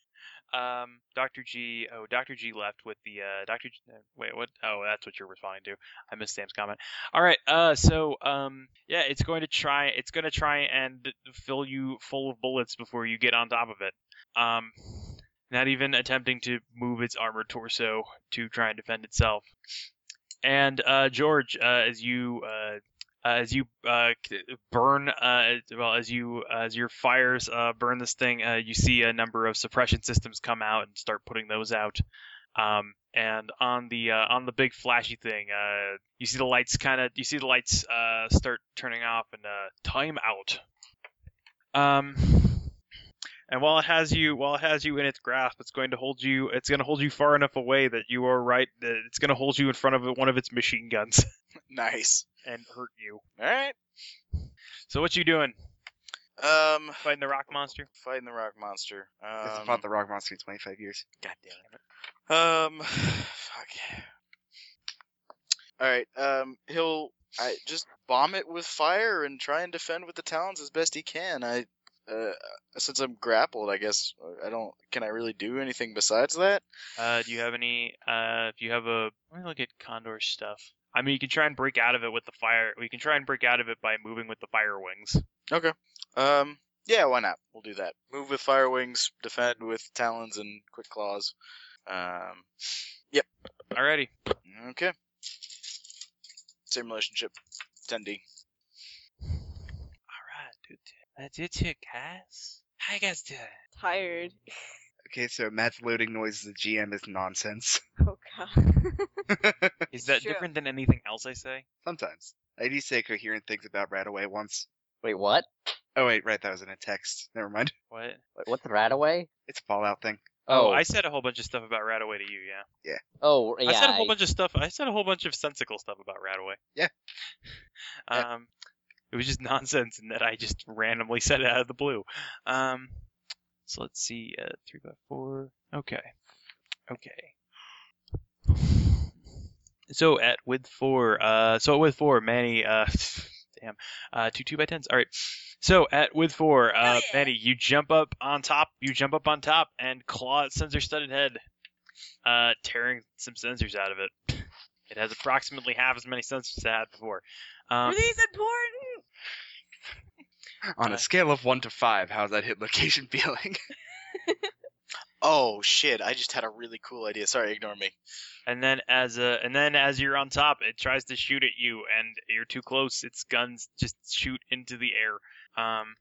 A: Um, Doctor G. Oh, Doctor G left with the uh, Doctor. G, uh, wait, what? Oh, that's what you're responding to. I missed Sam's comment. All right. Uh, so um, yeah, it's going to try. It's going to try and fill you full of bullets before you get on top of it. Um, not even attempting to move its armored torso to try and defend itself. And uh, George, uh, as you uh, uh, as you uh, c- burn, uh, as- well, as you as your fires uh, burn this thing, uh, you see a number of suppression systems come out and start putting those out. Um, and on the uh, on the big flashy thing, uh, you see the lights kind of you see the lights uh, start turning off and uh, time out. Um, and while it has you while it has you in its grasp, it's going to hold you it's going to hold you far enough away that you are right that it's going to hold you in front of one of its machine guns
B: [LAUGHS]
A: [LAUGHS]
B: Nice.
A: and hurt you.
B: All right.
A: So what you doing?
B: Um,
A: Fighting the rock monster?
B: fighting the rock monster. Um,
J: This is about the rock monster in 25 years.
B: God damn it. Um, [SIGHS] fuck. All right. Um, he'll I just bomb it with fire and try and defend with the talons as best he can. I, uh, since I'm grappled, I guess I don't. Can I really do anything besides that?
A: Uh, do you have any? Uh, if you have a, let me look at Condor's stuff. I mean, you can try and break out of it with the fire. We can try and break out of it by moving with the fire wings.
B: Um, yeah, why not? We'll do that. Move with fire wings, defend with talons and quick claws. Um, yep.
A: Alrighty.
B: Okay. Same relationship. 10D.
A: Alright, dude. That's it, you guys. How you guys doing?
C: Tired.
J: Okay, so Matt's loading noise as the GM is nonsense. [LAUGHS]
C: Oh god. [LAUGHS]
A: Um, Is that
C: Sure.
A: different than anything else I say?
J: Sometimes. I do say coherent things about Rataway once.
E: Wait, what?
J: Oh, wait, right, that was in a text. Never mind. [LAUGHS]
A: What?
E: What- What's Rataway?
J: It's a Fallout thing.
A: Oh,
E: oh,
A: I said a whole bunch of stuff about Rataway to you, yeah.
E: oh, yeah.
A: I said a whole
E: I-
A: bunch of stuff. I said a whole bunch of sensical stuff about Rataway.
J: Yeah.
A: [LAUGHS] um, it was just [LAUGHS] nonsense, and that I just randomly said it out of the blue. Um, so let's see, uh, three by four. Okay, okay. So at with four, uh, so at with four, Manny, uh, [LAUGHS] damn, uh, two two by tens. All right. So at with four, uh,
C: Oh, yeah.
A: Manny, you jump up on top. You jump up on top and claw its sensor-studded head uh, tearing some sensors out of it. It has approximately half as many sensors as it had before. Um,
C: Were these important?
J: On
A: Uh,
J: a scale of 1 to 5, how's that hit location [LAUGHS] feeling?
B: Oh shit! I just had a really cool idea. Sorry, ignore me.
A: and then as a, and then as you're on top, it tries to shoot at you, and you're too close. Its guns just shoot into the air. Um,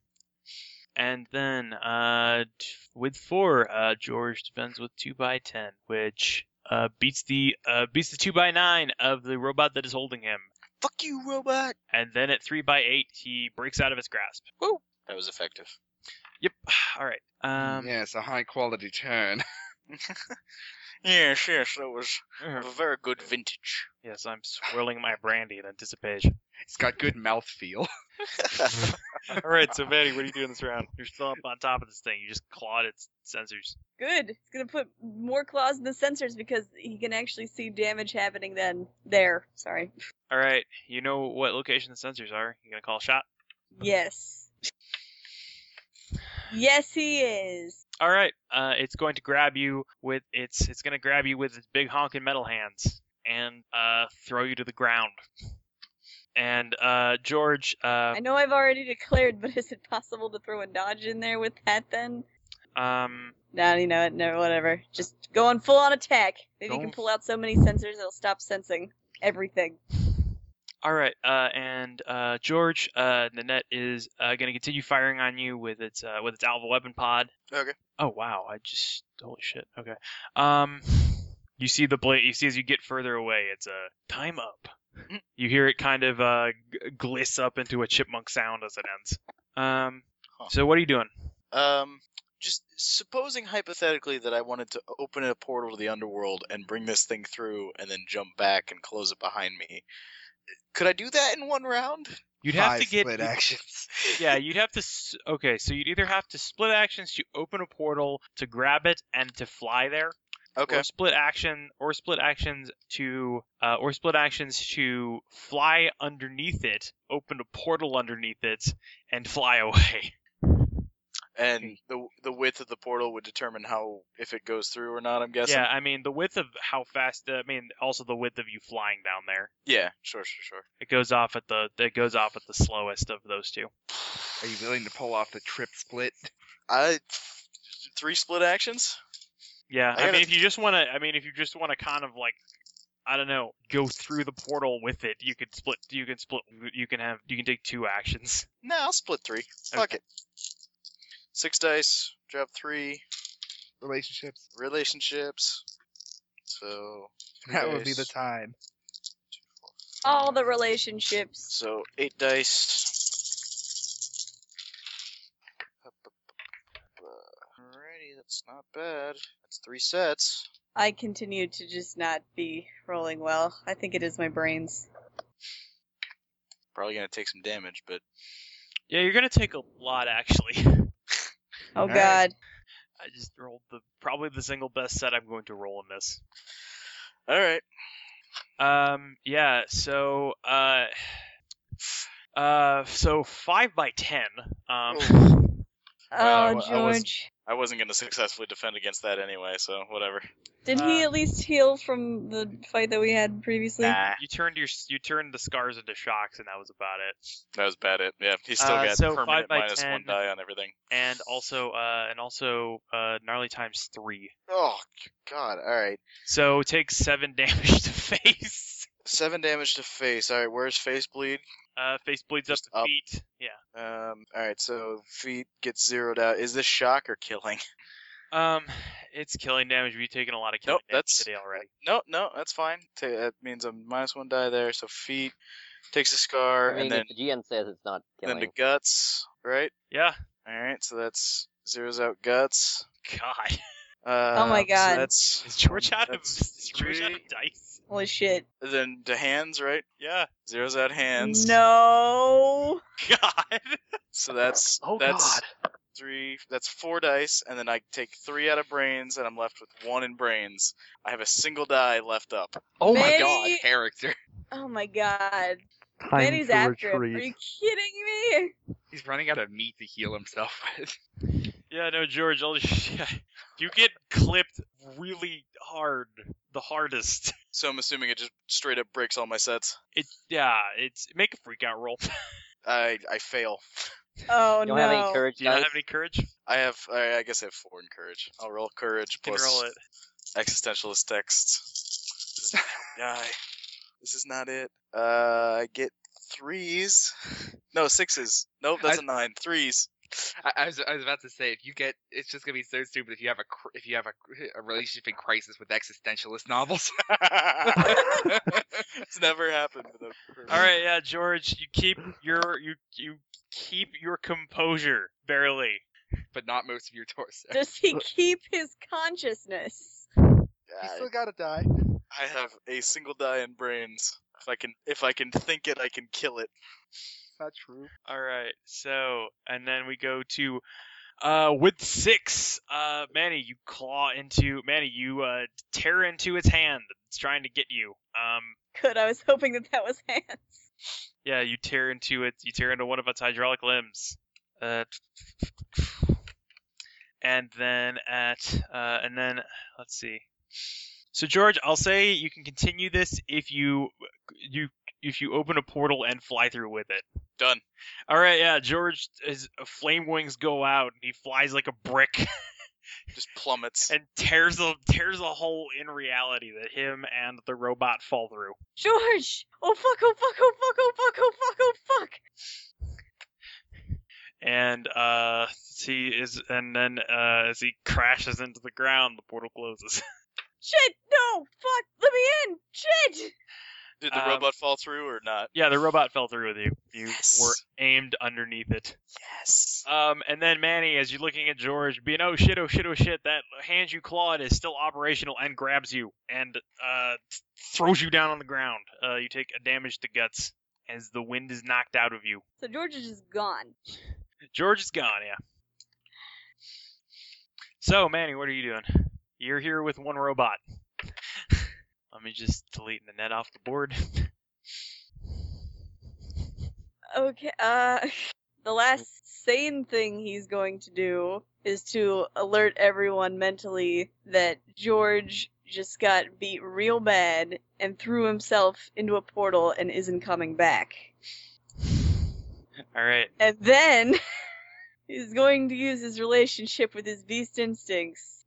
A: and then uh, t- with four, uh, George defends with two by ten, which uh, beats the uh, beats the two by nine of the robot that is holding him.
B: Fuck you, robot.
A: And then at three by eight, he breaks out of its grasp.
B: That was effective. [SIGHS]
A: Yep. All right. Um,
J: yeah, it's a high quality turn. [LAUGHS]
B: Yes, yes, that was a very good vintage.
A: Yes, I'm swirling my brandy in anticipation.
J: It's got good mouth feel. [LAUGHS]
A: All right, so Manny, what are you doing this round? You're still up on top of this thing. You just clawed its sensors.
C: Good. It's gonna put more claws in the sensors because he can actually see damage happening then. There. Sorry.
A: All right, you know what location the sensors are. You gonna call a shot?
C: Yes. Yes, he is.
A: All right, uh, it's going to grab you with its. It's gonna grab you with its big honking metal hands and uh, throw you to the ground. And uh, George, uh,
C: I know I've already declared, but is it possible to throw a dodge in there with that then?
A: um,
C: No, you know it. No, whatever. Just go on full on attack. Maybe you
A: Don't-
C: can pull out so many sensors it'll stop sensing everything.
A: All right, uh, and uh, George, uh, Nanette is uh, going to continue firing on you with its uh, with its alpha weapon pod.
B: Okay.
A: Oh wow! I just holy shit. Okay. Um, you see the blade. You see as you get further away, it's a uh, time up.
B: Mm.
A: you hear it kind of uh, g- gliss up into a chipmunk sound as it ends. Um,
B: Huh.
A: so what are you doing?
B: Um, just supposing hypothetically that I wanted to open a portal to the underworld and bring this thing through and then jump back and close it behind me, could I do that in one round?
A: You'd
J: Five
A: have to get.
J: split [LAUGHS]
A: you-
J: actions.
B: [LAUGHS]
A: yeah, you'd have to. s- Okay, so you'd either have to split actions to open a portal to grab it and to fly there.
B: Okay.
A: or split action or split actions to uh, or split actions to fly underneath it open a portal underneath it and fly away Hmm.
B: And the the width of the portal would determine how if it goes through or not. I'm guessing.
A: yeah i mean the width of how fast i mean also the width of you flying down there
B: Yeah. Sure. Sure.
A: it goes off at the it goes off at the slowest of those two
J: Are you willing to pull off the trip split?
B: Sure. I three split actions.
A: yeah
B: I
A: i, mean
B: gotta-
A: if you just want to i mean if you just want to kind of like i don't know go through the portal with it you could split you can split you can have you can take two actions
B: No, I'll split three. Fuck
A: Okay.
B: it. Six dice. Drop three.
J: Relationships?
B: Relationships. So three
F: That would be
B: dice.
F: the time.
C: All the relationships.
B: So eight dice. Alrighty, that's not bad. That's three sets.
C: I continue to just not be rolling well. I think it is my brains.
B: Probably gonna take some damage, but
A: Yeah, you're gonna [LAUGHS] take a lot actually. [LAUGHS] I
C: Oh
B: Alright.
C: god.
A: just rolled the probably the single best set I'm going to roll in this.
B: all right.
A: Um, yeah, so uh, [SIGHS] uh, so five by ten. Um,
J: Oh.
B: Well,
C: oh,
B: I- I was-
C: George.
B: I wasn't gonna successfully defend against that anyway, so whatever.
C: Did he
A: uh,
C: at least heal from the fight that we had previously?
B: Nah,
A: you turned your you turned the scars into shocks, and that was about it.
B: that was about it. Yeah, he's still
A: Uh,
B: got
A: so five
B: permanent
A: by
B: minus
A: 10.
B: one die on everything.
A: And also, uh, and also, uh, gnarly times three.
B: Oh g- God! All right,
A: So take seven [LAUGHS] damage to face.
B: seven damage to face. All right, where's face bleed?
A: Uh, face bleeds
B: Just
A: up to
B: up.
A: feet. Yeah.
B: Um. All right, so feet gets zeroed out. Is this shock or killing? [LAUGHS]
A: Um, it's killing damage. We've taken a lot of killing
B: Nope,
A: damage
B: that's-
A: today already.
B: No, no, that's fine. Ta that means I'm minus one die there. So feet takes a scar,
E: I mean,
B: and then
E: if the GM says it's not
B: then
E: killing,
B: to guts, right?
A: Yeah.
B: All right, so that's zeroes out guts. [LAUGHS]
A: God.
B: Uh,
C: Oh my
B: so
C: God.
B: that's
A: Is George out of
B: That's
A: is George out of
B: three.
A: dice?
C: Holy shit.
B: then to hands, right?
A: Yeah.
B: Zeroes out hands.
C: No.
A: God.
B: So that's
G: [LAUGHS] Oh
B: that's
G: God.
B: three. That's four dice, and then I take three out of brains, and I'm left with one in brains. I have a single die left up.
G: Oh
C: Manny-
G: my God.
J: Character.
C: Oh my god.
D: Time
C: Manny's
D: to
C: after him. Are
D: retreat.
C: you kidding me?
J: He's running out of meat to heal himself with.
A: [LAUGHS] Yeah, no, George. [LAUGHS] I'll just, yeah. You get clipped really hard, the hardest.
B: So I'm assuming it just straight up breaks all my sets.
A: It yeah. It's make a freak out
B: [LAUGHS]
A: roll.
B: I I fail.
C: Oh
E: you don't
C: no.
E: have any courage
A: Do you not
E: dice.
A: have any courage?
B: I have. I, I guess I have four in courage. I'll roll courage
A: You
B: plus
A: can roll it.
B: existentialist texts. This is not guy. This is not it. Uh, I get threes. No sixes. Nope, that's a
J: I-
B: nine. Threes.
J: I, I was I was about to say if you get it's just gonna be so stupid if you have a cr- if you have a, a relationship in crisis with existentialist novels. [LAUGHS]
B: It's never happened. With a, for me.
A: All right, yeah, George. You keep your you you keep your composure barely.
J: but not most of your torso.
C: Does
A: [LAUGHS]
C: he keep his consciousness?
B: I,
G: You still gotta die.
B: [LAUGHS] I have a single die in brains. If I can, if I can think it, I can kill it.
G: Not true.
A: All right. So, and then we go to uh with 6. Uh Manny, you claw into Manny, you uh tear into its hand. It's trying to get you. Um
C: Good. I was hoping that that was [LAUGHS] hands.
A: yeah, you tear into it. You tear into one of its hydraulic limbs. Uh and then at uh and then let's see. So George, I'll say you can continue this if you you if you open a portal and fly through with it.
B: Done.
A: All right, yeah. George, his flame wings go out, and he flies like a brick [LAUGHS]
B: Just plummets.
A: and tears a tears a hole in reality that him and the robot fall through.
C: George! Oh fuck, oh fuck, oh fuck, oh fuck, oh fuck, oh fuck!
A: And uh, he is, and then uh, as he crashes into the ground, the portal closes. [LAUGHS]
C: Shit! No! Fuck! Let me in! Shit!
B: Did the
A: um,
B: robot fall through or not?
A: yeah, the robot fell through with you. You
B: Yes.
A: were aimed underneath it.
B: Yes.
A: Um, and then Manny, as you're looking at George, being oh shit, oh shit, oh shit, that hand you clawed is still operational and grabs you and uh th- throws you down on the ground. Uh, you take a damage to guts as the wind is knocked out of you.
C: So George is just gone.
A: George is gone, yeah. So Manny, what are you doing? You're here with one robot. [LAUGHS] Let me just delete the net off the board. [LAUGHS]
C: Okay, uh. [LAUGHS]
A: Mm-hmm.
C: The last sane thing he's going to do is to alert everyone mentally that George just got beat real bad and threw himself into a portal and isn't coming back.
A: All right.
C: And then [LAUGHS] he's going to use his relationship with his beast instincts.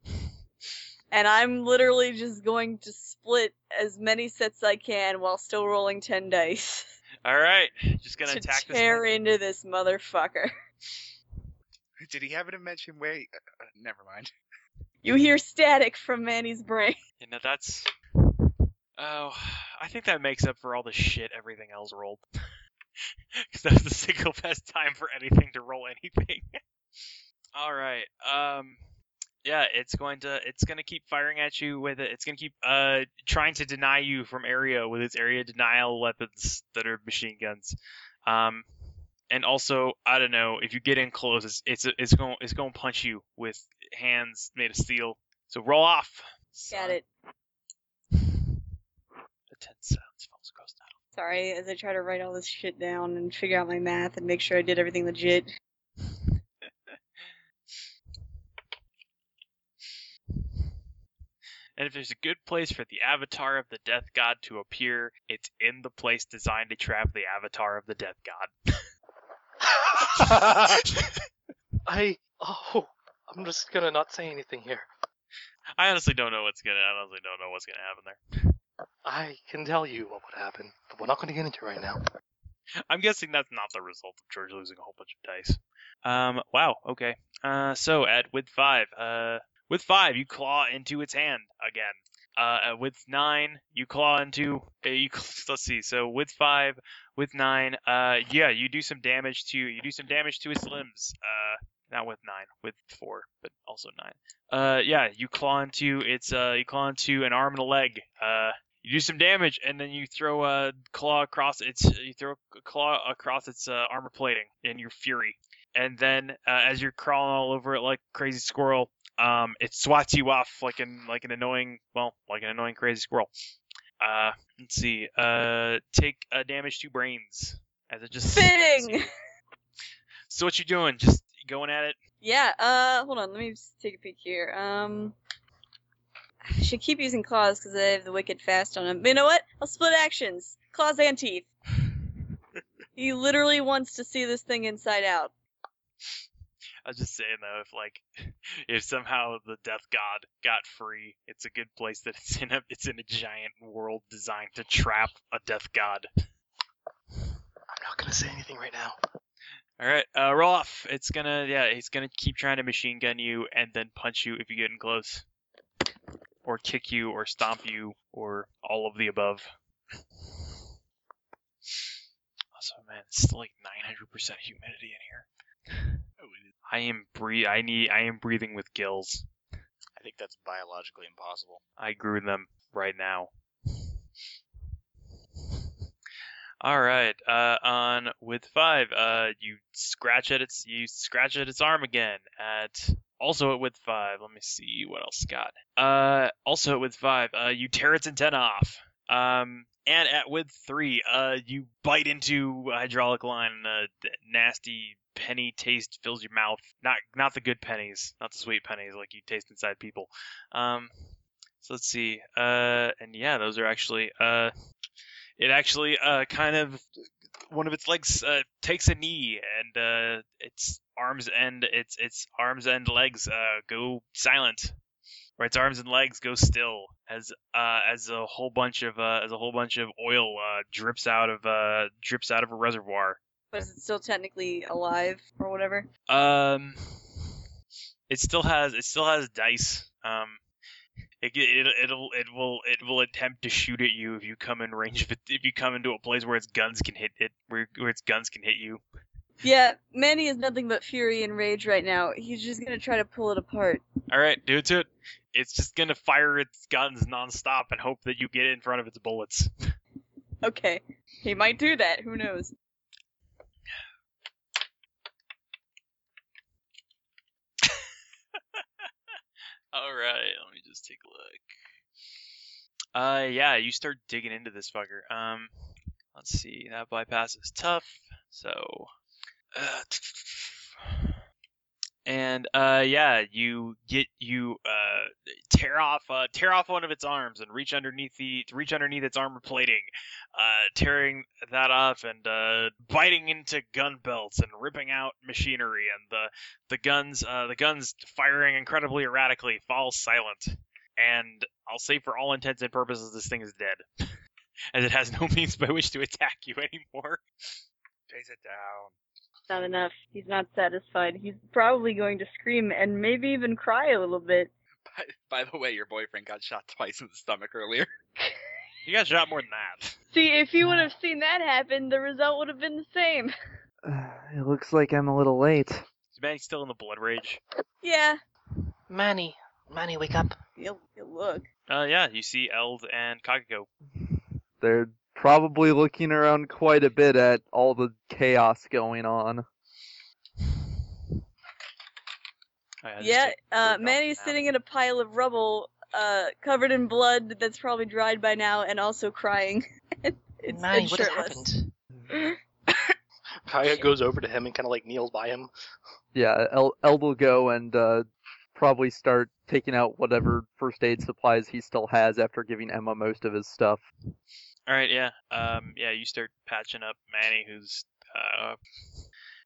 C: And I'm literally just going to split as many sets I can while still rolling 10 dice
A: All right. Just going
C: to
A: to attack this
C: tear into this motherfucker.
J: Did he happen to mention where? He, uh, uh, never mind.
C: You hear static from Manny's brain. [LAUGHS]
A: You know, that's. Oh, I think that makes up for all the shit everything else rolled. [LAUGHS] Because that was the single best time for anything to roll anything. [LAUGHS] all right. Um. Yeah, it's going to it's going to keep firing at you with it. It's going to keep uh trying to deny you from area with its area denial weapons that are machine guns. Um. And also, I don't know if you get in close, it's it's it's going it's going to punch you with hands made of steel. So roll off.
C: Got it.
A: The tense silence falls across the
C: Sorry, as I try to write all this shit down and figure out my math and make sure I did everything legit.
A: And if there's a good place for the avatar of the death god to appear, it's in the place designed to trap the avatar of the death god. [LAUGHS]
G: I oh, I'm just gonna not say anything here.
A: I honestly don't know what's gonna. I honestly don't know what's gonna happen there.
G: I can tell you what would happen, but we're not going to get into it right now.
A: I'm guessing that's not the result of George losing a whole bunch of dice. Um. Wow. Okay. Uh. So at with five. Uh. With five, you claw into its hand again. Uh. uh, With nine, you claw into. Uh, you. [LAUGHS] Let's see. So with five, with nine. Uh. Yeah. You do some damage to. You do some damage to its limbs. Uh. Not with nine. With four, but also nine. Uh. Yeah. You claw into its. Uh. You claw into an arm and a leg. Uh you do some damage and then you throw a claw across its you throw a claw across its uh, armor plating in your fury and then uh, as you're crawling all over it like a crazy squirrel um it swats you off like an like an annoying well like an annoying crazy squirrel uh let's see uh take uh, damage to brains as it just
C: Fitting!
A: [LAUGHS] so what you doing just going at it
C: Yeah, uh, hold on, let me just take a peek here. Um, I should keep using claws because I have the wicked fast on them. But you know what? I'll split actions. Claws and [LAUGHS] teeth. he literally wants to see this thing inside out.
A: I was just saying though, if like [LAUGHS] if somehow the Death God got free, it's a good place that it's in a it's in a giant world designed to trap a Death God.
G: I'm not going to say anything right now.
A: All right, uh, roll off. It's gonna yeah, it's gonna keep trying to machine gun you and then punch you if you get in close, or kick you, or stomp you, or all of the above. Also, man, it's like 900% humidity in here. I am breathe. I need. I am breathing with gills.
B: I think that's biologically impossible.
A: I grew them right now. All right. Uh, on with five, uh, you scratch at its you scratch at its arm again. At also at with five. Let me see what else got. Uh, also at with five, uh, you tear its antenna off. Um, and at with three, uh, you bite into a hydraulic line and a d- nasty penny taste fills your mouth. Not not the good pennies, not the sweet pennies like you taste inside people. Um, so let's see. Uh, and yeah, those are actually. Uh, it actually uh, kind of one of its legs uh, takes a knee, and uh, its arms and its its arms and legs uh, go silent, or its arms and legs go still as uh, as a whole bunch of uh, as a whole bunch of oil uh, drips out of uh, drips out of a reservoir.
C: But is it still technically alive or whatever?
A: Um, it still has it still has dice. Um, it it it'll it will it will attempt to shoot at you if you come in range of it if you come into a place where its guns can hit it where where its guns can hit you.
C: Yeah, Manny is nothing but fury and rage right now. He's just gonna try to pull it apart.
A: All right, do it to it. It's just gonna fire its guns nonstop and hope that you get in front of its bullets.
C: Okay. He might do that, who knows?
A: All right, let me just take a look. Uh, yeah, you start digging into this fucker. Um, let's see, that bypass is tough. So, [SIGHS] uh, and uh, yeah, you get you uh tear off uh tear off one of its arms and reach underneath the reach underneath its armor plating, uh tearing that off and uh biting into gun belts and ripping out machinery and the the guns uh, the guns firing incredibly erratically fall silent and i'll say for all intents and purposes this thing is dead [LAUGHS] as it has no [LAUGHS] means by which to attack you anymore [LAUGHS]
J: Chase it down.
C: Not enough. He's not satisfied. He's probably going to scream and maybe even cry a little bit.
F: By, [LAUGHS] by the way, your boyfriend got shot twice in the stomach earlier.
A: You got shot more than that.
C: See, if you would have seen that happen, the result would have been the same.
I: [SIGHS] It looks like I'm a little late.
A: Is Manny still in the blood rage?
C: yeah.
K: Manny, Manny, wake up.
C: You'll, you'll look.
A: Uh, yeah, you see Eld and Kakiko.
I: They're probably looking around quite a bit at all the chaos going on.
A: I- I just
C: Yeah,
A: took-
C: uh,
A: took note
C: Manny's
A: now.
C: sitting in a pile of rubble, uh, covered in blood that's probably dried by now, and also crying. [LAUGHS] it's
K: Manny,
C: and
K: what has
C: shirtless.
K: happened?
G: Kaya goes over to him and kind of like kneels by him.
I: Yeah, El- Eld will go and uh, probably start taking out whatever first aid supplies he still has after giving Emma most of his stuff.
A: All right, yeah, um, yeah, you start patching up Manny, who's uh,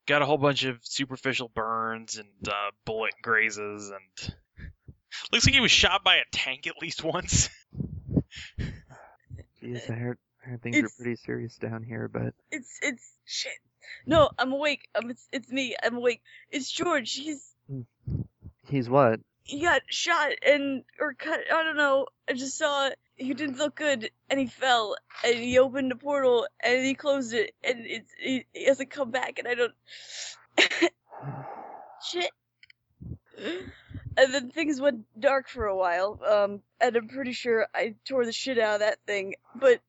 A: got a whole bunch of superficial burns and uh, bullet grazes, and [LAUGHS] looks like he was shot by a tank at least once. [LAUGHS]
I: Jeez, I heard, I heard things are
C: It's-
I: pretty serious down here, but
C: It's it's shit. No, I'm awake. Um, it's it's me. I'm awake. It's George. He's
I: he's what?
C: he got shot and or cut. I don't know. I just saw it. he didn't look good, and he fell, and he opened a portal, and he closed it, and it's he, he hasn't come back, and I don't. [SIGHS] shit. And then things went dark for a while, um, and I'm pretty sure I tore the shit out of that thing. But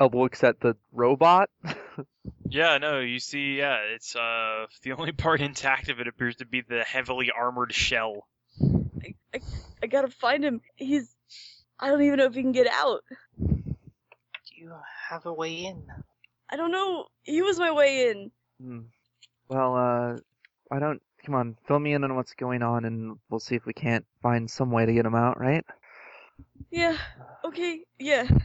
I: Eld looks at the robot.
A: Yeah, no, you see, yeah, it's uh, the only part [LAUGHS] intact of it appears to be the heavily armored shell.
C: I, I, I gotta find him. He's. I don't even know if he can get out.
K: Do you have a way in?
C: I don't know. He was my way in.
I: Hmm. Well, uh, I don't. Come on, fill me in on what's going on, and we'll see if we can't find some way to get him out, right?
C: Yeah. Okay. Yeah. Fuck.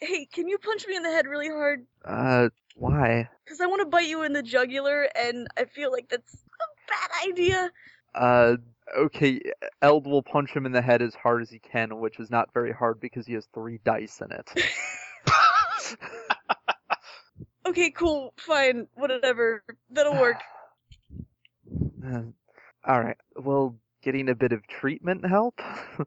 C: Hey, can you punch me in the head really hard?
I: Uh, why?
C: Because I want to bite you in the jugular, and I feel like that's a bad idea.
I: Uh, okay, Eld will punch him in the head as hard as he can, which is not very hard because he has three dice in it.
C: Okay, cool. Fine. Whatever. That'll work.
I: Uh, all right. Well, getting a bit of treatment help,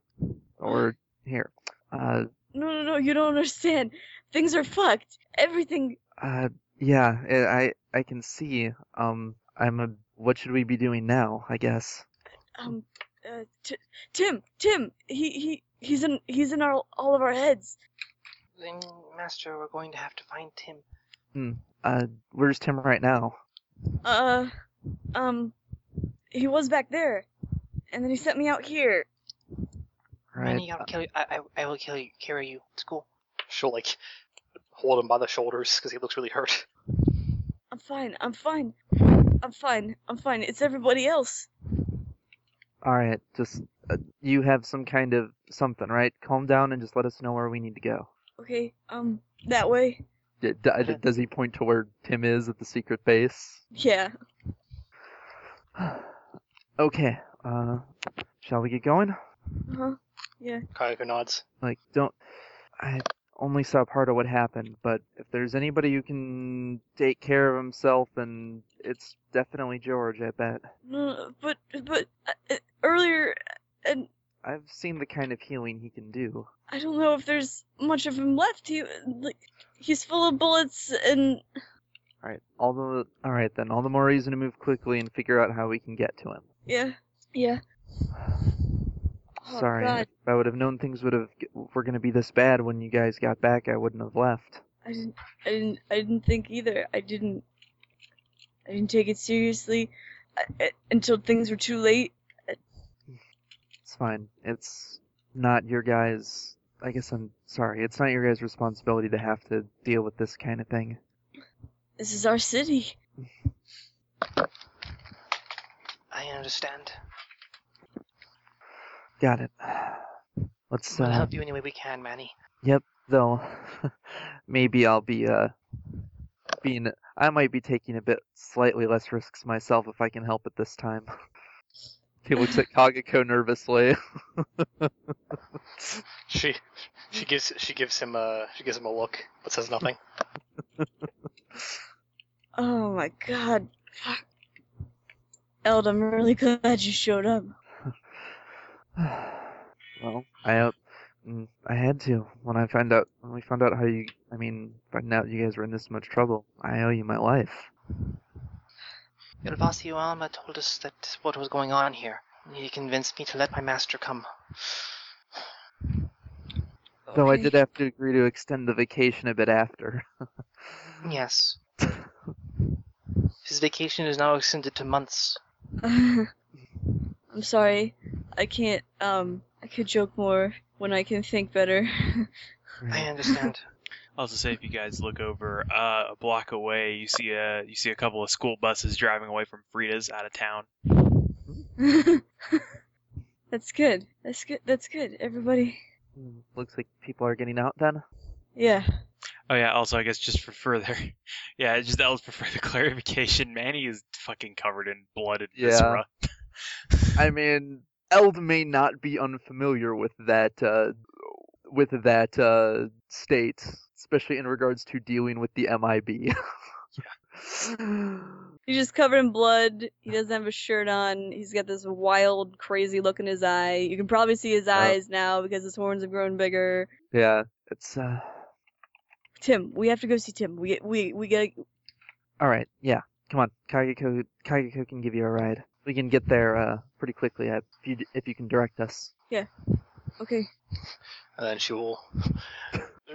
I: [LAUGHS] or here. Uh,
C: No, no, no. You don't understand. Things are fucked. Everything.
I: uh, yeah, I I I can see. Um, I'm a. What should we be doing now? I guess.
C: Um. Uh, t- Tim. Tim. He. He. He's in. He's in our all of our heads.
K: Then, Master, we're going to have to find Tim.
I: Uh, where's Tim right now?
C: Uh. Um. He was back there, and then he sent me out here.
K: Manny, I'll kill you. I, I, I will kill you. Carry you. It's cool.
G: She'll like hold him by the shoulders because he looks really hurt.
C: I'm fine. I'm fine. I'm fine. I'm fine. It's everybody else.
I: All right, just uh, you have some kind of something, right? Calm down and just let us know where we need to go.
C: Okay. Um. That way.
I: D- d- uh, d- does he point to where Tim is at the secret base?
C: Yeah.
I: okay. Uh, shall we get going?
C: Uh-huh.
G: Kayako nods.
I: Like, don't. I only saw part of what happened, but if there's anybody who can take care of himself, then it's definitely George. I bet.
C: No, no, but but uh, uh, earlier, and
I: I've seen the kind of healing he can do.
C: I don't know if there's much of him left. He like he's full of bullets and
I: All right. All the all right then. All the more reason to move quickly and figure out how we can get to him.
C: yeah yeah. Oh,
I: Sorry,
C: God.
I: if I would have known things would have were gonna be this bad when you guys got back, I wouldn't have left.
C: I didn't I didn't I didn't think either. I didn't I didn't take it seriously I, I- until things were too late.
I: It's fine. It's not your guys. I guess I'm sorry. It's not your guys' responsibility to have to deal with this kind of thing.
C: This is our city.
K: I understand.
I: Got it. Let's
K: We'll
I: uh,
K: help you any way we can, Manny.
D: [LAUGHS]
I: though. maybe I'll be uh being. I might be taking a bit slightly less risks myself if I can help it this
D: [LAUGHS]
I: time. he looks
K: [LAUGHS]
I: at Kagako nervously.
G: She she gives she gives him a she gives him a look but says nothing.
C: [LAUGHS] Oh my god. Fuck. Eld, I'm really glad you showed up.
I: I
D: Well, I uh, mm, I had to when I found out when we found out how you. I mean, finding out you guys were in this much trouble. I owe you my life.
K: El Vasi Alma told us that what was going on here. He convinced me to let my master come. Oh,
D: Though I did have to agree to extend the vacation a bit after. [LAUGHS]
K: Yes. His vacation is now extended to months.
C: [LAUGHS] I'm sorry. I can't. Um, I could joke more when I can think better. [LAUGHS]
K: I understand.
A: I'll also say if you guys look over uh, a block away, you see a you see a couple of school buses driving away from Frida's out of town.
C: [LAUGHS] That's good. That's good. That's good. Everybody.
D: Hmm, Looks like people are getting out then.
C: Yeah.
A: Oh yeah. Also, I guess just for further, [LAUGHS] yeah, just that was for further [LAUGHS] clarification. Manny is fucking covered in blood and
D: Yeah.
A: viscera.
D: I mean, Eld may not be unfamiliar with that uh, with that uh, state, especially in regards to dealing with the [LAUGHS] MIB.
C: He's just covered in blood. He doesn't have a shirt on. He's got this wild, crazy look in his eye. You can probably see his eyes now because his horns have grown bigger.
D: yeah, it's uh,
C: Tim, we have to go see Tim. We we we gotta.
D: all right. Yeah, come on, Kageko. Kageko can give you a ride. We can get there uh, pretty quickly uh, if you if you can direct us.
C: Okay.
G: and then she will,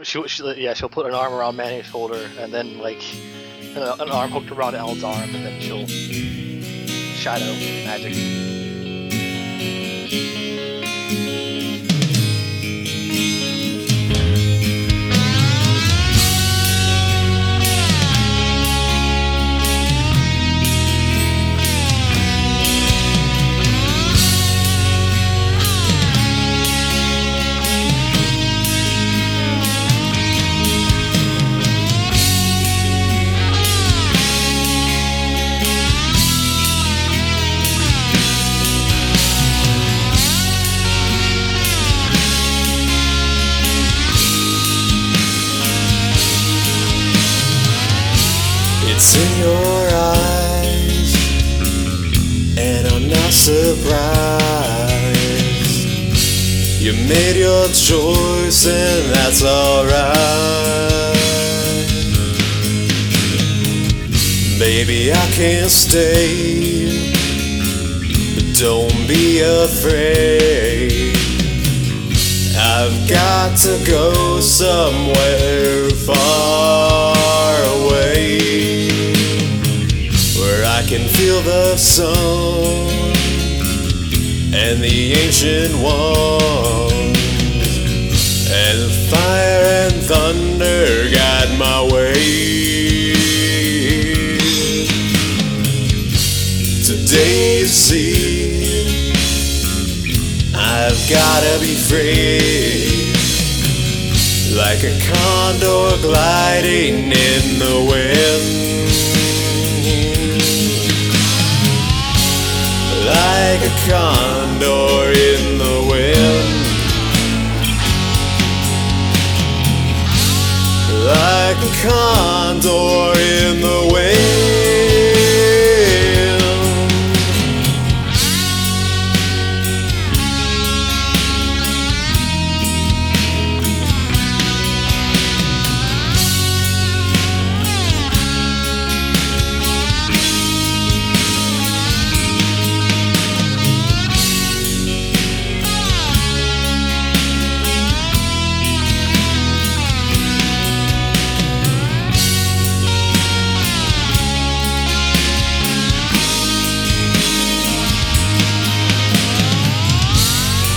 G: she, she yeah, she'll put an arm around Manny's shoulder, and then like an, an arm hooked around Al's arm, and then she'll shadow magic.
L: It's in your eyes, and I'm not surprised. You made your choice, and that's alright. Baby, I can't stay, but don't be afraid. I've got to go somewhere far away where I can feel the sun and the ancient ones and fire and thunder guide my way. Today, you see. I've gotta be free. Like a condor gliding in the wind. Like a condor in the wind. Like a condor in the wind.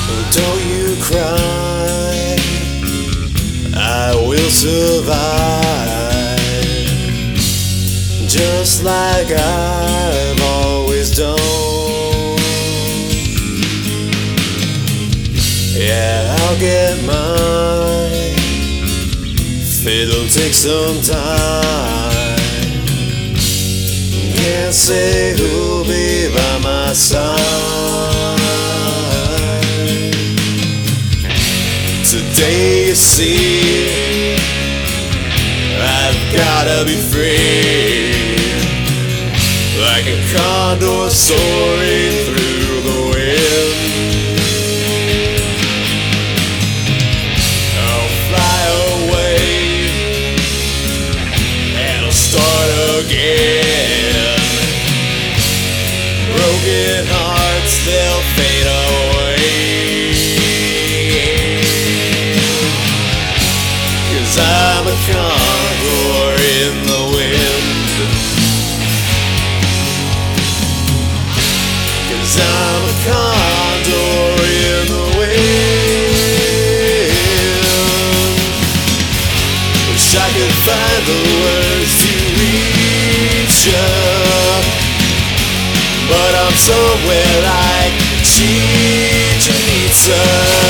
L: Oh, Don't you cry. I will survive. Just like I've always done. Yeah, I'll get mine. It'll take some time. Can't say who'll be by my side. Today you see, I've gotta be free. Like a condor soaring through the wind. somewhere like Chichen Itza.